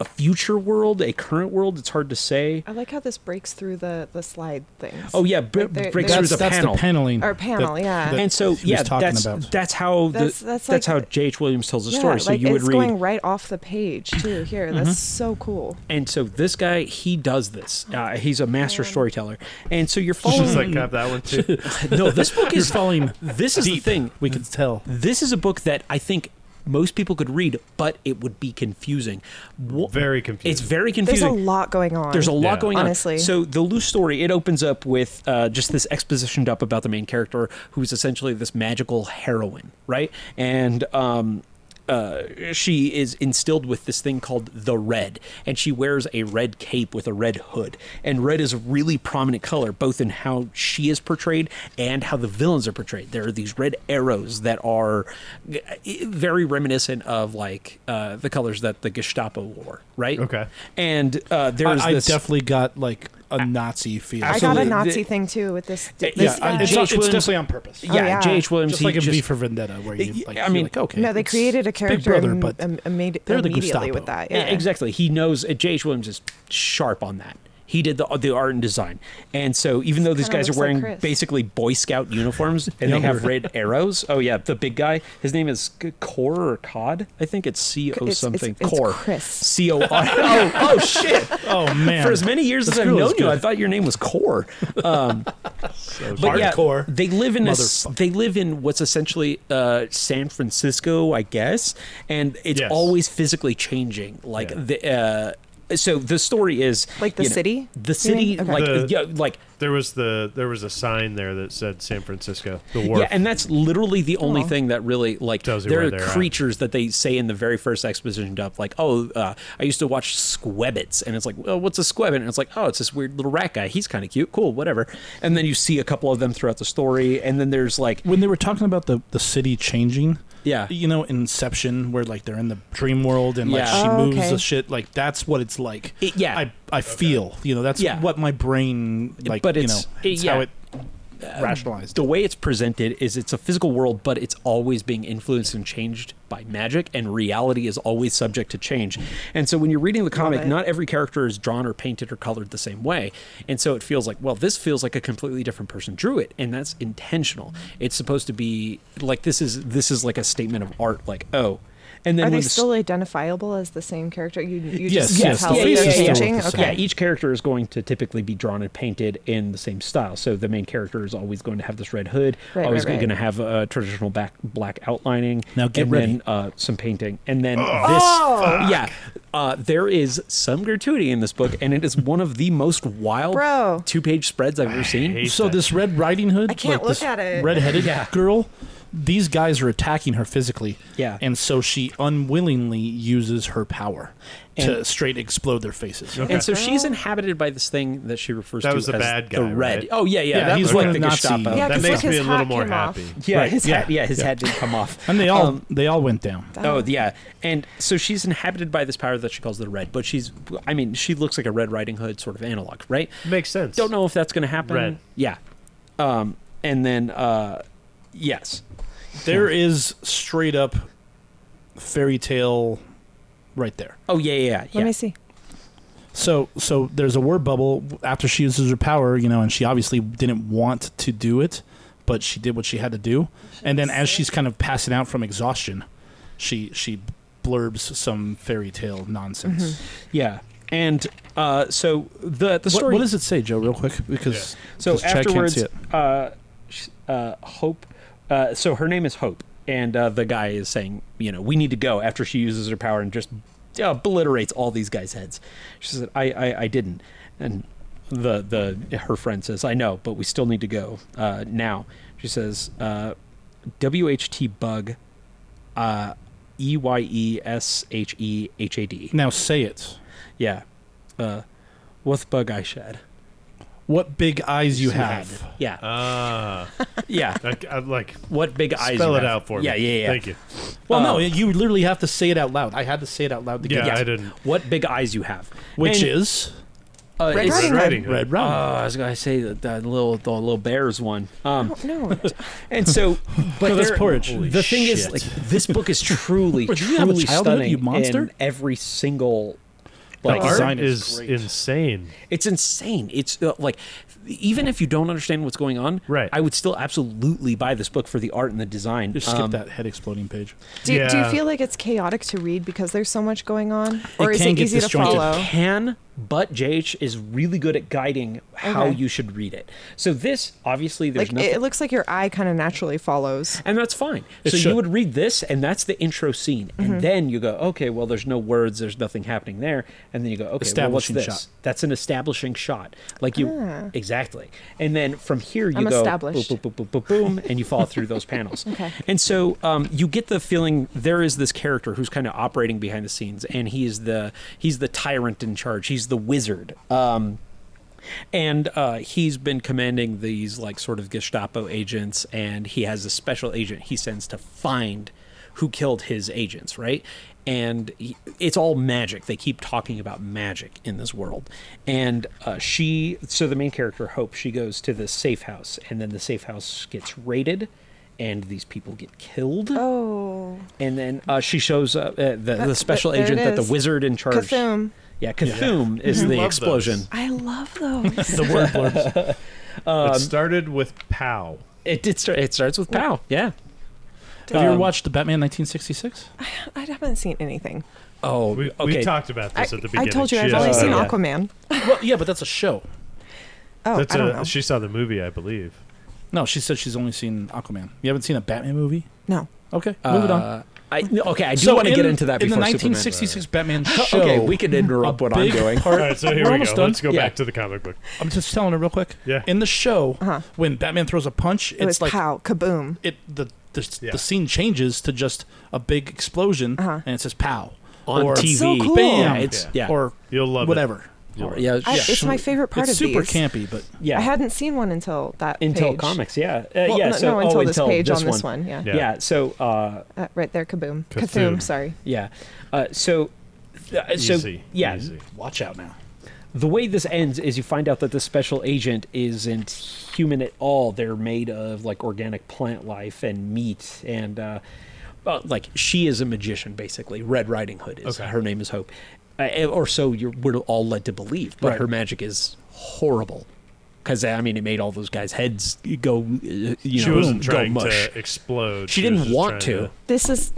[SPEAKER 3] a future world, a current world. It's hard to say.
[SPEAKER 4] I like how this breaks through the the slide things.
[SPEAKER 3] Oh yeah, b-
[SPEAKER 4] Like, they're-
[SPEAKER 3] breaks
[SPEAKER 4] they're-
[SPEAKER 3] through
[SPEAKER 2] That's,
[SPEAKER 3] the
[SPEAKER 2] that's
[SPEAKER 3] panel.
[SPEAKER 2] the paneling.
[SPEAKER 4] Our panel, yeah.
[SPEAKER 2] that
[SPEAKER 3] and so
[SPEAKER 2] he
[SPEAKER 3] yeah,
[SPEAKER 2] was talking
[SPEAKER 3] that's
[SPEAKER 2] about.
[SPEAKER 3] that's how the, that's
[SPEAKER 4] That's-
[SPEAKER 3] that's,
[SPEAKER 4] that's
[SPEAKER 3] how
[SPEAKER 4] like-
[SPEAKER 3] J.H. Williams tells the
[SPEAKER 4] Yeah,
[SPEAKER 3] story. So
[SPEAKER 4] like,
[SPEAKER 3] you would
[SPEAKER 4] it's
[SPEAKER 3] read Mm-hmm.
[SPEAKER 4] going right off the page
[SPEAKER 3] <clears throat>
[SPEAKER 4] too. Here, that's so cool.
[SPEAKER 3] and so this guy he does this uh, he's a master storyteller and
[SPEAKER 2] <laughs>
[SPEAKER 3] so you're
[SPEAKER 1] <laughs>
[SPEAKER 3] following
[SPEAKER 1] Just like have that one
[SPEAKER 3] <laughs>
[SPEAKER 1] too.
[SPEAKER 3] no this book is
[SPEAKER 2] following
[SPEAKER 3] this is the thing
[SPEAKER 2] We could tell.
[SPEAKER 3] this is a book that i think most people could read but it would be confusing Wha-
[SPEAKER 1] Very confusing.
[SPEAKER 3] it's very
[SPEAKER 4] There's
[SPEAKER 3] confusing
[SPEAKER 4] a lot going on.
[SPEAKER 3] there's a lot
[SPEAKER 1] Yeah.
[SPEAKER 3] going on.
[SPEAKER 4] Honestly.
[SPEAKER 3] So the loose story it opens up with uh, just this expositioned up about the main character, who's essentially this magical heroine, right? And um, uh, she is instilled with this thing called the red, and she wears a red cape with a red hood. And red is a really prominent color, both in how she is portrayed and how the villains are portrayed. There are these red arrows that are uh, very reminiscent of like uh, the colors that the Gestapo wore, right?
[SPEAKER 1] Okay.
[SPEAKER 3] And uh, there's
[SPEAKER 2] I, I
[SPEAKER 3] this.
[SPEAKER 2] definitely got like a Nazi feel.
[SPEAKER 4] I got a
[SPEAKER 3] Absolutely.
[SPEAKER 4] Nazi
[SPEAKER 3] The- Eh,
[SPEAKER 4] thing too with this.
[SPEAKER 3] Yeah,
[SPEAKER 4] this
[SPEAKER 2] yeah, I-
[SPEAKER 4] guy.
[SPEAKER 2] it's,
[SPEAKER 3] J.H.
[SPEAKER 2] it's
[SPEAKER 3] Williams-
[SPEAKER 2] definitely on purpose.
[SPEAKER 3] yeah,
[SPEAKER 4] Oh, yeah.
[SPEAKER 3] J.H. Williams.
[SPEAKER 2] Just
[SPEAKER 3] he
[SPEAKER 2] like in
[SPEAKER 3] just-
[SPEAKER 2] V for Vendetta, where you
[SPEAKER 3] Yeah,
[SPEAKER 2] like,
[SPEAKER 3] I
[SPEAKER 2] I
[SPEAKER 3] mean-
[SPEAKER 2] mean, like, okay,
[SPEAKER 4] no, they
[SPEAKER 2] it's
[SPEAKER 4] created a
[SPEAKER 2] Big
[SPEAKER 4] character
[SPEAKER 2] Brother,
[SPEAKER 4] im-
[SPEAKER 2] but
[SPEAKER 4] im- immedi-
[SPEAKER 2] they're the
[SPEAKER 4] immediately
[SPEAKER 2] Gestapo.
[SPEAKER 4] with that.
[SPEAKER 3] Yeah,
[SPEAKER 4] Yeah,
[SPEAKER 3] E, exactly. He knows J.H. Williams is sharp on that. He did the, uh, the art and design, and so even though these
[SPEAKER 4] Kinda
[SPEAKER 3] guys are
[SPEAKER 4] looks like
[SPEAKER 3] wearing
[SPEAKER 4] Chris.
[SPEAKER 3] basically Boy
[SPEAKER 2] <laughs>
[SPEAKER 3] Scout uniforms and they have red arrows, oh yeah, the big guy, his name is C- Core or Cod, I think it's C O
[SPEAKER 4] it's-
[SPEAKER 3] something.
[SPEAKER 4] it's
[SPEAKER 3] Core,
[SPEAKER 4] Chris.
[SPEAKER 3] C O R. Oh, oh shit!
[SPEAKER 2] <laughs> oh man,
[SPEAKER 3] For as many years as
[SPEAKER 2] This
[SPEAKER 3] I've
[SPEAKER 2] girl is
[SPEAKER 3] known you,
[SPEAKER 2] good.
[SPEAKER 3] I thought your name was Core. Um, but
[SPEAKER 2] Hardcore.
[SPEAKER 3] yeah, they live in a, s- they live in what's essentially uh, San Francisco, I guess, and it's
[SPEAKER 1] Yes.
[SPEAKER 3] always physically changing. Like
[SPEAKER 1] Yeah.
[SPEAKER 3] the uh, so the story is
[SPEAKER 4] Like the
[SPEAKER 3] you know,
[SPEAKER 4] city?
[SPEAKER 3] the city,
[SPEAKER 4] mean? Okay.
[SPEAKER 3] like
[SPEAKER 1] The-
[SPEAKER 3] yeah, like
[SPEAKER 1] There was the there was a sign there that said San Francisco. The wharf.
[SPEAKER 3] yeah, and that's literally the only
[SPEAKER 4] Aw.
[SPEAKER 3] thing that really like
[SPEAKER 1] Tells you
[SPEAKER 3] there
[SPEAKER 1] where
[SPEAKER 3] are
[SPEAKER 1] they're at.
[SPEAKER 3] creatures that they say in the very first exposition dump, like, oh, uh, I used to watch squebbits, and it's like, well, what's a squebbit? And it's like, oh, it's this weird little rat guy. He's kind of cute, cool, whatever. And then you see a couple of them throughout the story, and then there's like,
[SPEAKER 2] when they were talking about the the city changing.
[SPEAKER 3] yeah,
[SPEAKER 2] You know, Inception, where like they're in the dream world and like
[SPEAKER 3] Yeah.
[SPEAKER 2] she
[SPEAKER 4] Oh,
[SPEAKER 2] moves
[SPEAKER 4] okay.
[SPEAKER 2] the shit, like that's what it's like.
[SPEAKER 3] It- yeah.
[SPEAKER 2] I I feel, you know, that's
[SPEAKER 3] Yeah.
[SPEAKER 2] what my brain like.
[SPEAKER 3] But
[SPEAKER 2] you know,
[SPEAKER 3] it's- it-
[SPEAKER 2] it's how
[SPEAKER 3] yeah.
[SPEAKER 2] it Um, rationalized.
[SPEAKER 3] the way it's presented is it's a physical world, but it's always being influenced and changed by magic, and reality is always subject to change. And so when you're reading the comic,
[SPEAKER 4] it.
[SPEAKER 3] not every character is drawn or painted or colored the same way. And so it feels like, well, this feels like a completely different person drew it, and that's intentional. It's supposed to be like this is this is like a statement of art, like, oh. And then
[SPEAKER 4] Are
[SPEAKER 3] when
[SPEAKER 4] they
[SPEAKER 3] the s-
[SPEAKER 4] still identifiable as the same character? You, you
[SPEAKER 2] Yes,
[SPEAKER 4] just
[SPEAKER 2] yes,
[SPEAKER 4] yes,
[SPEAKER 2] the
[SPEAKER 4] how they're
[SPEAKER 2] faces still look
[SPEAKER 4] changing.
[SPEAKER 2] the same.
[SPEAKER 4] Okay.
[SPEAKER 3] yeah, e, each character is going to typically be drawn and painted in the same style. So the main character is always going to have this red hood,
[SPEAKER 4] Right,
[SPEAKER 3] always
[SPEAKER 4] right, right.
[SPEAKER 3] going to have a traditional back black outlining.
[SPEAKER 2] Now get
[SPEAKER 3] and
[SPEAKER 2] ready.
[SPEAKER 3] Then, uh, some painting, and then this. yeah, uh, there is some gratuity in this book, and it is one of the most wild
[SPEAKER 4] Bro.
[SPEAKER 3] two page spreads I've ever seen.
[SPEAKER 1] hate
[SPEAKER 2] So
[SPEAKER 1] that.
[SPEAKER 2] this Red Riding Hood,
[SPEAKER 4] I can't
[SPEAKER 2] like this
[SPEAKER 4] look at it.
[SPEAKER 2] redheaded girl, these guys are attacking her physically.
[SPEAKER 3] Yeah.
[SPEAKER 2] And so she unwillingly uses her power to
[SPEAKER 3] And-
[SPEAKER 2] straight explode their faces.
[SPEAKER 3] And so she's inhabited by this thing that she refers
[SPEAKER 1] That
[SPEAKER 3] to
[SPEAKER 1] was the
[SPEAKER 3] as
[SPEAKER 1] bad guy,
[SPEAKER 3] the red.
[SPEAKER 1] right?
[SPEAKER 3] Oh yeah, yeah.
[SPEAKER 2] Yeah,
[SPEAKER 3] that
[SPEAKER 2] he's
[SPEAKER 3] was
[SPEAKER 2] one
[SPEAKER 3] like
[SPEAKER 2] of
[SPEAKER 3] the
[SPEAKER 2] the Nazi-
[SPEAKER 3] Gestapo.
[SPEAKER 4] Yeah,
[SPEAKER 1] that
[SPEAKER 4] 'cause,
[SPEAKER 1] makes
[SPEAKER 4] like,
[SPEAKER 1] me
[SPEAKER 4] his
[SPEAKER 1] a little
[SPEAKER 4] hat
[SPEAKER 1] more
[SPEAKER 4] came off.
[SPEAKER 1] happy.
[SPEAKER 3] Yeah,
[SPEAKER 2] Right,
[SPEAKER 3] his
[SPEAKER 2] yeah,
[SPEAKER 3] hat. Yeah, his hat did come off.
[SPEAKER 2] And they all
[SPEAKER 3] Um,
[SPEAKER 2] they all went down.
[SPEAKER 3] oh yeah, and so she's inhabited by this power that she calls the red. But she's, I mean, she looks like a Red Riding Hood sort of analog, right?
[SPEAKER 1] Makes sense.
[SPEAKER 3] Don't know if that's going to happen.
[SPEAKER 1] Red.
[SPEAKER 3] Yeah. Um, and then, uh, yes.
[SPEAKER 2] There is straight up fairy tale right there.
[SPEAKER 3] Oh yeah, yeah, yeah.
[SPEAKER 4] Let me see.
[SPEAKER 2] So so there's a word bubble after she uses her power, you know, and she obviously didn't want to do it, but she did what she had to do. And then as she's kind of passing out from exhaustion, she she blurbs some fairy tale nonsense.
[SPEAKER 3] Yeah. And uh, so the the
[SPEAKER 2] What-
[SPEAKER 3] story.
[SPEAKER 2] what, does it say, Joe, real quick? Because
[SPEAKER 3] So
[SPEAKER 2] 'cause Chad can't
[SPEAKER 3] afterwards,
[SPEAKER 2] see it.
[SPEAKER 3] uh, sh- uh, Hope. Uh, so her name is Hope, and uh, the guy is saying, you know, we need to go after she uses her power and just uh, obliterates all these guys' heads. She said, I, I, I didn't, and the the her friend says, I know, but we still need to go uh, now. She says, uh, WHT bug, uh, E Y E S H E H A D.
[SPEAKER 2] now say it.
[SPEAKER 3] Yeah, uh, what bug I shed?
[SPEAKER 2] What big eyes you have. Uh,
[SPEAKER 3] Yeah,
[SPEAKER 1] Ah,
[SPEAKER 3] yeah.
[SPEAKER 1] like, I, like
[SPEAKER 3] What big eyes?
[SPEAKER 1] spell
[SPEAKER 3] you
[SPEAKER 1] it
[SPEAKER 3] have.
[SPEAKER 1] out for
[SPEAKER 3] Yeah,
[SPEAKER 1] me.
[SPEAKER 3] yeah, yeah.
[SPEAKER 1] Thank you.
[SPEAKER 2] Well, no,
[SPEAKER 3] Uh,
[SPEAKER 2] you literally have to say it out loud. I had to say it out loud to
[SPEAKER 1] Yeah,
[SPEAKER 2] get
[SPEAKER 1] I
[SPEAKER 2] it.
[SPEAKER 1] didn't.
[SPEAKER 3] What big eyes you have?
[SPEAKER 2] Which
[SPEAKER 3] And,
[SPEAKER 2] is
[SPEAKER 3] uh,
[SPEAKER 4] Red
[SPEAKER 3] it's-
[SPEAKER 4] Riding Hood.
[SPEAKER 1] Riding Hood.
[SPEAKER 2] Red
[SPEAKER 3] Oh,
[SPEAKER 2] Rum.
[SPEAKER 3] I was gonna say the, the little the little bears one. Um,
[SPEAKER 4] No,
[SPEAKER 3] and <laughs> so, but
[SPEAKER 2] No, that's
[SPEAKER 3] there-
[SPEAKER 2] porridge.
[SPEAKER 3] Oh, The
[SPEAKER 2] Holy
[SPEAKER 3] thing is,
[SPEAKER 2] shit.
[SPEAKER 3] like, this book <laughs> is truly,
[SPEAKER 2] Did you have a
[SPEAKER 3] truly
[SPEAKER 2] childhood,
[SPEAKER 3] stunning.
[SPEAKER 2] you monster?
[SPEAKER 3] In every single,
[SPEAKER 1] The
[SPEAKER 3] like,
[SPEAKER 2] Art
[SPEAKER 1] art
[SPEAKER 2] design
[SPEAKER 1] is,
[SPEAKER 2] is great.
[SPEAKER 1] insane.
[SPEAKER 3] It's insane. It's uh, like, even if you don't understand what's going on,
[SPEAKER 1] Right.
[SPEAKER 3] I would still absolutely buy this book for the art and the design.
[SPEAKER 2] Just skip
[SPEAKER 3] Um,
[SPEAKER 2] that head exploding page.
[SPEAKER 4] do, do you
[SPEAKER 1] Yeah.
[SPEAKER 4] feel like it's chaotic to read because there's so much going on, or
[SPEAKER 2] It
[SPEAKER 4] is
[SPEAKER 2] can
[SPEAKER 4] it
[SPEAKER 2] get
[SPEAKER 4] easy to
[SPEAKER 2] disjointed.
[SPEAKER 4] follow?
[SPEAKER 3] It can, but JH is really good at guiding how
[SPEAKER 4] Okay.
[SPEAKER 3] you should read it. So this, obviously, there's
[SPEAKER 4] Like
[SPEAKER 3] nothing.
[SPEAKER 4] it, it looks like your eye kind of naturally follows.
[SPEAKER 3] and that's fine.
[SPEAKER 2] It
[SPEAKER 3] so
[SPEAKER 2] should. Mm-hmm.
[SPEAKER 3] you would read this, and that's the intro scene, and then you go, okay, well, there's no words, there's nothing happening there, and then you go, okay, well, what's
[SPEAKER 2] Establishing
[SPEAKER 3] this?
[SPEAKER 2] shot. Ah.
[SPEAKER 3] That's an establishing shot, like you exactly. And then from here you
[SPEAKER 4] I'm
[SPEAKER 3] go,
[SPEAKER 4] established.
[SPEAKER 3] boom, boom, boom, boom, boom, and you follow through
[SPEAKER 2] <laughs>
[SPEAKER 3] those panels.
[SPEAKER 4] Okay.
[SPEAKER 3] And so um, you get the feeling there is this character who's kind of operating behind the scenes, and he is the he's the tyrant in charge. He's the wizard. Um, and uh, he's been commanding these like sort of Gestapo agents, and he has a special agent he sends to find who killed his agents, right? And he, it's all magic. They keep talking about magic in this world. And uh, she, so the main character Hope, she goes to the safe house, and then the safe house gets raided, and these people get killed.
[SPEAKER 4] Oh,
[SPEAKER 3] And then uh, she shows up uh, the, the special
[SPEAKER 4] there it
[SPEAKER 3] agent that the
[SPEAKER 4] is.
[SPEAKER 3] wizard in charge.
[SPEAKER 4] Cthulhu.
[SPEAKER 3] Yeah, Cthulhu is
[SPEAKER 1] I love
[SPEAKER 3] the
[SPEAKER 1] those.
[SPEAKER 3] explosion.
[SPEAKER 4] I love those.
[SPEAKER 2] The word
[SPEAKER 4] <laughs>
[SPEAKER 2] blurbs.
[SPEAKER 1] it started with pow.
[SPEAKER 3] It did start, it starts with pow. Yeah.
[SPEAKER 2] Have you ever
[SPEAKER 3] Um,
[SPEAKER 2] watched the Batman 1966?
[SPEAKER 4] I haven't seen anything.
[SPEAKER 3] Oh,
[SPEAKER 1] We,
[SPEAKER 3] okay.
[SPEAKER 1] we talked about this
[SPEAKER 4] I,
[SPEAKER 1] at the
[SPEAKER 4] I
[SPEAKER 1] beginning.
[SPEAKER 4] told you I've
[SPEAKER 1] She-
[SPEAKER 4] only
[SPEAKER 3] uh,
[SPEAKER 4] seen
[SPEAKER 3] yeah.
[SPEAKER 4] Aquaman.
[SPEAKER 2] well, yeah, but that's a show.
[SPEAKER 4] Oh,
[SPEAKER 1] That's
[SPEAKER 4] I don't
[SPEAKER 1] a-
[SPEAKER 4] know.
[SPEAKER 1] She saw the movie, I believe.
[SPEAKER 2] No, she said she's only seen Aquaman. You haven't seen a Batman movie?
[SPEAKER 4] no.
[SPEAKER 2] Okay,
[SPEAKER 3] uh,
[SPEAKER 2] move it on.
[SPEAKER 3] I, no, okay, I do want to get into that
[SPEAKER 2] in the
[SPEAKER 3] before
[SPEAKER 2] 1966 Batman show.
[SPEAKER 3] Superman. <laughs> Okay, we can interrupt
[SPEAKER 2] a
[SPEAKER 3] what I'm
[SPEAKER 2] big
[SPEAKER 3] doing.
[SPEAKER 2] part-
[SPEAKER 1] All right, so here we
[SPEAKER 2] We're
[SPEAKER 1] go.
[SPEAKER 2] almost done.
[SPEAKER 1] Let's go
[SPEAKER 3] Yeah.
[SPEAKER 1] back to the comic book.
[SPEAKER 2] I'm just telling her real quick.
[SPEAKER 1] Yeah.
[SPEAKER 2] In the show,
[SPEAKER 4] Uh-huh.
[SPEAKER 2] when Batman throws a punch,
[SPEAKER 4] It
[SPEAKER 2] it's
[SPEAKER 4] was
[SPEAKER 2] like
[SPEAKER 4] pow, kaboom.
[SPEAKER 2] it the the,
[SPEAKER 1] Yeah.
[SPEAKER 2] the scene changes to just a big explosion,
[SPEAKER 4] Uh-huh.
[SPEAKER 2] and it says pow
[SPEAKER 3] On
[SPEAKER 2] or
[SPEAKER 3] TV.
[SPEAKER 4] So cool.
[SPEAKER 2] bam,
[SPEAKER 3] Yeah, it's- yeah.
[SPEAKER 2] or
[SPEAKER 1] You'll love it.
[SPEAKER 2] whatever.
[SPEAKER 1] You'll love it.
[SPEAKER 3] Yeah,
[SPEAKER 4] I,
[SPEAKER 3] yeah,
[SPEAKER 4] It's my favorite part
[SPEAKER 2] it's
[SPEAKER 4] of
[SPEAKER 2] super
[SPEAKER 4] these.
[SPEAKER 2] campy, but
[SPEAKER 3] yeah.
[SPEAKER 4] I hadn't seen one until that
[SPEAKER 3] until
[SPEAKER 4] page.
[SPEAKER 3] comics. Yeah, uh,
[SPEAKER 4] Well,
[SPEAKER 3] yeah.
[SPEAKER 4] no,
[SPEAKER 3] so
[SPEAKER 4] no,
[SPEAKER 3] oh,
[SPEAKER 4] until this
[SPEAKER 3] until
[SPEAKER 4] page
[SPEAKER 3] this
[SPEAKER 4] on this one. Yeah,
[SPEAKER 1] Yeah.
[SPEAKER 3] Yeah. So uh,
[SPEAKER 4] Uh, right there, kaboom,
[SPEAKER 1] Cthulhu.
[SPEAKER 4] Cthulhu. Sorry,
[SPEAKER 3] yeah, uh, so uh, so
[SPEAKER 1] Easy,
[SPEAKER 3] yeah.
[SPEAKER 1] easy.
[SPEAKER 2] watch out now.
[SPEAKER 3] The way this ends is you find out that the special agent isn't human at all. They're made of like organic plant life and meat and. Uh, uh, like she is a magician, basically. Red Riding Hood is
[SPEAKER 1] Okay.
[SPEAKER 3] her name is Hope, uh, or so you're, we're all led to believe. But
[SPEAKER 2] Right.
[SPEAKER 3] her magic is horrible, because I mean, it made all those guys' heads go, uh, you
[SPEAKER 1] She
[SPEAKER 3] know,
[SPEAKER 1] wasn't
[SPEAKER 3] go
[SPEAKER 1] trying
[SPEAKER 3] mush.
[SPEAKER 1] to explode.
[SPEAKER 3] She
[SPEAKER 1] was
[SPEAKER 3] didn't
[SPEAKER 1] just
[SPEAKER 3] want
[SPEAKER 1] trying
[SPEAKER 3] to.
[SPEAKER 4] this is.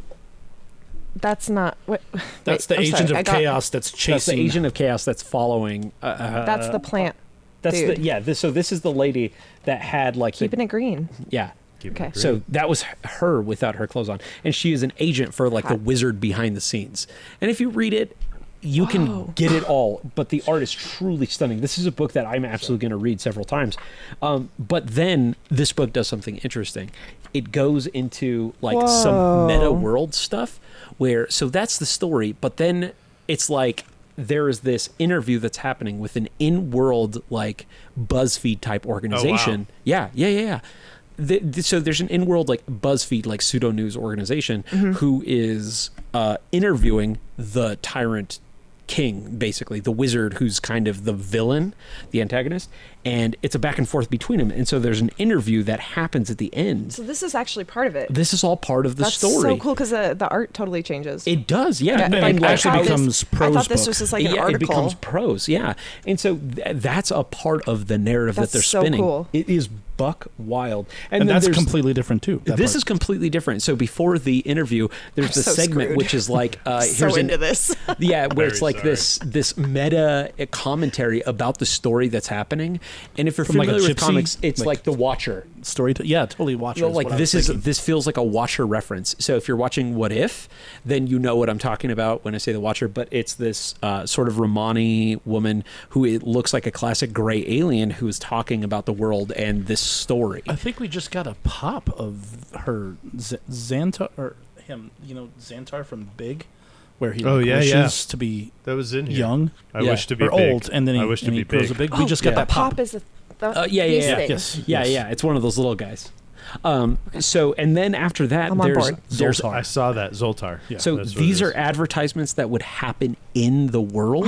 [SPEAKER 4] That's not what.
[SPEAKER 2] That's the
[SPEAKER 4] I'm
[SPEAKER 2] agent
[SPEAKER 4] sorry, I
[SPEAKER 2] of
[SPEAKER 4] got-
[SPEAKER 2] chaos that's chasing.
[SPEAKER 3] That's the agent of chaos that's following. Uh, uh,
[SPEAKER 4] That's the plant.
[SPEAKER 3] that's
[SPEAKER 4] dude.
[SPEAKER 3] the yeah. This, so this is the lady that had like the,
[SPEAKER 4] Keeping it green.
[SPEAKER 3] yeah.
[SPEAKER 1] Keep it
[SPEAKER 4] Okay.
[SPEAKER 1] green.
[SPEAKER 3] So that was her without her clothes on, and she is an agent for like the
[SPEAKER 4] Hot.
[SPEAKER 3] wizard behind the scenes. And if you read it, you
[SPEAKER 4] Wow.
[SPEAKER 3] can get it all, but the art is truly stunning. This is a book that I'm absolutely going to read several times. Um, but then this book does something interesting. It goes into like some meta
[SPEAKER 4] Whoa.
[SPEAKER 3] world stuff where so that's the story, but then it's like there is this interview that's happening with an in-world like BuzzFeed type organization. Yeah, yeah, yeah, yeah. The, the- so there's an in-world like BuzzFeed like pseudo news organization who is uh, interviewing the tyrant king, basically the wizard who's kind of the villain, the antagonist, and it's a back and forth between them. And so there's an interview that happens at the end.
[SPEAKER 4] So this is actually part of it.
[SPEAKER 3] This is all part of the
[SPEAKER 4] That's
[SPEAKER 3] story.
[SPEAKER 4] so cool because the, the art totally changes.
[SPEAKER 3] It does, yeah.
[SPEAKER 4] Yeah,
[SPEAKER 3] And,
[SPEAKER 2] like,
[SPEAKER 4] I
[SPEAKER 2] actually
[SPEAKER 4] thought this-
[SPEAKER 2] becomes
[SPEAKER 4] I
[SPEAKER 2] prose
[SPEAKER 4] thought this
[SPEAKER 2] book.
[SPEAKER 4] was just like an
[SPEAKER 3] yeah,
[SPEAKER 4] article.
[SPEAKER 3] it becomes prose, yeah. And so th- that's a part of the narrative
[SPEAKER 4] That's
[SPEAKER 3] that they're
[SPEAKER 4] so
[SPEAKER 3] spinning.
[SPEAKER 4] cool.
[SPEAKER 3] It is buck wild, and,
[SPEAKER 2] And,
[SPEAKER 3] then
[SPEAKER 2] that's
[SPEAKER 3] there's-
[SPEAKER 2] completely different too. that
[SPEAKER 3] this
[SPEAKER 2] part.
[SPEAKER 3] is completely different. So before the interview, there's the
[SPEAKER 4] so
[SPEAKER 3] segment
[SPEAKER 4] screwed.
[SPEAKER 3] which is
[SPEAKER 4] <laughs>
[SPEAKER 3] like uh,
[SPEAKER 4] so
[SPEAKER 3] here's an-
[SPEAKER 4] into this.
[SPEAKER 3] <laughs> yeah, where
[SPEAKER 8] Very
[SPEAKER 3] it's like
[SPEAKER 8] sorry.
[SPEAKER 3] this this meta commentary about the story that's happening. And if you're
[SPEAKER 2] From, like, a
[SPEAKER 3] familiar with
[SPEAKER 2] gypsy,
[SPEAKER 3] comics, it's
[SPEAKER 2] like-
[SPEAKER 3] like, the Watcher.
[SPEAKER 2] story. To, yeah, totally. Watch.
[SPEAKER 3] No, like this is this feels like a Watcher reference. So if you're watching What If, then you know what I'm talking about when I say the Watcher. But it's this uh, sort of Romani woman who it looks like a classic gray alien who is talking about the world and this story.
[SPEAKER 2] I think we just got a pop of her Z- Xantar or him. You know Xantar from Big, where he
[SPEAKER 1] Oh,
[SPEAKER 2] like,
[SPEAKER 1] yeah,
[SPEAKER 2] wishes
[SPEAKER 1] yeah.
[SPEAKER 2] to be
[SPEAKER 1] That was in here.
[SPEAKER 2] young
[SPEAKER 1] I
[SPEAKER 3] Yeah.
[SPEAKER 1] wish to be
[SPEAKER 2] or
[SPEAKER 1] big.
[SPEAKER 2] old, and then he,
[SPEAKER 1] I wish to
[SPEAKER 2] and
[SPEAKER 1] be
[SPEAKER 2] he grows
[SPEAKER 1] big.
[SPEAKER 2] a big. we just got that pop.
[SPEAKER 9] is a. The,
[SPEAKER 3] Uh, yeah, yeah,
[SPEAKER 9] these
[SPEAKER 3] yeah.
[SPEAKER 9] things.
[SPEAKER 2] Yes.
[SPEAKER 3] Yeah,
[SPEAKER 2] yes.
[SPEAKER 3] yeah, it's one of those little guys. Um, so and then after that,
[SPEAKER 4] I'm on
[SPEAKER 3] there's
[SPEAKER 4] board.
[SPEAKER 3] there's
[SPEAKER 1] I saw that Zoltar. Yeah,
[SPEAKER 3] So
[SPEAKER 1] that's what
[SPEAKER 3] these
[SPEAKER 1] it
[SPEAKER 3] are
[SPEAKER 1] is.
[SPEAKER 3] advertisements that would happen in the
[SPEAKER 4] <laughs>
[SPEAKER 3] world.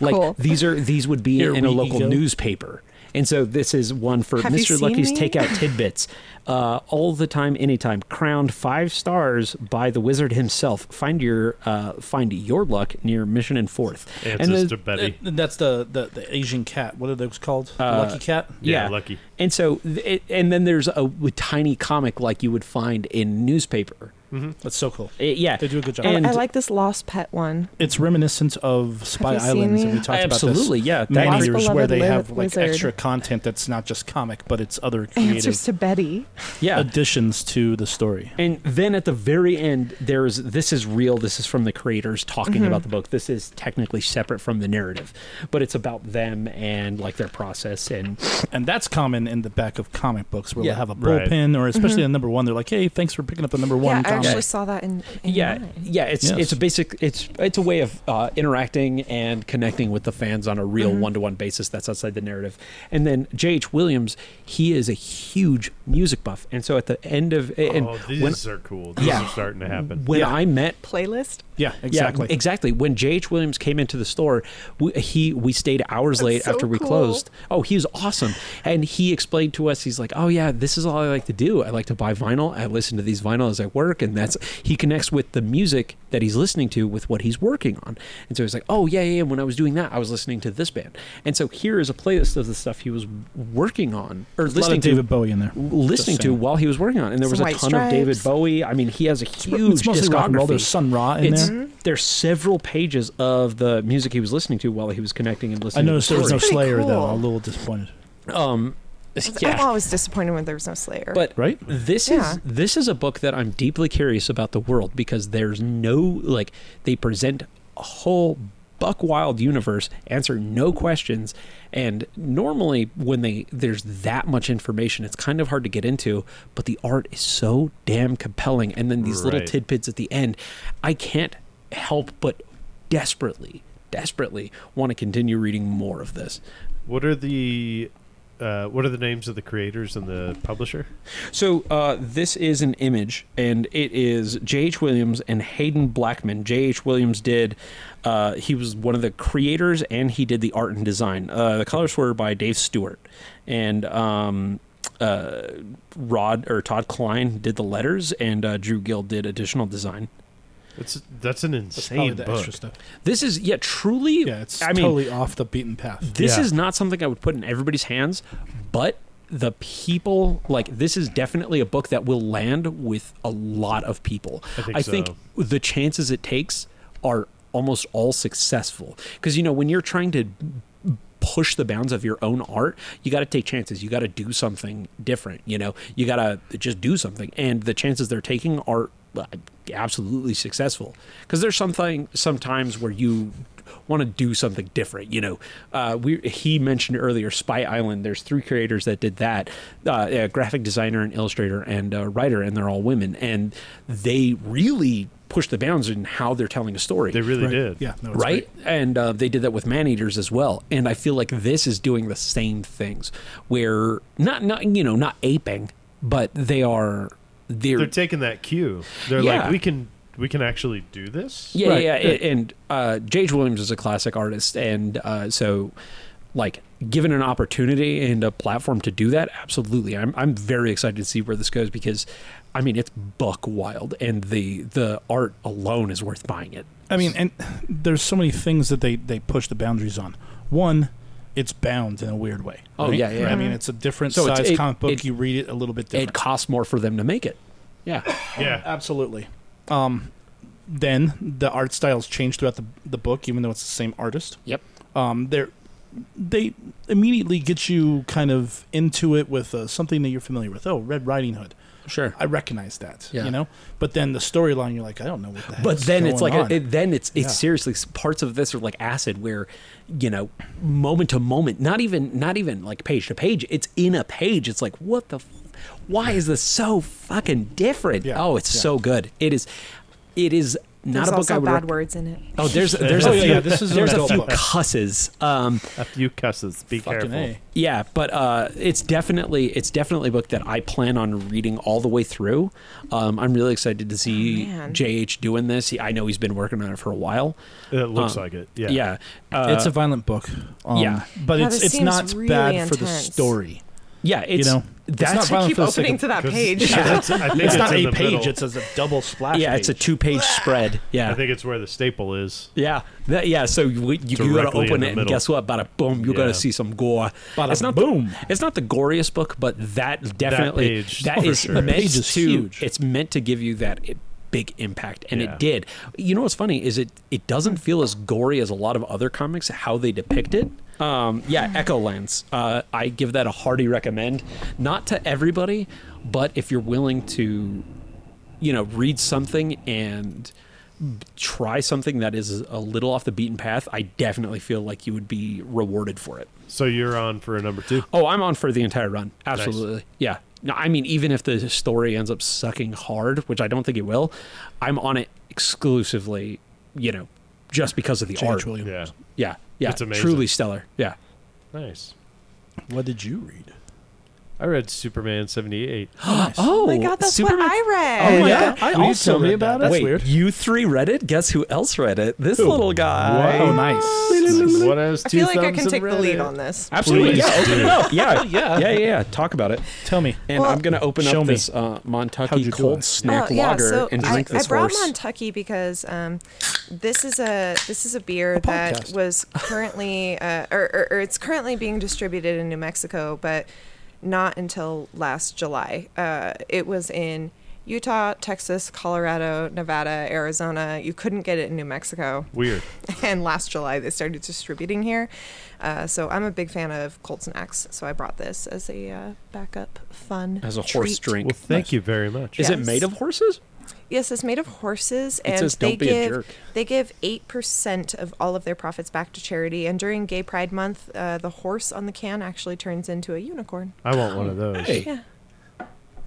[SPEAKER 3] like
[SPEAKER 4] cool.
[SPEAKER 3] these are these would be
[SPEAKER 2] Here
[SPEAKER 3] in a
[SPEAKER 2] we
[SPEAKER 3] local
[SPEAKER 2] go.
[SPEAKER 3] newspaper. And so this is one for
[SPEAKER 4] Have you
[SPEAKER 3] Mr.
[SPEAKER 4] seen
[SPEAKER 3] Lucky's
[SPEAKER 4] me? <laughs>
[SPEAKER 3] Takeout Tidbits. Uh, all the time, anytime. Crowned five stars by the wizard himself. Find your uh, find your luck near Mission and Fourth. and
[SPEAKER 1] Answers
[SPEAKER 3] then-
[SPEAKER 1] to Betty.
[SPEAKER 2] And Uh, that's the, the the Asian cat. What are those called? The Lucky cat.
[SPEAKER 1] Yeah,
[SPEAKER 3] yeah,
[SPEAKER 1] lucky.
[SPEAKER 3] And so, th- it, and then there's a, w- tiny comic like you would find in newspaper.
[SPEAKER 2] That's so cool.
[SPEAKER 3] Uh, yeah,
[SPEAKER 2] They do a good job.
[SPEAKER 4] I-
[SPEAKER 3] And
[SPEAKER 4] I like this lost pet one. <laughs>
[SPEAKER 2] It's reminiscent of Spy
[SPEAKER 4] you seen
[SPEAKER 2] Islands, and
[SPEAKER 4] me?
[SPEAKER 2] we talked
[SPEAKER 3] absolutely,
[SPEAKER 2] about this.
[SPEAKER 3] yeah.
[SPEAKER 2] many
[SPEAKER 4] Lost
[SPEAKER 3] That,
[SPEAKER 2] years where
[SPEAKER 4] Beloved
[SPEAKER 2] they
[SPEAKER 4] Liz-
[SPEAKER 2] have like
[SPEAKER 4] Wizard.
[SPEAKER 2] extra content that's not just comic, but it's other
[SPEAKER 4] Answers
[SPEAKER 2] creative
[SPEAKER 4] to Betty.
[SPEAKER 3] yeah.
[SPEAKER 2] additions to the story.
[SPEAKER 3] And then at the very end, there's this is real. This is from the creators talking
[SPEAKER 4] Mm-hmm.
[SPEAKER 3] about the book. This is technically separate from the narrative, but it's about them and like their process. And
[SPEAKER 2] And that's common in the back of comic books where
[SPEAKER 3] Yeah. Mm-hmm.
[SPEAKER 2] they'll have a
[SPEAKER 1] Right.
[SPEAKER 2] bullpen or especially the number one. They're like, hey, thanks for picking up the number one
[SPEAKER 4] yeah, I
[SPEAKER 2] comic.
[SPEAKER 4] actually saw that in. in
[SPEAKER 3] yeah,
[SPEAKER 4] mine.
[SPEAKER 3] yeah, it's
[SPEAKER 2] Yes.
[SPEAKER 3] it's a basic it's it's a way of uh, interacting and connecting with the fans on a real one to one basis. That's outside the narrative. And then J.H. Williams, he is a huge music buff, and so at the end of and
[SPEAKER 1] oh,
[SPEAKER 3] when
[SPEAKER 1] these are cool. These
[SPEAKER 3] Yeah.
[SPEAKER 1] are starting to happen.
[SPEAKER 3] when I met
[SPEAKER 4] Playlist.
[SPEAKER 2] yeah,
[SPEAKER 3] Yeah,
[SPEAKER 2] exactly.
[SPEAKER 3] exactly. When J.H. Williams came into the store, we, he we stayed hours late
[SPEAKER 4] so
[SPEAKER 3] after we
[SPEAKER 4] cool.
[SPEAKER 3] closed. Oh, he was awesome, and he explained to us. He's like, "Oh yeah, this is all I like to do. I like to buy vinyl. I listen to these vinyl as I work, and that's he connects with the music that he's listening to with what he's working on. And so he's like, "Oh yeah, yeah." yeah. When I was doing that, I was listening to this band, and so here is a playlist of the stuff he was working on or
[SPEAKER 2] There's a lot
[SPEAKER 3] listening
[SPEAKER 2] of David
[SPEAKER 3] to.
[SPEAKER 2] Bowie in there.
[SPEAKER 3] Listening
[SPEAKER 2] Just
[SPEAKER 3] to
[SPEAKER 2] saying.
[SPEAKER 3] while he was working on, it. and there
[SPEAKER 4] Some
[SPEAKER 3] was a ton
[SPEAKER 4] White
[SPEAKER 3] of David
[SPEAKER 4] Stripes.
[SPEAKER 3] Bowie. I mean, he has a huge
[SPEAKER 2] it's mostly rock and roll.
[SPEAKER 3] discography
[SPEAKER 2] There's Sun Ra in
[SPEAKER 3] it's,
[SPEAKER 2] there.
[SPEAKER 3] There's several pages of the music he was listening to while he was connecting and
[SPEAKER 2] I
[SPEAKER 3] listening.
[SPEAKER 2] noticed
[SPEAKER 3] to
[SPEAKER 2] there
[SPEAKER 3] the
[SPEAKER 2] was no
[SPEAKER 4] pretty
[SPEAKER 2] Slayer though.
[SPEAKER 4] cool.
[SPEAKER 2] I'm a little disappointed.
[SPEAKER 3] story. Um,
[SPEAKER 4] I'm
[SPEAKER 3] yeah,
[SPEAKER 4] always disappointed when there was no Slayer.
[SPEAKER 3] but
[SPEAKER 2] Right?
[SPEAKER 3] this
[SPEAKER 4] Yeah.
[SPEAKER 3] is this is a book that I'm deeply curious about the world because there's no like they present a whole buck wild universe, answer no questions, and normally when they there's that much information, it's kind of hard to get into. But the art is so damn compelling, and then these little
[SPEAKER 1] Right.
[SPEAKER 3] tidbits at the end, I can't help but desperately, desperately want to continue reading more of this.
[SPEAKER 1] What are the uh, what are the names of the creators and the publisher?
[SPEAKER 3] So uh, this is an image, and it is J.H. Williams and Hayden Blackman. J.H. Williams did, uh, he was one of the creators, and he did the art and design. Uh, the colors were by Dave Stewart, and um, uh, Rod or Todd Klein did the letters, and uh, Drew Gill did additional design.
[SPEAKER 1] That's that's an
[SPEAKER 2] Probably
[SPEAKER 1] insane
[SPEAKER 2] the
[SPEAKER 1] book.
[SPEAKER 2] extra stuff.
[SPEAKER 3] This is yeah, truly.
[SPEAKER 2] Yeah, it's
[SPEAKER 3] I mean,
[SPEAKER 2] totally off the beaten path.
[SPEAKER 3] this
[SPEAKER 1] Yeah.
[SPEAKER 3] is not something I would put in everybody's hands, but the people like this is definitely a book that will land with a lot of people.
[SPEAKER 1] I think so.
[SPEAKER 3] the chances it takes are almost all successful because you know when you're trying to push the bounds of your own art you got to take chances you got to do something different you know you got to just do something and the chances they're taking are uh, absolutely successful because there's something sometimes where you want to do something different. You know, uh, we he mentioned earlier Spy Island. There's three creators that did that: uh, a graphic designer, and illustrator, and a writer, and they're all women, and they really push the bounds in how they're telling a story
[SPEAKER 1] They really
[SPEAKER 2] Right.
[SPEAKER 1] did.
[SPEAKER 2] Yeah. No, it's
[SPEAKER 3] right? And uh, they did that with man eaters as well. And I feel like this is doing the same things, where not not you know not aping, but they are they're,
[SPEAKER 1] They're taking that cue. They're
[SPEAKER 3] Yeah.
[SPEAKER 1] like, we can we can actually do this.
[SPEAKER 3] yeah
[SPEAKER 2] Right.
[SPEAKER 3] yeah. a- And uh, Jage Williams is a classic artist, and uh, so like given an opportunity and a platform to do that, absolutely. I'm I'm very excited to see where this goes because. I mean, it's buck wild, and the the art alone is worth buying it.
[SPEAKER 2] I mean, and there's so many things that they they push the boundaries on. One, it's bound in a weird way.
[SPEAKER 3] Oh,
[SPEAKER 2] right?
[SPEAKER 3] yeah, yeah.
[SPEAKER 2] I mean, it's a different
[SPEAKER 3] So it's-
[SPEAKER 2] size
[SPEAKER 3] it-
[SPEAKER 2] comic book.
[SPEAKER 3] it-
[SPEAKER 2] you read it a little bit
[SPEAKER 3] It
[SPEAKER 2] different.
[SPEAKER 3] costs more for them to make it. Yeah,
[SPEAKER 1] Yeah.
[SPEAKER 2] Absolutely. Um, then the art styles change throughout the the book, even though it's the same artist.
[SPEAKER 3] Yep.
[SPEAKER 2] Um, they're they immediately get you kind of into it with uh, something that you're familiar with. Oh, Red Riding Hood.
[SPEAKER 3] sure.
[SPEAKER 2] I recognize that.
[SPEAKER 3] Yeah.
[SPEAKER 2] You know, but then the storyline, you're like, I don't know what the. Heck
[SPEAKER 3] but
[SPEAKER 2] is
[SPEAKER 3] then it's
[SPEAKER 2] going
[SPEAKER 3] like a,
[SPEAKER 2] on.
[SPEAKER 3] it, then it's it's
[SPEAKER 2] Yeah.
[SPEAKER 3] seriously s- parts of this are like acid where you know moment to moment not even not even like page to page it's in a page it's like what the f- why is this so fucking different
[SPEAKER 2] Yeah,
[SPEAKER 3] oh it's
[SPEAKER 2] yeah.
[SPEAKER 3] so good it is it is not
[SPEAKER 4] There's
[SPEAKER 3] a book
[SPEAKER 4] also
[SPEAKER 3] I would
[SPEAKER 4] bad
[SPEAKER 3] rec-
[SPEAKER 4] words in it.
[SPEAKER 2] <laughs>
[SPEAKER 3] oh there's there's
[SPEAKER 2] Oh,
[SPEAKER 3] a
[SPEAKER 2] yeah,
[SPEAKER 3] few
[SPEAKER 2] yeah, this is an
[SPEAKER 3] there's a
[SPEAKER 2] adult
[SPEAKER 3] few <laughs>
[SPEAKER 2] book.
[SPEAKER 3] cusses um
[SPEAKER 1] A few cusses. Be
[SPEAKER 2] Fucking
[SPEAKER 1] careful.
[SPEAKER 2] A.
[SPEAKER 3] yeah but uh, it's definitely it's definitely a book that i plan on reading all the way through um, i'm really excited to see
[SPEAKER 4] Oh, man.
[SPEAKER 3] jh doing this he, i know he's been working on it for a while
[SPEAKER 1] It looks
[SPEAKER 3] Um,
[SPEAKER 1] like it. Yeah.
[SPEAKER 3] yeah, uh,
[SPEAKER 2] it's a violent book. Um,
[SPEAKER 3] yeah.
[SPEAKER 2] but
[SPEAKER 4] Yeah,
[SPEAKER 2] it's
[SPEAKER 4] this
[SPEAKER 2] it's
[SPEAKER 4] seems
[SPEAKER 2] not
[SPEAKER 4] really
[SPEAKER 2] bad for the
[SPEAKER 4] intense.
[SPEAKER 2] story.
[SPEAKER 3] yeah it's
[SPEAKER 2] you know, it's
[SPEAKER 3] that's
[SPEAKER 2] not
[SPEAKER 4] I
[SPEAKER 2] violent
[SPEAKER 4] keep
[SPEAKER 2] for the sake
[SPEAKER 4] opening
[SPEAKER 2] of-
[SPEAKER 4] to that
[SPEAKER 1] 'Cause-
[SPEAKER 4] <laughs> page.
[SPEAKER 1] Yeah, that's- I think
[SPEAKER 2] It's, not
[SPEAKER 1] in
[SPEAKER 2] a
[SPEAKER 1] the
[SPEAKER 2] page.
[SPEAKER 1] middle.
[SPEAKER 2] It's as a double splash.
[SPEAKER 3] yeah it's a
[SPEAKER 2] page. <laughs>
[SPEAKER 3] two page spread yeah
[SPEAKER 1] I think it's where the staple is.
[SPEAKER 3] yeah that, yeah so you, you, you gotta
[SPEAKER 1] Directly in
[SPEAKER 3] open
[SPEAKER 1] the
[SPEAKER 3] it and
[SPEAKER 1] middle.
[SPEAKER 3] guess what bada boom you're
[SPEAKER 1] Yeah.
[SPEAKER 3] gonna see some gore
[SPEAKER 2] Bada
[SPEAKER 3] it's not
[SPEAKER 2] boom.
[SPEAKER 3] the, it's not the goriest book but that definitely
[SPEAKER 1] page Oh,
[SPEAKER 3] that
[SPEAKER 1] for
[SPEAKER 3] is
[SPEAKER 1] sure.
[SPEAKER 3] meant
[SPEAKER 2] The page is
[SPEAKER 3] to
[SPEAKER 2] huge.
[SPEAKER 3] it's meant to give you that i- big impact and
[SPEAKER 1] Yeah.
[SPEAKER 3] it did you know what's funny is it it doesn't feel as gory as a lot of other comics how they depict it um, yeah echo lens uh, i give that a hearty recommend not to everybody but if you're willing to you know read something and try something that is a little off the beaten path i definitely feel like you would be rewarded for it
[SPEAKER 1] So you're on for a number two.
[SPEAKER 3] Oh, I'm on for the entire run. Absolutely. Yeah. No, I mean, even if the story ends up sucking hard, which I don't think it will, I'm on it exclusively, you know, just because of the
[SPEAKER 2] J.H.
[SPEAKER 3] art.
[SPEAKER 2] Williams.
[SPEAKER 1] Yeah.
[SPEAKER 3] Yeah. Yeah.
[SPEAKER 1] It's amazing.
[SPEAKER 3] Truly stellar. Yeah.
[SPEAKER 1] Nice.
[SPEAKER 2] What did you read?
[SPEAKER 1] I read Superman 78.
[SPEAKER 3] Oh,
[SPEAKER 4] Oh my god, that's
[SPEAKER 3] Superman.
[SPEAKER 4] what I read.
[SPEAKER 3] Oh, yeah.
[SPEAKER 2] I
[SPEAKER 1] Will you
[SPEAKER 2] also
[SPEAKER 1] tell me
[SPEAKER 2] read
[SPEAKER 1] about
[SPEAKER 2] that.
[SPEAKER 1] it?
[SPEAKER 2] That's
[SPEAKER 3] Wait,
[SPEAKER 2] weird.
[SPEAKER 3] you three read it? Guess who else read it? This little guy.
[SPEAKER 2] Oh, nice.
[SPEAKER 1] what has
[SPEAKER 4] I
[SPEAKER 1] two
[SPEAKER 4] feel like I
[SPEAKER 1] thumbs
[SPEAKER 4] can
[SPEAKER 1] and
[SPEAKER 4] take the
[SPEAKER 1] read
[SPEAKER 4] lead
[SPEAKER 1] it?
[SPEAKER 4] on this.
[SPEAKER 3] Absolutely.
[SPEAKER 1] Please
[SPEAKER 3] Yeah. Open
[SPEAKER 1] do.
[SPEAKER 3] it up. Yeah. yeah. Yeah. Yeah. Talk about it.
[SPEAKER 2] Tell me.
[SPEAKER 3] And
[SPEAKER 4] Well,
[SPEAKER 3] I'm going to open
[SPEAKER 2] show
[SPEAKER 3] up
[SPEAKER 2] me.
[SPEAKER 3] this uh,
[SPEAKER 2] How'd
[SPEAKER 3] Montucky
[SPEAKER 2] you do
[SPEAKER 3] cold
[SPEAKER 2] it?
[SPEAKER 3] snack
[SPEAKER 4] Oh,
[SPEAKER 3] lager
[SPEAKER 4] so
[SPEAKER 3] and drink
[SPEAKER 4] I,
[SPEAKER 3] this
[SPEAKER 4] I brought
[SPEAKER 3] horse.
[SPEAKER 4] Montucky because um, this is a this is a beer that
[SPEAKER 2] podcast.
[SPEAKER 4] was currently uh, or, or, or it's currently being distributed in New Mexico, but not until last July. Uh, it was in Utah, Texas, Colorado, Nevada, Arizona. You couldn't get it in New Mexico <laughs>
[SPEAKER 1] Weird.
[SPEAKER 4] and last July they started distributing here. Uh, so I'm a big fan of cold snacks, so I brought this as a uh, backup fun
[SPEAKER 3] As a horse
[SPEAKER 4] treat.
[SPEAKER 3] drink.
[SPEAKER 1] Well, thank you very much.
[SPEAKER 3] Is it
[SPEAKER 4] Yes.
[SPEAKER 3] made of horses?
[SPEAKER 4] Yes, it's made of horses, and
[SPEAKER 3] says,
[SPEAKER 4] they
[SPEAKER 3] "Don't be a
[SPEAKER 4] give
[SPEAKER 3] jerk."
[SPEAKER 4] they give eight percent of all of their profits back to charity. And during Gay Pride Month, uh, the horse on the can actually turns into a unicorn.
[SPEAKER 1] I want one of those.
[SPEAKER 3] Hey.
[SPEAKER 4] Yeah.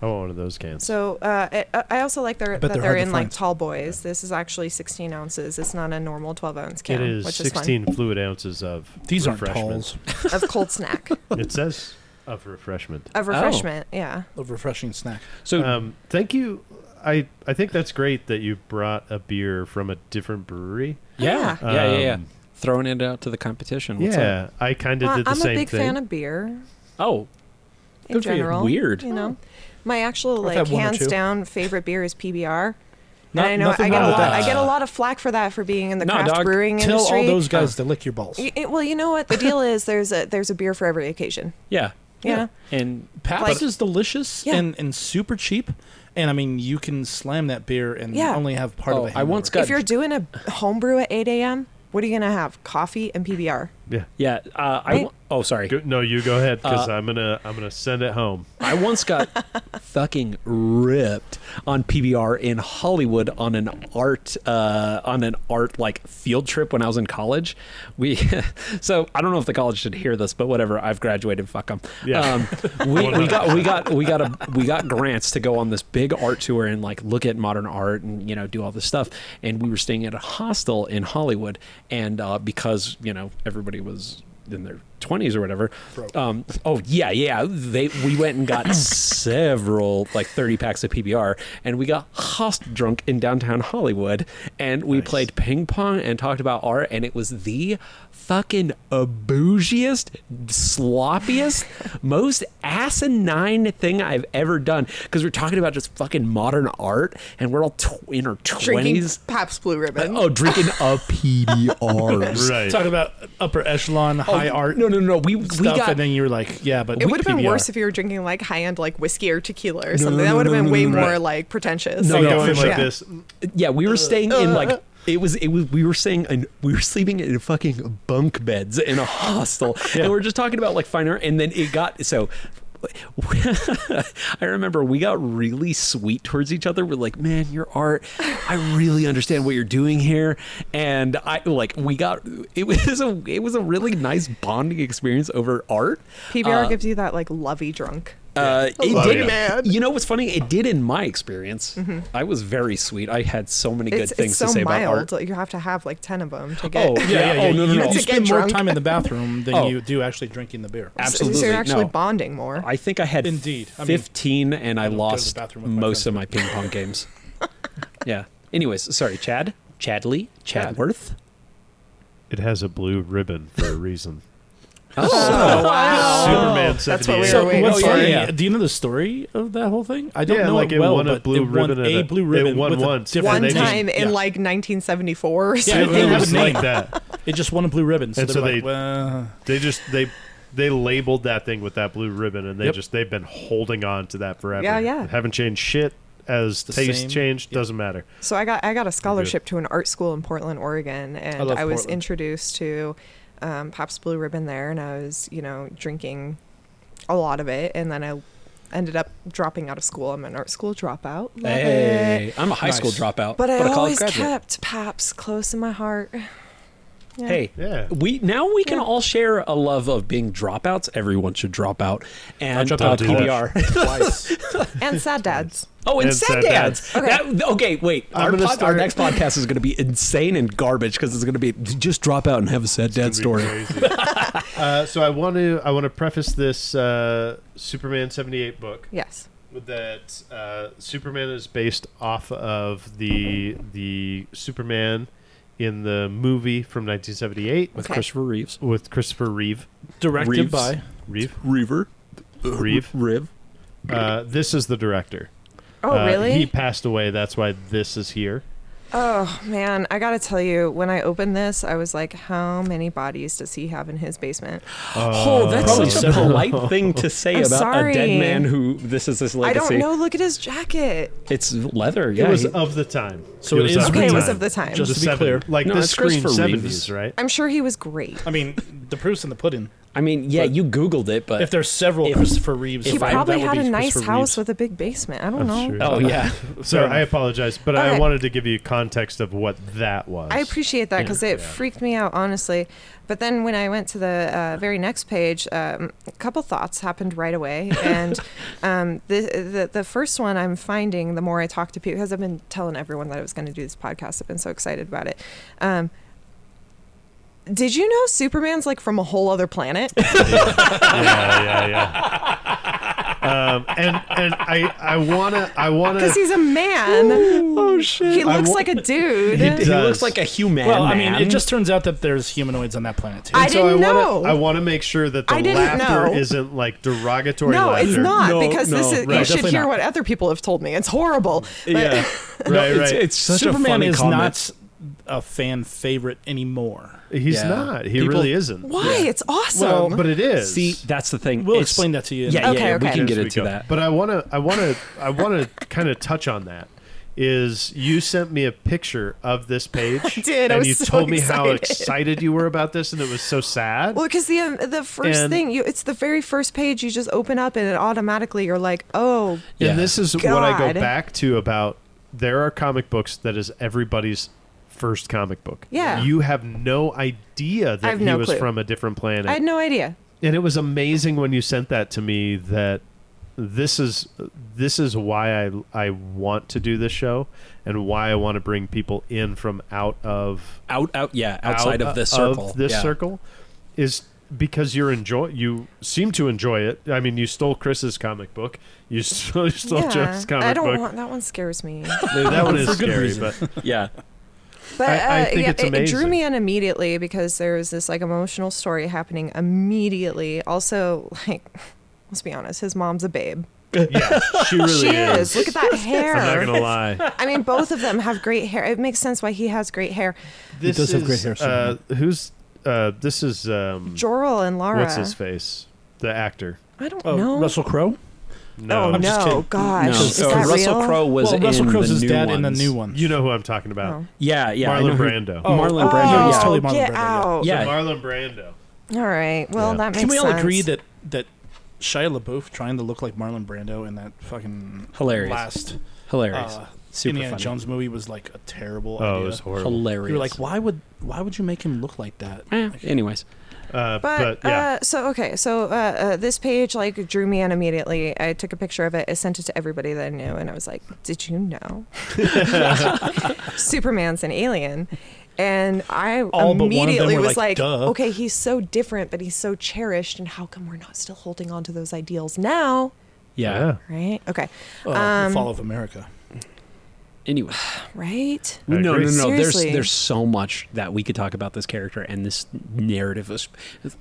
[SPEAKER 1] I want one of those cans.
[SPEAKER 4] So uh, I, I- I also like their,
[SPEAKER 2] bet
[SPEAKER 4] that
[SPEAKER 2] they're
[SPEAKER 4] they're
[SPEAKER 2] hard to
[SPEAKER 4] in like
[SPEAKER 2] find.
[SPEAKER 4] tall boys. This is actually 16 ounces. It's not a normal 12 ounce
[SPEAKER 1] it
[SPEAKER 4] can,
[SPEAKER 1] is
[SPEAKER 4] which
[SPEAKER 1] 16 fluid ounces of
[SPEAKER 2] These aren't
[SPEAKER 1] refreshment.
[SPEAKER 2] talls
[SPEAKER 4] is fun. of cold snack
[SPEAKER 3] <laughs>
[SPEAKER 1] It says of refreshment.
[SPEAKER 3] Oh.
[SPEAKER 4] of refreshment. Yeah.
[SPEAKER 2] of refreshing snack.
[SPEAKER 3] So
[SPEAKER 1] Um, thank you. I I think that's great that you brought a beer from a different brewery.
[SPEAKER 3] yeah,
[SPEAKER 1] Yeah.
[SPEAKER 3] yeah, yeah, yeah.
[SPEAKER 1] Um,
[SPEAKER 3] Throwing it out to the competition. What's
[SPEAKER 1] yeah, I kind of
[SPEAKER 4] Well,
[SPEAKER 1] did the
[SPEAKER 4] I'm
[SPEAKER 1] same
[SPEAKER 4] a big
[SPEAKER 1] thing.
[SPEAKER 4] fan of beer.
[SPEAKER 3] Up? Oh,
[SPEAKER 4] in
[SPEAKER 3] Good for you.
[SPEAKER 4] general.
[SPEAKER 3] Weird.
[SPEAKER 4] You know, Hmm. my actual
[SPEAKER 2] I've
[SPEAKER 4] like
[SPEAKER 2] had one or
[SPEAKER 4] hands
[SPEAKER 2] two.
[SPEAKER 4] down favorite beer is PBR.
[SPEAKER 2] Not-
[SPEAKER 4] and I know
[SPEAKER 2] nothing
[SPEAKER 4] I get, a
[SPEAKER 2] wrong with
[SPEAKER 4] lot,
[SPEAKER 2] that.
[SPEAKER 4] I get a lot of flack for that for being in the
[SPEAKER 3] No,
[SPEAKER 4] craft
[SPEAKER 3] dog.
[SPEAKER 4] brewing
[SPEAKER 2] Tell
[SPEAKER 4] industry.
[SPEAKER 2] all those guys to lick your balls.
[SPEAKER 4] Y- y- well, you know what the deal is. There's a there's a beer for every occasion.
[SPEAKER 3] yeah,
[SPEAKER 4] You know?
[SPEAKER 3] and
[SPEAKER 2] Pabst
[SPEAKER 4] Like-
[SPEAKER 2] is delicious
[SPEAKER 4] Yeah.
[SPEAKER 2] and, and super cheap, and I mean you can slam that beer and
[SPEAKER 4] Yeah.
[SPEAKER 2] only have part
[SPEAKER 3] Oh,
[SPEAKER 2] of
[SPEAKER 3] I
[SPEAKER 2] it.
[SPEAKER 3] once got-
[SPEAKER 4] If you're doing a homebrew at 8 a.m., what are you gonna have? Coffee and PBR.
[SPEAKER 1] Yeah.
[SPEAKER 3] Yeah. Uh, I
[SPEAKER 4] Wait.
[SPEAKER 3] w- oh sorry.
[SPEAKER 1] Go, no, you go ahead because
[SPEAKER 3] Uh,
[SPEAKER 1] I'm gonna I'm gonna send it home.
[SPEAKER 3] I once got fucking ripped on PBR in Hollywood on an art uh, on an art like field trip when I was in college. We <laughs> so I don't know if the college should hear this, but whatever. I've graduated. Fuck them.
[SPEAKER 1] Yeah.
[SPEAKER 3] Um, we, we got we got we got a we got grants to go on this big art tour and like look at modern art and you know do all this stuff. And we were staying at a hostel in Hollywood, and uh, because you know everybody was in their 20s or whatever. Um, oh yeah, yeah. They we went and got several like 30 packs of PBR, and we got host drunk in downtown Hollywood, and we played ping pong and talked about art, and it was the fucking uh, bougiest, sloppiest, most asinine thing I've ever done. Because we're talking about just fucking modern art, and we're all tw- in our 20s.
[SPEAKER 10] Drinking Paps Blue Ribbon.
[SPEAKER 3] Oh, drinking a PBR.
[SPEAKER 1] Right.
[SPEAKER 2] Talk about upper echelon
[SPEAKER 4] Oh,
[SPEAKER 2] high art
[SPEAKER 3] Oh, No, no, no. We we
[SPEAKER 2] stuff,
[SPEAKER 3] got
[SPEAKER 2] and then you were like, yeah, but
[SPEAKER 4] It would have been
[SPEAKER 2] PBR.
[SPEAKER 4] worse if you were drinking like high end like whiskey or tequila or something. that would have been way more like pretentious.
[SPEAKER 1] no,
[SPEAKER 3] no,
[SPEAKER 1] going
[SPEAKER 2] for
[SPEAKER 1] like
[SPEAKER 4] sure.
[SPEAKER 1] this.
[SPEAKER 3] Yeah, we were staying in like it was it was we were staying in we were sleeping in fucking bunk beds in a hostel, and we are just talking about like fine art, and then it got so. <laughs> I remember we got really sweet towards each other. We're like, "Man, your art, I really understand what you're doing here." And I like we got it was a it was a really nice bonding experience over art.
[SPEAKER 4] PBR
[SPEAKER 3] Uh,
[SPEAKER 4] gives you that like lovey drunk.
[SPEAKER 3] uh, it
[SPEAKER 10] love
[SPEAKER 3] did,
[SPEAKER 10] it. Man.
[SPEAKER 3] You know what's funny? It did in my experience. I was very sweet. I had so many good
[SPEAKER 4] It's,
[SPEAKER 3] things
[SPEAKER 4] it's so
[SPEAKER 3] to say about
[SPEAKER 4] mild
[SPEAKER 3] art.
[SPEAKER 4] that you have to have like ten of them to get.
[SPEAKER 3] Oh yeah,
[SPEAKER 2] Yeah, yeah,
[SPEAKER 3] oh no, no,
[SPEAKER 2] you,
[SPEAKER 3] no.
[SPEAKER 2] You
[SPEAKER 4] To
[SPEAKER 2] spend
[SPEAKER 4] get
[SPEAKER 2] more
[SPEAKER 4] drunk.
[SPEAKER 2] time in the bathroom than
[SPEAKER 3] Oh.
[SPEAKER 2] you do actually drinking the beer.
[SPEAKER 3] Absolutely,
[SPEAKER 4] So you're actually
[SPEAKER 3] no.
[SPEAKER 4] bonding more.
[SPEAKER 3] I think I had
[SPEAKER 2] Indeed. I mean,
[SPEAKER 3] fifteen, and I
[SPEAKER 2] don't go to the
[SPEAKER 3] lost
[SPEAKER 2] bathroom with my
[SPEAKER 3] most of
[SPEAKER 2] friends.
[SPEAKER 3] my ping
[SPEAKER 2] <laughs>
[SPEAKER 3] pong games. yeah. Anyways, sorry, Chad, Chadley,
[SPEAKER 4] <laughs>
[SPEAKER 3] Chadworth.
[SPEAKER 1] It has a blue ribbon for a reason.
[SPEAKER 3] Oh,
[SPEAKER 4] wow.
[SPEAKER 1] Superman
[SPEAKER 4] that's what
[SPEAKER 1] 78.
[SPEAKER 4] we were
[SPEAKER 2] So,
[SPEAKER 4] waiting
[SPEAKER 2] what's
[SPEAKER 3] oh,
[SPEAKER 2] funny?
[SPEAKER 3] yeah.
[SPEAKER 2] Do you know the story of that whole thing? I don't
[SPEAKER 1] yeah,
[SPEAKER 2] know
[SPEAKER 1] like
[SPEAKER 2] it well,
[SPEAKER 1] won a
[SPEAKER 2] but
[SPEAKER 1] blue
[SPEAKER 2] it won
[SPEAKER 1] ribbon.
[SPEAKER 2] a
[SPEAKER 1] at
[SPEAKER 2] blue ribbon
[SPEAKER 1] It won
[SPEAKER 2] with a
[SPEAKER 1] once.
[SPEAKER 2] different
[SPEAKER 1] and
[SPEAKER 4] One
[SPEAKER 1] they just-
[SPEAKER 4] time
[SPEAKER 2] yeah.
[SPEAKER 4] in like 1974 or
[SPEAKER 2] Yeah, it,
[SPEAKER 3] <laughs>
[SPEAKER 4] something.
[SPEAKER 1] It
[SPEAKER 2] had a
[SPEAKER 1] was like
[SPEAKER 2] name.
[SPEAKER 1] that.
[SPEAKER 2] It just won a blue ribbon, so
[SPEAKER 1] And
[SPEAKER 2] they
[SPEAKER 1] so
[SPEAKER 2] were
[SPEAKER 1] they-
[SPEAKER 2] like, well,
[SPEAKER 1] They just they they labeled that thing with that blue ribbon, and they
[SPEAKER 2] Yep.
[SPEAKER 1] just they've been holding on to that forever.
[SPEAKER 4] Yeah, yeah.
[SPEAKER 1] Haven't changed shit. As
[SPEAKER 2] the
[SPEAKER 1] taste
[SPEAKER 2] same.
[SPEAKER 1] changed, doesn't matter.
[SPEAKER 4] So I got I got a scholarship to an art school in Portland, Oregon, and
[SPEAKER 2] love
[SPEAKER 4] I, was
[SPEAKER 2] Portland.
[SPEAKER 4] introduced to um, Pop's Blue Ribbon there, and I was you know drinking a lot of it, and then I ended up dropping out of school. I'm an art school dropout. Love it.
[SPEAKER 3] hey, I'm a high
[SPEAKER 2] Nice.
[SPEAKER 3] school dropout,
[SPEAKER 4] But I
[SPEAKER 3] a college
[SPEAKER 4] always
[SPEAKER 3] graduate.
[SPEAKER 4] kept Paps close in my heart. Yeah.
[SPEAKER 3] Hey,
[SPEAKER 1] Yeah.
[SPEAKER 3] we now we can all share a love of being dropouts. Everyone should drop out and
[SPEAKER 2] dropped
[SPEAKER 3] uh,
[SPEAKER 2] out
[SPEAKER 3] PBR.
[SPEAKER 2] twice.
[SPEAKER 4] And sad dads.
[SPEAKER 3] oh, and,
[SPEAKER 1] And
[SPEAKER 3] sad
[SPEAKER 1] sad
[SPEAKER 3] dads.
[SPEAKER 4] dads.
[SPEAKER 3] That- Okay, wait.
[SPEAKER 1] I'm
[SPEAKER 3] Our,
[SPEAKER 1] gonna
[SPEAKER 3] pod- our
[SPEAKER 1] start-
[SPEAKER 3] next podcast is going to be insane and garbage because it's going to be just drop out and have a sad dad story.
[SPEAKER 1] <laughs> uh, so I want to I want to preface this uh, Superman seventy eight book
[SPEAKER 4] Yes.
[SPEAKER 1] that uh, Superman is based off of the the Superman in the movie from nineteen seventy eight
[SPEAKER 3] With
[SPEAKER 4] Okay.
[SPEAKER 3] Christopher Reeves,
[SPEAKER 1] with Christopher Reeve.
[SPEAKER 2] <laughs> Directed
[SPEAKER 3] Reeves.
[SPEAKER 2] by
[SPEAKER 1] Reeve.
[SPEAKER 3] Reaver,
[SPEAKER 1] Reeve.
[SPEAKER 3] Riv.
[SPEAKER 1] Uh, this is the director.
[SPEAKER 4] Oh
[SPEAKER 1] Uh,
[SPEAKER 4] really?
[SPEAKER 1] He passed away. That's why this is here.
[SPEAKER 4] Oh man, I gotta tell you, when I opened this, I was like, how many bodies does he have in his basement?
[SPEAKER 3] Oh, that's
[SPEAKER 2] Probably
[SPEAKER 3] such a
[SPEAKER 2] several.
[SPEAKER 3] <laughs> polite thing to say
[SPEAKER 4] I'm
[SPEAKER 3] about a dead
[SPEAKER 4] sorry.
[SPEAKER 3] man who this is his
[SPEAKER 4] I
[SPEAKER 3] legacy.
[SPEAKER 4] don't know. Look at his jacket.
[SPEAKER 3] It's leather. Yeah,
[SPEAKER 1] it was
[SPEAKER 3] he-
[SPEAKER 1] of the time.
[SPEAKER 2] So it is
[SPEAKER 1] of
[SPEAKER 2] Okay,
[SPEAKER 1] the
[SPEAKER 2] it
[SPEAKER 4] was
[SPEAKER 1] time.
[SPEAKER 4] of the time.
[SPEAKER 2] Just
[SPEAKER 1] The
[SPEAKER 2] to be
[SPEAKER 1] seven-
[SPEAKER 2] clear.
[SPEAKER 1] like
[SPEAKER 3] No,
[SPEAKER 1] this
[SPEAKER 3] it's
[SPEAKER 1] screen
[SPEAKER 3] Christopher
[SPEAKER 1] seventies,
[SPEAKER 3] Reeves.
[SPEAKER 1] right?
[SPEAKER 4] I'm sure he was great.
[SPEAKER 2] I mean, the proof's in the pudding.
[SPEAKER 3] I mean, yeah,
[SPEAKER 2] But-
[SPEAKER 3] you Googled it, but
[SPEAKER 2] If there's several
[SPEAKER 3] If-
[SPEAKER 2] Christopher Reeves,
[SPEAKER 4] Uh, He
[SPEAKER 3] If I-
[SPEAKER 4] probably
[SPEAKER 2] that would
[SPEAKER 4] had a
[SPEAKER 2] be
[SPEAKER 4] nice
[SPEAKER 2] Christopher
[SPEAKER 4] house
[SPEAKER 2] Reeves.
[SPEAKER 4] with a big basement. I don't know.
[SPEAKER 1] sure.
[SPEAKER 3] oh yeah,
[SPEAKER 1] So I apologize, but I
[SPEAKER 4] Okay.
[SPEAKER 1] wanted to give you context of what that was.
[SPEAKER 4] I appreciate that because it freaked me out, honestly. But then when I went to the uh, very next page, um, a couple thoughts happened right away. And um, the, the the first one I'm finding the more I talk to people, because I've been telling everyone that I was going to do this podcast, I've been so excited about it. Um, did you know Superman's like from a whole other planet?
[SPEAKER 1] yeah, yeah, yeah.
[SPEAKER 4] <laughs>
[SPEAKER 1] Um, and and I I wanna I wanna
[SPEAKER 4] Because he's a man. oh shit! He
[SPEAKER 1] I
[SPEAKER 4] looks
[SPEAKER 1] wa-
[SPEAKER 4] like a dude.
[SPEAKER 1] He
[SPEAKER 3] he
[SPEAKER 1] does.
[SPEAKER 3] looks like a human.
[SPEAKER 2] Well, I
[SPEAKER 3] man.
[SPEAKER 2] mean, it just turns out that there's humanoids on that planet too.
[SPEAKER 4] I
[SPEAKER 1] So
[SPEAKER 4] didn't
[SPEAKER 1] wanna,
[SPEAKER 4] know.
[SPEAKER 1] I want to make sure that the
[SPEAKER 4] I didn't
[SPEAKER 1] laughter
[SPEAKER 4] know.
[SPEAKER 1] isn't like derogatory.
[SPEAKER 4] no,
[SPEAKER 1] laughter.
[SPEAKER 4] it's not
[SPEAKER 3] No,
[SPEAKER 4] because this
[SPEAKER 3] no,
[SPEAKER 4] is.
[SPEAKER 3] right.
[SPEAKER 4] You should
[SPEAKER 2] Definitely
[SPEAKER 4] hear
[SPEAKER 2] not.
[SPEAKER 4] what other people have told me. It's horrible. But-
[SPEAKER 3] <laughs> yeah,
[SPEAKER 1] Right,
[SPEAKER 3] It's,
[SPEAKER 1] right.
[SPEAKER 3] it's such a
[SPEAKER 2] Superman
[SPEAKER 3] funny
[SPEAKER 2] is
[SPEAKER 3] comment.
[SPEAKER 2] not a fan favorite anymore.
[SPEAKER 1] He's
[SPEAKER 3] Yeah.
[SPEAKER 1] not. He
[SPEAKER 3] People-
[SPEAKER 1] really isn't.
[SPEAKER 4] Why? It's awesome.
[SPEAKER 1] Well, but it is.
[SPEAKER 3] See, that's the thing.
[SPEAKER 2] We'll
[SPEAKER 3] It's-
[SPEAKER 2] explain that to you. in-
[SPEAKER 3] Yeah,
[SPEAKER 4] Okay,
[SPEAKER 3] yeah, yeah, we
[SPEAKER 4] okay.
[SPEAKER 3] can
[SPEAKER 1] as
[SPEAKER 3] get
[SPEAKER 1] we
[SPEAKER 3] into
[SPEAKER 1] go.
[SPEAKER 3] that.
[SPEAKER 1] But I want to, I want to, I want to kind of touch on that is you sent me a picture of this page.
[SPEAKER 4] did. <laughs> I
[SPEAKER 1] And
[SPEAKER 4] was
[SPEAKER 1] you
[SPEAKER 4] so
[SPEAKER 1] told me how
[SPEAKER 4] excited.
[SPEAKER 1] excited you were about this, and it was so sad.
[SPEAKER 4] Well, because the um, the first
[SPEAKER 1] And-
[SPEAKER 4] thing you it's the very first page you just open up and it automatically you're like, oh,
[SPEAKER 1] And this is what I go
[SPEAKER 4] God.
[SPEAKER 1] back to about there are comic books that is everybody's first comic book.
[SPEAKER 4] Yeah.
[SPEAKER 1] You have no idea that
[SPEAKER 4] have
[SPEAKER 1] he
[SPEAKER 4] no
[SPEAKER 1] was
[SPEAKER 4] clue.
[SPEAKER 1] from a different planet.
[SPEAKER 4] I had no idea.
[SPEAKER 1] and it was amazing when you sent that to me that this is this is why I I want to do this show and why I want to bring people in from out of
[SPEAKER 3] out out yeah outside
[SPEAKER 2] uh,
[SPEAKER 1] out uh,
[SPEAKER 3] of this circle
[SPEAKER 1] Of this
[SPEAKER 3] yeah.
[SPEAKER 1] circle is because you're enjoy you seem to enjoy it. I mean, you stole Chris's comic book. You <laughs> stole, you stole
[SPEAKER 4] yeah,
[SPEAKER 1] Jeff's comic
[SPEAKER 4] I don't
[SPEAKER 1] book.
[SPEAKER 4] want that one
[SPEAKER 1] <laughs>
[SPEAKER 4] scares me.
[SPEAKER 1] that one is
[SPEAKER 3] For good
[SPEAKER 1] scary,
[SPEAKER 3] reason.
[SPEAKER 1] but
[SPEAKER 3] yeah
[SPEAKER 4] But
[SPEAKER 1] I- I
[SPEAKER 4] uh,
[SPEAKER 1] think
[SPEAKER 4] yeah,
[SPEAKER 1] it's
[SPEAKER 4] it, it drew
[SPEAKER 1] amazing.
[SPEAKER 4] me in immediately because there was this like emotional story happening immediately. Also, like, let's be honest, his mom's a babe.
[SPEAKER 1] yeah, she really
[SPEAKER 4] <laughs> she
[SPEAKER 1] is.
[SPEAKER 4] is. Look at that
[SPEAKER 1] <laughs>
[SPEAKER 4] hair.
[SPEAKER 1] I'm not gonna lie.
[SPEAKER 4] <laughs> I mean, both of them have great hair. It makes sense why he has great hair.
[SPEAKER 1] This
[SPEAKER 2] does
[SPEAKER 1] is,
[SPEAKER 2] have great hair,
[SPEAKER 1] Uh, who's uh, this is um,
[SPEAKER 4] Jorl and Lara.
[SPEAKER 1] what's his face? The actor.
[SPEAKER 4] I don't
[SPEAKER 2] Oh,
[SPEAKER 4] know.
[SPEAKER 2] Russell Crowe.
[SPEAKER 1] No,
[SPEAKER 4] oh
[SPEAKER 2] I'm just
[SPEAKER 4] no,
[SPEAKER 2] kidding.
[SPEAKER 4] gosh,
[SPEAKER 3] no
[SPEAKER 4] is
[SPEAKER 3] so
[SPEAKER 4] that
[SPEAKER 3] russell
[SPEAKER 4] real?
[SPEAKER 3] crowe was
[SPEAKER 2] well, Russell
[SPEAKER 3] in
[SPEAKER 2] Crowe's
[SPEAKER 3] the
[SPEAKER 2] his
[SPEAKER 3] new
[SPEAKER 2] dad in
[SPEAKER 3] ones.
[SPEAKER 2] the new one.
[SPEAKER 1] you know who I'm talking about.
[SPEAKER 4] Oh.
[SPEAKER 3] yeah yeah I know
[SPEAKER 1] Marlon
[SPEAKER 3] who-
[SPEAKER 1] Brando.
[SPEAKER 3] marlon
[SPEAKER 4] Oh,
[SPEAKER 3] brando
[SPEAKER 2] it's
[SPEAKER 3] yeah.
[SPEAKER 2] totally Marlon
[SPEAKER 4] get
[SPEAKER 2] Brando, yeah.
[SPEAKER 4] out!
[SPEAKER 3] Yeah.
[SPEAKER 1] Marlon Brando.
[SPEAKER 4] All right. Well,
[SPEAKER 1] Yeah.
[SPEAKER 4] that makes
[SPEAKER 2] Can we all
[SPEAKER 4] sense.
[SPEAKER 2] agree that that Shia LaBeouf trying to look like Marlon Brando in that fucking
[SPEAKER 3] Hilarious.
[SPEAKER 2] last
[SPEAKER 3] hilarious
[SPEAKER 2] uh,
[SPEAKER 3] super
[SPEAKER 2] Indiana
[SPEAKER 3] funny
[SPEAKER 2] Jones movie was like a terrible
[SPEAKER 1] Oh, it
[SPEAKER 2] idea.
[SPEAKER 1] was horrible.
[SPEAKER 3] hilarious
[SPEAKER 2] You're like, why would why would you make him look like that?
[SPEAKER 3] Eh, anyways
[SPEAKER 1] Uh,
[SPEAKER 4] But,
[SPEAKER 1] but, yeah,
[SPEAKER 4] uh, so okay, so uh, uh, this page like drew me in immediately. I took a picture of it, I sent it to everybody that I knew, and I was like, "Did you
[SPEAKER 2] <laughs>
[SPEAKER 4] know, Superman's an alien?" And I
[SPEAKER 2] All but one of them
[SPEAKER 4] immediately
[SPEAKER 2] were
[SPEAKER 4] was
[SPEAKER 2] like,
[SPEAKER 4] like,
[SPEAKER 2] "Duh."
[SPEAKER 4] "Okay, he's so different, but he's so cherished, and how come we're not still holding on to those ideals now?"
[SPEAKER 3] yeah,
[SPEAKER 1] yeah.
[SPEAKER 4] Right? Okay.
[SPEAKER 2] Oh,
[SPEAKER 4] Um,
[SPEAKER 2] Fall of America.
[SPEAKER 3] anyway
[SPEAKER 4] Right?
[SPEAKER 1] I
[SPEAKER 3] no, no,
[SPEAKER 1] agree.
[SPEAKER 3] no, There's
[SPEAKER 4] Seriously.
[SPEAKER 3] there's so much that we could talk about this character and this narrative. is-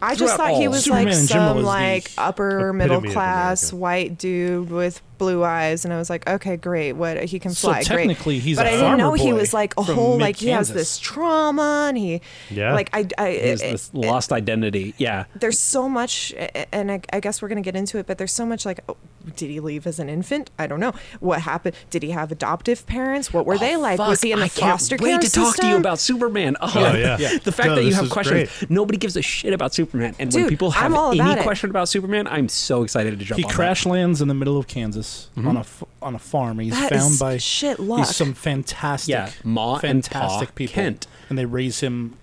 [SPEAKER 4] I just
[SPEAKER 3] throughout
[SPEAKER 4] thought he
[SPEAKER 3] all-
[SPEAKER 4] was
[SPEAKER 2] Superman
[SPEAKER 4] like
[SPEAKER 2] in general
[SPEAKER 4] some
[SPEAKER 2] is the
[SPEAKER 4] like upper
[SPEAKER 1] epitome
[SPEAKER 4] middle
[SPEAKER 1] of
[SPEAKER 4] class
[SPEAKER 1] America.
[SPEAKER 4] white dude with blue eyes, and I was like, okay, great, what he can
[SPEAKER 2] So
[SPEAKER 4] fly,
[SPEAKER 2] technically,
[SPEAKER 4] great.
[SPEAKER 2] he's
[SPEAKER 4] but
[SPEAKER 2] a
[SPEAKER 4] I didn't
[SPEAKER 2] farmer
[SPEAKER 4] know he
[SPEAKER 2] boy
[SPEAKER 4] was like a
[SPEAKER 2] from
[SPEAKER 4] whole like he has
[SPEAKER 2] mid-Kansas.
[SPEAKER 4] this trauma, and he
[SPEAKER 1] Yeah.
[SPEAKER 4] like I I
[SPEAKER 3] He has
[SPEAKER 4] it-
[SPEAKER 3] this
[SPEAKER 4] it-
[SPEAKER 3] lost identity. Yeah,
[SPEAKER 4] there's so much, and I, I guess we're gonna get into it, but there's so much like, oh, did he leave as an infant? I don't know what happened. Did he have adoptive parents? What were they like?
[SPEAKER 3] Oh, Fuck,
[SPEAKER 4] was he in the
[SPEAKER 3] I can't
[SPEAKER 4] foster
[SPEAKER 3] wait
[SPEAKER 4] care
[SPEAKER 3] to talk to you
[SPEAKER 4] system?
[SPEAKER 3] about Superman. Oh,
[SPEAKER 1] Oh, yeah.
[SPEAKER 3] the fact
[SPEAKER 1] No,
[SPEAKER 3] that you
[SPEAKER 1] this
[SPEAKER 3] have
[SPEAKER 1] is
[SPEAKER 3] questions. Nobody gives a shit about Superman, and when
[SPEAKER 4] Dude,
[SPEAKER 3] people have
[SPEAKER 4] I'm all about
[SPEAKER 3] any
[SPEAKER 4] it.
[SPEAKER 3] question about Superman, I'm so excited to jump.
[SPEAKER 2] He
[SPEAKER 3] on that. Mm-hmm.
[SPEAKER 2] crash lands in the middle of Kansas on a f- on a farm. He's
[SPEAKER 4] That
[SPEAKER 2] found
[SPEAKER 4] is
[SPEAKER 2] by
[SPEAKER 4] shit luck.
[SPEAKER 2] He's some fantastic,
[SPEAKER 3] Yeah, Ma and
[SPEAKER 2] fantastic
[SPEAKER 3] Pa
[SPEAKER 2] people,
[SPEAKER 3] Kent.
[SPEAKER 2] and they raise him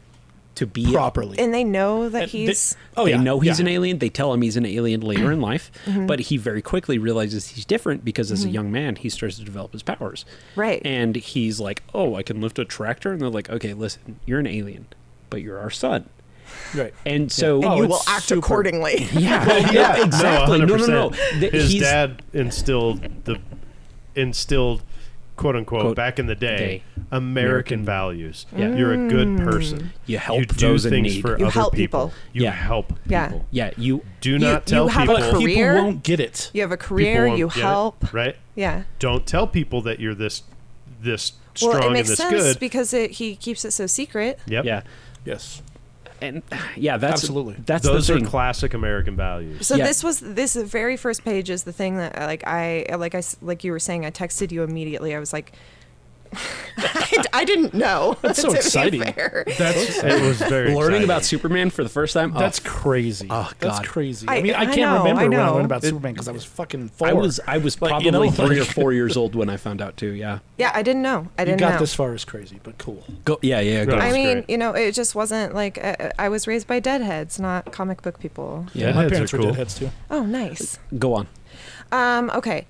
[SPEAKER 3] to be
[SPEAKER 2] properly.
[SPEAKER 4] and they know that
[SPEAKER 2] And they-
[SPEAKER 4] he's.
[SPEAKER 2] oh
[SPEAKER 3] they
[SPEAKER 2] yeah,
[SPEAKER 3] know he's
[SPEAKER 2] yeah.
[SPEAKER 3] an alien. They tell him he's an alien later in
[SPEAKER 4] <clears throat>
[SPEAKER 3] life,
[SPEAKER 4] Mm-hmm.
[SPEAKER 3] but he very quickly realizes he's different because as a young man, he starts to develop his powers.
[SPEAKER 4] Right.
[SPEAKER 3] And he's like, "Oh, I can lift a tractor," and they're like, "Okay, listen, you're an alien, but you're our son."
[SPEAKER 2] Right.
[SPEAKER 3] And so
[SPEAKER 4] and
[SPEAKER 3] Oh,
[SPEAKER 4] you
[SPEAKER 3] it's
[SPEAKER 4] will act
[SPEAKER 3] super-
[SPEAKER 4] accordingly.
[SPEAKER 2] <laughs>
[SPEAKER 3] Yeah,
[SPEAKER 1] yeah,
[SPEAKER 3] yeah, exactly. No, no, no.
[SPEAKER 1] 100%.
[SPEAKER 3] Th-
[SPEAKER 1] His
[SPEAKER 3] he's-
[SPEAKER 1] dad instilled the instilled quote unquote
[SPEAKER 3] Quote,
[SPEAKER 1] back in the day,
[SPEAKER 3] day.
[SPEAKER 1] American, values. You're a good person.
[SPEAKER 3] You help
[SPEAKER 1] you do
[SPEAKER 3] those in
[SPEAKER 1] things
[SPEAKER 3] need.
[SPEAKER 1] for
[SPEAKER 4] Mm. You
[SPEAKER 1] other
[SPEAKER 4] help people.
[SPEAKER 1] You
[SPEAKER 3] Yeah.
[SPEAKER 1] help
[SPEAKER 4] Yeah.
[SPEAKER 1] people.
[SPEAKER 3] Yeah, you.
[SPEAKER 1] Do not tell
[SPEAKER 4] you have
[SPEAKER 1] people.
[SPEAKER 4] a
[SPEAKER 1] people
[SPEAKER 4] career.
[SPEAKER 2] people won't get it.
[SPEAKER 4] You have a career.
[SPEAKER 1] won't
[SPEAKER 4] You
[SPEAKER 1] get it,
[SPEAKER 4] help.
[SPEAKER 1] right?
[SPEAKER 4] Yeah.
[SPEAKER 1] Don't tell people that you're this this strong
[SPEAKER 4] well, it makes
[SPEAKER 1] and this
[SPEAKER 4] sense
[SPEAKER 1] good.
[SPEAKER 4] because it, he keeps it so secret.
[SPEAKER 1] yep.
[SPEAKER 3] Yeah,
[SPEAKER 2] Yes,
[SPEAKER 3] and yeah, that's
[SPEAKER 2] Absolutely.
[SPEAKER 3] That's
[SPEAKER 1] Those are
[SPEAKER 3] the thing.
[SPEAKER 1] classic American values.
[SPEAKER 4] <laughs> So
[SPEAKER 3] Yeah.
[SPEAKER 4] this was this very first page is the thing that like I like I s- like you were saying I texted you immediately. I was like, <laughs> I, I didn't know.
[SPEAKER 2] <laughs> That's so
[SPEAKER 4] <laughs> to be
[SPEAKER 2] exciting.
[SPEAKER 4] fair.
[SPEAKER 3] <laughs>
[SPEAKER 2] that's
[SPEAKER 1] It was very
[SPEAKER 3] Learning
[SPEAKER 1] exciting.
[SPEAKER 3] about Superman for the first time.
[SPEAKER 2] <laughs>
[SPEAKER 3] oh,
[SPEAKER 2] that's crazy.
[SPEAKER 3] Oh,
[SPEAKER 2] that's
[SPEAKER 3] God.
[SPEAKER 2] crazy.
[SPEAKER 4] I-
[SPEAKER 2] I, mean,
[SPEAKER 4] I
[SPEAKER 2] I can't
[SPEAKER 4] know,
[SPEAKER 2] remember
[SPEAKER 4] I
[SPEAKER 2] when I
[SPEAKER 4] know.
[SPEAKER 2] learned about Superman because I was fucking four.
[SPEAKER 3] Oh, I was I was
[SPEAKER 2] Like,
[SPEAKER 3] probably
[SPEAKER 2] you know,
[SPEAKER 3] three or
[SPEAKER 2] like- <laughs>
[SPEAKER 3] four years old when I found out too. Yeah.
[SPEAKER 4] Yeah, I didn't know. I
[SPEAKER 2] You
[SPEAKER 4] didn't
[SPEAKER 2] got
[SPEAKER 4] know.
[SPEAKER 2] this far is crazy, but cool.
[SPEAKER 3] Go, yeah, yeah, go.
[SPEAKER 1] Right.
[SPEAKER 4] I
[SPEAKER 1] That's
[SPEAKER 4] mean,
[SPEAKER 1] great.
[SPEAKER 4] you know, it just wasn't like I, I was raised by deadheads, not comic book people.
[SPEAKER 3] Yeah.
[SPEAKER 2] My
[SPEAKER 1] Deadheads are
[SPEAKER 2] parents were
[SPEAKER 1] cool.
[SPEAKER 2] deadheads too.
[SPEAKER 4] Oh, nice.
[SPEAKER 3] Go on.
[SPEAKER 4] Um, okay.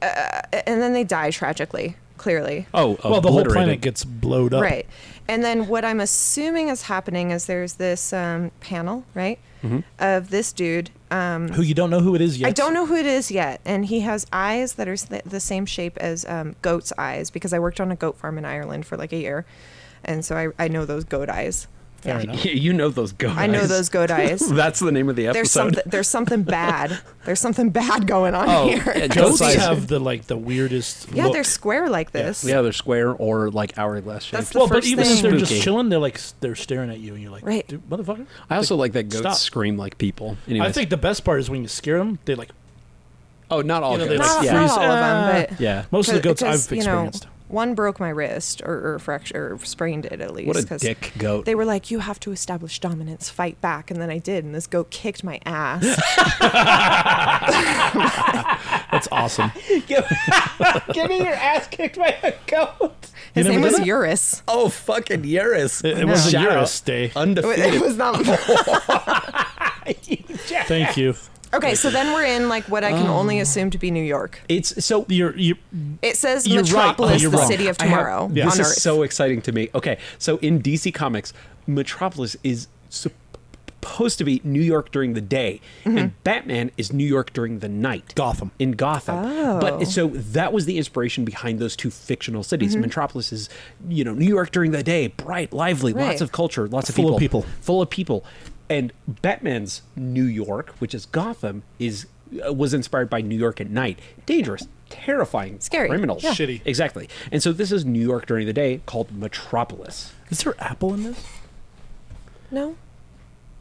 [SPEAKER 4] Uh, and then they die tragically. Clearly,
[SPEAKER 3] Oh,
[SPEAKER 2] well, the whole
[SPEAKER 3] obliterated.
[SPEAKER 2] planet gets blowed up.
[SPEAKER 4] Right. And then what I'm assuming is happening is there's this um, panel, right,
[SPEAKER 3] Mm-hmm.
[SPEAKER 4] of this dude. Um,
[SPEAKER 2] Who you don't know who it is yet.
[SPEAKER 4] I don't know who it is yet. And he has eyes that are s- the same shape as um, goat's eyes because I worked on a goat farm in Ireland for like a year. And so I, I know those goat eyes.
[SPEAKER 2] Fair enough.
[SPEAKER 3] <laughs> you know those goats.
[SPEAKER 4] I
[SPEAKER 3] <laughs>
[SPEAKER 4] know those goat eyes.
[SPEAKER 3] That's the name of the episode.
[SPEAKER 4] There's something, there's something bad. There's something bad going on
[SPEAKER 3] Oh,
[SPEAKER 4] here. <laughs>
[SPEAKER 3] yeah,
[SPEAKER 2] Goats
[SPEAKER 3] Goats-
[SPEAKER 2] have the like the weirdest.
[SPEAKER 4] yeah,
[SPEAKER 2] look.
[SPEAKER 4] they're square like this.
[SPEAKER 3] Yeah, they're square or like hourglass
[SPEAKER 4] That's
[SPEAKER 3] shaped.
[SPEAKER 4] the
[SPEAKER 2] well,
[SPEAKER 4] first
[SPEAKER 2] but even
[SPEAKER 4] thing.
[SPEAKER 2] if they're just
[SPEAKER 3] Spooky.
[SPEAKER 2] chilling, they're like s- they're staring at you, and you're like,
[SPEAKER 4] Right.
[SPEAKER 2] "Dude, motherfucker.
[SPEAKER 3] I also like that goats
[SPEAKER 2] Stop.
[SPEAKER 3] scream like people. Anyways.
[SPEAKER 2] I think the best part is when you scare them, they like
[SPEAKER 3] Oh, not all
[SPEAKER 2] You know, they
[SPEAKER 3] goats.
[SPEAKER 2] like
[SPEAKER 4] Not,
[SPEAKER 3] yeah.
[SPEAKER 4] not
[SPEAKER 2] freeze-
[SPEAKER 4] all of them, but
[SPEAKER 3] yeah.
[SPEAKER 2] most of the
[SPEAKER 4] Because-
[SPEAKER 2] goats I've
[SPEAKER 4] because, you know,
[SPEAKER 2] experienced.
[SPEAKER 4] One broke my wrist or, or fracture, or sprained it at least.
[SPEAKER 5] What a
[SPEAKER 4] 'cause
[SPEAKER 5] dick goat.
[SPEAKER 4] They were like, "You have to establish dominance, fight back," and then I did, and this goat kicked my
[SPEAKER 2] <laughs>
[SPEAKER 4] ass.
[SPEAKER 2] That's awesome. Ah, <laughs>
[SPEAKER 5] Getting your ass kicked by a goat.
[SPEAKER 4] His
[SPEAKER 2] never
[SPEAKER 4] name
[SPEAKER 2] did
[SPEAKER 4] was
[SPEAKER 2] that?
[SPEAKER 4] Eurus.
[SPEAKER 3] Oh, fucking Eurus.
[SPEAKER 2] It, it was a
[SPEAKER 3] Shout out.
[SPEAKER 2] Eurus day.
[SPEAKER 3] Undefeated.
[SPEAKER 4] It
[SPEAKER 3] <laughs>
[SPEAKER 4] was not.
[SPEAKER 2] Thank you.
[SPEAKER 4] Okay, so then we're in like what I can
[SPEAKER 2] Oh.
[SPEAKER 4] only assume to be New York.
[SPEAKER 3] It's so
[SPEAKER 2] You're, you
[SPEAKER 4] It says
[SPEAKER 2] You're right. Oh,
[SPEAKER 4] Metropolis,
[SPEAKER 2] you're
[SPEAKER 4] the
[SPEAKER 2] wrong.
[SPEAKER 4] city of
[SPEAKER 3] I have-
[SPEAKER 4] tomorrow
[SPEAKER 2] Yeah.
[SPEAKER 4] on
[SPEAKER 3] This
[SPEAKER 4] Earth.
[SPEAKER 3] is so exciting to me. Okay, so in DC Comics, Metropolis is supposed to be New York during the day,
[SPEAKER 4] Mm-hmm.
[SPEAKER 3] and Batman is New York during the night.
[SPEAKER 2] Gotham.
[SPEAKER 3] in Gotham. But
[SPEAKER 4] Oh. Mm-hmm.
[SPEAKER 3] so that was the inspiration behind those two fictional cities. Metropolis is, you know, New York during the day, bright, lively,
[SPEAKER 4] Right.
[SPEAKER 3] lots of culture, lots of
[SPEAKER 2] Full of people.
[SPEAKER 3] full of people. And Batman's New York, which is Gotham, is uh, was inspired by New York at night. Dangerous, terrifying,
[SPEAKER 4] Scary.
[SPEAKER 3] criminals,
[SPEAKER 4] Yeah.
[SPEAKER 2] Shitty.
[SPEAKER 3] Exactly. And so this is New York during the day called Metropolis.
[SPEAKER 2] Is there apple in this?
[SPEAKER 4] no,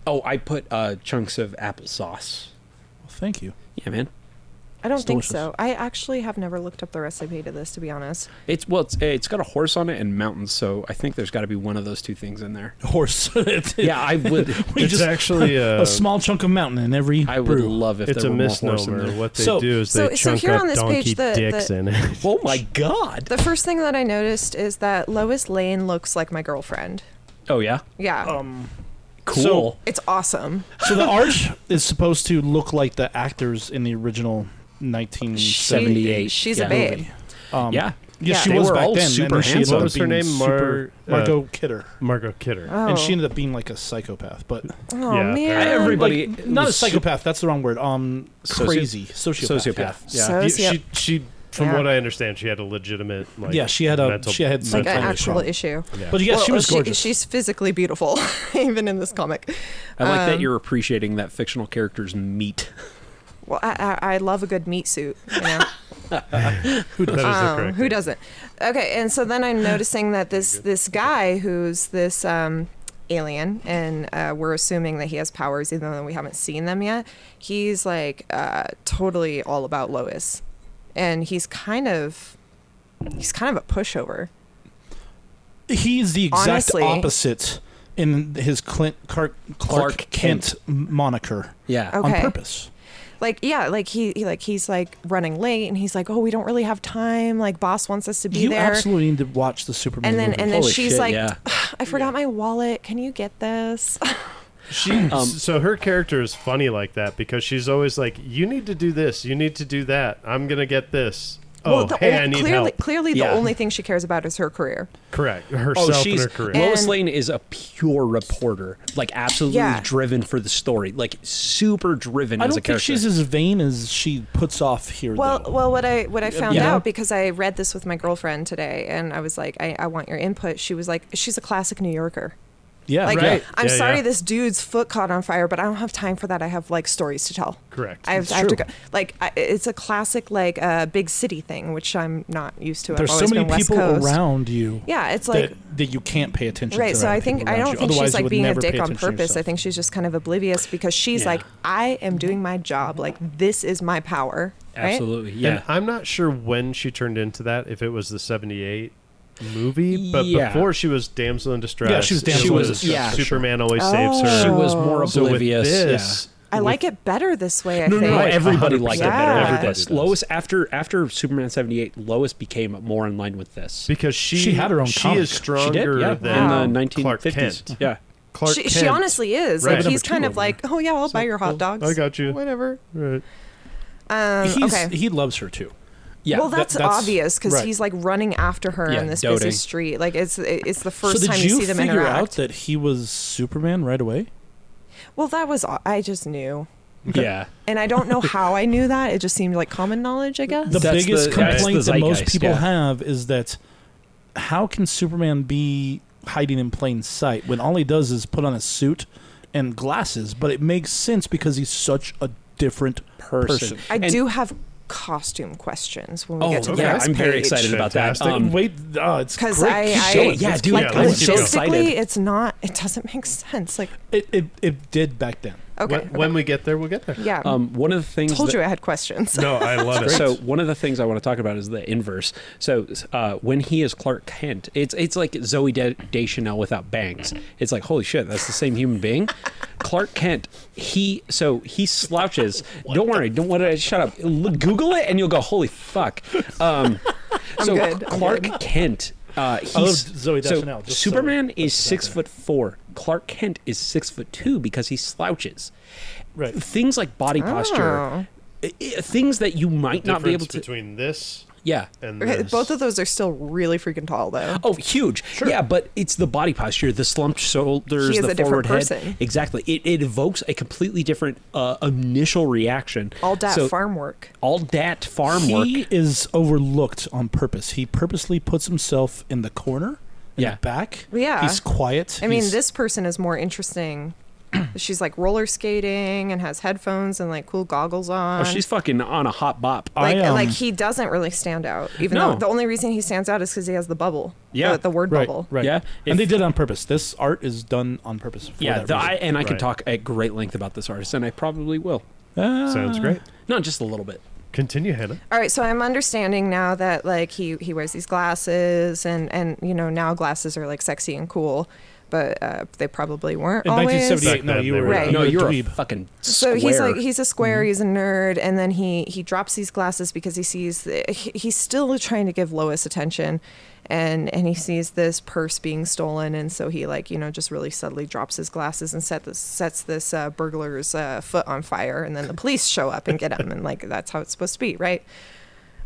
[SPEAKER 3] Oh, I put uh, chunks of applesauce.
[SPEAKER 2] Well, thank you.
[SPEAKER 3] Yeah, man.
[SPEAKER 4] I don't
[SPEAKER 2] It's
[SPEAKER 4] think
[SPEAKER 2] delicious.
[SPEAKER 4] so. I actually have never looked up the recipe to this, to be honest.
[SPEAKER 3] It's well, it's, it's got a horse on it and mountains, so I think there's got to be one of those two things in there.
[SPEAKER 2] Horse. <laughs> It's-
[SPEAKER 3] Yeah, I <laughs> would.
[SPEAKER 2] we
[SPEAKER 1] It's
[SPEAKER 2] just-
[SPEAKER 1] actually a,
[SPEAKER 2] <laughs> a small chunk of mountain in every
[SPEAKER 3] I would
[SPEAKER 2] brew.
[SPEAKER 3] love if
[SPEAKER 1] it's a
[SPEAKER 3] there were more horse in
[SPEAKER 1] misnomer.
[SPEAKER 3] there.
[SPEAKER 1] What they
[SPEAKER 2] So-
[SPEAKER 1] do is they
[SPEAKER 4] so- so
[SPEAKER 1] chunk
[SPEAKER 4] here
[SPEAKER 1] up
[SPEAKER 4] on this
[SPEAKER 1] donkey
[SPEAKER 4] page, the-
[SPEAKER 1] dicks
[SPEAKER 4] the-
[SPEAKER 1] in it.
[SPEAKER 4] <laughs>
[SPEAKER 3] Oh my god!
[SPEAKER 4] The first thing that I noticed is that Lois Lane looks like my girlfriend.
[SPEAKER 3] Oh yeah,
[SPEAKER 4] Yeah.
[SPEAKER 2] Um,
[SPEAKER 3] cool.
[SPEAKER 2] So-
[SPEAKER 4] It's awesome.
[SPEAKER 2] So the arch is supposed to look like the actors in the original 1978.
[SPEAKER 4] She, she's
[SPEAKER 3] yeah.
[SPEAKER 4] a babe.
[SPEAKER 2] Um,
[SPEAKER 3] yeah,
[SPEAKER 2] Yeah, she
[SPEAKER 3] They
[SPEAKER 2] was
[SPEAKER 3] were
[SPEAKER 2] back
[SPEAKER 3] all
[SPEAKER 2] then.
[SPEAKER 3] super
[SPEAKER 2] and then she ended
[SPEAKER 3] handsome.
[SPEAKER 2] up
[SPEAKER 1] What was her
[SPEAKER 2] being
[SPEAKER 1] name? Mar-
[SPEAKER 2] super-
[SPEAKER 1] uh,
[SPEAKER 2] Margot Kidder.
[SPEAKER 1] <laughs> Margot Kidder.
[SPEAKER 4] Oh,
[SPEAKER 2] And she ended up being like a psychopath, but
[SPEAKER 4] oh
[SPEAKER 1] Yeah.
[SPEAKER 4] man.
[SPEAKER 3] Everybody
[SPEAKER 2] like, not a
[SPEAKER 3] was su-
[SPEAKER 2] psychopath. That's the wrong word. Um,
[SPEAKER 3] Soci-
[SPEAKER 2] crazy sociopath.
[SPEAKER 3] sociopath.
[SPEAKER 2] Yeah.
[SPEAKER 3] Yeah.
[SPEAKER 4] So
[SPEAKER 1] You-
[SPEAKER 4] she,
[SPEAKER 1] she, she, from
[SPEAKER 4] Yeah.
[SPEAKER 1] what I understand, she had a legitimate like.
[SPEAKER 2] Yeah, she had a-
[SPEAKER 1] mental,
[SPEAKER 2] she had some
[SPEAKER 4] like
[SPEAKER 1] mental
[SPEAKER 4] an
[SPEAKER 2] Mentally
[SPEAKER 4] actual
[SPEAKER 2] strong.
[SPEAKER 4] issue.
[SPEAKER 1] Yeah.
[SPEAKER 2] But yeah, she
[SPEAKER 4] Well,
[SPEAKER 2] was gorgeous.
[SPEAKER 4] she's physically beautiful, <laughs> even in this comic.
[SPEAKER 3] I like
[SPEAKER 4] Um,
[SPEAKER 3] that you're appreciating that fictional character's meat.
[SPEAKER 4] Well, I, I, I love a good meat suit.
[SPEAKER 2] <laughs>
[SPEAKER 4] You know?
[SPEAKER 1] Who does
[SPEAKER 4] Um, who doesn't? Okay, and so then I'm noticing that this this guy who's this um, alien, and uh, we're assuming that he has powers, even though we haven't seen them yet. He's like uh, totally all about Lois, and he's kind of he's kind of a pushover.
[SPEAKER 2] He's the exact
[SPEAKER 4] Honestly.
[SPEAKER 2] opposite in his Clint Clark, Clark,
[SPEAKER 3] Clark
[SPEAKER 2] Kent, moniker
[SPEAKER 3] Yeah.
[SPEAKER 4] Okay.
[SPEAKER 2] on purpose.
[SPEAKER 4] Like yeah, like he, he like he's like running late, and he's like, oh, we don't really have time. Like boss wants us to be
[SPEAKER 2] you
[SPEAKER 4] there.
[SPEAKER 2] absolutely need to watch the Superman
[SPEAKER 4] and then
[SPEAKER 2] movie.
[SPEAKER 4] and then
[SPEAKER 3] Holy
[SPEAKER 4] she's
[SPEAKER 3] shit,
[SPEAKER 4] like,
[SPEAKER 3] yeah.
[SPEAKER 4] I forgot my wallet. Can you get this? <laughs>
[SPEAKER 1] She, so her character is funny like that because she's always like, "You need to do this. You need to do that. I'm gonna get this. Oh,
[SPEAKER 4] the
[SPEAKER 1] hey,
[SPEAKER 4] ol-
[SPEAKER 1] I need
[SPEAKER 4] clearly,
[SPEAKER 1] help."
[SPEAKER 4] clearly
[SPEAKER 3] Yeah.
[SPEAKER 4] the only thing she cares about is her career.
[SPEAKER 1] Correct herself
[SPEAKER 3] Oh,
[SPEAKER 1] and
[SPEAKER 3] she's
[SPEAKER 1] her career.
[SPEAKER 3] Lois
[SPEAKER 4] And-
[SPEAKER 3] Lane is a pure reporter, like absolutely
[SPEAKER 4] Yeah.
[SPEAKER 3] driven for the story, like super driven
[SPEAKER 2] I
[SPEAKER 3] as
[SPEAKER 2] don't
[SPEAKER 3] a
[SPEAKER 2] think
[SPEAKER 3] character.
[SPEAKER 2] she's as vain as she puts off here.
[SPEAKER 4] Well,
[SPEAKER 2] though.
[SPEAKER 4] well, what I what I found
[SPEAKER 3] Yeah.
[SPEAKER 4] out because I read this with my girlfriend today, and I was like, I, I want your input. She was like, she's a classic New Yorker.
[SPEAKER 2] yeah,
[SPEAKER 4] <laughs> Like,
[SPEAKER 1] Right.
[SPEAKER 4] I'm
[SPEAKER 1] Yeah,
[SPEAKER 4] sorry,
[SPEAKER 1] yeah.
[SPEAKER 4] this dude's foot caught on fire, but I don't have time for that. I have like stories to tell.
[SPEAKER 1] Correct.
[SPEAKER 4] I have,
[SPEAKER 1] It's
[SPEAKER 4] I have to
[SPEAKER 3] true.
[SPEAKER 4] go. Like, I, it's a classic like uh, big city thing, which I'm not used to.
[SPEAKER 2] There's so
[SPEAKER 4] I've always
[SPEAKER 2] many
[SPEAKER 4] been West
[SPEAKER 2] people
[SPEAKER 4] Coast.
[SPEAKER 2] around you.
[SPEAKER 4] Yeah, it's like
[SPEAKER 2] that, that you can't pay attention.
[SPEAKER 4] Right.
[SPEAKER 2] to
[SPEAKER 4] So
[SPEAKER 2] other
[SPEAKER 4] I think
[SPEAKER 2] people
[SPEAKER 4] I
[SPEAKER 2] around
[SPEAKER 4] don't
[SPEAKER 2] you.
[SPEAKER 4] think
[SPEAKER 2] Otherwise,
[SPEAKER 4] she's
[SPEAKER 2] you
[SPEAKER 4] like
[SPEAKER 2] would
[SPEAKER 4] being a
[SPEAKER 2] never pay
[SPEAKER 4] dick on
[SPEAKER 2] attention to
[SPEAKER 4] purpose. I
[SPEAKER 2] yourself. Mm-hmm.
[SPEAKER 4] think she's just kind of oblivious because she's
[SPEAKER 3] Yeah.
[SPEAKER 4] like, I am doing my job. Like this is my power. Right?
[SPEAKER 3] absolutely. Yeah.
[SPEAKER 1] And I'm not sure when she turned into that. If it was the '78 movie, but
[SPEAKER 3] Yeah.
[SPEAKER 1] before she was damsel in distress.
[SPEAKER 2] Yeah, she was damsel
[SPEAKER 1] it
[SPEAKER 2] in
[SPEAKER 1] was
[SPEAKER 2] distress,
[SPEAKER 3] yeah. Oh.
[SPEAKER 1] Superman always saves her.
[SPEAKER 3] she was more
[SPEAKER 1] so with
[SPEAKER 3] oblivious.
[SPEAKER 1] this,
[SPEAKER 4] I
[SPEAKER 1] with
[SPEAKER 4] like it better this way. I
[SPEAKER 3] No,
[SPEAKER 4] think.
[SPEAKER 3] no,
[SPEAKER 1] Right,
[SPEAKER 3] everybody
[SPEAKER 1] 100%.
[SPEAKER 3] liked it better.
[SPEAKER 4] Yeah.
[SPEAKER 3] Everybody
[SPEAKER 1] Everybody does.
[SPEAKER 3] Lois after after Superman seventy eight, Lois became more in line with this.
[SPEAKER 1] because she
[SPEAKER 2] She had her own
[SPEAKER 1] She
[SPEAKER 2] comic.
[SPEAKER 1] is
[SPEAKER 2] She did,
[SPEAKER 1] stronger
[SPEAKER 3] yeah,
[SPEAKER 1] than
[SPEAKER 3] in the nineteen
[SPEAKER 1] Clark
[SPEAKER 3] fifties.
[SPEAKER 1] Kent. <laughs>
[SPEAKER 3] Yeah,
[SPEAKER 1] Clark
[SPEAKER 4] she,
[SPEAKER 1] Kent.
[SPEAKER 4] she honestly is.
[SPEAKER 1] Right.
[SPEAKER 4] Like he's
[SPEAKER 1] Number
[SPEAKER 4] kind
[SPEAKER 1] two
[SPEAKER 4] of
[SPEAKER 1] over
[SPEAKER 4] like, oh yeah, I'll buy your hot dogs.
[SPEAKER 1] I got you.
[SPEAKER 4] Whatever.
[SPEAKER 1] Right.
[SPEAKER 4] Um,
[SPEAKER 2] He's,
[SPEAKER 4] okay.
[SPEAKER 2] He loves her too.
[SPEAKER 3] yeah.
[SPEAKER 4] well,
[SPEAKER 2] that-
[SPEAKER 4] that's,
[SPEAKER 2] that's-
[SPEAKER 4] obvious because
[SPEAKER 2] right.
[SPEAKER 4] he's like running after her
[SPEAKER 3] Yeah,
[SPEAKER 4] on this
[SPEAKER 3] doting.
[SPEAKER 4] busy street. Like it's it's the first
[SPEAKER 2] so did
[SPEAKER 4] time
[SPEAKER 2] you,
[SPEAKER 4] you, see them
[SPEAKER 2] figure
[SPEAKER 4] interact.
[SPEAKER 2] out that he was Superman right away?
[SPEAKER 4] well, that was I just knew,
[SPEAKER 3] yeah.
[SPEAKER 4] and
[SPEAKER 3] <laughs>
[SPEAKER 4] I don't know how I knew that. It just seemed like common knowledge, I guess.
[SPEAKER 2] The
[SPEAKER 3] That's
[SPEAKER 2] biggest
[SPEAKER 3] the- that's
[SPEAKER 2] complaint
[SPEAKER 3] the
[SPEAKER 2] that most
[SPEAKER 3] zeitgeist,
[SPEAKER 2] people
[SPEAKER 3] yeah.
[SPEAKER 2] have is that how can Superman be hiding in plain sight when all he does is put on a suit and glasses? But it makes sense because he's such a different person.
[SPEAKER 3] Person.
[SPEAKER 4] I
[SPEAKER 3] And-
[SPEAKER 4] do have costume questions when we
[SPEAKER 3] Oh,
[SPEAKER 4] get to the
[SPEAKER 3] yeah.
[SPEAKER 4] next
[SPEAKER 3] I'm very
[SPEAKER 4] page.
[SPEAKER 3] excited about that.
[SPEAKER 1] Fantastic.
[SPEAKER 3] Um,
[SPEAKER 2] Wait, oh, it's
[SPEAKER 4] because
[SPEAKER 2] great.
[SPEAKER 4] I,
[SPEAKER 2] Keep
[SPEAKER 4] I
[SPEAKER 2] going.
[SPEAKER 3] yeah,
[SPEAKER 2] Let's keep
[SPEAKER 3] dude,
[SPEAKER 4] like
[SPEAKER 3] yeah, I'm
[SPEAKER 2] going.
[SPEAKER 3] so
[SPEAKER 4] logistically,
[SPEAKER 3] excited.
[SPEAKER 4] it's not. It doesn't make sense. Like,
[SPEAKER 2] It, it it did back then.
[SPEAKER 4] Okay.
[SPEAKER 1] When, when we get there, we'll get there.
[SPEAKER 4] yeah.
[SPEAKER 3] Um, one of the things
[SPEAKER 4] Told
[SPEAKER 3] that-
[SPEAKER 4] you I had questions.
[SPEAKER 1] No, I love it.
[SPEAKER 3] So one of the things I want to talk about is the inverse. So uh, when he is Clark Kent, it's it's like Zoe De- Deschanel without bangs. It's like holy shit, that's the same human being. Clark Kent, he so he slouches. don't worry, don't want to shut up. Look, Google it and you'll go holy fuck. Um, so
[SPEAKER 4] good, I'm
[SPEAKER 3] Clark
[SPEAKER 4] good.
[SPEAKER 3] Kent. Uh, he's,
[SPEAKER 2] love Zoe Deschanel,
[SPEAKER 3] so
[SPEAKER 2] just so
[SPEAKER 3] Superman is
[SPEAKER 2] that's
[SPEAKER 3] six
[SPEAKER 2] out
[SPEAKER 3] foot four. Clark Kent is six foot two because he slouches.
[SPEAKER 2] Right.
[SPEAKER 3] Things like body
[SPEAKER 4] Oh.
[SPEAKER 3] posture, i- i- things that you might not be able to.
[SPEAKER 1] between this
[SPEAKER 3] Yeah.
[SPEAKER 1] and
[SPEAKER 4] Okay,
[SPEAKER 1] this.
[SPEAKER 4] both of those are still really freaking tall, though.
[SPEAKER 3] Oh, huge. Yeah, but it's the body posture, the slumped shoulders,
[SPEAKER 4] He is
[SPEAKER 3] the
[SPEAKER 4] a
[SPEAKER 3] forward
[SPEAKER 4] different
[SPEAKER 3] head.
[SPEAKER 4] person.
[SPEAKER 3] Exactly. It, it evokes a completely different uh, initial reaction.
[SPEAKER 4] All that
[SPEAKER 3] So-
[SPEAKER 4] farm work.
[SPEAKER 3] All that farm work.
[SPEAKER 2] he is overlooked on purpose. He purposely puts himself in the corner, in
[SPEAKER 3] Yeah.
[SPEAKER 2] the back.
[SPEAKER 4] Yeah.
[SPEAKER 2] he's quiet.
[SPEAKER 4] I mean,
[SPEAKER 2] He's-
[SPEAKER 4] this person is more interesting. <clears throat> She's like roller skating and has headphones and like cool goggles on.
[SPEAKER 3] Oh, she's fucking on a hot bop.
[SPEAKER 4] like,
[SPEAKER 2] I, um,
[SPEAKER 4] like he doesn't really stand out. Even
[SPEAKER 3] No.
[SPEAKER 4] though the only reason he stands out is because he has the bubble.
[SPEAKER 3] Yeah.
[SPEAKER 4] The, the word
[SPEAKER 2] right,
[SPEAKER 4] bubble.
[SPEAKER 2] right.
[SPEAKER 3] Yeah, if-
[SPEAKER 2] and they did it on purpose. This art is done on purpose. For
[SPEAKER 3] yeah,
[SPEAKER 2] that
[SPEAKER 3] the- I,
[SPEAKER 2] reason.
[SPEAKER 3] and I could
[SPEAKER 1] Right.
[SPEAKER 3] talk at great length about this artist, and I probably will.
[SPEAKER 2] Ah.
[SPEAKER 1] sounds great.
[SPEAKER 3] Not just a little bit.
[SPEAKER 1] Continue, Hannah.
[SPEAKER 4] All right, so I'm understanding now that like he he wears these glasses and and you know now glasses are like sexy and cool, but uh, they probably weren't
[SPEAKER 2] In
[SPEAKER 4] always.
[SPEAKER 2] 1978, no,
[SPEAKER 1] Back then
[SPEAKER 2] you
[SPEAKER 1] they
[SPEAKER 2] were
[SPEAKER 4] were Right.
[SPEAKER 2] you
[SPEAKER 3] No,
[SPEAKER 2] were a
[SPEAKER 3] you're a
[SPEAKER 2] dweeb.
[SPEAKER 3] fucking
[SPEAKER 4] So
[SPEAKER 3] square.
[SPEAKER 4] he's like he's a square, he's a nerd, and then he he drops these glasses because he sees the, he- he's still trying to give Lois attention, and and he sees this purse being stolen, and so he like you know just really subtly drops his glasses and set this sets this uh, burglar's uh, foot on fire, and then the police show up and get him, and like that's how it's supposed to be, right?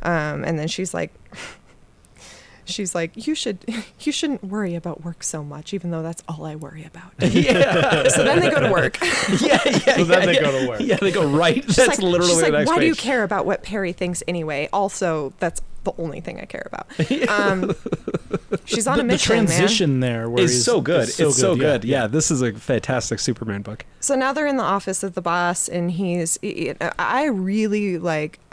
[SPEAKER 4] Um, and then she's like. <laughs> She's like, you should, <laughs> you shouldn't worry about work so much, even though that's all I worry about. <laughs>
[SPEAKER 3] <laughs> yeah,
[SPEAKER 4] So then they go to work.
[SPEAKER 3] yeah, <laughs> yeah. <laughs>
[SPEAKER 1] So then they go to work.
[SPEAKER 3] Yeah, they go right.
[SPEAKER 4] She's
[SPEAKER 3] That's
[SPEAKER 4] like-
[SPEAKER 3] literally
[SPEAKER 4] she's
[SPEAKER 3] the
[SPEAKER 4] like,
[SPEAKER 3] next
[SPEAKER 4] why do you
[SPEAKER 3] page.
[SPEAKER 4] care about what Perry thinks anyway? Also, that's the only thing I care
[SPEAKER 3] <laughs>
[SPEAKER 4] about. Um, she's on a
[SPEAKER 2] The, the
[SPEAKER 4] mission, man.
[SPEAKER 2] transition there where
[SPEAKER 3] It's
[SPEAKER 2] he's-
[SPEAKER 3] so good.
[SPEAKER 2] is
[SPEAKER 3] It's so, good. Yeah, this is a fantastic Superman book.
[SPEAKER 4] So now they're in the office of the boss, and he's. uh, I really like <laughs>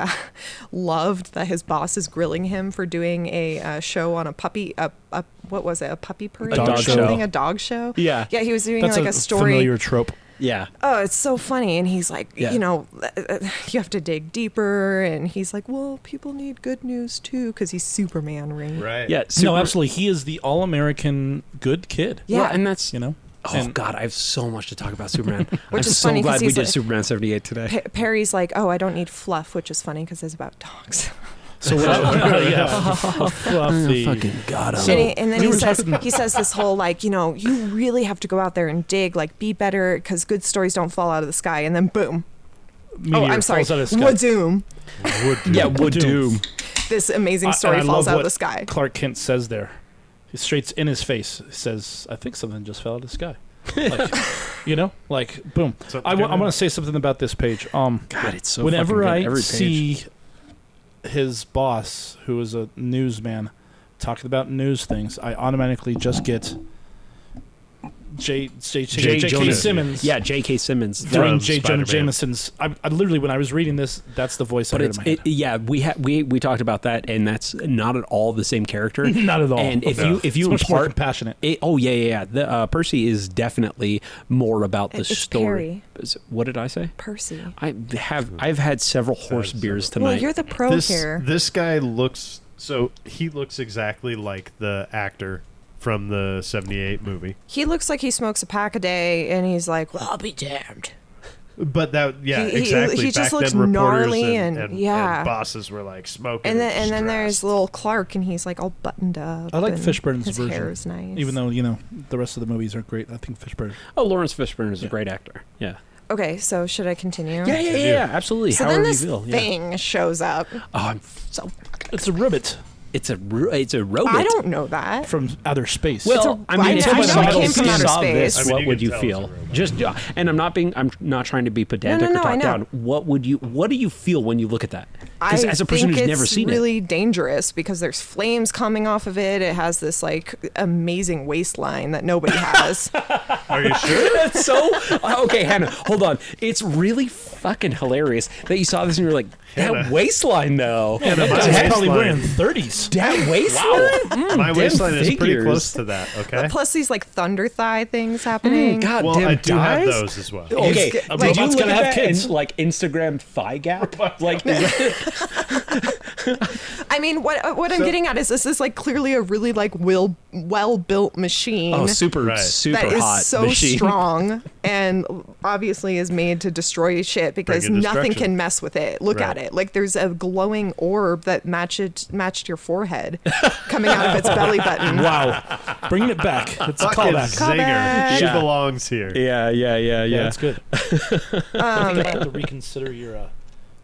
[SPEAKER 4] loved that his boss is grilling him for doing a uh, show on a puppy. A, a what was it? A puppy parade?
[SPEAKER 3] dog
[SPEAKER 4] or
[SPEAKER 3] show.
[SPEAKER 4] something? A dog show.
[SPEAKER 3] Yeah.
[SPEAKER 4] Yeah, he was doing
[SPEAKER 2] That's
[SPEAKER 4] like a,
[SPEAKER 2] a,
[SPEAKER 4] story.
[SPEAKER 2] familiar trope.
[SPEAKER 3] Yeah.
[SPEAKER 4] oh, it's so funny. And he's like,
[SPEAKER 3] Yeah.
[SPEAKER 4] you know, <laughs> you have to dig deeper. And he's like, well, people need good news too, because he's Superman, right?
[SPEAKER 1] Right.
[SPEAKER 3] Yeah. Super-
[SPEAKER 2] No, absolutely. He is the all-American good kid.
[SPEAKER 4] Yeah.
[SPEAKER 3] Well, and that's
[SPEAKER 2] You know,
[SPEAKER 3] Oh
[SPEAKER 2] And-
[SPEAKER 3] God, I have so much to talk about <laughs> Superman. I'm
[SPEAKER 4] is
[SPEAKER 3] so
[SPEAKER 4] funny 'cause
[SPEAKER 3] glad we
[SPEAKER 4] he's
[SPEAKER 3] did
[SPEAKER 4] like-
[SPEAKER 3] Superman 78 today. <laughs>
[SPEAKER 4] Pe- Perry's like, oh, I don't need fluff, which is funny because it's
[SPEAKER 2] <laughs>
[SPEAKER 4] about dogs.
[SPEAKER 2] So what? I, yeah, Oh, <laughs> fluffy.
[SPEAKER 3] Oh, God,
[SPEAKER 4] and, he- and then
[SPEAKER 2] we
[SPEAKER 4] he
[SPEAKER 2] were
[SPEAKER 4] says,
[SPEAKER 2] talking-
[SPEAKER 4] he says this whole like, you know, you really have to go out there and dig, like, be better, because good stories don't fall out of the sky. And then boom. oh,
[SPEAKER 2] meteor
[SPEAKER 4] I'm sorry.
[SPEAKER 2] falls out of the sky.
[SPEAKER 4] Wadoom.
[SPEAKER 3] yeah, would doom.
[SPEAKER 4] This amazing
[SPEAKER 2] I-
[SPEAKER 4] story
[SPEAKER 2] and I
[SPEAKER 4] falls
[SPEAKER 2] love
[SPEAKER 4] out
[SPEAKER 2] what
[SPEAKER 4] of the sky.
[SPEAKER 2] Clark Kent says there, He straight in his face, he says, "I think something just fell out of the sky."
[SPEAKER 4] <laughs>
[SPEAKER 2] Like, you know, like boom.
[SPEAKER 1] Something
[SPEAKER 2] I
[SPEAKER 1] good
[SPEAKER 2] want
[SPEAKER 1] in
[SPEAKER 2] to say something about this page. Um,
[SPEAKER 3] God, it's so.
[SPEAKER 2] whenever
[SPEAKER 3] fucking
[SPEAKER 2] I
[SPEAKER 3] good. Every page.
[SPEAKER 2] see his boss, who is a newsman, talking about news things, I automatically just get J J J, J. K.
[SPEAKER 3] Jonah.
[SPEAKER 2] Simmons.
[SPEAKER 3] yeah, J.K. Simmons.
[SPEAKER 1] Right.
[SPEAKER 2] Doing
[SPEAKER 1] From
[SPEAKER 2] J. Jonah
[SPEAKER 1] Spider-Man.
[SPEAKER 2] Jameson's. I, I literally, when I was reading this, that's the voice
[SPEAKER 3] But
[SPEAKER 2] I
[SPEAKER 3] it's
[SPEAKER 2] heard in my
[SPEAKER 3] it,
[SPEAKER 2] head.
[SPEAKER 3] yeah we ha- we we talked about that and that's not at all the same <laughs> character
[SPEAKER 2] Not at all.
[SPEAKER 3] and if
[SPEAKER 2] No.
[SPEAKER 3] you if you
[SPEAKER 2] it's much more
[SPEAKER 3] impart
[SPEAKER 2] compassionate.
[SPEAKER 3] It, oh yeah, yeah, yeah. The, uh, Percy is definitely more about the
[SPEAKER 4] It's
[SPEAKER 3] story. Is- What did I say?
[SPEAKER 4] Percy.
[SPEAKER 3] I have I've had several horse beers tonight.
[SPEAKER 4] Well, you're the pro
[SPEAKER 1] This
[SPEAKER 4] here.
[SPEAKER 1] this guy looks so he looks exactly like the actor from the 78 movie.
[SPEAKER 4] He looks like he smokes a pack a day, and he's like, well,
[SPEAKER 9] I'll be damned.
[SPEAKER 1] But that yeah,
[SPEAKER 4] He- he-
[SPEAKER 1] exactly.
[SPEAKER 4] he just
[SPEAKER 1] Back
[SPEAKER 4] looks
[SPEAKER 1] then, reporters
[SPEAKER 4] gnarly
[SPEAKER 1] and,
[SPEAKER 4] and- yeah.
[SPEAKER 1] bosses were like smoking
[SPEAKER 4] And then, and then there's
[SPEAKER 1] stressed.
[SPEAKER 4] little Clark, and he's like all buttoned up.
[SPEAKER 2] I like
[SPEAKER 4] and
[SPEAKER 2] Fishburne's
[SPEAKER 4] his
[SPEAKER 2] version,
[SPEAKER 4] hair is nice.
[SPEAKER 2] Even though you know the rest of the movies are great, I think Fishburne.
[SPEAKER 3] oh, Lawrence Fishburne is
[SPEAKER 2] Yeah.
[SPEAKER 3] a great actor. Yeah.
[SPEAKER 4] okay, so should I continue?
[SPEAKER 3] Yeah, yeah, yeah, yeah, absolutely.
[SPEAKER 4] So
[SPEAKER 3] However
[SPEAKER 4] then this
[SPEAKER 3] you feel. Yeah.
[SPEAKER 4] thing shows up.
[SPEAKER 3] Oh, I'm f- so fucking-
[SPEAKER 2] It's a ribbit
[SPEAKER 3] it's a ro- it's a robot.
[SPEAKER 4] I don't know that.
[SPEAKER 2] from outer space.
[SPEAKER 3] Well,
[SPEAKER 4] a-
[SPEAKER 3] I mean,
[SPEAKER 4] I
[SPEAKER 3] if
[SPEAKER 4] know- I know it
[SPEAKER 3] somebody
[SPEAKER 4] came from outer
[SPEAKER 3] saw
[SPEAKER 4] space.
[SPEAKER 3] this,
[SPEAKER 1] I mean,
[SPEAKER 3] what
[SPEAKER 1] you
[SPEAKER 3] would
[SPEAKER 1] can
[SPEAKER 3] you
[SPEAKER 1] tell it's a
[SPEAKER 3] feel?
[SPEAKER 1] robot.
[SPEAKER 3] Just, yeah, and I'm not being, I'm not trying to be pedantic or
[SPEAKER 4] no, I
[SPEAKER 3] talk
[SPEAKER 4] know.
[SPEAKER 3] down. What would you, what do you feel when you look at that?
[SPEAKER 4] I
[SPEAKER 3] 'Cause as a person who's
[SPEAKER 4] think it's
[SPEAKER 3] never seen it-
[SPEAKER 4] really dangerous because there's flames coming off of it. It has this like amazing waistline
[SPEAKER 3] <laughs>
[SPEAKER 4] that nobody has.
[SPEAKER 1] Are you sure?
[SPEAKER 3] <laughs> That's so okay, Hannah. Hold on. It's really fucking hilarious that you saw this and you were like, that
[SPEAKER 1] Hannah.
[SPEAKER 3] waistline though.
[SPEAKER 1] my
[SPEAKER 2] He's
[SPEAKER 1] waistline-
[SPEAKER 2] probably wearing 30s.
[SPEAKER 3] That waistline. Mm,
[SPEAKER 1] My
[SPEAKER 3] them
[SPEAKER 1] waistline is pretty
[SPEAKER 3] figures.
[SPEAKER 1] close to that. Okay.
[SPEAKER 4] Plus these like thunder thigh things happening.
[SPEAKER 3] Mm, God
[SPEAKER 1] Well,
[SPEAKER 3] damn, Oh,
[SPEAKER 1] I do
[SPEAKER 3] dies?
[SPEAKER 1] have those as well.
[SPEAKER 3] Okay,
[SPEAKER 2] It's- a
[SPEAKER 3] did you
[SPEAKER 2] robot's
[SPEAKER 3] look
[SPEAKER 2] gonna
[SPEAKER 3] at
[SPEAKER 2] have
[SPEAKER 3] that
[SPEAKER 2] kids.
[SPEAKER 3] and, like Instagram thigh gap? Like,
[SPEAKER 4] I mean, what what I'm getting at is this is like clearly a really like will well built machine.
[SPEAKER 3] oh, super,
[SPEAKER 1] Right.
[SPEAKER 3] super
[SPEAKER 4] that is
[SPEAKER 3] hot
[SPEAKER 4] so
[SPEAKER 3] machine.
[SPEAKER 4] strong and obviously is made to destroy shit because
[SPEAKER 1] Bring in
[SPEAKER 4] nothing
[SPEAKER 1] destruction.
[SPEAKER 4] can mess with it. Look at
[SPEAKER 1] Right.
[SPEAKER 4] it. Like there's a glowing orb that matched matched your forehead coming out of its belly button.
[SPEAKER 3] <laughs>
[SPEAKER 2] Wow. Bringing it back. It's a
[SPEAKER 1] Fucking
[SPEAKER 2] callback.
[SPEAKER 1] zinger.
[SPEAKER 4] Callback.
[SPEAKER 1] She
[SPEAKER 3] Yeah.
[SPEAKER 1] belongs here.
[SPEAKER 3] Yeah, yeah,
[SPEAKER 2] Yeah,
[SPEAKER 3] yeah, yeah.
[SPEAKER 2] it's
[SPEAKER 3] <laughs>
[SPEAKER 2] good. I think I have to reconsider your uh,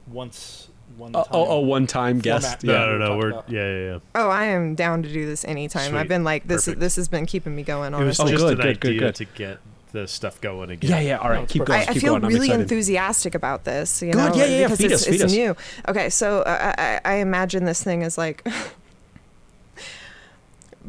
[SPEAKER 2] once one
[SPEAKER 3] Um, Oh,
[SPEAKER 2] time.
[SPEAKER 3] oh, <laughs> oh, one time
[SPEAKER 2] Format.
[SPEAKER 3] guest.
[SPEAKER 1] No,
[SPEAKER 3] Yeah.
[SPEAKER 1] no, no.
[SPEAKER 2] Talk
[SPEAKER 1] We're
[SPEAKER 2] about-
[SPEAKER 1] yeah, yeah, yeah.
[SPEAKER 4] Oh, I am down to do this anytime.
[SPEAKER 1] Sweet.
[SPEAKER 4] I've been like this.
[SPEAKER 1] Perfect.
[SPEAKER 4] This has been keeping me going.
[SPEAKER 1] It was
[SPEAKER 4] Honestly,
[SPEAKER 3] Oh,
[SPEAKER 1] just
[SPEAKER 3] good,
[SPEAKER 1] an
[SPEAKER 3] good, good,
[SPEAKER 1] idea
[SPEAKER 3] good.
[SPEAKER 1] to get the stuff going again.
[SPEAKER 3] Yeah, yeah. All right,
[SPEAKER 2] it's
[SPEAKER 3] keep going.
[SPEAKER 4] I,
[SPEAKER 2] perfect.
[SPEAKER 4] I
[SPEAKER 3] keep
[SPEAKER 4] feel
[SPEAKER 3] going. I'm
[SPEAKER 4] really
[SPEAKER 3] excited.
[SPEAKER 4] enthusiastic about this. You
[SPEAKER 3] Good,
[SPEAKER 4] know,
[SPEAKER 3] yeah, yeah, yeah.
[SPEAKER 4] because
[SPEAKER 3] Feed
[SPEAKER 4] it's,
[SPEAKER 3] us, feed
[SPEAKER 4] it's
[SPEAKER 3] us.
[SPEAKER 4] new. Okay, so uh, I, I I imagine this thing is like <laughs>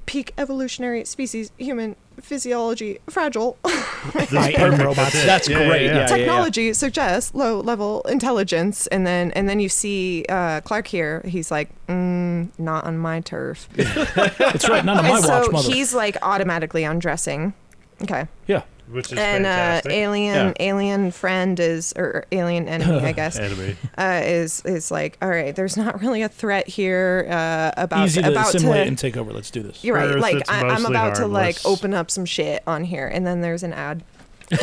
[SPEAKER 4] peak evolutionary species, human physiology, fragile.
[SPEAKER 1] This is
[SPEAKER 2] I am
[SPEAKER 1] perfect.
[SPEAKER 2] robots.
[SPEAKER 1] it.
[SPEAKER 3] That's great, yeah.
[SPEAKER 4] technology suggests low level intelligence and then and then you see uh, clark here he's like mm, not on my turf
[SPEAKER 2] It's right. Not on my
[SPEAKER 4] and so
[SPEAKER 2] watch, mother.
[SPEAKER 4] he's like automatically undressing okay
[SPEAKER 2] Yeah.
[SPEAKER 1] Which is
[SPEAKER 4] and uh,
[SPEAKER 1] fantastic.
[SPEAKER 4] alien alien friend is or alien enemy
[SPEAKER 2] <laughs>
[SPEAKER 4] i guess
[SPEAKER 1] Anime.
[SPEAKER 4] uh, is is like all right there's not really a threat here uh, about
[SPEAKER 2] Easy to
[SPEAKER 4] about
[SPEAKER 2] assimilate and take over. Let's do this.
[SPEAKER 4] you're right
[SPEAKER 1] Earth,
[SPEAKER 4] like
[SPEAKER 1] it's
[SPEAKER 4] I, i'm
[SPEAKER 1] mostly
[SPEAKER 4] about to like
[SPEAKER 1] harmless.
[SPEAKER 4] open up some shit on here and then there's an ad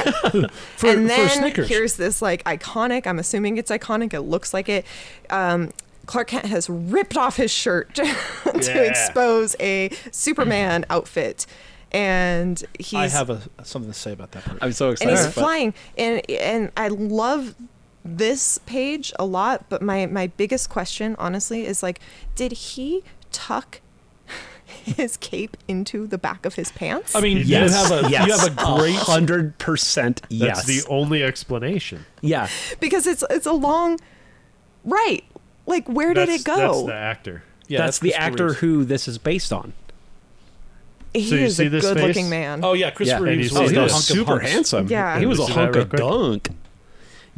[SPEAKER 2] For,
[SPEAKER 4] and
[SPEAKER 2] for
[SPEAKER 4] then
[SPEAKER 2] Snickers.
[SPEAKER 4] here's this like iconic. I'm assuming it's iconic. It looks like it. Um, Clark Kent has ripped off his shirt <laughs> <laughs> to
[SPEAKER 1] Yeah.
[SPEAKER 4] expose a Superman outfit, and he's
[SPEAKER 2] I have a, something to say about that. part.
[SPEAKER 3] I'm so
[SPEAKER 4] and
[SPEAKER 3] excited.
[SPEAKER 4] he's
[SPEAKER 3] but-
[SPEAKER 4] flying and and I love this page a lot but my my biggest question honestly is like did he tuck <laughs> his cape into the back of his pants
[SPEAKER 2] I mean,
[SPEAKER 1] Yes.
[SPEAKER 2] you have a
[SPEAKER 3] yes, Oh,
[SPEAKER 2] you have a great
[SPEAKER 3] hundred percent. Yes.
[SPEAKER 1] That's the only explanation.
[SPEAKER 3] yeah.
[SPEAKER 4] because it's it's a long right like where did
[SPEAKER 1] That's-
[SPEAKER 4] it go
[SPEAKER 1] That's the actor.
[SPEAKER 2] yeah,
[SPEAKER 3] that's, the
[SPEAKER 2] Christopher
[SPEAKER 3] actor
[SPEAKER 2] Reeves.
[SPEAKER 3] who this is based on.
[SPEAKER 4] he
[SPEAKER 1] So you
[SPEAKER 4] is
[SPEAKER 1] see
[SPEAKER 4] a
[SPEAKER 1] this
[SPEAKER 4] good looking
[SPEAKER 1] face?
[SPEAKER 4] man.
[SPEAKER 2] Oh yeah, Chris
[SPEAKER 3] Yeah.
[SPEAKER 1] And
[SPEAKER 2] Reeves
[SPEAKER 1] he's-
[SPEAKER 2] was
[SPEAKER 1] oh,
[SPEAKER 2] the
[SPEAKER 1] he was
[SPEAKER 2] hunk of
[SPEAKER 3] super
[SPEAKER 2] hunks.
[SPEAKER 3] handsome.
[SPEAKER 4] Yeah.
[SPEAKER 3] He was a
[SPEAKER 1] Listen to
[SPEAKER 3] hunk
[SPEAKER 1] that
[SPEAKER 3] of
[SPEAKER 1] real
[SPEAKER 3] dunk.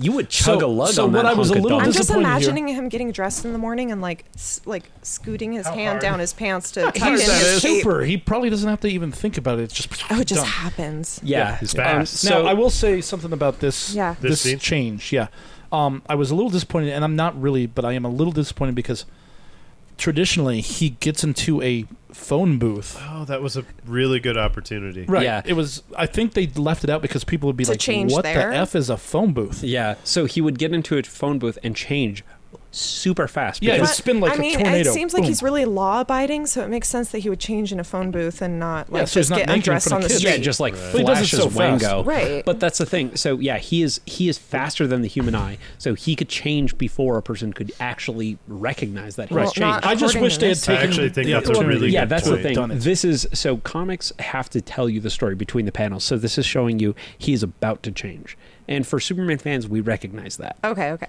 [SPEAKER 3] You would chug
[SPEAKER 2] So-
[SPEAKER 3] a lug
[SPEAKER 2] so
[SPEAKER 3] on
[SPEAKER 2] what
[SPEAKER 3] that
[SPEAKER 2] I was
[SPEAKER 3] hunk
[SPEAKER 2] a
[SPEAKER 3] of
[SPEAKER 2] little
[SPEAKER 3] dunk.
[SPEAKER 4] I'm just
[SPEAKER 2] disappointed here.
[SPEAKER 4] imagining him getting dressed in the morning and like s- like scooting his
[SPEAKER 1] How
[SPEAKER 4] hand
[SPEAKER 1] hard?
[SPEAKER 4] down his pants to tuck in
[SPEAKER 2] He's
[SPEAKER 4] his cape.
[SPEAKER 2] super. He probably doesn't have to even think about it. It's just
[SPEAKER 4] Oh, it just
[SPEAKER 2] done.
[SPEAKER 4] happens.
[SPEAKER 3] yeah,
[SPEAKER 1] He's
[SPEAKER 3] Um,
[SPEAKER 1] fast.
[SPEAKER 3] so
[SPEAKER 2] now I will say something about this.
[SPEAKER 4] Yeah.
[SPEAKER 1] This
[SPEAKER 2] This,
[SPEAKER 1] scene?
[SPEAKER 2] change. Yeah. Um, I was a little disappointed, and I'm not really, but I am a little disappointed because traditionally he gets into a phone booth.
[SPEAKER 1] Oh, that was a really good opportunity.
[SPEAKER 2] Right.
[SPEAKER 3] Yeah.
[SPEAKER 2] It was. I think they left it out because people would be
[SPEAKER 4] To
[SPEAKER 2] like,
[SPEAKER 4] change
[SPEAKER 2] "What
[SPEAKER 4] there?
[SPEAKER 2] the f is a phone booth?"
[SPEAKER 3] yeah, so he would get into a phone booth and change super fast.
[SPEAKER 2] Yeah, it
[SPEAKER 3] because-
[SPEAKER 2] was spin like
[SPEAKER 4] I
[SPEAKER 2] a
[SPEAKER 4] mean,
[SPEAKER 2] tornado.
[SPEAKER 4] it seems like
[SPEAKER 2] Boom.
[SPEAKER 4] he's really law abiding, so it makes sense that he would change in a phone booth and not like
[SPEAKER 2] Yeah, so he's
[SPEAKER 4] just
[SPEAKER 2] not
[SPEAKER 4] get
[SPEAKER 2] naked in
[SPEAKER 4] undressed on
[SPEAKER 2] front
[SPEAKER 4] the
[SPEAKER 2] of kids.
[SPEAKER 4] street.
[SPEAKER 3] yeah, just like
[SPEAKER 2] But he does it
[SPEAKER 3] flashes
[SPEAKER 2] so fast.
[SPEAKER 3] wango.
[SPEAKER 4] Right.
[SPEAKER 3] But that's the thing. So yeah, he is he is faster than the human eye. So he could change before a person could actually recognize that he
[SPEAKER 4] Well,
[SPEAKER 3] has changed.
[SPEAKER 4] not
[SPEAKER 2] I just
[SPEAKER 4] according
[SPEAKER 2] wish
[SPEAKER 4] to
[SPEAKER 2] they had
[SPEAKER 4] this.
[SPEAKER 1] I
[SPEAKER 2] taken.
[SPEAKER 1] actually think
[SPEAKER 2] the
[SPEAKER 1] that's a
[SPEAKER 2] opportunity
[SPEAKER 1] really
[SPEAKER 2] to
[SPEAKER 3] yeah,
[SPEAKER 1] good
[SPEAKER 3] that's
[SPEAKER 1] point.
[SPEAKER 3] the
[SPEAKER 2] done
[SPEAKER 3] thing.
[SPEAKER 2] it.
[SPEAKER 3] This is so comics have to tell you the story between the panels. So this is showing you he is about to change. And for Superman fans, we recognize that.
[SPEAKER 4] okay, okay.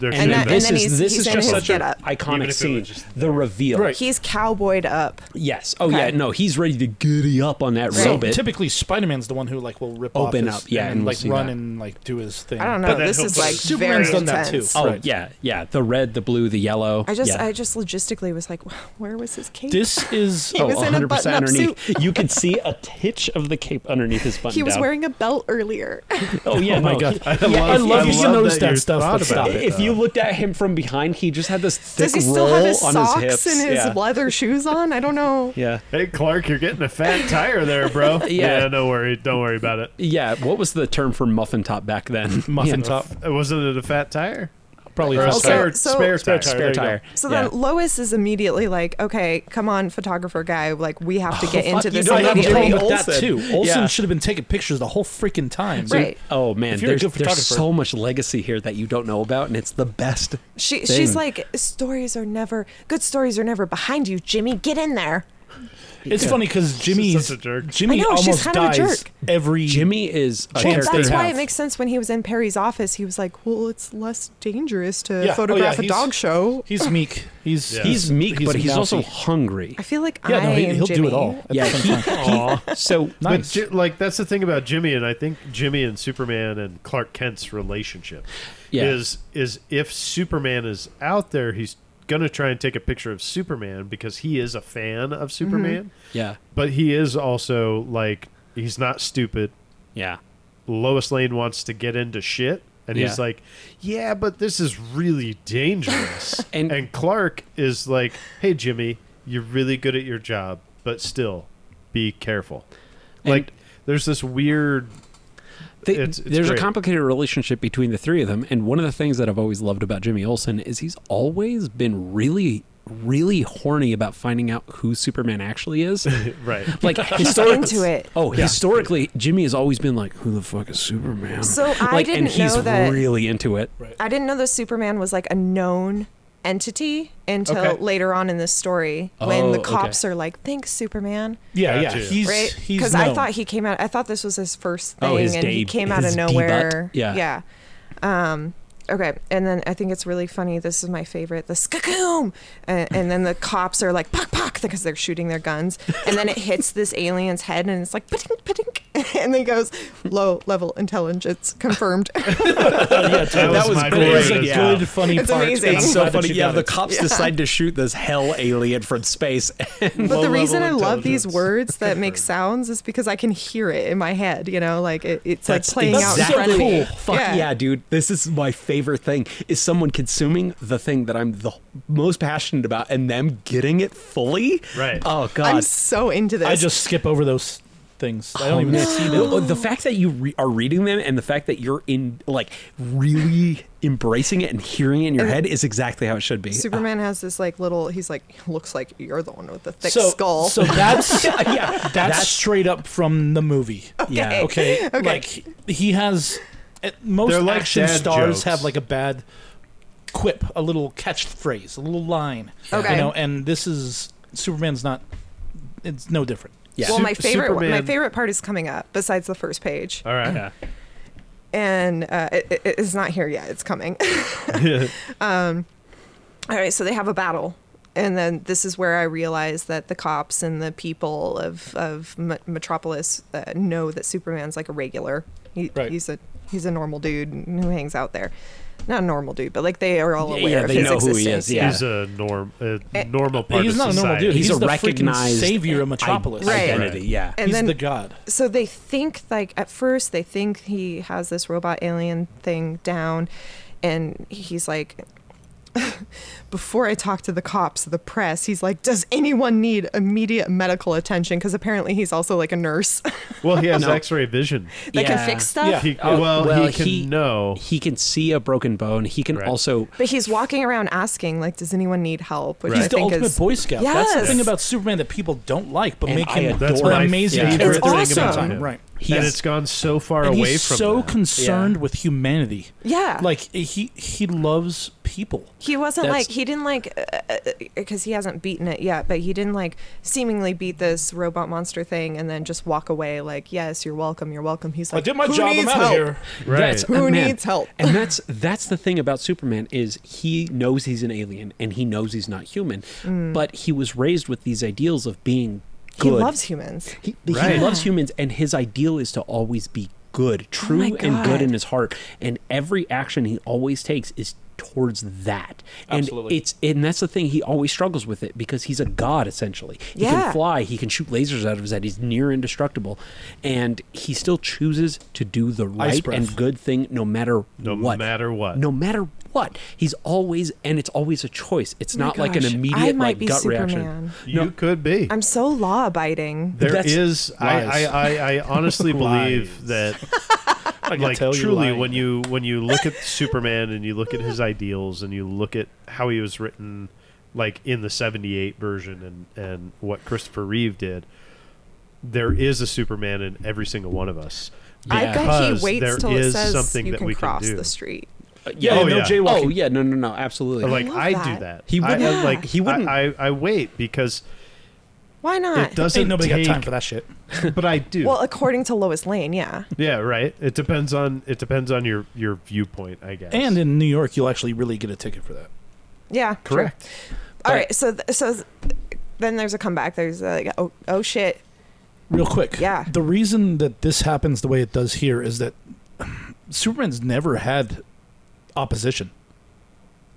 [SPEAKER 1] They're
[SPEAKER 4] And
[SPEAKER 1] saying
[SPEAKER 4] that-
[SPEAKER 1] that-
[SPEAKER 3] this
[SPEAKER 4] then
[SPEAKER 3] is
[SPEAKER 4] he's-
[SPEAKER 3] this
[SPEAKER 4] he's
[SPEAKER 3] is
[SPEAKER 4] in
[SPEAKER 3] just
[SPEAKER 4] his
[SPEAKER 3] such an
[SPEAKER 4] getup.
[SPEAKER 1] Even if
[SPEAKER 3] iconic
[SPEAKER 1] it
[SPEAKER 3] scene.
[SPEAKER 1] was just-
[SPEAKER 3] The reveal.
[SPEAKER 2] Right.
[SPEAKER 4] He's cowboyed up.
[SPEAKER 3] Yes. Oh
[SPEAKER 4] Okay.
[SPEAKER 3] yeah. No, he's ready to giddy up on that
[SPEAKER 2] So
[SPEAKER 3] robot.
[SPEAKER 2] typically, Spider-Man's the one who like will rip
[SPEAKER 3] Open
[SPEAKER 2] off his,
[SPEAKER 3] up, yeah,
[SPEAKER 2] and,
[SPEAKER 3] and we'll
[SPEAKER 2] like
[SPEAKER 3] see
[SPEAKER 2] run
[SPEAKER 3] that.
[SPEAKER 2] and like do his thing.
[SPEAKER 4] I don't
[SPEAKER 1] But
[SPEAKER 4] know.
[SPEAKER 1] that
[SPEAKER 4] This
[SPEAKER 1] helps
[SPEAKER 4] is like
[SPEAKER 1] us.
[SPEAKER 2] Superman's
[SPEAKER 4] very
[SPEAKER 2] done that,
[SPEAKER 4] intense.
[SPEAKER 2] too.
[SPEAKER 3] oh
[SPEAKER 2] right.
[SPEAKER 3] yeah, yeah. The red, the blue, the yellow.
[SPEAKER 4] I just,
[SPEAKER 3] yeah.
[SPEAKER 4] I just logistically was like, where was his cape?
[SPEAKER 2] This is
[SPEAKER 4] He was in a
[SPEAKER 3] 100%
[SPEAKER 4] button-up
[SPEAKER 3] underneath. You could see a titch of the cape underneath his button.
[SPEAKER 4] he was
[SPEAKER 3] down.
[SPEAKER 4] wearing a belt earlier. <laughs>
[SPEAKER 3] Oh yeah,
[SPEAKER 2] Oh my
[SPEAKER 3] no,
[SPEAKER 2] god!
[SPEAKER 3] he-
[SPEAKER 2] I love, I love you.
[SPEAKER 1] love
[SPEAKER 2] notice
[SPEAKER 1] that
[SPEAKER 2] that
[SPEAKER 1] you
[SPEAKER 2] stuff,
[SPEAKER 1] thought
[SPEAKER 2] but
[SPEAKER 1] about
[SPEAKER 2] stop
[SPEAKER 1] it.
[SPEAKER 2] it.
[SPEAKER 3] if you looked at him from behind, he just had this thick
[SPEAKER 4] Does he still
[SPEAKER 3] roll
[SPEAKER 4] have his
[SPEAKER 3] on
[SPEAKER 4] socks
[SPEAKER 3] his hips.
[SPEAKER 4] and his
[SPEAKER 3] yeah.
[SPEAKER 4] leather shoes on? I don't know.
[SPEAKER 3] yeah,
[SPEAKER 1] <laughs> Hey Clark, you're getting a fat tire there, bro.
[SPEAKER 3] Yeah.
[SPEAKER 1] no worry, don't worry about it.
[SPEAKER 3] yeah. What was the term for muffin top back then?
[SPEAKER 2] <laughs> Muffin
[SPEAKER 3] <laughs> Yeah.
[SPEAKER 2] top,
[SPEAKER 1] Uh, Wasn't it a fat tire?
[SPEAKER 2] probably
[SPEAKER 1] Or a
[SPEAKER 2] top
[SPEAKER 4] Oh, so-
[SPEAKER 1] spare,
[SPEAKER 4] so-
[SPEAKER 1] spare tire.
[SPEAKER 3] Spare tire.
[SPEAKER 4] So
[SPEAKER 3] yeah.
[SPEAKER 4] then Lois is immediately like, okay, come on, photographer guy. Like, we have
[SPEAKER 2] <laughs>
[SPEAKER 4] to get
[SPEAKER 3] fuck,
[SPEAKER 4] into
[SPEAKER 3] you
[SPEAKER 4] this
[SPEAKER 3] don't have to
[SPEAKER 4] immediately.
[SPEAKER 3] tell me
[SPEAKER 2] that
[SPEAKER 3] Olsen.
[SPEAKER 2] too. Olsen
[SPEAKER 3] Yeah.
[SPEAKER 2] should have been taking pictures the whole freaking time. dude.
[SPEAKER 4] Right.
[SPEAKER 3] Oh man,
[SPEAKER 2] If you're a
[SPEAKER 3] there's,
[SPEAKER 2] good
[SPEAKER 3] there's
[SPEAKER 2] photographer-
[SPEAKER 3] so much legacy here that you don't know about, and it's the best.
[SPEAKER 4] She,
[SPEAKER 3] thing.
[SPEAKER 4] she's like, stories are never, good stories are never behind you, Jimmy. Get in there.
[SPEAKER 2] It's funny because Jimmy's
[SPEAKER 1] such a jerk.
[SPEAKER 2] Jimmy
[SPEAKER 4] I know, she's
[SPEAKER 2] almost
[SPEAKER 4] kind of a
[SPEAKER 2] dies
[SPEAKER 4] jerk.
[SPEAKER 2] every
[SPEAKER 3] Jimmy is a
[SPEAKER 2] Well,
[SPEAKER 3] character.
[SPEAKER 4] That's
[SPEAKER 2] they
[SPEAKER 4] why
[SPEAKER 2] have.
[SPEAKER 4] it makes sense when he was in Perry's office. He was like, "Well, it's less dangerous to
[SPEAKER 2] Yeah. Oh,
[SPEAKER 4] photograph
[SPEAKER 2] yeah,
[SPEAKER 4] a
[SPEAKER 2] he's-
[SPEAKER 4] dog show."
[SPEAKER 2] He's meek. He's
[SPEAKER 1] Yeah.
[SPEAKER 3] he's meek, but he's also
[SPEAKER 2] mousy.
[SPEAKER 3] hungry.
[SPEAKER 4] I feel like
[SPEAKER 2] yeah.
[SPEAKER 4] I
[SPEAKER 2] No, he,
[SPEAKER 4] am
[SPEAKER 2] he'll
[SPEAKER 4] Jimmy.
[SPEAKER 2] do it all. at the
[SPEAKER 3] Yeah,
[SPEAKER 2] same
[SPEAKER 3] he-
[SPEAKER 2] time.
[SPEAKER 3] So
[SPEAKER 2] nice.
[SPEAKER 1] But Ji- like that's the thing about Jimmy, and I think Jimmy and Superman and Clark Kent's relationship
[SPEAKER 3] Yeah.
[SPEAKER 1] is is if Superman is out there, he's gonna try and take a picture of Superman because he is a fan
[SPEAKER 4] Mm-hmm.
[SPEAKER 1] of Superman,
[SPEAKER 3] yeah,
[SPEAKER 1] but he is also like he's not stupid.
[SPEAKER 3] yeah,
[SPEAKER 1] Lois Lane wants to get into shit, and he's
[SPEAKER 3] Yeah.
[SPEAKER 1] like, "Yeah, but this is really
[SPEAKER 2] <laughs>
[SPEAKER 1] dangerous."
[SPEAKER 3] And-
[SPEAKER 1] and Clark is like, "Hey, Jimmy, you're really good at your job, but still, be careful." Like, there's this weird
[SPEAKER 3] They-
[SPEAKER 1] It's- it's
[SPEAKER 3] there's
[SPEAKER 1] great.
[SPEAKER 3] a complicated relationship between the three of them, and one of the things that I've always loved about Jimmy Olsen is he's always been really, really horny about finding out who Superman actually <laughs> is.
[SPEAKER 2] <laughs>
[SPEAKER 1] right.
[SPEAKER 3] Like historically,
[SPEAKER 4] into it.
[SPEAKER 3] Oh, historically, Jimmy has always been like, "Who the fuck is Superman?"
[SPEAKER 4] So I
[SPEAKER 3] like, and
[SPEAKER 4] didn't
[SPEAKER 3] he's
[SPEAKER 4] know that-
[SPEAKER 3] really into it.
[SPEAKER 4] I didn't know that Superman was like a known entity until
[SPEAKER 1] Okay.
[SPEAKER 4] later on in this story when the
[SPEAKER 3] Oh, okay.
[SPEAKER 4] cops are like, "Thanks, Superman."
[SPEAKER 2] yeah, yeah.
[SPEAKER 1] Gotcha.
[SPEAKER 2] He's
[SPEAKER 4] right?
[SPEAKER 2] he's
[SPEAKER 4] Because I
[SPEAKER 2] known.
[SPEAKER 4] thought he came out. I thought this was his first thing,
[SPEAKER 3] Oh, his
[SPEAKER 4] and he
[SPEAKER 3] deb-
[SPEAKER 4] came out of
[SPEAKER 3] his debut.
[SPEAKER 4] nowhere.
[SPEAKER 3] Yeah.
[SPEAKER 4] yeah. Um, okay, and then I think it's really funny. This is my favorite. The skakoom, and, and then the cops are like "pock pock" because they're shooting their guns,
[SPEAKER 3] <laughs>
[SPEAKER 4] and then it hits this alien's head, and it's like "patink patink," <laughs> and then goes low level intelligence
[SPEAKER 3] <laughs>
[SPEAKER 4] confirmed.
[SPEAKER 2] <laughs>
[SPEAKER 1] That was
[SPEAKER 2] was
[SPEAKER 1] my
[SPEAKER 2] good. It's
[SPEAKER 1] favorite
[SPEAKER 2] a
[SPEAKER 1] as well.
[SPEAKER 2] good funny
[SPEAKER 4] It's
[SPEAKER 2] part.
[SPEAKER 4] amazing.
[SPEAKER 2] and I'm
[SPEAKER 4] It's
[SPEAKER 2] glad
[SPEAKER 3] so
[SPEAKER 2] that
[SPEAKER 3] funny.
[SPEAKER 2] you
[SPEAKER 3] Yeah,
[SPEAKER 2] got
[SPEAKER 3] the
[SPEAKER 2] it.
[SPEAKER 3] cops decide to shoot this hell alien from space.
[SPEAKER 4] But the
[SPEAKER 1] Low-level
[SPEAKER 4] reason I love these
[SPEAKER 1] intelligence.
[SPEAKER 4] words that make sounds is because I can hear it in my head. You know, like it, it's like playing out in
[SPEAKER 3] exactly
[SPEAKER 4] front of me.
[SPEAKER 3] cool. Fuck yeah. dude. This is my favorite thing is someone consuming the thing that I'm the most passionate about and them getting it fully.
[SPEAKER 1] Right.
[SPEAKER 3] Oh god.
[SPEAKER 4] I'm so into this.
[SPEAKER 2] I just skip over those things. I
[SPEAKER 3] Oh,
[SPEAKER 2] don't even
[SPEAKER 3] man.
[SPEAKER 2] see them.
[SPEAKER 4] <laughs>
[SPEAKER 3] Well, The fact that you re- are reading them and the fact that you're in like really embracing it and hearing it in your head is exactly how it should be. Uh,
[SPEAKER 4] Superman has this like little. He's like looks like you're the one with the thick
[SPEAKER 2] so,
[SPEAKER 4] skull.
[SPEAKER 2] So
[SPEAKER 4] <laughs>
[SPEAKER 2] that's
[SPEAKER 3] Uh, yeah,
[SPEAKER 2] that's
[SPEAKER 3] that's
[SPEAKER 2] straight up from the movie.
[SPEAKER 3] yeah.
[SPEAKER 2] Okay. Like he has at- most
[SPEAKER 1] They're like
[SPEAKER 2] action
[SPEAKER 1] dad
[SPEAKER 2] stars
[SPEAKER 1] jokes.
[SPEAKER 2] have like a bad quip, a little catchphrase, a little line.
[SPEAKER 4] Okay.
[SPEAKER 2] You know, and this is Superman's not it's no different.
[SPEAKER 3] Yeah.
[SPEAKER 4] well, my
[SPEAKER 1] Sup-
[SPEAKER 4] favorite one- my
[SPEAKER 1] Superman-
[SPEAKER 4] favorite part is coming up besides the first page,
[SPEAKER 1] All right.
[SPEAKER 4] and uh, it, it- it's not here yet. It's coming. <laughs> Um, All right, so they have a battle. And then this is where I realized that the cops and the people of of Me- Metropolis uh, know that Superman's like a regular. He,
[SPEAKER 2] Right.
[SPEAKER 4] He's a he's a normal dude who hangs out there. Not a normal dude, but like they are all
[SPEAKER 3] Yeah,
[SPEAKER 4] aware of
[SPEAKER 3] they
[SPEAKER 4] his
[SPEAKER 3] know who he
[SPEAKER 4] existence.
[SPEAKER 3] is, yeah.
[SPEAKER 1] He's a norm, a normal part
[SPEAKER 2] he's
[SPEAKER 1] of
[SPEAKER 2] not a normal
[SPEAKER 1] society.
[SPEAKER 2] dude. He's,
[SPEAKER 3] He's a
[SPEAKER 2] the freaking
[SPEAKER 3] recognized
[SPEAKER 2] savior of Metropolis.
[SPEAKER 4] Right.
[SPEAKER 3] Identity, yeah.
[SPEAKER 4] And
[SPEAKER 2] He's
[SPEAKER 4] then
[SPEAKER 2] the god.
[SPEAKER 4] so they think like at first they think he has this robot alien thing down and he's like <laughs> before i talk to the cops the press he's like does anyone need immediate medical attention because apparently he's also like a nurse <laughs> that
[SPEAKER 1] Well, he has
[SPEAKER 3] No.
[SPEAKER 1] X-ray vision.
[SPEAKER 4] can
[SPEAKER 3] Yeah.
[SPEAKER 4] fix stuff
[SPEAKER 2] Yeah.
[SPEAKER 1] He,
[SPEAKER 3] Oh,
[SPEAKER 1] well,
[SPEAKER 3] well,
[SPEAKER 1] he can
[SPEAKER 3] he-
[SPEAKER 1] know.
[SPEAKER 3] He can see a broken bone. He can
[SPEAKER 1] Right.
[SPEAKER 3] also
[SPEAKER 4] but he's walking around asking like does anyone need help which
[SPEAKER 1] Right.
[SPEAKER 4] i
[SPEAKER 2] He's the
[SPEAKER 4] think
[SPEAKER 2] ultimate
[SPEAKER 4] is
[SPEAKER 2] Boy Scout. That's the
[SPEAKER 4] Yes.
[SPEAKER 2] thing about Superman that people don't like, but
[SPEAKER 3] And
[SPEAKER 2] make
[SPEAKER 3] I
[SPEAKER 2] him
[SPEAKER 3] adore
[SPEAKER 1] That's
[SPEAKER 2] an
[SPEAKER 1] my
[SPEAKER 2] amazing
[SPEAKER 1] favorite
[SPEAKER 2] character.
[SPEAKER 1] thing
[SPEAKER 4] It's
[SPEAKER 1] about
[SPEAKER 4] awesome.
[SPEAKER 1] him.
[SPEAKER 2] Right.
[SPEAKER 3] He
[SPEAKER 1] and
[SPEAKER 3] has-
[SPEAKER 1] it's gone so far
[SPEAKER 2] And
[SPEAKER 1] away
[SPEAKER 2] he's
[SPEAKER 1] from
[SPEAKER 2] so
[SPEAKER 1] that.
[SPEAKER 2] concerned
[SPEAKER 3] Yeah.
[SPEAKER 2] with humanity.
[SPEAKER 4] yeah
[SPEAKER 2] Like he he loves people.
[SPEAKER 4] He wasn't
[SPEAKER 3] That's-
[SPEAKER 4] like he didn't like uh, because he hasn't beaten it yet, but he didn't like seemingly beat this robot monster thing and then just walk away like, "Yes, you're welcome, you're welcome." He's like, "Who needs help?"
[SPEAKER 1] Right.
[SPEAKER 3] That's-
[SPEAKER 4] Who
[SPEAKER 3] and
[SPEAKER 4] needs help?
[SPEAKER 3] and that's that's the thing about Superman is he knows he's an alien and he knows he's not human, but he was raised with these ideals of being
[SPEAKER 4] Mm. He
[SPEAKER 3] good.
[SPEAKER 4] loves humans.
[SPEAKER 3] He, he
[SPEAKER 1] Right.
[SPEAKER 3] loves humans, and his ideal is to always be good, true and good
[SPEAKER 4] God.
[SPEAKER 3] in his heart. And every action he always takes is towards that. And
[SPEAKER 2] Absolutely.
[SPEAKER 3] it's and that's the thing he always struggles with it because he's a god essentially. He
[SPEAKER 4] Yeah.
[SPEAKER 3] can fly, he can shoot lasers out of his head, he's near indestructible, and he still chooses to do the right
[SPEAKER 2] breath.
[SPEAKER 3] and good thing no matter
[SPEAKER 1] No
[SPEAKER 3] what.
[SPEAKER 1] matter what.
[SPEAKER 3] No matter what. He's always and it's always a choice. It's
[SPEAKER 4] Oh my
[SPEAKER 3] not like an
[SPEAKER 4] gosh, I
[SPEAKER 3] immediate
[SPEAKER 4] might
[SPEAKER 3] like
[SPEAKER 4] be
[SPEAKER 3] gut
[SPEAKER 4] Superman.
[SPEAKER 3] reaction.
[SPEAKER 1] You could be.
[SPEAKER 4] I'm so law abiding.
[SPEAKER 1] There
[SPEAKER 3] That's-
[SPEAKER 1] is. I,
[SPEAKER 2] Lies.
[SPEAKER 1] I, I, I honestly believe
[SPEAKER 2] Lies.
[SPEAKER 1] that,
[SPEAKER 2] I
[SPEAKER 1] like, truly, when you when you look at Superman and you look at his ideals and you look at how he was written, like in the '78 version and and what Christopher Reeve did, there is a Superman in every single one of us.
[SPEAKER 4] I bet
[SPEAKER 1] Because
[SPEAKER 4] he waits
[SPEAKER 1] there
[SPEAKER 4] till it
[SPEAKER 1] is
[SPEAKER 4] says
[SPEAKER 1] something
[SPEAKER 4] you
[SPEAKER 1] that
[SPEAKER 4] can
[SPEAKER 1] we can
[SPEAKER 4] cross
[SPEAKER 1] do.
[SPEAKER 4] the street.
[SPEAKER 2] yeah,
[SPEAKER 1] Oh,
[SPEAKER 2] no
[SPEAKER 1] yeah.
[SPEAKER 2] jaywalking.
[SPEAKER 3] Oh yeah, no no no, absolutely.
[SPEAKER 1] Like
[SPEAKER 4] love
[SPEAKER 1] I, do
[SPEAKER 4] that.
[SPEAKER 1] that.
[SPEAKER 3] He
[SPEAKER 1] I- I,
[SPEAKER 3] wouldn't-
[SPEAKER 1] like
[SPEAKER 3] He wouldn't.
[SPEAKER 1] I, I, I wait because
[SPEAKER 4] Why not?
[SPEAKER 1] It doesn't
[SPEAKER 2] Ain't nobody
[SPEAKER 1] take,
[SPEAKER 2] got time for that shit.
[SPEAKER 1] But I do.
[SPEAKER 4] Well, according to Lois Lane, yeah.
[SPEAKER 1] yeah, right. It depends on it depends on your your viewpoint, I guess.
[SPEAKER 2] And in New York, you'll actually really get a ticket for that.
[SPEAKER 4] Yeah. sure.
[SPEAKER 1] correct.
[SPEAKER 4] All right. So, th- so th- then there's a comeback. There's a, like, oh, oh shit.
[SPEAKER 2] Real quick.
[SPEAKER 4] Yeah.
[SPEAKER 2] The reason that this happens the way it does here is that <sighs> Superman's never had opposition.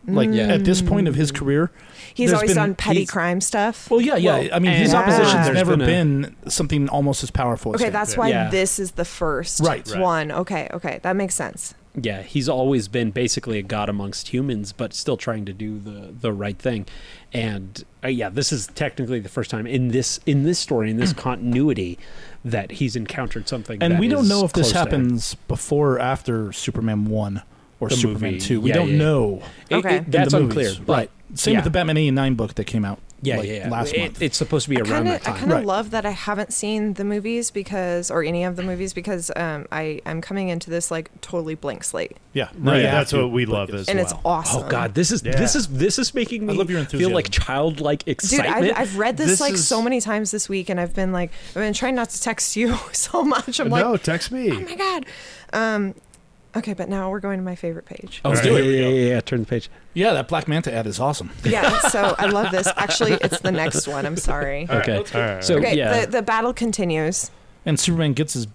[SPEAKER 2] Like
[SPEAKER 3] Yeah.
[SPEAKER 2] at this point of
[SPEAKER 4] Mm.
[SPEAKER 2] his career,
[SPEAKER 4] He's
[SPEAKER 2] There's
[SPEAKER 4] always
[SPEAKER 2] been-
[SPEAKER 4] done petty
[SPEAKER 2] he's-
[SPEAKER 4] crime stuff.
[SPEAKER 2] well, yeah, yeah.
[SPEAKER 3] Well,
[SPEAKER 2] I mean, his
[SPEAKER 3] and-
[SPEAKER 2] opposition's
[SPEAKER 4] There's
[SPEAKER 2] never
[SPEAKER 3] been a-
[SPEAKER 2] been, something almost as powerful. as
[SPEAKER 4] Okay,
[SPEAKER 2] him.
[SPEAKER 4] that's why
[SPEAKER 3] Yeah.
[SPEAKER 4] this is the first
[SPEAKER 2] Right. Right.
[SPEAKER 4] one. Okay, okay, that makes sense.
[SPEAKER 3] yeah, he's always been basically a god amongst humans, but still trying to do the the right thing. And uh, yeah, this is technically the first time in this in this story
[SPEAKER 2] <clears throat>
[SPEAKER 3] in this continuity that he's encountered something.
[SPEAKER 2] and
[SPEAKER 3] that
[SPEAKER 2] we don't
[SPEAKER 3] is
[SPEAKER 2] know if this
[SPEAKER 3] close to him.
[SPEAKER 2] happens before or after Superman one or
[SPEAKER 3] The
[SPEAKER 2] Superman
[SPEAKER 3] movie.
[SPEAKER 2] two. We
[SPEAKER 3] Yeah,
[SPEAKER 2] don't
[SPEAKER 3] yeah, yeah.
[SPEAKER 2] know.
[SPEAKER 3] It-
[SPEAKER 4] Okay.
[SPEAKER 3] it-
[SPEAKER 4] In the
[SPEAKER 3] that's
[SPEAKER 2] in the
[SPEAKER 3] unclear.
[SPEAKER 2] movies.
[SPEAKER 3] But
[SPEAKER 2] right? Same
[SPEAKER 3] yeah.
[SPEAKER 2] with the Batman eighty nine book that came out.
[SPEAKER 3] Yeah,
[SPEAKER 2] like,
[SPEAKER 3] yeah, yeah.
[SPEAKER 2] Last
[SPEAKER 3] It-
[SPEAKER 2] month.
[SPEAKER 3] It's supposed to be
[SPEAKER 4] I
[SPEAKER 3] around
[SPEAKER 4] kind
[SPEAKER 3] that
[SPEAKER 4] of, I
[SPEAKER 3] time.
[SPEAKER 4] kind of
[SPEAKER 2] Right.
[SPEAKER 4] love that I haven't seen the movies because, or any of the movies because, um, I I'm coming into this like totally blank slate,
[SPEAKER 2] yeah,
[SPEAKER 1] Right,
[SPEAKER 2] you
[SPEAKER 1] that's
[SPEAKER 2] have to,
[SPEAKER 1] what we
[SPEAKER 2] but
[SPEAKER 1] love
[SPEAKER 2] it's-
[SPEAKER 1] is-
[SPEAKER 4] and it's
[SPEAKER 1] Wow.
[SPEAKER 4] awesome.
[SPEAKER 3] Oh God, this is this
[SPEAKER 1] Yeah.
[SPEAKER 3] is this is making me
[SPEAKER 2] love your
[SPEAKER 3] feel like
[SPEAKER 2] enthusiasm.
[SPEAKER 3] childlike
[SPEAKER 4] Dude,
[SPEAKER 3] excitement.
[SPEAKER 4] I've, I've read this,
[SPEAKER 1] This
[SPEAKER 4] like
[SPEAKER 1] is-
[SPEAKER 4] so many times this week, and I've been like, I've been trying not to text you <laughs> so much. I'm
[SPEAKER 1] no,
[SPEAKER 4] like,
[SPEAKER 1] text
[SPEAKER 4] oh
[SPEAKER 1] me.
[SPEAKER 4] my god. Um, okay, but now we're going to my favorite page.
[SPEAKER 3] oh,
[SPEAKER 1] Let's
[SPEAKER 3] yeah,
[SPEAKER 1] do it.
[SPEAKER 3] Yeah, yeah, yeah, yeah. Turn the page.
[SPEAKER 2] yeah. That Black Manta ad is awesome.
[SPEAKER 4] Yeah, so I love this. Actually, it's the next one. I'm sorry.
[SPEAKER 3] Okay.
[SPEAKER 1] All right.
[SPEAKER 3] So
[SPEAKER 4] Okay,
[SPEAKER 3] Uh, yeah,
[SPEAKER 4] the, the battle continues.
[SPEAKER 2] And Superman gets his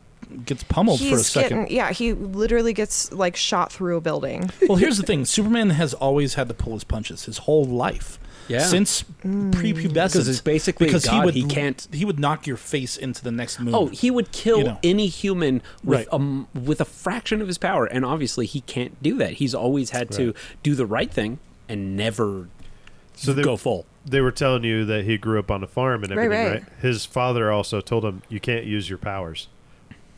[SPEAKER 2] gets pummeled for a
[SPEAKER 4] He's
[SPEAKER 2] second.
[SPEAKER 4] getting, yeah, he literally gets like shot through a building.
[SPEAKER 2] well, here's the thing: Superman has always had to pull his punches his whole life.
[SPEAKER 3] Yeah.
[SPEAKER 2] Since
[SPEAKER 4] Mm.
[SPEAKER 2] prepubescent,
[SPEAKER 3] Because it's basically
[SPEAKER 2] because
[SPEAKER 3] God,
[SPEAKER 2] he would
[SPEAKER 3] he can't-
[SPEAKER 2] he would knock your face into the next move.
[SPEAKER 3] Oh, he would kill
[SPEAKER 2] You know.
[SPEAKER 3] any human with
[SPEAKER 2] Right.
[SPEAKER 3] um with a fraction of his power, and obviously he can't do that. He's always had to do the right thing and never
[SPEAKER 1] So there-
[SPEAKER 3] go <laughs> full.
[SPEAKER 1] They were telling you that he grew up on a farm and everything,
[SPEAKER 4] right.
[SPEAKER 1] right? His father also told him you can't use your powers.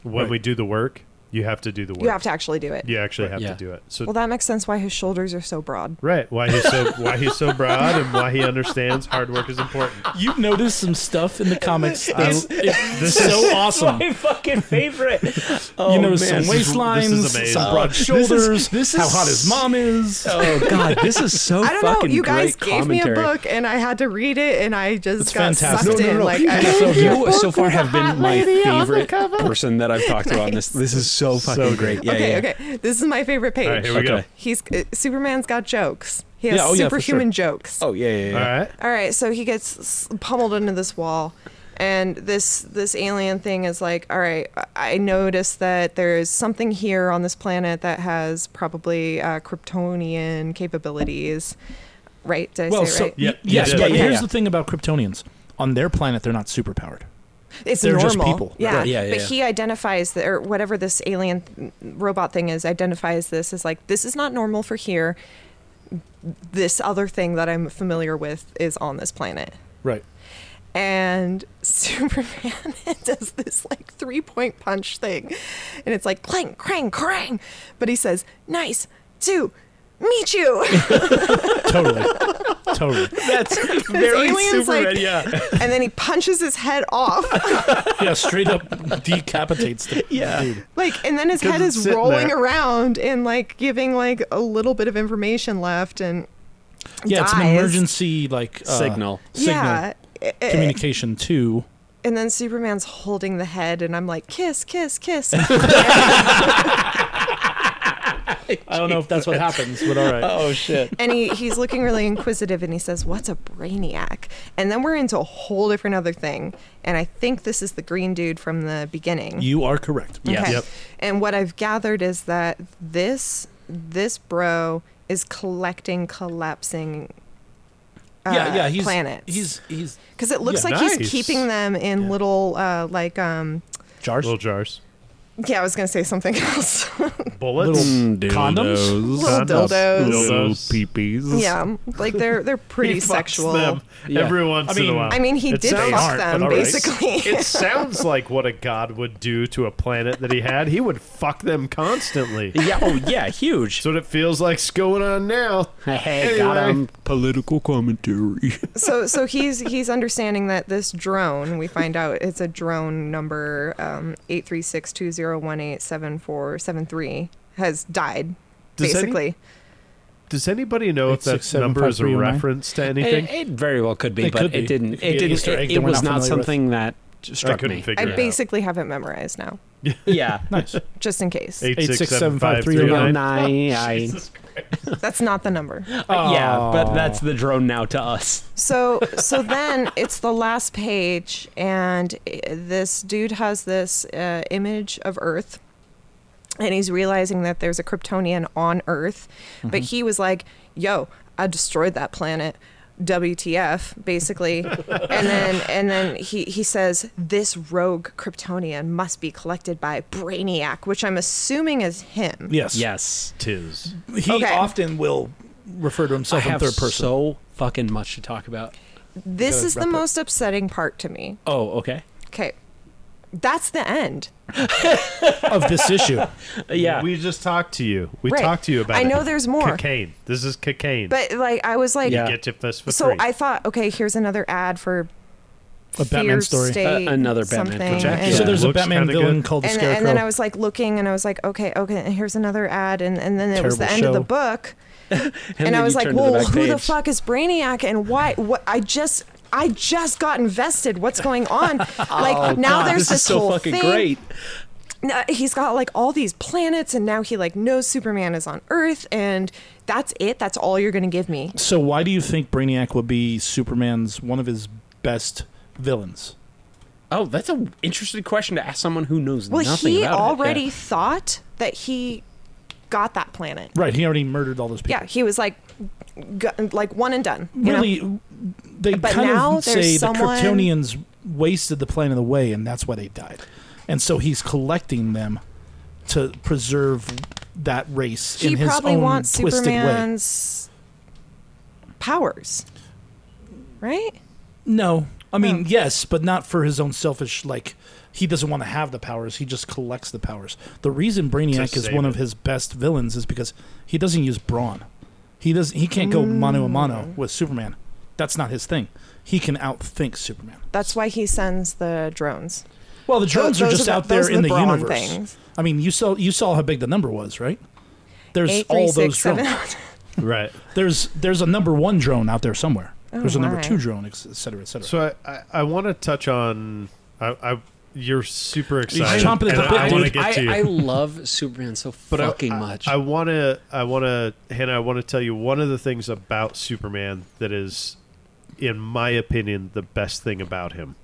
[SPEAKER 1] When we do the work, you have to do the work.
[SPEAKER 4] You have to actually do it.
[SPEAKER 1] You actually have
[SPEAKER 3] Yeah.
[SPEAKER 1] to do it. So
[SPEAKER 4] Well, that makes sense why his shoulders are so broad.
[SPEAKER 1] right, why he's so why he's so broad and why he understands hard work is important.
[SPEAKER 2] you noticed some stuff in the <laughs> comics.
[SPEAKER 1] It's-
[SPEAKER 2] that's it's so
[SPEAKER 1] <laughs>
[SPEAKER 2] awesome.
[SPEAKER 3] fucking favorite.
[SPEAKER 2] you notice
[SPEAKER 1] man,
[SPEAKER 2] some
[SPEAKER 1] this is-
[SPEAKER 2] waistlines,
[SPEAKER 1] this is amazing.
[SPEAKER 2] some broad
[SPEAKER 3] This is-
[SPEAKER 2] shoulders.
[SPEAKER 3] this
[SPEAKER 2] how
[SPEAKER 3] is-
[SPEAKER 2] hot his mom is. <laughs>
[SPEAKER 3] <laughs> oh god, this is so
[SPEAKER 4] I don't know.
[SPEAKER 3] fucking
[SPEAKER 4] You guys
[SPEAKER 3] great
[SPEAKER 4] gave
[SPEAKER 3] commentary.
[SPEAKER 4] me a book, and I had to read it, and I just
[SPEAKER 2] It's
[SPEAKER 4] got
[SPEAKER 2] fantastic.
[SPEAKER 4] sucked
[SPEAKER 2] No, no,
[SPEAKER 4] in.
[SPEAKER 2] no.
[SPEAKER 4] Like, I,
[SPEAKER 3] So you so far have been
[SPEAKER 4] <laughs>
[SPEAKER 3] my favorite person that I've talked to on this. This is so fucking
[SPEAKER 1] So good.
[SPEAKER 3] great. Yeah,
[SPEAKER 4] okay,
[SPEAKER 3] yeah.
[SPEAKER 4] okay, this is my favorite page.
[SPEAKER 1] All right, here we go.
[SPEAKER 3] Okay.
[SPEAKER 4] He's uh, Superman's got jokes. He has
[SPEAKER 2] Yeah, oh yeah, for sure.
[SPEAKER 4] superhuman jokes.
[SPEAKER 3] Oh yeah, yeah, yeah.
[SPEAKER 1] All right.
[SPEAKER 4] All right, so he gets s- pummeled into this wall, and this this alien thing is like, all right, I- I noticed that there's something here on this planet that has probably uh, Kryptonian capabilities, right? Did I
[SPEAKER 2] Well,
[SPEAKER 4] say
[SPEAKER 2] so
[SPEAKER 4] it right?
[SPEAKER 1] yeah,
[SPEAKER 2] yes,
[SPEAKER 1] yeah,
[SPEAKER 2] but
[SPEAKER 3] yeah,
[SPEAKER 2] here's
[SPEAKER 3] yeah.
[SPEAKER 2] the thing about Kryptonians: on their planet, they're not superpowered.
[SPEAKER 4] it's
[SPEAKER 2] they're
[SPEAKER 4] normal.
[SPEAKER 2] just people.
[SPEAKER 4] Yeah.
[SPEAKER 3] Right, yeah, yeah,
[SPEAKER 4] but
[SPEAKER 3] yeah.
[SPEAKER 4] he identifies that, or whatever this alien th- robot thing is, identifies this as like this is not normal for here. This other thing that I'm familiar with is on this planet.
[SPEAKER 2] Right.
[SPEAKER 4] and <laughs> Superman <laughs> does this like three point punch thing, and it's like clang, crang, crang. But he says, "Nice to meet you." <laughs>
[SPEAKER 2] <laughs> Totally. totally.
[SPEAKER 3] That's
[SPEAKER 4] very aliens, Superman, like-
[SPEAKER 3] yeah.
[SPEAKER 4] and then he punches his head off,
[SPEAKER 2] <laughs>
[SPEAKER 4] <laughs>
[SPEAKER 2] Yeah. Straight up decapitates the
[SPEAKER 3] Yeah.
[SPEAKER 2] dude.
[SPEAKER 4] like, and then his
[SPEAKER 1] Because
[SPEAKER 4] head
[SPEAKER 1] it's
[SPEAKER 4] is
[SPEAKER 1] sitting
[SPEAKER 4] rolling
[SPEAKER 1] there.
[SPEAKER 4] around and like giving like a little bit of information left, and
[SPEAKER 2] Yeah, it's an
[SPEAKER 4] dies.
[SPEAKER 2] emergency like uh,
[SPEAKER 3] Signal.
[SPEAKER 2] signal
[SPEAKER 4] Yeah. I- I-
[SPEAKER 2] communication too.
[SPEAKER 4] and then Superman's holding the head, and I'm like, kiss,
[SPEAKER 2] <laughs>
[SPEAKER 4] kiss, kiss.
[SPEAKER 2] I don't know if that's what happens, but <laughs> all right.
[SPEAKER 3] Oh shit.
[SPEAKER 4] and he, he's looking really inquisitive and he says, What's a brainiac? And then we're into a whole different other thing. And I think this is the green dude from the beginning.
[SPEAKER 2] You are correct.
[SPEAKER 3] Yes. Yep.
[SPEAKER 4] And what I've gathered is that this this bro is collecting collapsing uh,
[SPEAKER 2] yeah, yeah, he's
[SPEAKER 4] planets.
[SPEAKER 2] he's he's
[SPEAKER 4] because it looks
[SPEAKER 2] yeah,
[SPEAKER 4] like
[SPEAKER 1] nice.
[SPEAKER 4] he's keeping them in
[SPEAKER 2] Yeah.
[SPEAKER 4] little uh, like um
[SPEAKER 2] jars.
[SPEAKER 1] Little jars.
[SPEAKER 4] yeah, I was gonna say something <laughs> else.
[SPEAKER 1] Bullets.
[SPEAKER 3] Mm,
[SPEAKER 2] condoms.
[SPEAKER 4] little
[SPEAKER 1] Condoms.
[SPEAKER 4] dildos.
[SPEAKER 1] Dildos.
[SPEAKER 3] peepees.
[SPEAKER 4] yeah. Like they're
[SPEAKER 2] <laughs>
[SPEAKER 4] they're pretty
[SPEAKER 1] He fucks
[SPEAKER 4] sexual.
[SPEAKER 1] them
[SPEAKER 3] Yeah.
[SPEAKER 1] every once
[SPEAKER 2] I mean-
[SPEAKER 1] in a while.
[SPEAKER 4] I mean, he
[SPEAKER 1] It
[SPEAKER 4] did
[SPEAKER 1] sounds-
[SPEAKER 4] fuck
[SPEAKER 2] aren't,
[SPEAKER 4] them
[SPEAKER 2] but all right.
[SPEAKER 4] basically.
[SPEAKER 1] <laughs> it sounds like what a god would do to a planet that he had. He would fuck them constantly.
[SPEAKER 3] Yeah. Oh yeah. Huge.
[SPEAKER 1] So what it feels like's going on now.
[SPEAKER 3] <laughs> Hey,
[SPEAKER 1] got Anyway. him.
[SPEAKER 3] Political commentary.
[SPEAKER 4] so so he's he's understanding that this drone we find out it's a drone number um, 836-201-87473 has died
[SPEAKER 1] Does any-
[SPEAKER 4] basically
[SPEAKER 1] Does anybody know
[SPEAKER 2] Eight,
[SPEAKER 1] if that
[SPEAKER 2] six, seven,
[SPEAKER 1] number
[SPEAKER 2] five,
[SPEAKER 1] is a
[SPEAKER 2] three, oh, nine.
[SPEAKER 1] reference to anything?
[SPEAKER 3] It, it very well could be,
[SPEAKER 2] It
[SPEAKER 3] but
[SPEAKER 2] could
[SPEAKER 3] it
[SPEAKER 2] be.
[SPEAKER 3] didn't.
[SPEAKER 2] If you get
[SPEAKER 3] It
[SPEAKER 2] an
[SPEAKER 3] didn't.
[SPEAKER 2] Easter egg
[SPEAKER 3] It,
[SPEAKER 2] that
[SPEAKER 3] it
[SPEAKER 2] we're
[SPEAKER 3] was
[SPEAKER 2] not
[SPEAKER 3] not
[SPEAKER 2] familiar with.
[SPEAKER 3] something that struck
[SPEAKER 1] I couldn't
[SPEAKER 3] me.
[SPEAKER 1] figure
[SPEAKER 4] I
[SPEAKER 1] it out.
[SPEAKER 4] basically have it memorized now,
[SPEAKER 3] <laughs> Yeah.
[SPEAKER 2] <laughs> Nice.
[SPEAKER 4] just in case.
[SPEAKER 1] Eight,
[SPEAKER 2] Eight, six, seven, five, three,
[SPEAKER 1] three,
[SPEAKER 2] oh,
[SPEAKER 1] nine.
[SPEAKER 3] Drone nine, I,
[SPEAKER 4] That's not the number.
[SPEAKER 3] yeah, but that's the drone now to us.
[SPEAKER 4] So so then it's the last page, and i- this dude has this uh, image of Earth, and he's realizing that there's a Kryptonian on Earth, but he was like, "Yo, I destroyed that planet." WTF basically and then and then he he says this rogue Kryptonian must be collected by Brainiac which I'm assuming is him
[SPEAKER 2] Yes.
[SPEAKER 3] Yes.
[SPEAKER 1] Tis.
[SPEAKER 2] He
[SPEAKER 4] Okay.
[SPEAKER 2] often will refer to
[SPEAKER 3] I
[SPEAKER 2] himself in
[SPEAKER 3] have
[SPEAKER 2] third person.
[SPEAKER 3] so fucking much to talk about.
[SPEAKER 4] this
[SPEAKER 2] gotta
[SPEAKER 4] is the
[SPEAKER 2] wrap up.
[SPEAKER 4] most upsetting part to me
[SPEAKER 3] Oh, okay.
[SPEAKER 4] okay that's the end
[SPEAKER 2] of this
[SPEAKER 4] <laughs>
[SPEAKER 2] issue.
[SPEAKER 3] Yeah.
[SPEAKER 1] We just talked to you. We
[SPEAKER 4] Right.
[SPEAKER 1] talked to you about
[SPEAKER 4] I
[SPEAKER 1] it.
[SPEAKER 4] know there's more.
[SPEAKER 1] Cocaine. This is cocaine.
[SPEAKER 4] But like I was like,
[SPEAKER 1] you
[SPEAKER 3] Yeah.
[SPEAKER 1] get to this for
[SPEAKER 4] so
[SPEAKER 1] free.
[SPEAKER 4] I thought, okay, here's another ad for
[SPEAKER 2] A Batman
[SPEAKER 4] Fear
[SPEAKER 2] story.
[SPEAKER 4] State
[SPEAKER 3] Uh, another Batman
[SPEAKER 4] something.
[SPEAKER 3] project.
[SPEAKER 4] And,
[SPEAKER 2] So there's a
[SPEAKER 1] Looks
[SPEAKER 2] Batman
[SPEAKER 1] kinda
[SPEAKER 2] villain
[SPEAKER 1] good.
[SPEAKER 2] called the
[SPEAKER 4] and,
[SPEAKER 2] Scarecrow.
[SPEAKER 4] and then I was like looking, and I was like, okay, okay, and here's another ad, and, and then it was the
[SPEAKER 2] Terrible
[SPEAKER 4] end of the
[SPEAKER 2] show.
[SPEAKER 4] book, and,
[SPEAKER 3] then
[SPEAKER 4] I
[SPEAKER 3] you
[SPEAKER 4] was like,
[SPEAKER 3] turn to the
[SPEAKER 4] well,
[SPEAKER 3] back
[SPEAKER 4] who the
[SPEAKER 3] page.
[SPEAKER 4] fuck is Brainiac, and why? What I just. I just got invested. What's
[SPEAKER 3] <laughs>
[SPEAKER 4] going on? Like now,
[SPEAKER 3] Oh, God, Ah,
[SPEAKER 4] there's
[SPEAKER 3] this
[SPEAKER 4] this
[SPEAKER 3] is so
[SPEAKER 4] whole
[SPEAKER 3] fucking
[SPEAKER 4] thing.
[SPEAKER 3] great.
[SPEAKER 4] Now, he's got like all these planets, and now he like knows Superman is on Earth, and that's it. That's all you're gonna give me.
[SPEAKER 2] so why do you think Brainiac would be Superman's one of his best villains?
[SPEAKER 3] Oh, that's an interesting question to ask someone who knows
[SPEAKER 4] Well,
[SPEAKER 3] nothing
[SPEAKER 4] he
[SPEAKER 3] about
[SPEAKER 4] already
[SPEAKER 3] it. Yeah.
[SPEAKER 4] thought that he got that planet.
[SPEAKER 2] Right, he already murdered all those people.
[SPEAKER 4] Yeah, he was like, g- like one and done. you know?
[SPEAKER 2] really, they
[SPEAKER 4] But
[SPEAKER 2] kind
[SPEAKER 4] now
[SPEAKER 2] of say
[SPEAKER 4] there's someone-
[SPEAKER 2] the Kryptonians wasted the planet away, and that's why they died. And so he's collecting them to preserve that race
[SPEAKER 4] he
[SPEAKER 2] in his
[SPEAKER 4] probably
[SPEAKER 2] own
[SPEAKER 4] wants
[SPEAKER 2] twisted way.
[SPEAKER 4] Superman's powers, right?
[SPEAKER 2] No, I mean
[SPEAKER 4] No.
[SPEAKER 2] yes, but not for his own selfish. Like he doesn't want to have the powers; he just collects the powers. The reason Brainiac is
[SPEAKER 1] save
[SPEAKER 2] one of
[SPEAKER 1] it.
[SPEAKER 2] his best villains is because he doesn't use brawn. He does. He can't go mano a mano
[SPEAKER 4] Mm.
[SPEAKER 2] with Superman. That's not his thing. He can outthink Superman.
[SPEAKER 4] That's why he sends the drones.
[SPEAKER 2] Well, the drones are
[SPEAKER 4] those
[SPEAKER 2] just
[SPEAKER 4] are the-
[SPEAKER 2] out there
[SPEAKER 4] those are
[SPEAKER 2] in the,
[SPEAKER 4] the brawn
[SPEAKER 2] universe.
[SPEAKER 4] things.
[SPEAKER 2] I mean, you saw you saw how big the number was, right? There's
[SPEAKER 4] Eight, three,
[SPEAKER 2] all those
[SPEAKER 4] six, seven. <laughs>
[SPEAKER 2] drones.
[SPEAKER 1] right.
[SPEAKER 2] There's there's a number one drone out there somewhere.
[SPEAKER 4] Oh,
[SPEAKER 2] there's a number
[SPEAKER 4] my.
[SPEAKER 2] two drone, et cetera, et cetera.
[SPEAKER 1] So I, I, I want to touch on. I, I you're super excited.
[SPEAKER 2] chomping at the
[SPEAKER 1] and
[SPEAKER 2] bit,
[SPEAKER 1] I want to
[SPEAKER 2] dude.
[SPEAKER 1] get to you.
[SPEAKER 3] I, I love Superman so
[SPEAKER 1] but I-
[SPEAKER 3] fucking
[SPEAKER 1] I,
[SPEAKER 3] much.
[SPEAKER 1] I want to. I want to. Hannah, I want to tell you one of the things about Superman that is, in my opinion, the best thing about him,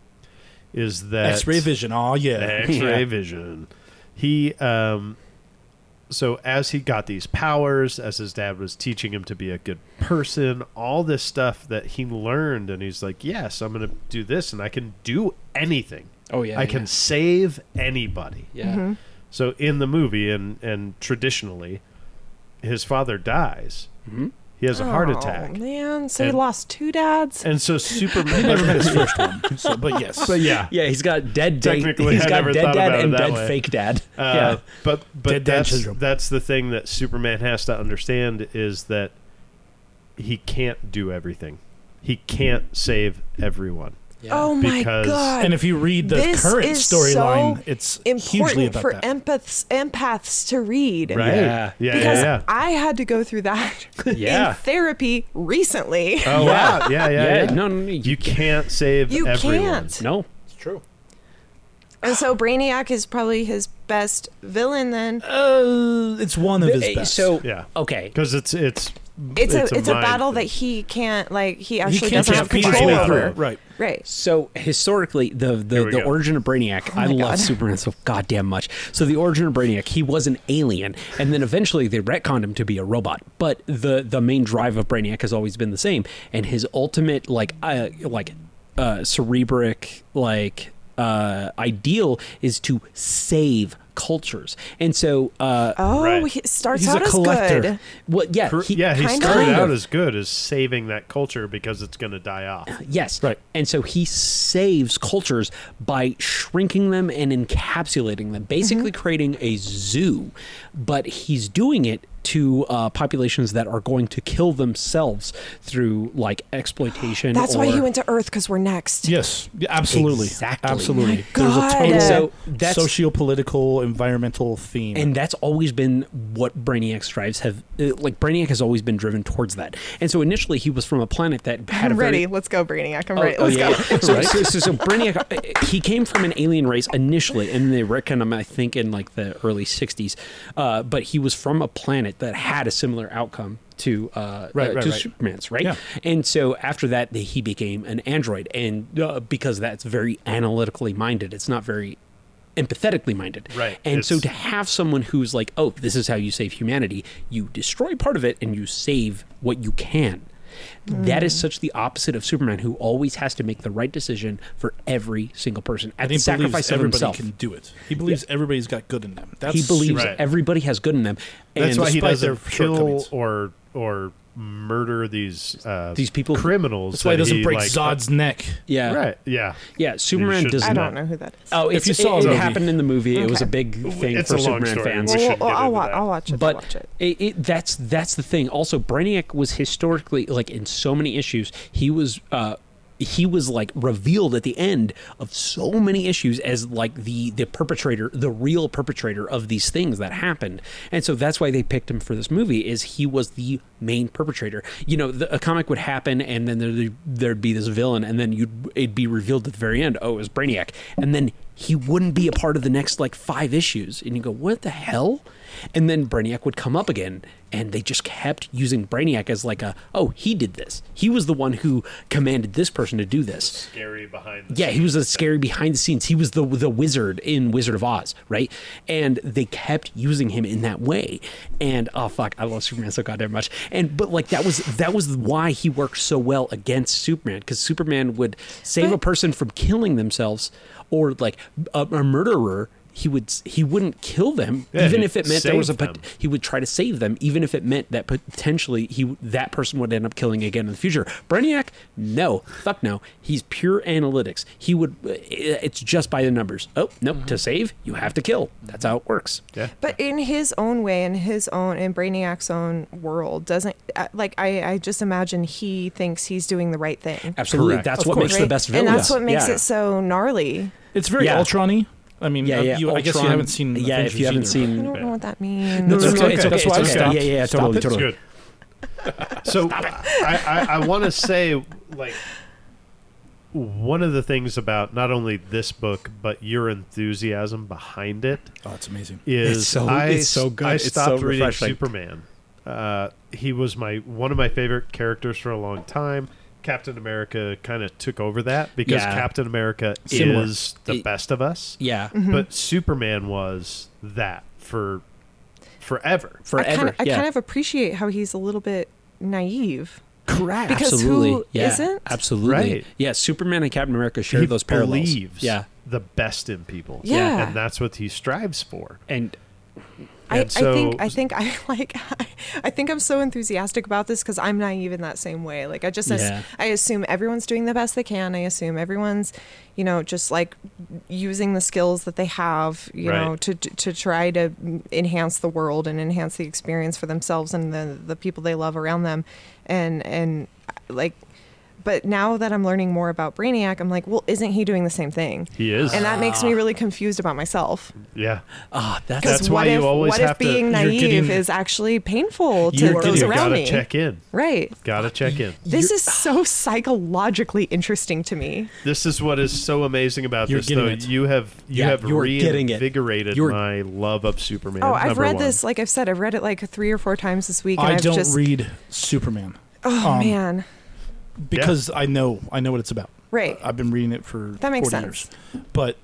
[SPEAKER 1] is that
[SPEAKER 2] X-ray vision. Oh yeah.
[SPEAKER 1] X-ray
[SPEAKER 3] <laughs> Yeah.
[SPEAKER 1] vision. He um so as he got these powers, as his dad was teaching him to be a good person, all this stuff that he learned and he's like, "Yes, I'm going to do this and I can do anything.
[SPEAKER 3] oh yeah,
[SPEAKER 1] I can save anybody."
[SPEAKER 3] Yeah.
[SPEAKER 4] Mm-hmm.
[SPEAKER 1] So in the movie and and traditionally his father dies.
[SPEAKER 3] Mm-hmm.
[SPEAKER 1] He has a heart attack.
[SPEAKER 4] Oh man! So he
[SPEAKER 1] And-
[SPEAKER 4] lost two dads.
[SPEAKER 1] And so Superman
[SPEAKER 3] <laughs>
[SPEAKER 2] Never met his first one. So,
[SPEAKER 4] <laughs>
[SPEAKER 2] but yes.
[SPEAKER 1] But yeah.
[SPEAKER 3] Yeah, he's got dead dad.
[SPEAKER 1] Technically,
[SPEAKER 3] he's
[SPEAKER 1] I
[SPEAKER 3] got
[SPEAKER 1] never
[SPEAKER 3] dead
[SPEAKER 1] thought
[SPEAKER 3] dad
[SPEAKER 1] about it
[SPEAKER 3] and
[SPEAKER 1] that
[SPEAKER 3] dead
[SPEAKER 1] way.
[SPEAKER 3] fake dad. <laughs>
[SPEAKER 1] Uh, but but
[SPEAKER 2] Dead dad
[SPEAKER 1] that's
[SPEAKER 2] syndrome.
[SPEAKER 1] that's the thing that Superman has to understand is that he can't do everything. He can't save everyone.
[SPEAKER 3] yeah.
[SPEAKER 4] oh my
[SPEAKER 1] because-
[SPEAKER 4] god!
[SPEAKER 2] and if you read the
[SPEAKER 4] This
[SPEAKER 2] current
[SPEAKER 4] is
[SPEAKER 2] storyline,
[SPEAKER 4] so
[SPEAKER 2] it's hugely
[SPEAKER 4] important
[SPEAKER 2] about
[SPEAKER 4] for
[SPEAKER 2] that.
[SPEAKER 4] empaths empaths to read.
[SPEAKER 1] Right?
[SPEAKER 3] Yeah.
[SPEAKER 1] Yeah. Yeah.
[SPEAKER 4] because
[SPEAKER 1] yeah.
[SPEAKER 4] I had to go through that <laughs>
[SPEAKER 3] Yeah.
[SPEAKER 4] in therapy recently.
[SPEAKER 1] oh
[SPEAKER 3] Yeah.
[SPEAKER 1] wow. Yeah. Yeah.
[SPEAKER 3] yeah,
[SPEAKER 1] yeah.
[SPEAKER 3] No, no, no,
[SPEAKER 1] You can't save
[SPEAKER 4] You
[SPEAKER 1] everyone.
[SPEAKER 4] can't.
[SPEAKER 3] no.
[SPEAKER 2] It's true.
[SPEAKER 4] And so Brainiac is probably his best villain then.
[SPEAKER 2] Uh, it's one of his
[SPEAKER 3] Uh,
[SPEAKER 2] best.
[SPEAKER 3] So
[SPEAKER 1] Yeah.
[SPEAKER 3] okay,
[SPEAKER 1] Because it's it's
[SPEAKER 4] It's, a, it's a
[SPEAKER 1] mind
[SPEAKER 4] battle that
[SPEAKER 1] thing.
[SPEAKER 4] he can't like he
[SPEAKER 2] he
[SPEAKER 4] actually
[SPEAKER 2] can't
[SPEAKER 4] doesn't
[SPEAKER 2] just
[SPEAKER 4] have
[SPEAKER 2] beat
[SPEAKER 1] fight
[SPEAKER 4] control
[SPEAKER 2] his way
[SPEAKER 1] it.
[SPEAKER 4] over.
[SPEAKER 2] through. Right.
[SPEAKER 4] Right.
[SPEAKER 3] So historically, the the,
[SPEAKER 1] we
[SPEAKER 3] the
[SPEAKER 1] go.
[SPEAKER 3] origin of Brainiac, I love
[SPEAKER 4] Oh God.
[SPEAKER 3] Superman so goddamn much. So the origin of Brainiac, he was an alien, and then eventually they retconned him to be a robot. But the the main drive of Brainiac has always been the same, and his ultimate like uh, like uh, cerebric like uh, ideal is to save cultures, and so uh,
[SPEAKER 4] Oh,
[SPEAKER 1] Right.
[SPEAKER 4] he starts
[SPEAKER 2] He's a
[SPEAKER 4] out as
[SPEAKER 2] collector.
[SPEAKER 4] good.
[SPEAKER 3] well, yeah,
[SPEAKER 1] Cor- yeah, he
[SPEAKER 4] kind
[SPEAKER 1] started
[SPEAKER 4] of.
[SPEAKER 1] out as good as saving that culture because it's going to die off.
[SPEAKER 3] Yes.
[SPEAKER 2] Right.
[SPEAKER 3] And so he saves cultures by shrinking them
[SPEAKER 4] Mm-hmm.
[SPEAKER 3] and encapsulating them, basically creating a zoo. But he's doing it to uh, populations that are going to kill themselves through like exploitation.
[SPEAKER 4] <gasps> That's why
[SPEAKER 3] or-
[SPEAKER 4] he went to Earth because we're next.
[SPEAKER 2] Yes, yeah, absolutely,
[SPEAKER 3] Exactly.
[SPEAKER 2] absolutely.
[SPEAKER 4] Oh My
[SPEAKER 2] There's a
[SPEAKER 4] God.
[SPEAKER 2] total
[SPEAKER 3] And so that's-
[SPEAKER 2] socio-political, environmental theme.
[SPEAKER 3] and that's always been what Brainiac strives have uh, like Brainiac has always been driven towards that. And so initially he was from a planet that had a
[SPEAKER 4] <laughs> I'm
[SPEAKER 3] very
[SPEAKER 4] ready. Let's go, Brainiac. I'm
[SPEAKER 3] Oh,
[SPEAKER 4] ready.
[SPEAKER 3] oh,
[SPEAKER 4] Let's
[SPEAKER 3] yeah,
[SPEAKER 4] go.
[SPEAKER 3] yeah. So, so, so, so Brainiac, uh, he came from an alien race initially, and they reckon him, I think, in like the early 60s. Uh, but he was from a planet that had a similar outcome to, uh,
[SPEAKER 2] Right,
[SPEAKER 3] uh,
[SPEAKER 2] right,
[SPEAKER 3] to
[SPEAKER 2] right.
[SPEAKER 3] Superman's, right?
[SPEAKER 2] Yeah.
[SPEAKER 3] And so after that, he became an android. And uh, because that's very analytically minded, it's not very empathetically minded.
[SPEAKER 1] Right.
[SPEAKER 3] And so
[SPEAKER 1] It's-
[SPEAKER 3] to have someone who's like, oh, this is how you save humanity, you destroy part of it and you save what you can. That is such the opposite of Superman, who always has to make the right decision for every single person at
[SPEAKER 2] And
[SPEAKER 3] the
[SPEAKER 2] he
[SPEAKER 3] sacrifice
[SPEAKER 2] believes
[SPEAKER 3] of
[SPEAKER 2] everybody
[SPEAKER 3] himself.
[SPEAKER 2] can do it. He believes everybody's got good in them. That's
[SPEAKER 3] he believes
[SPEAKER 1] Right.
[SPEAKER 3] everybody has good in them. And
[SPEAKER 1] That's why he
[SPEAKER 2] despite their
[SPEAKER 1] doesn't kill
[SPEAKER 2] shortcomings.
[SPEAKER 1] or or murder these uh,
[SPEAKER 3] These people-
[SPEAKER 1] criminals.
[SPEAKER 2] That's why he
[SPEAKER 1] that
[SPEAKER 2] doesn't break
[SPEAKER 1] like- uh,
[SPEAKER 2] Zod's neck.
[SPEAKER 3] yeah,
[SPEAKER 1] Right. Yeah.
[SPEAKER 3] yeah. Superman
[SPEAKER 1] should
[SPEAKER 3] does
[SPEAKER 4] I
[SPEAKER 1] not.
[SPEAKER 3] not.
[SPEAKER 4] don't know who that is.
[SPEAKER 3] Oh,
[SPEAKER 2] If
[SPEAKER 3] it's,
[SPEAKER 2] you saw
[SPEAKER 3] it,
[SPEAKER 2] the
[SPEAKER 3] it
[SPEAKER 2] movie.
[SPEAKER 3] happened in the movie. It was a
[SPEAKER 4] Okay.
[SPEAKER 3] big thing
[SPEAKER 1] It's
[SPEAKER 3] for
[SPEAKER 1] a long
[SPEAKER 3] Superman
[SPEAKER 1] story.
[SPEAKER 3] fans.
[SPEAKER 1] We
[SPEAKER 4] Well,
[SPEAKER 1] shouldn't
[SPEAKER 4] well,
[SPEAKER 1] get
[SPEAKER 4] I'll,
[SPEAKER 1] into
[SPEAKER 4] wa-
[SPEAKER 1] that.
[SPEAKER 4] I'll watch it.
[SPEAKER 3] but
[SPEAKER 4] I'll watch it.
[SPEAKER 3] It, it, that's that's the thing. Also, Brainiac was historically like in so many issues. He was uh, he was like revealed at the end of so many issues as like the the perpetrator, the real perpetrator of these things that happened. And so that's why they picked him for this movie. Is he was the main perpetrator? You know, the, a comic would happen, and then there'd, there'd be this villain, and then you'd it'd be revealed at the very end. Oh, it was Brainiac, and then he wouldn't be a part of the next like five issues. And you go, what the hell? And then Brainiac would come up again. And they just kept using Brainiac as like a, oh, he did this. He was the one who commanded this person to do this.
[SPEAKER 1] Scary behind. The
[SPEAKER 3] Yeah, he was the scary behind the scenes. He was the the wizard in Wizard of Oz, right? And they kept using him in that way. And oh fuck, I love Superman so goddamn much. And but like that was that was why he worked so well against Superman because Superman would save a
[SPEAKER 4] But-
[SPEAKER 3] person from killing themselves or like a, a murderer. He would he wouldn't kill them
[SPEAKER 1] Yeah,
[SPEAKER 3] even
[SPEAKER 1] he'd
[SPEAKER 3] if it meant there was a
[SPEAKER 1] save
[SPEAKER 3] pot-
[SPEAKER 1] them.
[SPEAKER 3] he would try to save them even if it meant that potentially he that person would end up killing again in the future brainiac no fuck no he's pure analytics he would eh, it's just by the numbers oh nope
[SPEAKER 2] Mm-hmm.
[SPEAKER 3] to save you have to kill that's how it works
[SPEAKER 1] Yeah.
[SPEAKER 4] But in his own way, in his own, in Brainiac's own world, doesn't uh, like I, I just imagine he thinks he's doing the right thing.
[SPEAKER 3] absolutely
[SPEAKER 1] Correct.
[SPEAKER 3] that's
[SPEAKER 2] Of
[SPEAKER 3] what
[SPEAKER 2] course.
[SPEAKER 3] makes the
[SPEAKER 4] right?
[SPEAKER 3] best villain
[SPEAKER 4] and that's what makes
[SPEAKER 3] Yeah.
[SPEAKER 4] it so gnarly.
[SPEAKER 2] It's very
[SPEAKER 3] Yeah.
[SPEAKER 2] Ultron-y. I mean,
[SPEAKER 3] yeah,
[SPEAKER 2] uh,
[SPEAKER 3] yeah.
[SPEAKER 2] you- I guess you
[SPEAKER 3] Ultron.
[SPEAKER 2] haven't seen.
[SPEAKER 3] Yeah,
[SPEAKER 2] Avengers
[SPEAKER 3] if you haven't
[SPEAKER 2] either.
[SPEAKER 3] seen.
[SPEAKER 4] I don't know what that means.
[SPEAKER 3] No, no, no,
[SPEAKER 2] That's okay.
[SPEAKER 3] it's okay.
[SPEAKER 2] That's why I
[SPEAKER 3] it's okay.
[SPEAKER 2] stopped.
[SPEAKER 3] Yeah, yeah, yeah,
[SPEAKER 2] Stop
[SPEAKER 3] totally,
[SPEAKER 2] it.
[SPEAKER 3] totally.
[SPEAKER 1] Good. So I, I, I want to say like one of the things about not only this book but your enthusiasm behind it
[SPEAKER 2] Oh, it's amazing.
[SPEAKER 1] is
[SPEAKER 3] It's so-
[SPEAKER 1] I,
[SPEAKER 3] it's so good.
[SPEAKER 1] I
[SPEAKER 3] It's
[SPEAKER 1] stopped
[SPEAKER 3] so
[SPEAKER 1] reading
[SPEAKER 3] refreshing.
[SPEAKER 1] Superman. Uh, he was my one of my favorite characters for a long time. Captain America kind of took over that because
[SPEAKER 3] Yeah.
[SPEAKER 1] Captain America
[SPEAKER 3] Similar. Mm-hmm.
[SPEAKER 1] is the
[SPEAKER 3] It-
[SPEAKER 1] best of us.
[SPEAKER 3] Yeah,
[SPEAKER 4] Mm-hmm.
[SPEAKER 1] But Superman was that for forever.
[SPEAKER 3] forever.
[SPEAKER 4] I kind of, I
[SPEAKER 3] yeah.
[SPEAKER 4] kind of appreciate how he's a little bit naive.
[SPEAKER 3] Correct.
[SPEAKER 4] Because
[SPEAKER 3] absolutely.
[SPEAKER 4] who
[SPEAKER 3] yeah.
[SPEAKER 4] isn't?
[SPEAKER 3] Absolutely.
[SPEAKER 1] Right.
[SPEAKER 3] Yeah. Superman and Captain America share
[SPEAKER 1] he
[SPEAKER 3] those parallels.
[SPEAKER 1] believes
[SPEAKER 3] Yeah.
[SPEAKER 1] the best in people.
[SPEAKER 4] Yeah.
[SPEAKER 1] And that's what he strives for.
[SPEAKER 3] And
[SPEAKER 4] I,
[SPEAKER 1] And so-
[SPEAKER 4] I think I think I <laughs> like I, I think I'm so enthusiastic about this because I'm naive in that same way. Like I just as-
[SPEAKER 3] Yeah.
[SPEAKER 4] I assume everyone's doing the best they can. I assume everyone's, you know, just like using the skills that they have, you know,
[SPEAKER 1] Right.
[SPEAKER 4] to to try to enhance the world and enhance the experience for themselves and the the people they love around them, and and like. But now that I'm learning more about Brainiac, I'm like, well, isn't he doing the same thing?
[SPEAKER 1] He is.
[SPEAKER 4] And that makes me really confused about myself.
[SPEAKER 1] yeah.
[SPEAKER 3] ah, that's
[SPEAKER 1] That's
[SPEAKER 4] Because what
[SPEAKER 1] why you
[SPEAKER 4] if,
[SPEAKER 1] always
[SPEAKER 4] what if
[SPEAKER 1] have to-
[SPEAKER 4] being
[SPEAKER 1] you're
[SPEAKER 4] naive
[SPEAKER 2] getting-
[SPEAKER 4] is actually painful to
[SPEAKER 3] You're
[SPEAKER 4] those
[SPEAKER 1] you
[SPEAKER 4] around
[SPEAKER 1] gotta
[SPEAKER 4] me?
[SPEAKER 1] check in.
[SPEAKER 4] Right.
[SPEAKER 1] Gotta check in.
[SPEAKER 4] This
[SPEAKER 1] <sighs>
[SPEAKER 4] is so psychologically interesting to me.
[SPEAKER 1] This is what is so amazing about
[SPEAKER 2] You're
[SPEAKER 1] this,
[SPEAKER 2] getting
[SPEAKER 1] though.
[SPEAKER 2] it.
[SPEAKER 1] You have you
[SPEAKER 3] Yeah,
[SPEAKER 1] have
[SPEAKER 3] you're getting it.
[SPEAKER 1] reinvigorated
[SPEAKER 3] You're-
[SPEAKER 1] my love of Superman.
[SPEAKER 4] Oh, I've
[SPEAKER 1] number
[SPEAKER 4] read
[SPEAKER 1] one.
[SPEAKER 4] this. Like I've said, I've read it like three or four times this week, and
[SPEAKER 2] I
[SPEAKER 4] have
[SPEAKER 2] don't
[SPEAKER 4] just
[SPEAKER 2] read Superman
[SPEAKER 4] oh
[SPEAKER 2] um,
[SPEAKER 4] man,
[SPEAKER 2] because I know I know what it's about. Uh,
[SPEAKER 4] right?
[SPEAKER 2] I've been reading it for
[SPEAKER 4] That makes
[SPEAKER 2] 40 years. But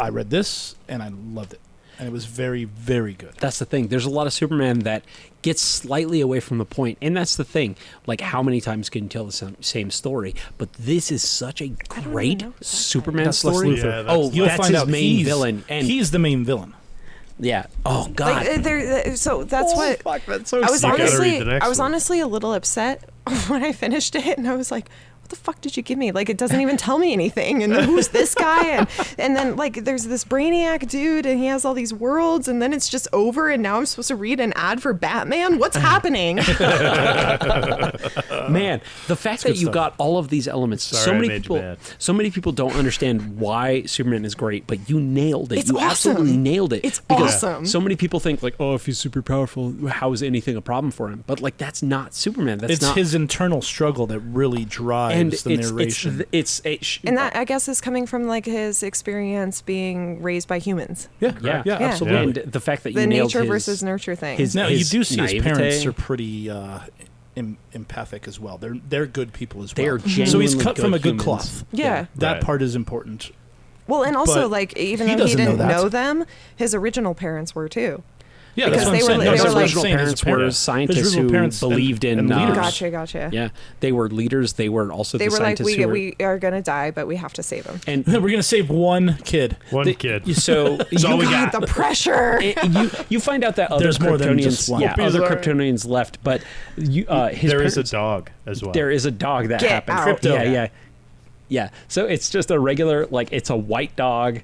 [SPEAKER 2] I read this and I loved it. And it was very, very good.
[SPEAKER 3] That's the thing. There's a lot of Superman that gets slightly away from the point, and that's the thing. Like, how many times can you tell the same, same story? But this is such a
[SPEAKER 4] don't even
[SPEAKER 3] great
[SPEAKER 4] know who that guy
[SPEAKER 3] Superman
[SPEAKER 2] That's Lex
[SPEAKER 3] story.
[SPEAKER 2] Luthor.
[SPEAKER 1] Yeah, that's-
[SPEAKER 3] oh,
[SPEAKER 2] You'll
[SPEAKER 3] that's
[SPEAKER 2] find
[SPEAKER 3] his
[SPEAKER 2] out
[SPEAKER 3] main
[SPEAKER 2] he's-
[SPEAKER 3] villain, and
[SPEAKER 2] he's the main villain.
[SPEAKER 3] yeah. Oh God.
[SPEAKER 4] Like uh, there, uh, so that's
[SPEAKER 2] Oh,
[SPEAKER 4] what
[SPEAKER 3] Fuck, that's so
[SPEAKER 4] I was
[SPEAKER 1] You gotta read
[SPEAKER 4] honestly,
[SPEAKER 1] the next
[SPEAKER 4] I was
[SPEAKER 1] one.
[SPEAKER 4] <laughs> honestly a little upset when I finished it, and I was like, what the fuck did you give me? Like, it doesn't even tell me anything. And who's this guy?
[SPEAKER 1] <laughs>
[SPEAKER 4] And, and then, like, there's this brainiac dude and he has all these worlds. And then it's just over. And now I'm supposed to read an ad for
[SPEAKER 1] <laughs>
[SPEAKER 4] Batman? What's happening?
[SPEAKER 3] Man, the fact that you got all of these elements. so
[SPEAKER 1] Sorry I
[SPEAKER 3] many
[SPEAKER 1] made you
[SPEAKER 3] people,
[SPEAKER 1] mad.
[SPEAKER 3] so many people don't understand why Superman is great, but you nailed it.
[SPEAKER 4] It's
[SPEAKER 3] you
[SPEAKER 4] awesome.
[SPEAKER 3] absolutely nailed it.
[SPEAKER 4] It's awesome.
[SPEAKER 3] So many people think like, oh, if he's super powerful, how is anything a problem for him? But like, that's not Superman. That's
[SPEAKER 2] it's
[SPEAKER 3] not
[SPEAKER 2] his internal struggle that really drives
[SPEAKER 3] and
[SPEAKER 2] the
[SPEAKER 3] it's,
[SPEAKER 2] narration.
[SPEAKER 3] It's, it's, it sh-
[SPEAKER 1] <laughs>
[SPEAKER 4] and that, I guess, is coming from, like, his experience being raised by humans.
[SPEAKER 2] yeah,
[SPEAKER 3] yeah,
[SPEAKER 2] yeah,
[SPEAKER 4] Yeah.
[SPEAKER 2] absolutely.
[SPEAKER 3] And the fact that you
[SPEAKER 4] The
[SPEAKER 3] nailed
[SPEAKER 4] nature
[SPEAKER 3] his,
[SPEAKER 4] versus nurture thing.
[SPEAKER 3] his-
[SPEAKER 2] Now you do see his parents
[SPEAKER 3] naivete.
[SPEAKER 2] are pretty uh, em- empathic as well. They're they're good people as well.
[SPEAKER 3] They are
[SPEAKER 2] so he's
[SPEAKER 3] genuinely
[SPEAKER 2] cut from a good
[SPEAKER 3] good humans.
[SPEAKER 2] cloth.
[SPEAKER 4] Yeah.
[SPEAKER 2] That
[SPEAKER 1] Right.
[SPEAKER 2] part is important.
[SPEAKER 4] Well, and also,
[SPEAKER 2] But
[SPEAKER 4] like, even
[SPEAKER 2] he
[SPEAKER 4] though he
[SPEAKER 2] doesn't know
[SPEAKER 4] didn't
[SPEAKER 2] that.
[SPEAKER 4] know them, his original parents were too.
[SPEAKER 2] Yeah,
[SPEAKER 4] Because they
[SPEAKER 2] that's
[SPEAKER 4] were- they were
[SPEAKER 3] his
[SPEAKER 2] what I'm
[SPEAKER 4] like-
[SPEAKER 3] original
[SPEAKER 2] saying as a
[SPEAKER 3] parents
[SPEAKER 2] parent.
[SPEAKER 3] were
[SPEAKER 2] His
[SPEAKER 3] scientists
[SPEAKER 2] original
[SPEAKER 3] who
[SPEAKER 2] parents and-
[SPEAKER 3] believed in
[SPEAKER 2] and
[SPEAKER 3] uh,
[SPEAKER 2] leaders.
[SPEAKER 4] Gotcha, gotcha.
[SPEAKER 3] Yeah, they were leaders. They were also
[SPEAKER 4] They
[SPEAKER 3] the
[SPEAKER 4] were like,
[SPEAKER 3] scientists
[SPEAKER 4] we,
[SPEAKER 3] who were,
[SPEAKER 4] we are going to die, but we have to save him.
[SPEAKER 2] <laughs>
[SPEAKER 3] and
[SPEAKER 2] We're gonna save one kid.
[SPEAKER 1] One
[SPEAKER 3] the-
[SPEAKER 1] kid.
[SPEAKER 3] <laughs>
[SPEAKER 4] <laughs>
[SPEAKER 3] So you
[SPEAKER 1] all we
[SPEAKER 3] got-
[SPEAKER 1] got.
[SPEAKER 4] The pressure.
[SPEAKER 3] it- you you find out that other
[SPEAKER 2] There's
[SPEAKER 3] Kryptonians,
[SPEAKER 2] more than just one.
[SPEAKER 3] yeah,
[SPEAKER 1] Whoopi
[SPEAKER 3] other
[SPEAKER 1] Zara.
[SPEAKER 3] Kryptonians left, but you, uh, his
[SPEAKER 1] There is a
[SPEAKER 3] parents-
[SPEAKER 1] dog as well.
[SPEAKER 3] there is a dog that
[SPEAKER 4] Get
[SPEAKER 3] happened.
[SPEAKER 4] out. Crypto.
[SPEAKER 3] Yeah, yeah, yeah. So it's just a regular like it's a white dog.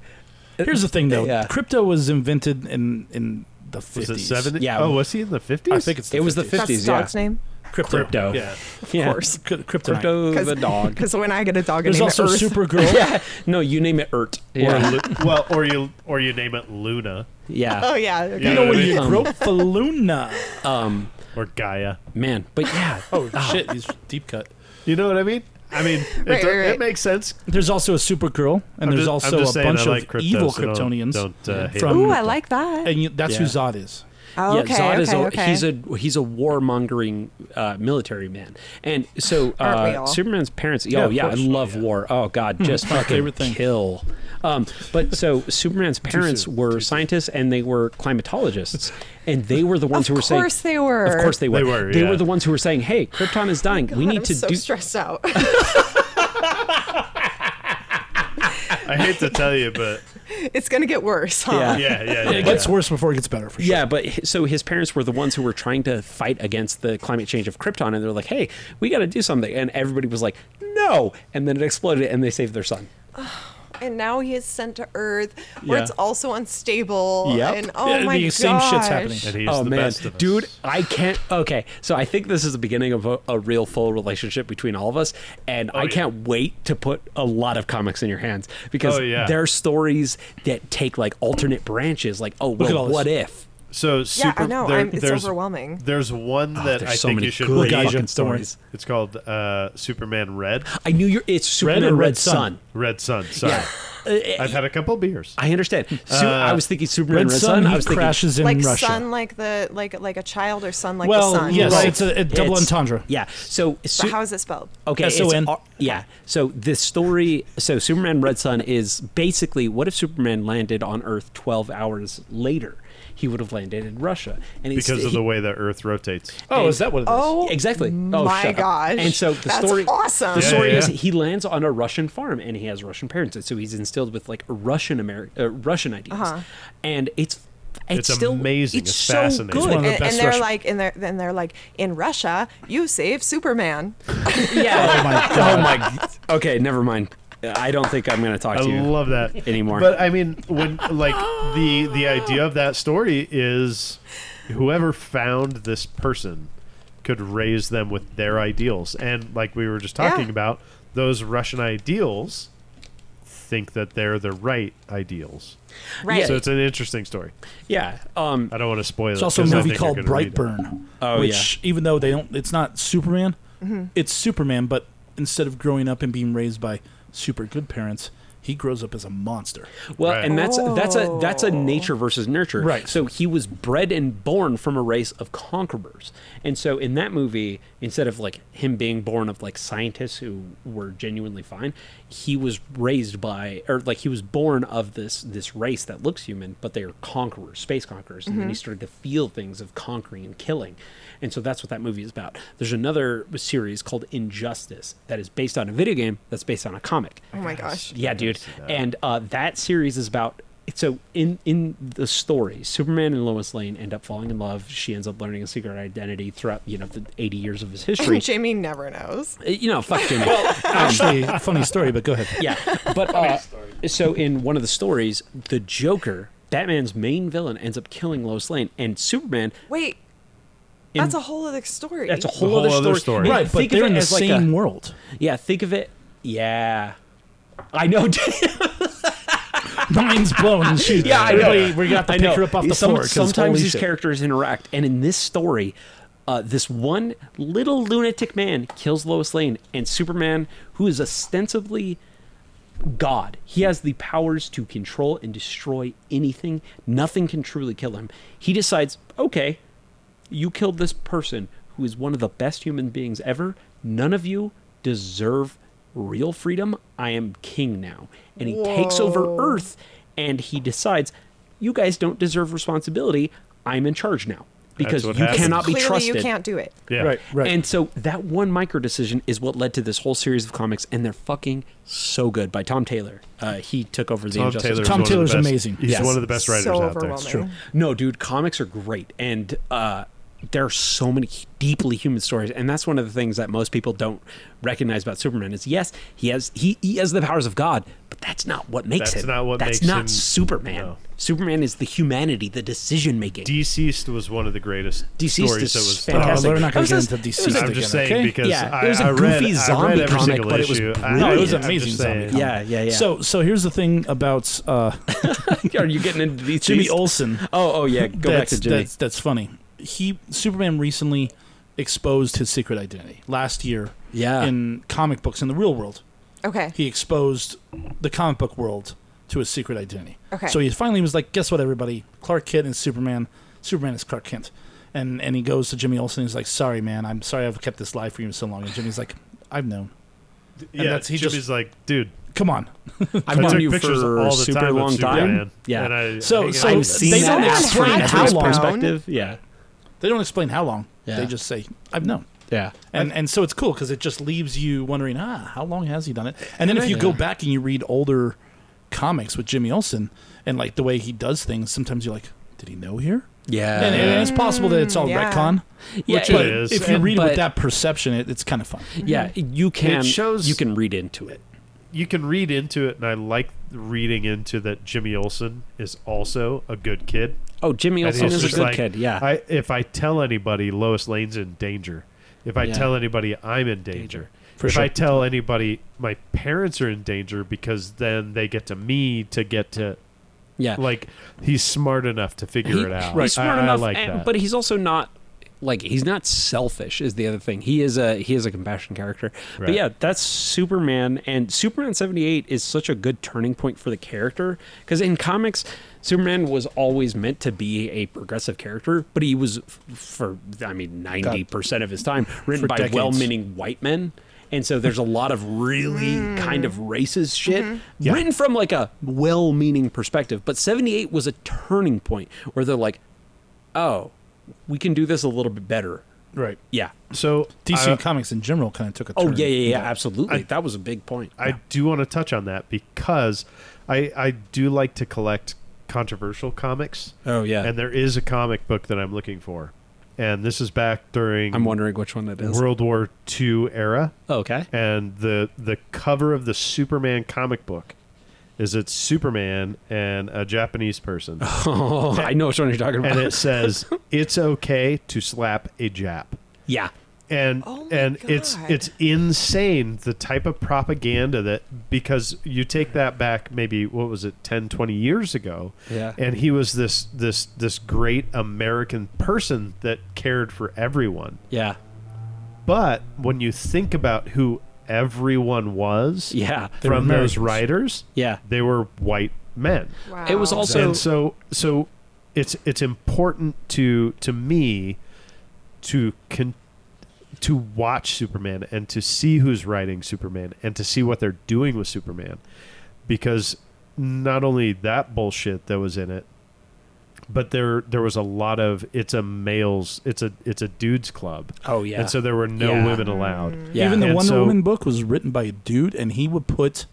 [SPEAKER 2] Here's the thing, though.
[SPEAKER 3] Yeah.
[SPEAKER 2] Crypto was invented in in the
[SPEAKER 1] Was it
[SPEAKER 2] fifties.
[SPEAKER 1] 70?
[SPEAKER 3] Yeah.
[SPEAKER 1] Oh, was he in the 50s?
[SPEAKER 2] I think it's the
[SPEAKER 3] It was the
[SPEAKER 2] 50s.
[SPEAKER 4] That's the
[SPEAKER 3] 50s, yeah.
[SPEAKER 4] dog's name.
[SPEAKER 2] Crypto.
[SPEAKER 3] Crypto.
[SPEAKER 2] Yeah.
[SPEAKER 3] Of
[SPEAKER 4] course.
[SPEAKER 2] Crypto.
[SPEAKER 3] Crypto the dog.
[SPEAKER 4] Because when I get a dog, I
[SPEAKER 2] There's
[SPEAKER 4] name
[SPEAKER 2] also
[SPEAKER 4] it Earth.
[SPEAKER 2] Supergirl.
[SPEAKER 3] <laughs> yeah. No, you name it Ert.
[SPEAKER 1] Or
[SPEAKER 3] Yeah.
[SPEAKER 1] Lu- well, or you or you name it Luna
[SPEAKER 3] yeah.
[SPEAKER 4] <laughs> Oh yeah.
[SPEAKER 1] You
[SPEAKER 4] Okay.
[SPEAKER 2] You
[SPEAKER 1] know
[SPEAKER 2] know
[SPEAKER 1] what
[SPEAKER 2] when
[SPEAKER 1] I
[SPEAKER 2] you
[SPEAKER 3] mean?
[SPEAKER 2] grope for Luna.
[SPEAKER 3] Um
[SPEAKER 1] or Gaia.
[SPEAKER 3] man, but yeah.
[SPEAKER 2] <laughs> Oh shit, he's deep cut.
[SPEAKER 1] You know what I mean? I mean, it,
[SPEAKER 4] Right,
[SPEAKER 1] do-
[SPEAKER 4] right,
[SPEAKER 1] it
[SPEAKER 4] right.
[SPEAKER 1] makes sense.
[SPEAKER 2] There's also a Supergirl,
[SPEAKER 1] I'm
[SPEAKER 2] and there's
[SPEAKER 1] ju- I'm
[SPEAKER 2] also
[SPEAKER 1] just
[SPEAKER 2] a
[SPEAKER 1] saying
[SPEAKER 2] bunch
[SPEAKER 1] I
[SPEAKER 2] of
[SPEAKER 1] like crypto,
[SPEAKER 2] evil
[SPEAKER 1] so don't-
[SPEAKER 2] Kryptonians.
[SPEAKER 1] don't, uh, hate
[SPEAKER 2] from
[SPEAKER 4] Ooh, I like that.
[SPEAKER 2] and you, that's who
[SPEAKER 3] Yeah.
[SPEAKER 2] Zod is.
[SPEAKER 4] Oh, okay.
[SPEAKER 3] yeah, Zod
[SPEAKER 4] okay,
[SPEAKER 3] is a,
[SPEAKER 4] okay. <laughs>
[SPEAKER 3] he's a he's a warmongering uh, military man, and so
[SPEAKER 4] Aren't we
[SPEAKER 3] uh,
[SPEAKER 4] all?
[SPEAKER 3] Superman's parents.
[SPEAKER 2] Yeah,
[SPEAKER 3] oh
[SPEAKER 2] of
[SPEAKER 3] yeah, I
[SPEAKER 2] course.
[SPEAKER 3] love war. Oh god, just
[SPEAKER 2] my
[SPEAKER 3] fucking
[SPEAKER 2] favorite thing.
[SPEAKER 3] kill. Um, but so Superman's parents
[SPEAKER 1] soon,
[SPEAKER 3] were scientists and they were climatologists, and they were the ones
[SPEAKER 4] Of
[SPEAKER 3] who were saying.
[SPEAKER 4] course they were. Oh
[SPEAKER 3] Of course they were.
[SPEAKER 1] They were, yeah.
[SPEAKER 3] the ones who were saying, "Hey, Krypton is dying. we need
[SPEAKER 4] I'm
[SPEAKER 3] to
[SPEAKER 4] so
[SPEAKER 3] do."
[SPEAKER 4] stressed out. <laughs>
[SPEAKER 1] I hate to tell you,
[SPEAKER 3] <laughs>
[SPEAKER 1] but
[SPEAKER 4] it's gonna get worse. Huh?
[SPEAKER 3] Yeah.
[SPEAKER 1] yeah, yeah, yeah.
[SPEAKER 2] It gets worse before it gets better, for sure.
[SPEAKER 3] Yeah, but h- so his parents were the ones who were trying to fight against the climate change of Krypton, and they're like, "Hey, we got to do something," and everybody was like, "No!" And then it exploded, and they saved their son.
[SPEAKER 4] And now he is sent to Earth, where
[SPEAKER 3] Yeah.
[SPEAKER 4] it's also unstable.
[SPEAKER 3] Yep.
[SPEAKER 4] And oh
[SPEAKER 2] Yeah,
[SPEAKER 4] my
[SPEAKER 2] the same shit's
[SPEAKER 4] gosh.
[SPEAKER 2] happening.
[SPEAKER 1] And he's
[SPEAKER 3] oh
[SPEAKER 1] the
[SPEAKER 3] man,
[SPEAKER 1] best of us.
[SPEAKER 3] dude, I can't. Okay, so I think this is the beginning of a, a real full relationship between all of us, and I
[SPEAKER 1] Oh, yeah.
[SPEAKER 3] can't wait to put a lot of comics in your hands because
[SPEAKER 1] Oh, yeah.
[SPEAKER 3] there are stories that take like alternate branches. Like, oh,
[SPEAKER 2] at
[SPEAKER 3] well,
[SPEAKER 2] all this.
[SPEAKER 3] what if?
[SPEAKER 1] So super.
[SPEAKER 4] I know,
[SPEAKER 1] there-
[SPEAKER 4] I'm- it's
[SPEAKER 1] there's,
[SPEAKER 4] overwhelming.
[SPEAKER 1] There's one that
[SPEAKER 3] Ah, there's
[SPEAKER 1] I
[SPEAKER 3] so
[SPEAKER 1] think
[SPEAKER 3] many
[SPEAKER 1] you should
[SPEAKER 3] good
[SPEAKER 1] read.
[SPEAKER 2] fucking
[SPEAKER 3] stories.
[SPEAKER 1] It's called uh, Superman Red.
[SPEAKER 3] I knew you're. It's Superman
[SPEAKER 2] and
[SPEAKER 3] Red,
[SPEAKER 2] Red Sun.
[SPEAKER 3] Sun. Uh,
[SPEAKER 1] Red Sun. Sorry, Uh, I've had a couple beers.
[SPEAKER 3] I understand. Su- I was thinking Superman
[SPEAKER 2] Red, Sun,
[SPEAKER 3] I
[SPEAKER 2] he
[SPEAKER 3] was thinking
[SPEAKER 2] crashes in
[SPEAKER 4] Like
[SPEAKER 2] Russia.
[SPEAKER 4] sun, like the like like a child, or sun, like
[SPEAKER 2] well,
[SPEAKER 4] the sun.
[SPEAKER 2] yes,
[SPEAKER 3] Right.
[SPEAKER 2] it's a, a double
[SPEAKER 3] It's-
[SPEAKER 2] entendre.
[SPEAKER 3] Yeah. So,
[SPEAKER 4] So
[SPEAKER 3] su- Oh,
[SPEAKER 4] how is it spelled?
[SPEAKER 3] okay. it's
[SPEAKER 2] S-O-N.
[SPEAKER 3] R- yeah. So this story. So Superman Red Sun is basically what if Superman landed on Earth twelve hours later? He would have landed in Russia, and it's,
[SPEAKER 1] Because of the
[SPEAKER 3] he-
[SPEAKER 1] way the Earth rotates.
[SPEAKER 2] Oh,
[SPEAKER 3] And-
[SPEAKER 2] is that what it is?
[SPEAKER 4] Oh,
[SPEAKER 3] exactly. Oh
[SPEAKER 4] my
[SPEAKER 3] shut up.
[SPEAKER 4] gosh.
[SPEAKER 3] And so the
[SPEAKER 4] That's
[SPEAKER 3] story,
[SPEAKER 4] awesome.
[SPEAKER 3] The
[SPEAKER 1] Yeah,
[SPEAKER 3] story
[SPEAKER 1] yeah,
[SPEAKER 3] is
[SPEAKER 1] yeah.
[SPEAKER 3] he lands on a Russian farm and he has Russian parents, and so he's instilled with like Russian American, uh, Russian ideas,
[SPEAKER 4] Uh-huh.
[SPEAKER 3] and it's it's,
[SPEAKER 1] It's
[SPEAKER 3] still
[SPEAKER 1] amazing.
[SPEAKER 3] It's,
[SPEAKER 1] It's
[SPEAKER 3] so
[SPEAKER 1] fascinating. It's
[SPEAKER 3] good.
[SPEAKER 2] one of the
[SPEAKER 4] and,
[SPEAKER 2] best
[SPEAKER 4] and they're
[SPEAKER 2] Russian-
[SPEAKER 4] like, and they're then they're like, in Russia, you save Superman.
[SPEAKER 3] yeah.
[SPEAKER 4] <laughs>
[SPEAKER 2] Oh my
[SPEAKER 3] Oh
[SPEAKER 2] god!
[SPEAKER 3] my. g- Okay, never mind. I don't think I'm going to
[SPEAKER 1] <laughs>
[SPEAKER 3] talk
[SPEAKER 1] I
[SPEAKER 3] to you.
[SPEAKER 1] love that
[SPEAKER 3] anymore.
[SPEAKER 1] But I mean, when like the the idea of that story is, whoever found this person could raise them with their ideals, and like we were just talking
[SPEAKER 4] Yeah.
[SPEAKER 1] about, those Russian ideals think that they're the right ideals.
[SPEAKER 4] Right.
[SPEAKER 3] Yeah.
[SPEAKER 1] So it's an interesting story.
[SPEAKER 3] yeah. Um.
[SPEAKER 1] I don't want to spoil
[SPEAKER 2] There's
[SPEAKER 1] it.
[SPEAKER 2] also a
[SPEAKER 1] 'cause I
[SPEAKER 2] movie
[SPEAKER 1] think you're
[SPEAKER 2] called
[SPEAKER 1] gonna read it.
[SPEAKER 2] Brightburn,
[SPEAKER 3] Oh,
[SPEAKER 2] which even though they don't, it's not Superman,
[SPEAKER 4] Mm-hmm.
[SPEAKER 2] it's Superman, but instead of growing up and being raised by super good parents, he grows up as a <laughs> monster.
[SPEAKER 3] Well,
[SPEAKER 1] Right.
[SPEAKER 3] and that's that's a that's a nature versus nurture.
[SPEAKER 2] Right.
[SPEAKER 3] So he was bred and born from a race of conquerors, and so in that movie, instead of like him being born of like scientists who were genuinely fine, he was raised by or like he was born of this this race that looks human, but they are conquerors, space conquerors, and then he started to feel things of conquering and killing, and so that's what that movie is about. There's another series called Injustice that is based on a video game that's based on a comic.
[SPEAKER 4] <laughs> Oh my gosh.
[SPEAKER 3] Yeah, dude. And uh, that series is about so in in the story, Superman and Lois Lane end up falling in love. She ends up learning a secret identity throughout you know the 80 years of his
[SPEAKER 2] <laughs>
[SPEAKER 3] history.
[SPEAKER 4] Jamie never knows.
[SPEAKER 3] you know, fuck Jimmy. <laughs> Uh,
[SPEAKER 2] Actually, funny story, but go ahead.
[SPEAKER 3] yeah, but uh, so in one of the stories, the Joker, Batman's main villain, ends up killing Lois Lane, and Superman.
[SPEAKER 4] Wait,
[SPEAKER 3] In-
[SPEAKER 4] that's a whole other story.
[SPEAKER 3] That's a
[SPEAKER 1] a
[SPEAKER 3] whole,
[SPEAKER 1] whole
[SPEAKER 3] other,
[SPEAKER 1] other
[SPEAKER 3] story.
[SPEAKER 1] story.
[SPEAKER 3] Yeah,
[SPEAKER 2] Right, but
[SPEAKER 3] think of
[SPEAKER 2] they're
[SPEAKER 3] it
[SPEAKER 2] in the
[SPEAKER 3] as like a-
[SPEAKER 2] same world. <laughs>
[SPEAKER 3] yeah, think of it. Yeah, I know. <laughs>
[SPEAKER 2] Mind's blown. And shoot.
[SPEAKER 3] Yeah, I know.
[SPEAKER 2] Everybody- We got the
[SPEAKER 3] I know.
[SPEAKER 2] picture up off the
[SPEAKER 3] Some-
[SPEAKER 2] floor. 'cause
[SPEAKER 3] Sometimes
[SPEAKER 2] holy
[SPEAKER 3] these
[SPEAKER 2] shit.
[SPEAKER 3] characters interact, and in this story, uh, this one little lunatic man kills Lois Lane, and Superman, who is ostensibly God, he has the powers to control and destroy anything. Nothing can truly kill him. He decides, okay, you killed this person who is one of the best human beings ever. None of you deserve real freedom. I am king now. And he takes over Earth and he decides, you guys don't deserve responsibility. I'm in charge now because you
[SPEAKER 1] what happens.
[SPEAKER 3] cannot be
[SPEAKER 4] Clearly,
[SPEAKER 3] trusted.
[SPEAKER 4] you can't do it.
[SPEAKER 1] Yeah.
[SPEAKER 2] Right, right.
[SPEAKER 3] And so that one micro decision is what led to this whole series of comics, and they're fucking so good by Tom Taylor. Uh, he took over the
[SPEAKER 1] Tom
[SPEAKER 3] Injustice.
[SPEAKER 1] Taylor's,
[SPEAKER 2] Tom
[SPEAKER 1] one of the
[SPEAKER 2] Taylor's
[SPEAKER 1] best-
[SPEAKER 2] amazing.
[SPEAKER 1] He's
[SPEAKER 3] Yes.
[SPEAKER 1] one of the best writers
[SPEAKER 4] so
[SPEAKER 1] out there.
[SPEAKER 4] overwhelming.
[SPEAKER 3] No, dude, comics are great, and uh, there are so many deeply human stories, and that's one of the things that most people don't recognize about Superman. Is yes, he has he, he has the powers of God, but that's not what makes
[SPEAKER 1] That's
[SPEAKER 3] him.
[SPEAKER 1] not what
[SPEAKER 3] that's
[SPEAKER 1] makes
[SPEAKER 3] not
[SPEAKER 1] him-
[SPEAKER 3] Superman.
[SPEAKER 1] no.
[SPEAKER 3] Superman is the humanity, the decision making.
[SPEAKER 1] Deceased was one of the greatest
[SPEAKER 3] Deceased
[SPEAKER 1] stories
[SPEAKER 3] is
[SPEAKER 1] that was
[SPEAKER 2] Oh,
[SPEAKER 3] fantastic.
[SPEAKER 2] we're not
[SPEAKER 3] It
[SPEAKER 2] going
[SPEAKER 3] was
[SPEAKER 2] to get
[SPEAKER 3] just-
[SPEAKER 2] into
[SPEAKER 3] it
[SPEAKER 2] DC.
[SPEAKER 3] was
[SPEAKER 1] I'm just saying because
[SPEAKER 3] Yeah,
[SPEAKER 1] I,
[SPEAKER 3] it was a
[SPEAKER 1] I read,
[SPEAKER 3] goofy
[SPEAKER 1] I
[SPEAKER 3] zombie
[SPEAKER 1] read every
[SPEAKER 3] comic,
[SPEAKER 1] single
[SPEAKER 3] but it was
[SPEAKER 1] issue. I-
[SPEAKER 3] brilliant.
[SPEAKER 2] No, it was
[SPEAKER 1] I'm just
[SPEAKER 2] amazing zombie
[SPEAKER 1] saying.
[SPEAKER 2] comic.
[SPEAKER 3] yeah, yeah, yeah.
[SPEAKER 2] So, so here's the thing about uh,
[SPEAKER 3] <laughs> are you getting into Deceased?
[SPEAKER 2] Jimmy Olsen.
[SPEAKER 3] Oh, oh yeah. Go back
[SPEAKER 2] that's,
[SPEAKER 3] to Jimmy.
[SPEAKER 2] That's, that's funny. He Superman recently exposed his secret identity last year
[SPEAKER 3] Yeah.
[SPEAKER 2] in comic books in the real world.
[SPEAKER 4] Okay.
[SPEAKER 2] He exposed the comic book world to his secret identity.
[SPEAKER 4] Okay.
[SPEAKER 2] So he finally was like, "Guess what, everybody? Clark Kent is Superman. Superman is Clark Kent." And and he goes to Jimmy Olsen. He's like, "Sorry, man. I'm sorry I've kept this live for you so long." And Jimmy's like, "I've known.
[SPEAKER 1] Yeah,
[SPEAKER 2] that's- he
[SPEAKER 1] Jimmy's
[SPEAKER 2] just-
[SPEAKER 1] like, dude,
[SPEAKER 2] Come on."
[SPEAKER 3] I've
[SPEAKER 1] I
[SPEAKER 3] known
[SPEAKER 1] took
[SPEAKER 3] you
[SPEAKER 1] pictures
[SPEAKER 3] for
[SPEAKER 1] all
[SPEAKER 3] a
[SPEAKER 1] the
[SPEAKER 3] super
[SPEAKER 1] time
[SPEAKER 3] long
[SPEAKER 1] of
[SPEAKER 3] time.
[SPEAKER 1] Superman,
[SPEAKER 3] Yeah.
[SPEAKER 1] and I,
[SPEAKER 2] So-
[SPEAKER 1] I-
[SPEAKER 2] so-
[SPEAKER 1] I-
[SPEAKER 3] I've seen
[SPEAKER 2] they
[SPEAKER 3] that
[SPEAKER 2] don't
[SPEAKER 3] explained
[SPEAKER 2] explain
[SPEAKER 3] from his
[SPEAKER 2] how long.
[SPEAKER 3] perspective. Yeah.
[SPEAKER 2] They don't explain how long.
[SPEAKER 3] Yeah.
[SPEAKER 2] They just say, "I've known."
[SPEAKER 3] Yeah.
[SPEAKER 2] and and so it's cool because it just leaves you wondering, ah, how long has he done it? And then if you go back and you read older comics with Jimmy Olsen and like the way he does things, sometimes you're like, did he know here?
[SPEAKER 3] Yeah.
[SPEAKER 2] And, and it's possible that it's all
[SPEAKER 4] Mm, yeah.
[SPEAKER 2] retcon.
[SPEAKER 3] Yeah,
[SPEAKER 2] which-
[SPEAKER 3] it
[SPEAKER 2] but
[SPEAKER 1] is. Mm-hmm.
[SPEAKER 2] if you
[SPEAKER 3] And-
[SPEAKER 2] read it
[SPEAKER 3] but-
[SPEAKER 2] with that perception, it, it's kind of fun.
[SPEAKER 3] yeah, you can
[SPEAKER 1] shows-
[SPEAKER 3] you can read into it.
[SPEAKER 1] you can read into it, and I like reading into that. Jimmy Olsen is also a good kid.
[SPEAKER 3] Oh, Jimmy
[SPEAKER 1] And
[SPEAKER 3] Olsen
[SPEAKER 1] he's
[SPEAKER 3] is a
[SPEAKER 1] just
[SPEAKER 3] good
[SPEAKER 1] like,
[SPEAKER 3] kid. Yeah.
[SPEAKER 1] I, if I tell anybody Lois Lane's in danger, if I
[SPEAKER 3] Yeah.
[SPEAKER 1] tell anybody I'm in danger,
[SPEAKER 2] For
[SPEAKER 1] if
[SPEAKER 2] sure.
[SPEAKER 1] I tell anybody my parents are in danger, because then they get to me to get to
[SPEAKER 3] yeah.
[SPEAKER 1] like he's smart enough to figure
[SPEAKER 3] He-
[SPEAKER 1] it out.
[SPEAKER 3] He's smart
[SPEAKER 1] I, I
[SPEAKER 3] enough,
[SPEAKER 1] like
[SPEAKER 3] and-
[SPEAKER 1] that.
[SPEAKER 3] but he's also not like he's not selfish. Is the other thing. He is a he is a compassion character. But
[SPEAKER 1] Right.
[SPEAKER 3] yeah, that's Superman, and Superman seventy eight is such a good turning point for the character because in comics, Superman was always meant to be a progressive character, but he was f- for I mean ninety percent of his time written
[SPEAKER 2] For
[SPEAKER 3] by
[SPEAKER 2] decades.
[SPEAKER 3] well meaning white men. And so there's a lot of really
[SPEAKER 1] Mm.
[SPEAKER 3] kind of racist shit
[SPEAKER 1] Mm-hmm.
[SPEAKER 3] written from like a well-meaning perspective. But 78 was a turning point where they're like, oh, we can do this a little bit better.
[SPEAKER 2] Right.
[SPEAKER 3] Yeah.
[SPEAKER 1] so
[SPEAKER 2] DC
[SPEAKER 1] I- uh,
[SPEAKER 2] comics in general kind of took a
[SPEAKER 3] Oh,
[SPEAKER 2] turn.
[SPEAKER 3] yeah, yeah, yeah, absolutely.
[SPEAKER 1] I-
[SPEAKER 3] that was a big point.
[SPEAKER 1] I do want to touch on that because I I do like to collect controversial comics.
[SPEAKER 3] Oh, yeah.
[SPEAKER 1] And there is a comic book that I'm looking for. And this is back during
[SPEAKER 3] I'm wondering which one Oh, that is.
[SPEAKER 1] World War II era.
[SPEAKER 3] okay.
[SPEAKER 1] And the the cover of the Superman comic book is it's Superman and a Japanese person.
[SPEAKER 3] Oh, <laughs> I know which one you're talking about.
[SPEAKER 1] and it says it's okay to slap a Jap
[SPEAKER 3] <laughs> yeah.
[SPEAKER 1] and
[SPEAKER 4] Oh my
[SPEAKER 1] and it's
[SPEAKER 4] God.
[SPEAKER 1] it's insane the type of propaganda that because you take that back maybe what was it 10 20 years ago
[SPEAKER 3] Yeah.
[SPEAKER 1] and he was this this this great american person that cared for everyone
[SPEAKER 3] Yeah.
[SPEAKER 1] but when you think about who everyone was
[SPEAKER 3] Yeah.
[SPEAKER 2] were
[SPEAKER 1] from those
[SPEAKER 2] Americans.
[SPEAKER 1] writers
[SPEAKER 3] Yeah.
[SPEAKER 1] they were white men
[SPEAKER 4] Wow.
[SPEAKER 3] It was also
[SPEAKER 1] and so so it's it's important to to me to con- to watch Superman and to see who's writing Superman and to see what they're doing with Superman because not only that bullshit that was in it but there there was a lot of it's a males it's a it's a dudes club
[SPEAKER 3] Oh, yeah.
[SPEAKER 1] and so there were no
[SPEAKER 3] Yeah. Mm-hmm.
[SPEAKER 1] women allowed
[SPEAKER 3] Yeah.
[SPEAKER 2] Even the
[SPEAKER 1] And
[SPEAKER 2] Wonder
[SPEAKER 1] so-
[SPEAKER 2] Woman book was written by a dude, and he would put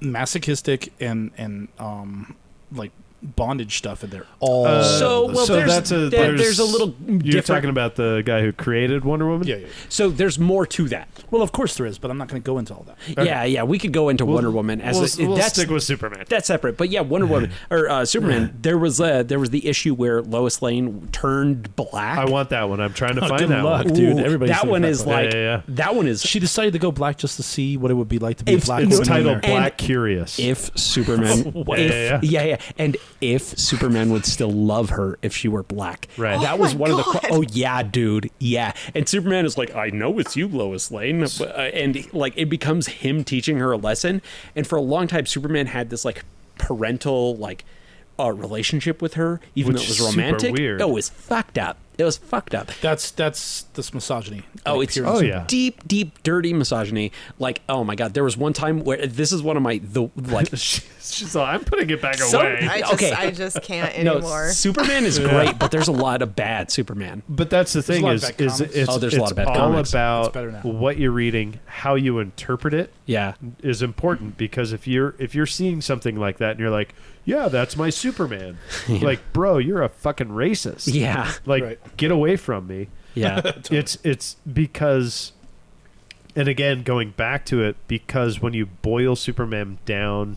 [SPEAKER 2] masochistic and and um, like bondage stuff in there all
[SPEAKER 1] Uh,
[SPEAKER 3] So, well,
[SPEAKER 1] so
[SPEAKER 3] there's-
[SPEAKER 1] that's a,
[SPEAKER 3] there- there's a little
[SPEAKER 1] You're
[SPEAKER 3] different-
[SPEAKER 1] talking about the guy who created Wonder Woman.
[SPEAKER 2] yeah, yeah.
[SPEAKER 3] So there's more to that.
[SPEAKER 2] Well, of course there is, but I'm not going to go into all that.
[SPEAKER 3] Yeah, yeah. We could go into Wonder Woman as
[SPEAKER 1] we'll,
[SPEAKER 3] a,
[SPEAKER 1] we'll
[SPEAKER 3] that's
[SPEAKER 1] stick with Superman.
[SPEAKER 3] that's separate. But yeah,
[SPEAKER 1] <laughs>
[SPEAKER 3] Wonder Woman or uh, Superman. There was uh, there was the issue where Lois Lane turned black.
[SPEAKER 1] I want that one. I'm trying to
[SPEAKER 2] Oh,
[SPEAKER 1] find
[SPEAKER 2] good
[SPEAKER 1] that
[SPEAKER 2] luck.
[SPEAKER 1] one.
[SPEAKER 2] dude, everybody's
[SPEAKER 3] that
[SPEAKER 2] thinking
[SPEAKER 3] one
[SPEAKER 2] about
[SPEAKER 3] is
[SPEAKER 2] that.
[SPEAKER 3] like
[SPEAKER 1] Yeah, yeah, yeah.
[SPEAKER 3] that one is
[SPEAKER 2] She decided to go black just to see what it would be like to be
[SPEAKER 3] It's-
[SPEAKER 2] a black.
[SPEAKER 3] it's
[SPEAKER 2] woman
[SPEAKER 1] It's
[SPEAKER 2] in
[SPEAKER 1] titled
[SPEAKER 2] there.
[SPEAKER 1] Black Curious. <laughs>
[SPEAKER 3] if Superman,
[SPEAKER 1] What?
[SPEAKER 3] if-
[SPEAKER 1] Yeah,
[SPEAKER 3] yeah, yeah, and if Superman would still love her if she were black,
[SPEAKER 1] Right. Oh
[SPEAKER 3] That was
[SPEAKER 4] my
[SPEAKER 3] one of the.
[SPEAKER 4] God.
[SPEAKER 3] oh yeah, dude, yeah. And Superman is like, I know it's you, Lois Lane, but, uh, and like it becomes him teaching her a lesson. And for a long time, Superman had this like parental like uh, relationship with her, even
[SPEAKER 1] Which
[SPEAKER 3] though it was
[SPEAKER 1] is super
[SPEAKER 3] romantic. Oh,
[SPEAKER 1] weird.
[SPEAKER 3] It was fucked up. It was fucked up.
[SPEAKER 2] That's that's this misogyny.
[SPEAKER 3] Oh,
[SPEAKER 2] Like,
[SPEAKER 3] it's
[SPEAKER 2] pure
[SPEAKER 1] Oh,
[SPEAKER 2] mis-
[SPEAKER 1] yeah.
[SPEAKER 3] deep, deep, dirty misogyny. Like, oh my god, there was one time where this is one of my the
[SPEAKER 1] <laughs>
[SPEAKER 3] like <laughs>
[SPEAKER 1] She's like, I'm putting it back
[SPEAKER 3] So-
[SPEAKER 1] away.
[SPEAKER 11] I just,
[SPEAKER 3] Okay.
[SPEAKER 11] I just can't
[SPEAKER 4] <laughs>
[SPEAKER 3] No,
[SPEAKER 11] anymore.
[SPEAKER 3] Superman <laughs> is great, but there's a lot of bad Superman.
[SPEAKER 1] But that's the
[SPEAKER 2] a
[SPEAKER 1] thing
[SPEAKER 2] lot of
[SPEAKER 1] is,
[SPEAKER 2] bad
[SPEAKER 1] is
[SPEAKER 2] comics.
[SPEAKER 1] it's,
[SPEAKER 3] Oh, there's a lot
[SPEAKER 1] it's
[SPEAKER 3] of bad
[SPEAKER 1] all
[SPEAKER 3] comics.
[SPEAKER 1] about
[SPEAKER 2] It's better now.
[SPEAKER 1] what you're reading, how you interpret it
[SPEAKER 3] Yeah.
[SPEAKER 1] is important because if you're if you're seeing something like that and you're like, yeah, that's my
[SPEAKER 3] <laughs>
[SPEAKER 1] Superman, like, bro, you're a fucking racist.
[SPEAKER 3] Yeah.
[SPEAKER 1] like,
[SPEAKER 2] Right.
[SPEAKER 1] get away from me.
[SPEAKER 3] <laughs> Yeah.
[SPEAKER 1] It's it's because, and again, going back to it, because when you boil Superman down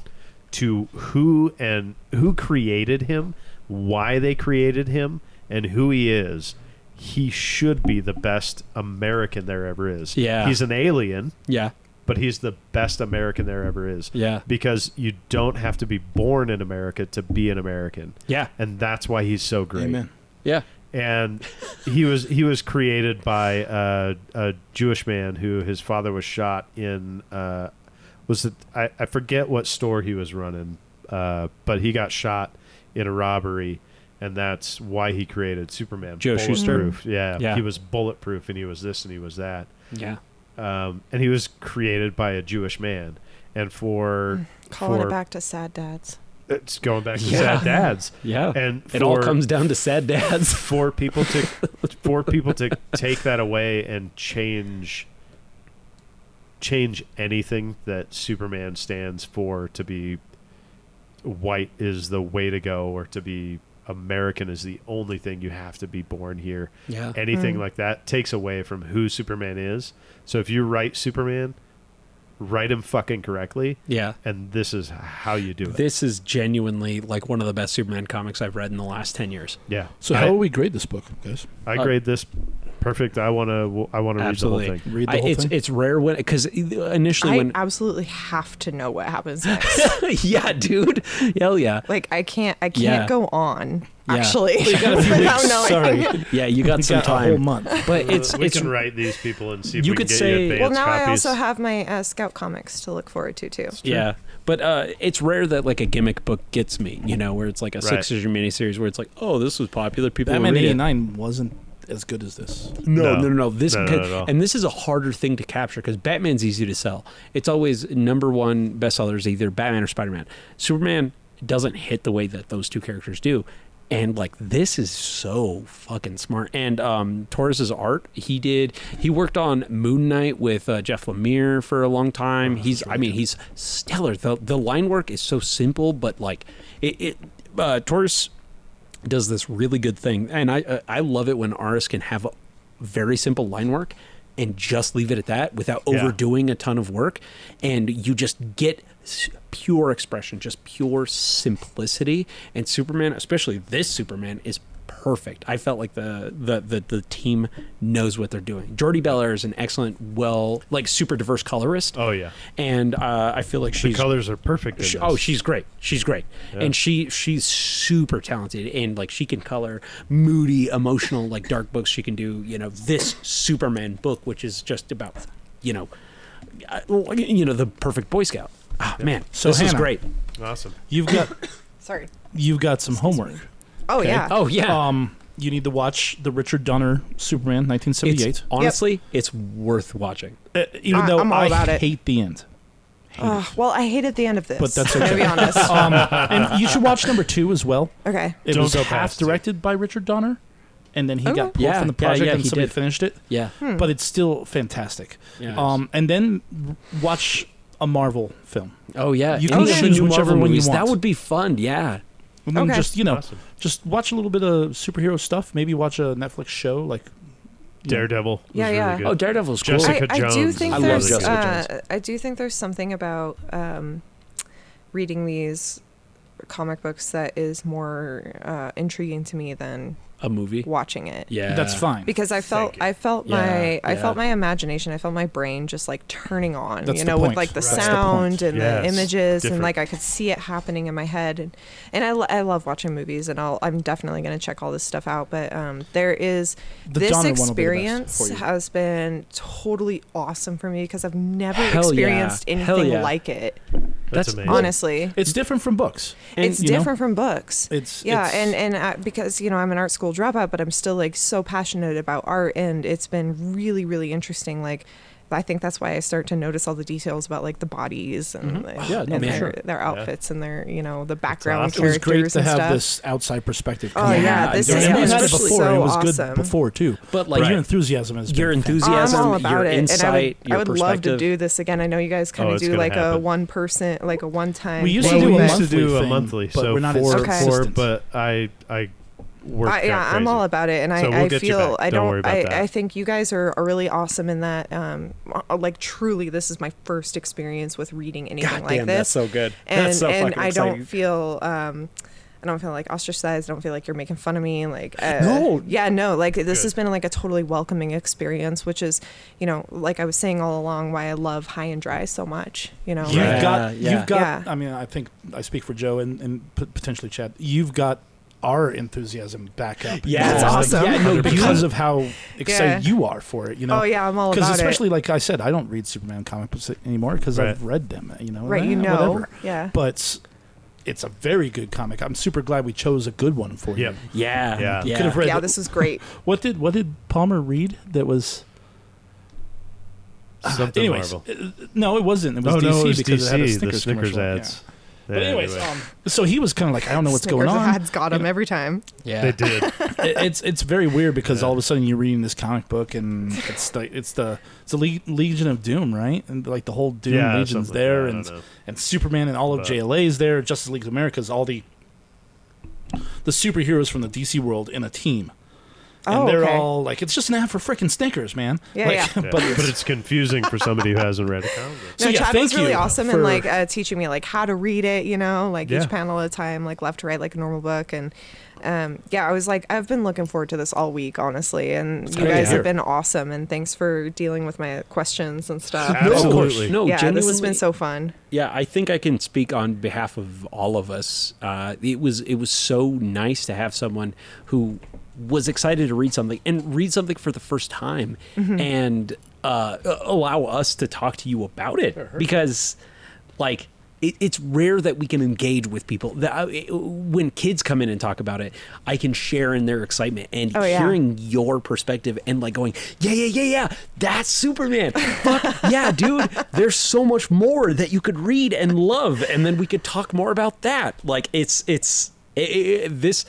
[SPEAKER 1] to who and who created him, why they created him, and who he is, he should be the best American there ever is.
[SPEAKER 3] Yeah.
[SPEAKER 1] he's an alien
[SPEAKER 3] yeah.
[SPEAKER 1] but he's the best American there ever is.
[SPEAKER 3] Yeah.
[SPEAKER 1] Because you don't have to be born in America to be an American.
[SPEAKER 3] Yeah.
[SPEAKER 1] And that's why he's so
[SPEAKER 3] oh,
[SPEAKER 1] great.
[SPEAKER 2] Amen.
[SPEAKER 3] Yeah.
[SPEAKER 1] And he was he was created by uh, a Jewish man who his father was shot in uh, was it I, I forget what store he was running, uh, but he got shot in a robbery and that's why he created Superman.
[SPEAKER 3] Joe Shuster?
[SPEAKER 1] Bulletproof. Yeah.
[SPEAKER 3] Yeah.
[SPEAKER 1] He was bulletproof and he was this and he was that
[SPEAKER 3] Yeah.
[SPEAKER 1] um, and he was created by a Jewish man. And for
[SPEAKER 4] Calling
[SPEAKER 1] for
[SPEAKER 4] it back to sad dads.
[SPEAKER 1] it's going back to
[SPEAKER 3] Yeah.
[SPEAKER 1] sad dads.
[SPEAKER 3] Yeah.
[SPEAKER 1] and
[SPEAKER 3] <laughs> it all
[SPEAKER 1] for-
[SPEAKER 3] comes down to sad dads. <laughs>
[SPEAKER 1] for people to for people to take that away and change change anything that Superman stands for to be white is the way to go or to be American is the only thing you have to be born here.
[SPEAKER 3] Yeah.
[SPEAKER 1] Anything like that takes away from who Superman is. So if you write Superman, write him fucking correctly
[SPEAKER 3] Yeah.
[SPEAKER 1] and this is how you do it.
[SPEAKER 3] This is genuinely like one of the best Superman comics I've read in the last 10 years.
[SPEAKER 1] yeah.
[SPEAKER 2] So how
[SPEAKER 1] I,
[SPEAKER 2] will we grade this book, guys?
[SPEAKER 1] I
[SPEAKER 3] uh,
[SPEAKER 1] grade this perfect. I want to I want to read the whole
[SPEAKER 3] Absolutely.
[SPEAKER 1] thing.
[SPEAKER 2] Read the
[SPEAKER 3] I-
[SPEAKER 2] whole
[SPEAKER 3] it's,
[SPEAKER 2] thing?
[SPEAKER 3] it's rare when, because initially
[SPEAKER 4] I
[SPEAKER 3] when.
[SPEAKER 4] absolutely have to know what <laughs> happens next.
[SPEAKER 3] <laughs> yeah, dude. Hell yeah.
[SPEAKER 4] like I can't, I can't
[SPEAKER 3] Yeah.
[SPEAKER 4] go on.
[SPEAKER 3] Yeah.
[SPEAKER 4] Actually, <laughs> without knowing.
[SPEAKER 2] Sorry,
[SPEAKER 4] <laughs>
[SPEAKER 3] Yeah, you
[SPEAKER 2] <laughs>
[SPEAKER 3] got some
[SPEAKER 2] got a whole
[SPEAKER 3] time.
[SPEAKER 2] month.
[SPEAKER 3] But it's.
[SPEAKER 1] Uh, we
[SPEAKER 3] it's
[SPEAKER 1] can write these people and see if
[SPEAKER 3] You
[SPEAKER 1] we can
[SPEAKER 3] could
[SPEAKER 1] get
[SPEAKER 3] say-
[SPEAKER 1] you
[SPEAKER 3] Well,
[SPEAKER 4] <laughs> Well,
[SPEAKER 1] advanced
[SPEAKER 4] now I
[SPEAKER 1] copies.
[SPEAKER 4] also have my uh, Scout comics to look forward to too.
[SPEAKER 3] Yeah, but uh, it's rare that like a gimmick book gets me, you know, where it's like a
[SPEAKER 1] Right.
[SPEAKER 3] six issue miniseries where it's like, oh, this was popular. People
[SPEAKER 2] Batman
[SPEAKER 3] were reading it.
[SPEAKER 2] '89 wasn't as good as this.
[SPEAKER 3] No,
[SPEAKER 1] No.
[SPEAKER 3] no, no, no. This
[SPEAKER 1] No, no, not at all.
[SPEAKER 3] and this is a harder thing to capture because Batman's easy to sell. It's always number one bestsellers either Batman or Spider Man. Superman doesn't hit the way that those two characters do, and like this is so fucking smart. And um, Torres's art, he did. He worked on Moon Knight with uh, Jeff Lemire for a long
[SPEAKER 1] Oh,
[SPEAKER 3] time. he's, I mean, he's stellar. the The line work is so simple, but like it. it uh, Torres does this really good thing, and I uh, I love it when artists can have very simple line work and just leave it at that without
[SPEAKER 1] Yeah.
[SPEAKER 3] overdoing a ton of work, and you just get s- pure expression, just pure simplicity. And Superman, especially this Superman, is perfect. I felt like the the the, the team knows what they're doing. Jordi Belair is an excellent, well, like super diverse colorist.
[SPEAKER 1] Oh, yeah.
[SPEAKER 3] and uh, I feel like
[SPEAKER 1] the
[SPEAKER 3] she's
[SPEAKER 1] colors are perfect. in
[SPEAKER 3] she-
[SPEAKER 1] this.
[SPEAKER 3] oh, she's great. She's great, and she she's super talented, and like she can color moody, emotional, like dark books. She can do you know this Superman book, which is just about you know, uh, you know the perfect Boy Scout. Ah man,
[SPEAKER 2] So,
[SPEAKER 3] this is
[SPEAKER 2] Hannah.
[SPEAKER 3] great.
[SPEAKER 1] awesome.
[SPEAKER 2] You've got <coughs>
[SPEAKER 4] Sorry.
[SPEAKER 2] you've got some homework.
[SPEAKER 4] Oh yeah.
[SPEAKER 3] Oh yeah,
[SPEAKER 2] Um, you need to watch the Richard Donner Superman
[SPEAKER 3] it's
[SPEAKER 2] 1978.
[SPEAKER 3] honestly it's worth watching.
[SPEAKER 2] Uh, even
[SPEAKER 4] I-
[SPEAKER 2] though
[SPEAKER 4] I'm all
[SPEAKER 2] I
[SPEAKER 4] about it.
[SPEAKER 2] hate the end,
[SPEAKER 4] Ugh, well, I hated the end of this.
[SPEAKER 2] but that's
[SPEAKER 4] <laughs> To
[SPEAKER 2] okay.
[SPEAKER 4] be honest.
[SPEAKER 2] <laughs> um, and you should watch number two as
[SPEAKER 3] <laughs>
[SPEAKER 2] well.
[SPEAKER 4] okay.
[SPEAKER 2] It
[SPEAKER 1] Don't
[SPEAKER 2] was
[SPEAKER 1] go
[SPEAKER 2] half
[SPEAKER 1] past it.
[SPEAKER 2] directed by Richard Donner, and then he
[SPEAKER 4] Okay.
[SPEAKER 2] got pulled
[SPEAKER 3] Yeah,
[SPEAKER 2] from the
[SPEAKER 3] yeah,
[SPEAKER 2] project
[SPEAKER 3] yeah,
[SPEAKER 2] and
[SPEAKER 3] he
[SPEAKER 2] somebody
[SPEAKER 3] did.
[SPEAKER 2] finished it.
[SPEAKER 3] Yeah,
[SPEAKER 4] Hmm.
[SPEAKER 2] But it's still fantastic.
[SPEAKER 3] Yeah.
[SPEAKER 2] Um, and then watch a Marvel film.
[SPEAKER 3] oh yeah,
[SPEAKER 2] You
[SPEAKER 3] any
[SPEAKER 2] can
[SPEAKER 3] of the
[SPEAKER 2] choose
[SPEAKER 3] new
[SPEAKER 2] whichever
[SPEAKER 3] Marvel
[SPEAKER 2] one you
[SPEAKER 3] movies, oh, That
[SPEAKER 2] want.
[SPEAKER 3] would be fun. Yeah,
[SPEAKER 2] And then
[SPEAKER 4] Okay.
[SPEAKER 2] just you know,
[SPEAKER 1] Awesome.
[SPEAKER 2] just watch a little bit of superhero stuff. Maybe watch a Netflix show like you know,
[SPEAKER 1] Daredevil. was
[SPEAKER 4] Yeah,
[SPEAKER 1] really
[SPEAKER 4] yeah.
[SPEAKER 1] good.
[SPEAKER 3] Oh, Daredevil's cool.
[SPEAKER 1] Jessica-
[SPEAKER 4] I, I do
[SPEAKER 1] Jones
[SPEAKER 4] think
[SPEAKER 3] is really
[SPEAKER 4] there's
[SPEAKER 3] good. I love
[SPEAKER 4] uh,
[SPEAKER 3] Jessica
[SPEAKER 4] I do think there's something about um, reading these comic books that is more uh, intriguing to me than
[SPEAKER 3] a movie.
[SPEAKER 4] watching it.
[SPEAKER 3] Yeah,
[SPEAKER 2] That's fine.
[SPEAKER 4] Because I felt
[SPEAKER 12] Thank you.
[SPEAKER 4] I felt
[SPEAKER 3] Yeah,
[SPEAKER 4] my I
[SPEAKER 3] yeah.
[SPEAKER 4] felt my imagination, I felt my brain just like turning on,
[SPEAKER 2] That's
[SPEAKER 4] you
[SPEAKER 2] the
[SPEAKER 4] know, with
[SPEAKER 2] point.
[SPEAKER 4] like the
[SPEAKER 2] Right. That's the
[SPEAKER 4] sound
[SPEAKER 2] point.
[SPEAKER 4] and
[SPEAKER 1] Yes.
[SPEAKER 4] the images
[SPEAKER 1] Different.
[SPEAKER 4] and like I could see it happening in my head and, and I, lo- I love watching movies and I'll I'm definitely going to check all this stuff out, but um there is
[SPEAKER 2] The
[SPEAKER 4] this
[SPEAKER 2] genre one will be the best
[SPEAKER 4] experience
[SPEAKER 2] for you.
[SPEAKER 4] has been totally awesome for me because I've never
[SPEAKER 3] Hell yeah.
[SPEAKER 4] experienced
[SPEAKER 3] Hell
[SPEAKER 4] anything
[SPEAKER 3] yeah.
[SPEAKER 4] like it.
[SPEAKER 1] That's,
[SPEAKER 3] That's
[SPEAKER 1] amazing.
[SPEAKER 4] Honestly,
[SPEAKER 2] it's different from books. And,
[SPEAKER 4] it's
[SPEAKER 2] you know,
[SPEAKER 4] different from books.
[SPEAKER 2] It's
[SPEAKER 4] yeah,
[SPEAKER 2] it's-
[SPEAKER 4] and and I, because you know I'm an art school dropout, but I'm still like so passionate about art, and it's been really really interesting. Like, I think that's why I start to notice all the details about like the bodies and like,
[SPEAKER 2] Mm-hmm. Yeah, no,
[SPEAKER 4] and
[SPEAKER 2] for
[SPEAKER 4] their,
[SPEAKER 2] sure.
[SPEAKER 4] their outfits and their you know the background
[SPEAKER 1] awesome.
[SPEAKER 2] it was
[SPEAKER 4] characters
[SPEAKER 2] great to
[SPEAKER 4] and
[SPEAKER 2] have
[SPEAKER 4] stuff.
[SPEAKER 2] this outside perspective.
[SPEAKER 4] Oh,
[SPEAKER 2] come on.
[SPEAKER 4] yeah, this
[SPEAKER 2] And
[SPEAKER 3] has
[SPEAKER 2] it
[SPEAKER 3] been
[SPEAKER 2] was good
[SPEAKER 3] especially
[SPEAKER 2] before.
[SPEAKER 4] so
[SPEAKER 2] it was
[SPEAKER 4] awesome.
[SPEAKER 2] good before too.
[SPEAKER 3] But, like-
[SPEAKER 2] your enthusiasm has
[SPEAKER 3] your
[SPEAKER 2] been fantastic.
[SPEAKER 3] enthusiasm,
[SPEAKER 4] I'm all about
[SPEAKER 3] your
[SPEAKER 4] it,
[SPEAKER 3] insight,
[SPEAKER 4] and I would,
[SPEAKER 3] your
[SPEAKER 4] I would love to
[SPEAKER 3] perspective.
[SPEAKER 4] do this again. I know you guys
[SPEAKER 1] Oh,
[SPEAKER 4] kind of
[SPEAKER 1] it's
[SPEAKER 4] do
[SPEAKER 1] gonna
[SPEAKER 4] like a
[SPEAKER 1] happen.
[SPEAKER 4] one person, like a one time.
[SPEAKER 2] We used
[SPEAKER 1] Well,
[SPEAKER 2] to do
[SPEAKER 1] we
[SPEAKER 2] a
[SPEAKER 1] used to
[SPEAKER 2] monthly
[SPEAKER 1] do a
[SPEAKER 2] thing,
[SPEAKER 1] monthly,
[SPEAKER 2] but
[SPEAKER 1] so
[SPEAKER 2] we're not
[SPEAKER 1] four,
[SPEAKER 4] Okay.
[SPEAKER 1] four,
[SPEAKER 2] consistent.
[SPEAKER 1] but I, I work.
[SPEAKER 4] I, yeah, I'm all about it, and I,
[SPEAKER 1] So we'll
[SPEAKER 4] I
[SPEAKER 1] get you
[SPEAKER 4] feel
[SPEAKER 1] back.
[SPEAKER 4] I
[SPEAKER 1] Don't
[SPEAKER 4] don't.
[SPEAKER 1] worry about
[SPEAKER 4] I,
[SPEAKER 1] that.
[SPEAKER 4] I think you guys are, are really awesome in that. Um, uh, like truly, this is my first experience with reading anything
[SPEAKER 3] God
[SPEAKER 4] like
[SPEAKER 3] damn,
[SPEAKER 4] this,
[SPEAKER 3] that's so good.
[SPEAKER 4] and
[SPEAKER 3] that's so
[SPEAKER 4] and
[SPEAKER 3] fucking
[SPEAKER 4] I
[SPEAKER 3] exciting.
[SPEAKER 4] don't feel. Um, I don't feel like ostracized. I don't feel like you're making fun of me. Like uh,
[SPEAKER 3] No.
[SPEAKER 4] yeah, no. Like this has been like a totally welcoming experience, which is, you know, like I was saying all along, why I love High and Dry so much. You know,
[SPEAKER 2] You've
[SPEAKER 3] Yeah,
[SPEAKER 2] got,
[SPEAKER 3] yeah.
[SPEAKER 2] you've got.
[SPEAKER 4] Yeah.
[SPEAKER 2] I mean, I think I speak for Joe and, and p- potentially Chad. You've got our enthusiasm back up.
[SPEAKER 3] Yeah.
[SPEAKER 4] That's awesome.
[SPEAKER 2] Yeah, no, because of how excited
[SPEAKER 4] Yeah.
[SPEAKER 2] you are for it. You know.
[SPEAKER 4] Oh, yeah, I'm all
[SPEAKER 2] Because
[SPEAKER 4] about it.
[SPEAKER 2] especially like I said, I don't read Superman comic books anymore because I've read them. You know.
[SPEAKER 4] right?
[SPEAKER 2] eh,
[SPEAKER 4] You know,
[SPEAKER 2] Whatever.
[SPEAKER 4] yeah.
[SPEAKER 2] But it's- it's a very good comic. I'm super glad we chose a good one
[SPEAKER 1] Yep.
[SPEAKER 2] for you.
[SPEAKER 3] Yeah,
[SPEAKER 1] Yeah.
[SPEAKER 2] Could have read.
[SPEAKER 4] yeah, this is great.
[SPEAKER 2] what did what did Palmer read that was?
[SPEAKER 1] Something
[SPEAKER 2] anyways,
[SPEAKER 1] Marvel.
[SPEAKER 2] uh, no, it wasn't. It was
[SPEAKER 1] oh
[SPEAKER 2] DC
[SPEAKER 1] no, it was
[SPEAKER 2] because
[SPEAKER 1] DC,
[SPEAKER 2] it had a
[SPEAKER 1] the
[SPEAKER 2] Snickers,
[SPEAKER 1] Snickers
[SPEAKER 2] commercial. Yeah.
[SPEAKER 1] ads.
[SPEAKER 2] But
[SPEAKER 1] Yeah,
[SPEAKER 2] anyways,
[SPEAKER 1] anyway.
[SPEAKER 2] um, so he was kind of like, I don't <laughs> know what's going
[SPEAKER 4] Snickers
[SPEAKER 2] on.
[SPEAKER 4] ads got him every time.
[SPEAKER 3] yeah.
[SPEAKER 1] they did.
[SPEAKER 2] It- it's it's very weird because all of a sudden you're reading this comic book and it's the it's the it's the Le- Legion of Doom, right? And like the whole <laughs> Doom
[SPEAKER 1] Yeah,
[SPEAKER 2] Legion's
[SPEAKER 1] something like
[SPEAKER 2] there,
[SPEAKER 1] that, I
[SPEAKER 2] and
[SPEAKER 1] don't know.
[SPEAKER 2] and Superman and all of
[SPEAKER 1] But-
[SPEAKER 2] JLA's there, Justice League of America's all the the superheroes from the DC world in a team. And
[SPEAKER 4] Oh,
[SPEAKER 2] they're
[SPEAKER 4] okay.
[SPEAKER 2] all like, it's just an ad for freaking Snickers, man.
[SPEAKER 4] Yeah,
[SPEAKER 2] Like,
[SPEAKER 4] yeah.
[SPEAKER 1] Yeah,
[SPEAKER 2] <laughs> <laughs> But
[SPEAKER 1] but, it's, confusing for somebody who hasn't read a comic. book.
[SPEAKER 2] So,
[SPEAKER 4] no,
[SPEAKER 2] yeah,
[SPEAKER 4] Chad
[SPEAKER 2] thank
[SPEAKER 4] was really
[SPEAKER 2] you
[SPEAKER 4] awesome
[SPEAKER 2] for-
[SPEAKER 4] and like uh, teaching me like how to read it, you know, like
[SPEAKER 1] Yeah.
[SPEAKER 4] each panel at a time, like left to right, like a normal book. And um, yeah, I was like, I've been looking forward to this all week, honestly. And you
[SPEAKER 3] great to
[SPEAKER 4] guys
[SPEAKER 3] hear.
[SPEAKER 4] have been awesome, and thanks for dealing with my questions and stuff.
[SPEAKER 1] Absolutely.
[SPEAKER 3] Of course. No,
[SPEAKER 4] yeah, this has
[SPEAKER 3] genuinely-
[SPEAKER 4] been so fun.
[SPEAKER 3] Uh, Yeah, I think I can speak on behalf of all of us. Uh, it was it was so nice to have someone who was excited to read something and read something for the first time,
[SPEAKER 4] Mm-hmm.
[SPEAKER 3] and uh, allow us to talk to you about it because, like. It, it's rare that we can engage with people. The- I- it- when kids come in and talk about it, I can share in their excitement and
[SPEAKER 4] Oh, yeah.
[SPEAKER 3] hearing your perspective and like going, yeah, yeah, yeah, yeah, that's Superman. Fuck yeah, dude. There's so much more that you could read and love, and then we could talk more about that. Like it's it's i i i- this.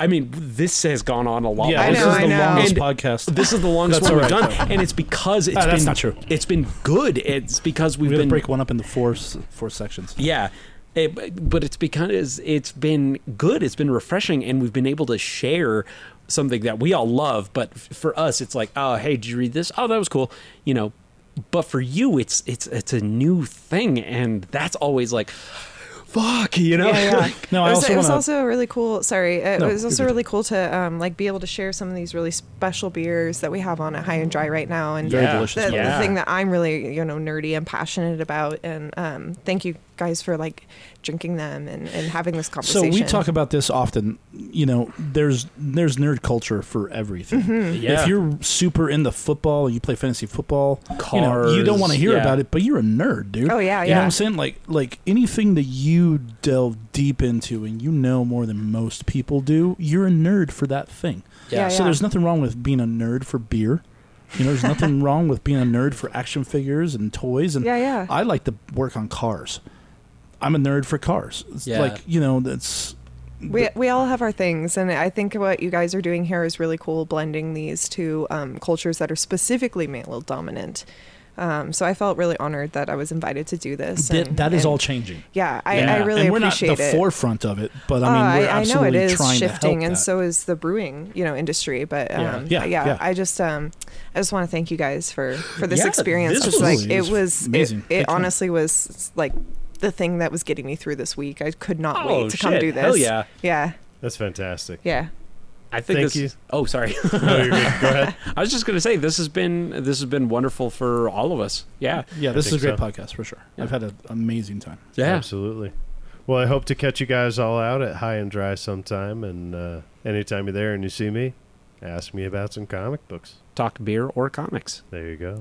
[SPEAKER 3] I mean, this has gone on a lot.
[SPEAKER 2] yeah,
[SPEAKER 4] I
[SPEAKER 2] this
[SPEAKER 4] know,
[SPEAKER 2] is
[SPEAKER 4] I
[SPEAKER 2] the
[SPEAKER 4] know.
[SPEAKER 2] longest
[SPEAKER 3] And
[SPEAKER 2] podcast.
[SPEAKER 3] This is the longest
[SPEAKER 2] That's
[SPEAKER 3] one we've
[SPEAKER 2] all right,
[SPEAKER 3] done,
[SPEAKER 2] though.
[SPEAKER 3] and it's because it's
[SPEAKER 2] Ah,
[SPEAKER 3] been
[SPEAKER 2] that's not true.
[SPEAKER 3] It's been good. It's because we've
[SPEAKER 2] we had to
[SPEAKER 3] been
[SPEAKER 2] break one up into four s- four sections.
[SPEAKER 3] yeah. Eh, b- but it's because it's been good, it's been refreshing, and we've been able to share something that we all love. But f- for us, it's like, oh, hey, did you read this? Oh, that was cool, you know. But for you, it's it's it's a new thing, and that's always like, fuck, you know. <laughs> Like,
[SPEAKER 2] <laughs> No,
[SPEAKER 4] it
[SPEAKER 2] I
[SPEAKER 4] was,
[SPEAKER 2] also
[SPEAKER 4] it was
[SPEAKER 2] wanna-
[SPEAKER 4] also really cool. Sorry, it
[SPEAKER 2] No,
[SPEAKER 4] was
[SPEAKER 2] you're
[SPEAKER 4] also
[SPEAKER 2] good.
[SPEAKER 4] really cool to um, like be able to share some of these really special beers that we have on at High and Dry right now, and
[SPEAKER 2] Very
[SPEAKER 3] Yeah.
[SPEAKER 2] delicious. by
[SPEAKER 4] the,
[SPEAKER 2] the way.
[SPEAKER 4] the thing that I'm really you know nerdy and passionate about. And um, thank you guys for like drinking them and, and having this
[SPEAKER 2] So
[SPEAKER 4] conversation.
[SPEAKER 2] we talk about this often. You know, there's there's nerd culture for everything.
[SPEAKER 4] Mm-hmm.
[SPEAKER 3] yeah.
[SPEAKER 2] If you're super into football and you play fantasy football, you, know, you don't
[SPEAKER 3] Cars,
[SPEAKER 2] want to hear
[SPEAKER 3] yeah.
[SPEAKER 2] about it, but you're a nerd, dude.
[SPEAKER 4] Oh, yeah,
[SPEAKER 2] You know what
[SPEAKER 4] yeah.
[SPEAKER 2] I'm saying? Like like anything that you delve deep into and you know more than most people do, you're a nerd for that thing.
[SPEAKER 4] Oh, Yeah,
[SPEAKER 2] so
[SPEAKER 4] yeah.
[SPEAKER 2] there's nothing wrong with being a nerd for beer. You
[SPEAKER 4] <laughs>
[SPEAKER 2] know, there's nothing wrong with being a nerd for action figures and toys and
[SPEAKER 4] Yeah, yeah.
[SPEAKER 2] I like to work on cars. I'm a nerd for cars. It's
[SPEAKER 3] Yeah.
[SPEAKER 2] like, you know, that's
[SPEAKER 4] we, we all have our things and i think what you guys are doing here is really cool blending these two um, cultures that are specifically male dominant Um, so I felt really honored that I was invited to do this.
[SPEAKER 2] Th-
[SPEAKER 4] and-
[SPEAKER 2] that is
[SPEAKER 4] and-
[SPEAKER 2] all changing.
[SPEAKER 4] Yeah, I, I
[SPEAKER 2] Yeah.
[SPEAKER 4] really
[SPEAKER 2] and we're
[SPEAKER 4] appreciate
[SPEAKER 2] not the
[SPEAKER 4] it.
[SPEAKER 2] forefront of it, but I mean,
[SPEAKER 4] Uh,
[SPEAKER 2] we're
[SPEAKER 4] I, I know
[SPEAKER 2] absolutely
[SPEAKER 4] it is
[SPEAKER 2] trying
[SPEAKER 4] shifting,
[SPEAKER 2] to help
[SPEAKER 4] and
[SPEAKER 2] that.
[SPEAKER 4] so is the brewing, you know, industry. But um,
[SPEAKER 2] Yeah.
[SPEAKER 4] but
[SPEAKER 2] Yeah,
[SPEAKER 4] yeah,
[SPEAKER 2] yeah.
[SPEAKER 4] I just, um, I just want to thank you guys for for this
[SPEAKER 3] Yeah,
[SPEAKER 4] experience.
[SPEAKER 2] this
[SPEAKER 4] It's like
[SPEAKER 2] was-
[SPEAKER 4] it was,
[SPEAKER 2] amazing.
[SPEAKER 4] It,
[SPEAKER 2] Big
[SPEAKER 4] it
[SPEAKER 2] time.
[SPEAKER 4] honestly was like the thing that was getting me through this week. I could not
[SPEAKER 3] Oh,
[SPEAKER 4] wait to come
[SPEAKER 3] shit.
[SPEAKER 4] do this.
[SPEAKER 3] Hell yeah.
[SPEAKER 4] yeah,
[SPEAKER 1] That's fantastic.
[SPEAKER 4] yeah.
[SPEAKER 3] I think
[SPEAKER 1] Thank
[SPEAKER 3] this.
[SPEAKER 1] you.
[SPEAKER 3] Oh, sorry. <laughs>
[SPEAKER 1] No, you're good.
[SPEAKER 2] <laughs>
[SPEAKER 1] Go ahead.
[SPEAKER 3] I was just gonna say this has been this has been wonderful for all of us. Yeah.
[SPEAKER 2] yeah, this is a
[SPEAKER 1] think
[SPEAKER 2] great
[SPEAKER 1] so.
[SPEAKER 2] podcast for sure. I've had an amazing time.
[SPEAKER 3] Yeah.
[SPEAKER 1] Absolutely. Well, I hope to catch you guys all out at High and Dry sometime. And uh, anytime you're there and you see me, ask me about some comic books.
[SPEAKER 3] Talk beer or comics.
[SPEAKER 1] There you go.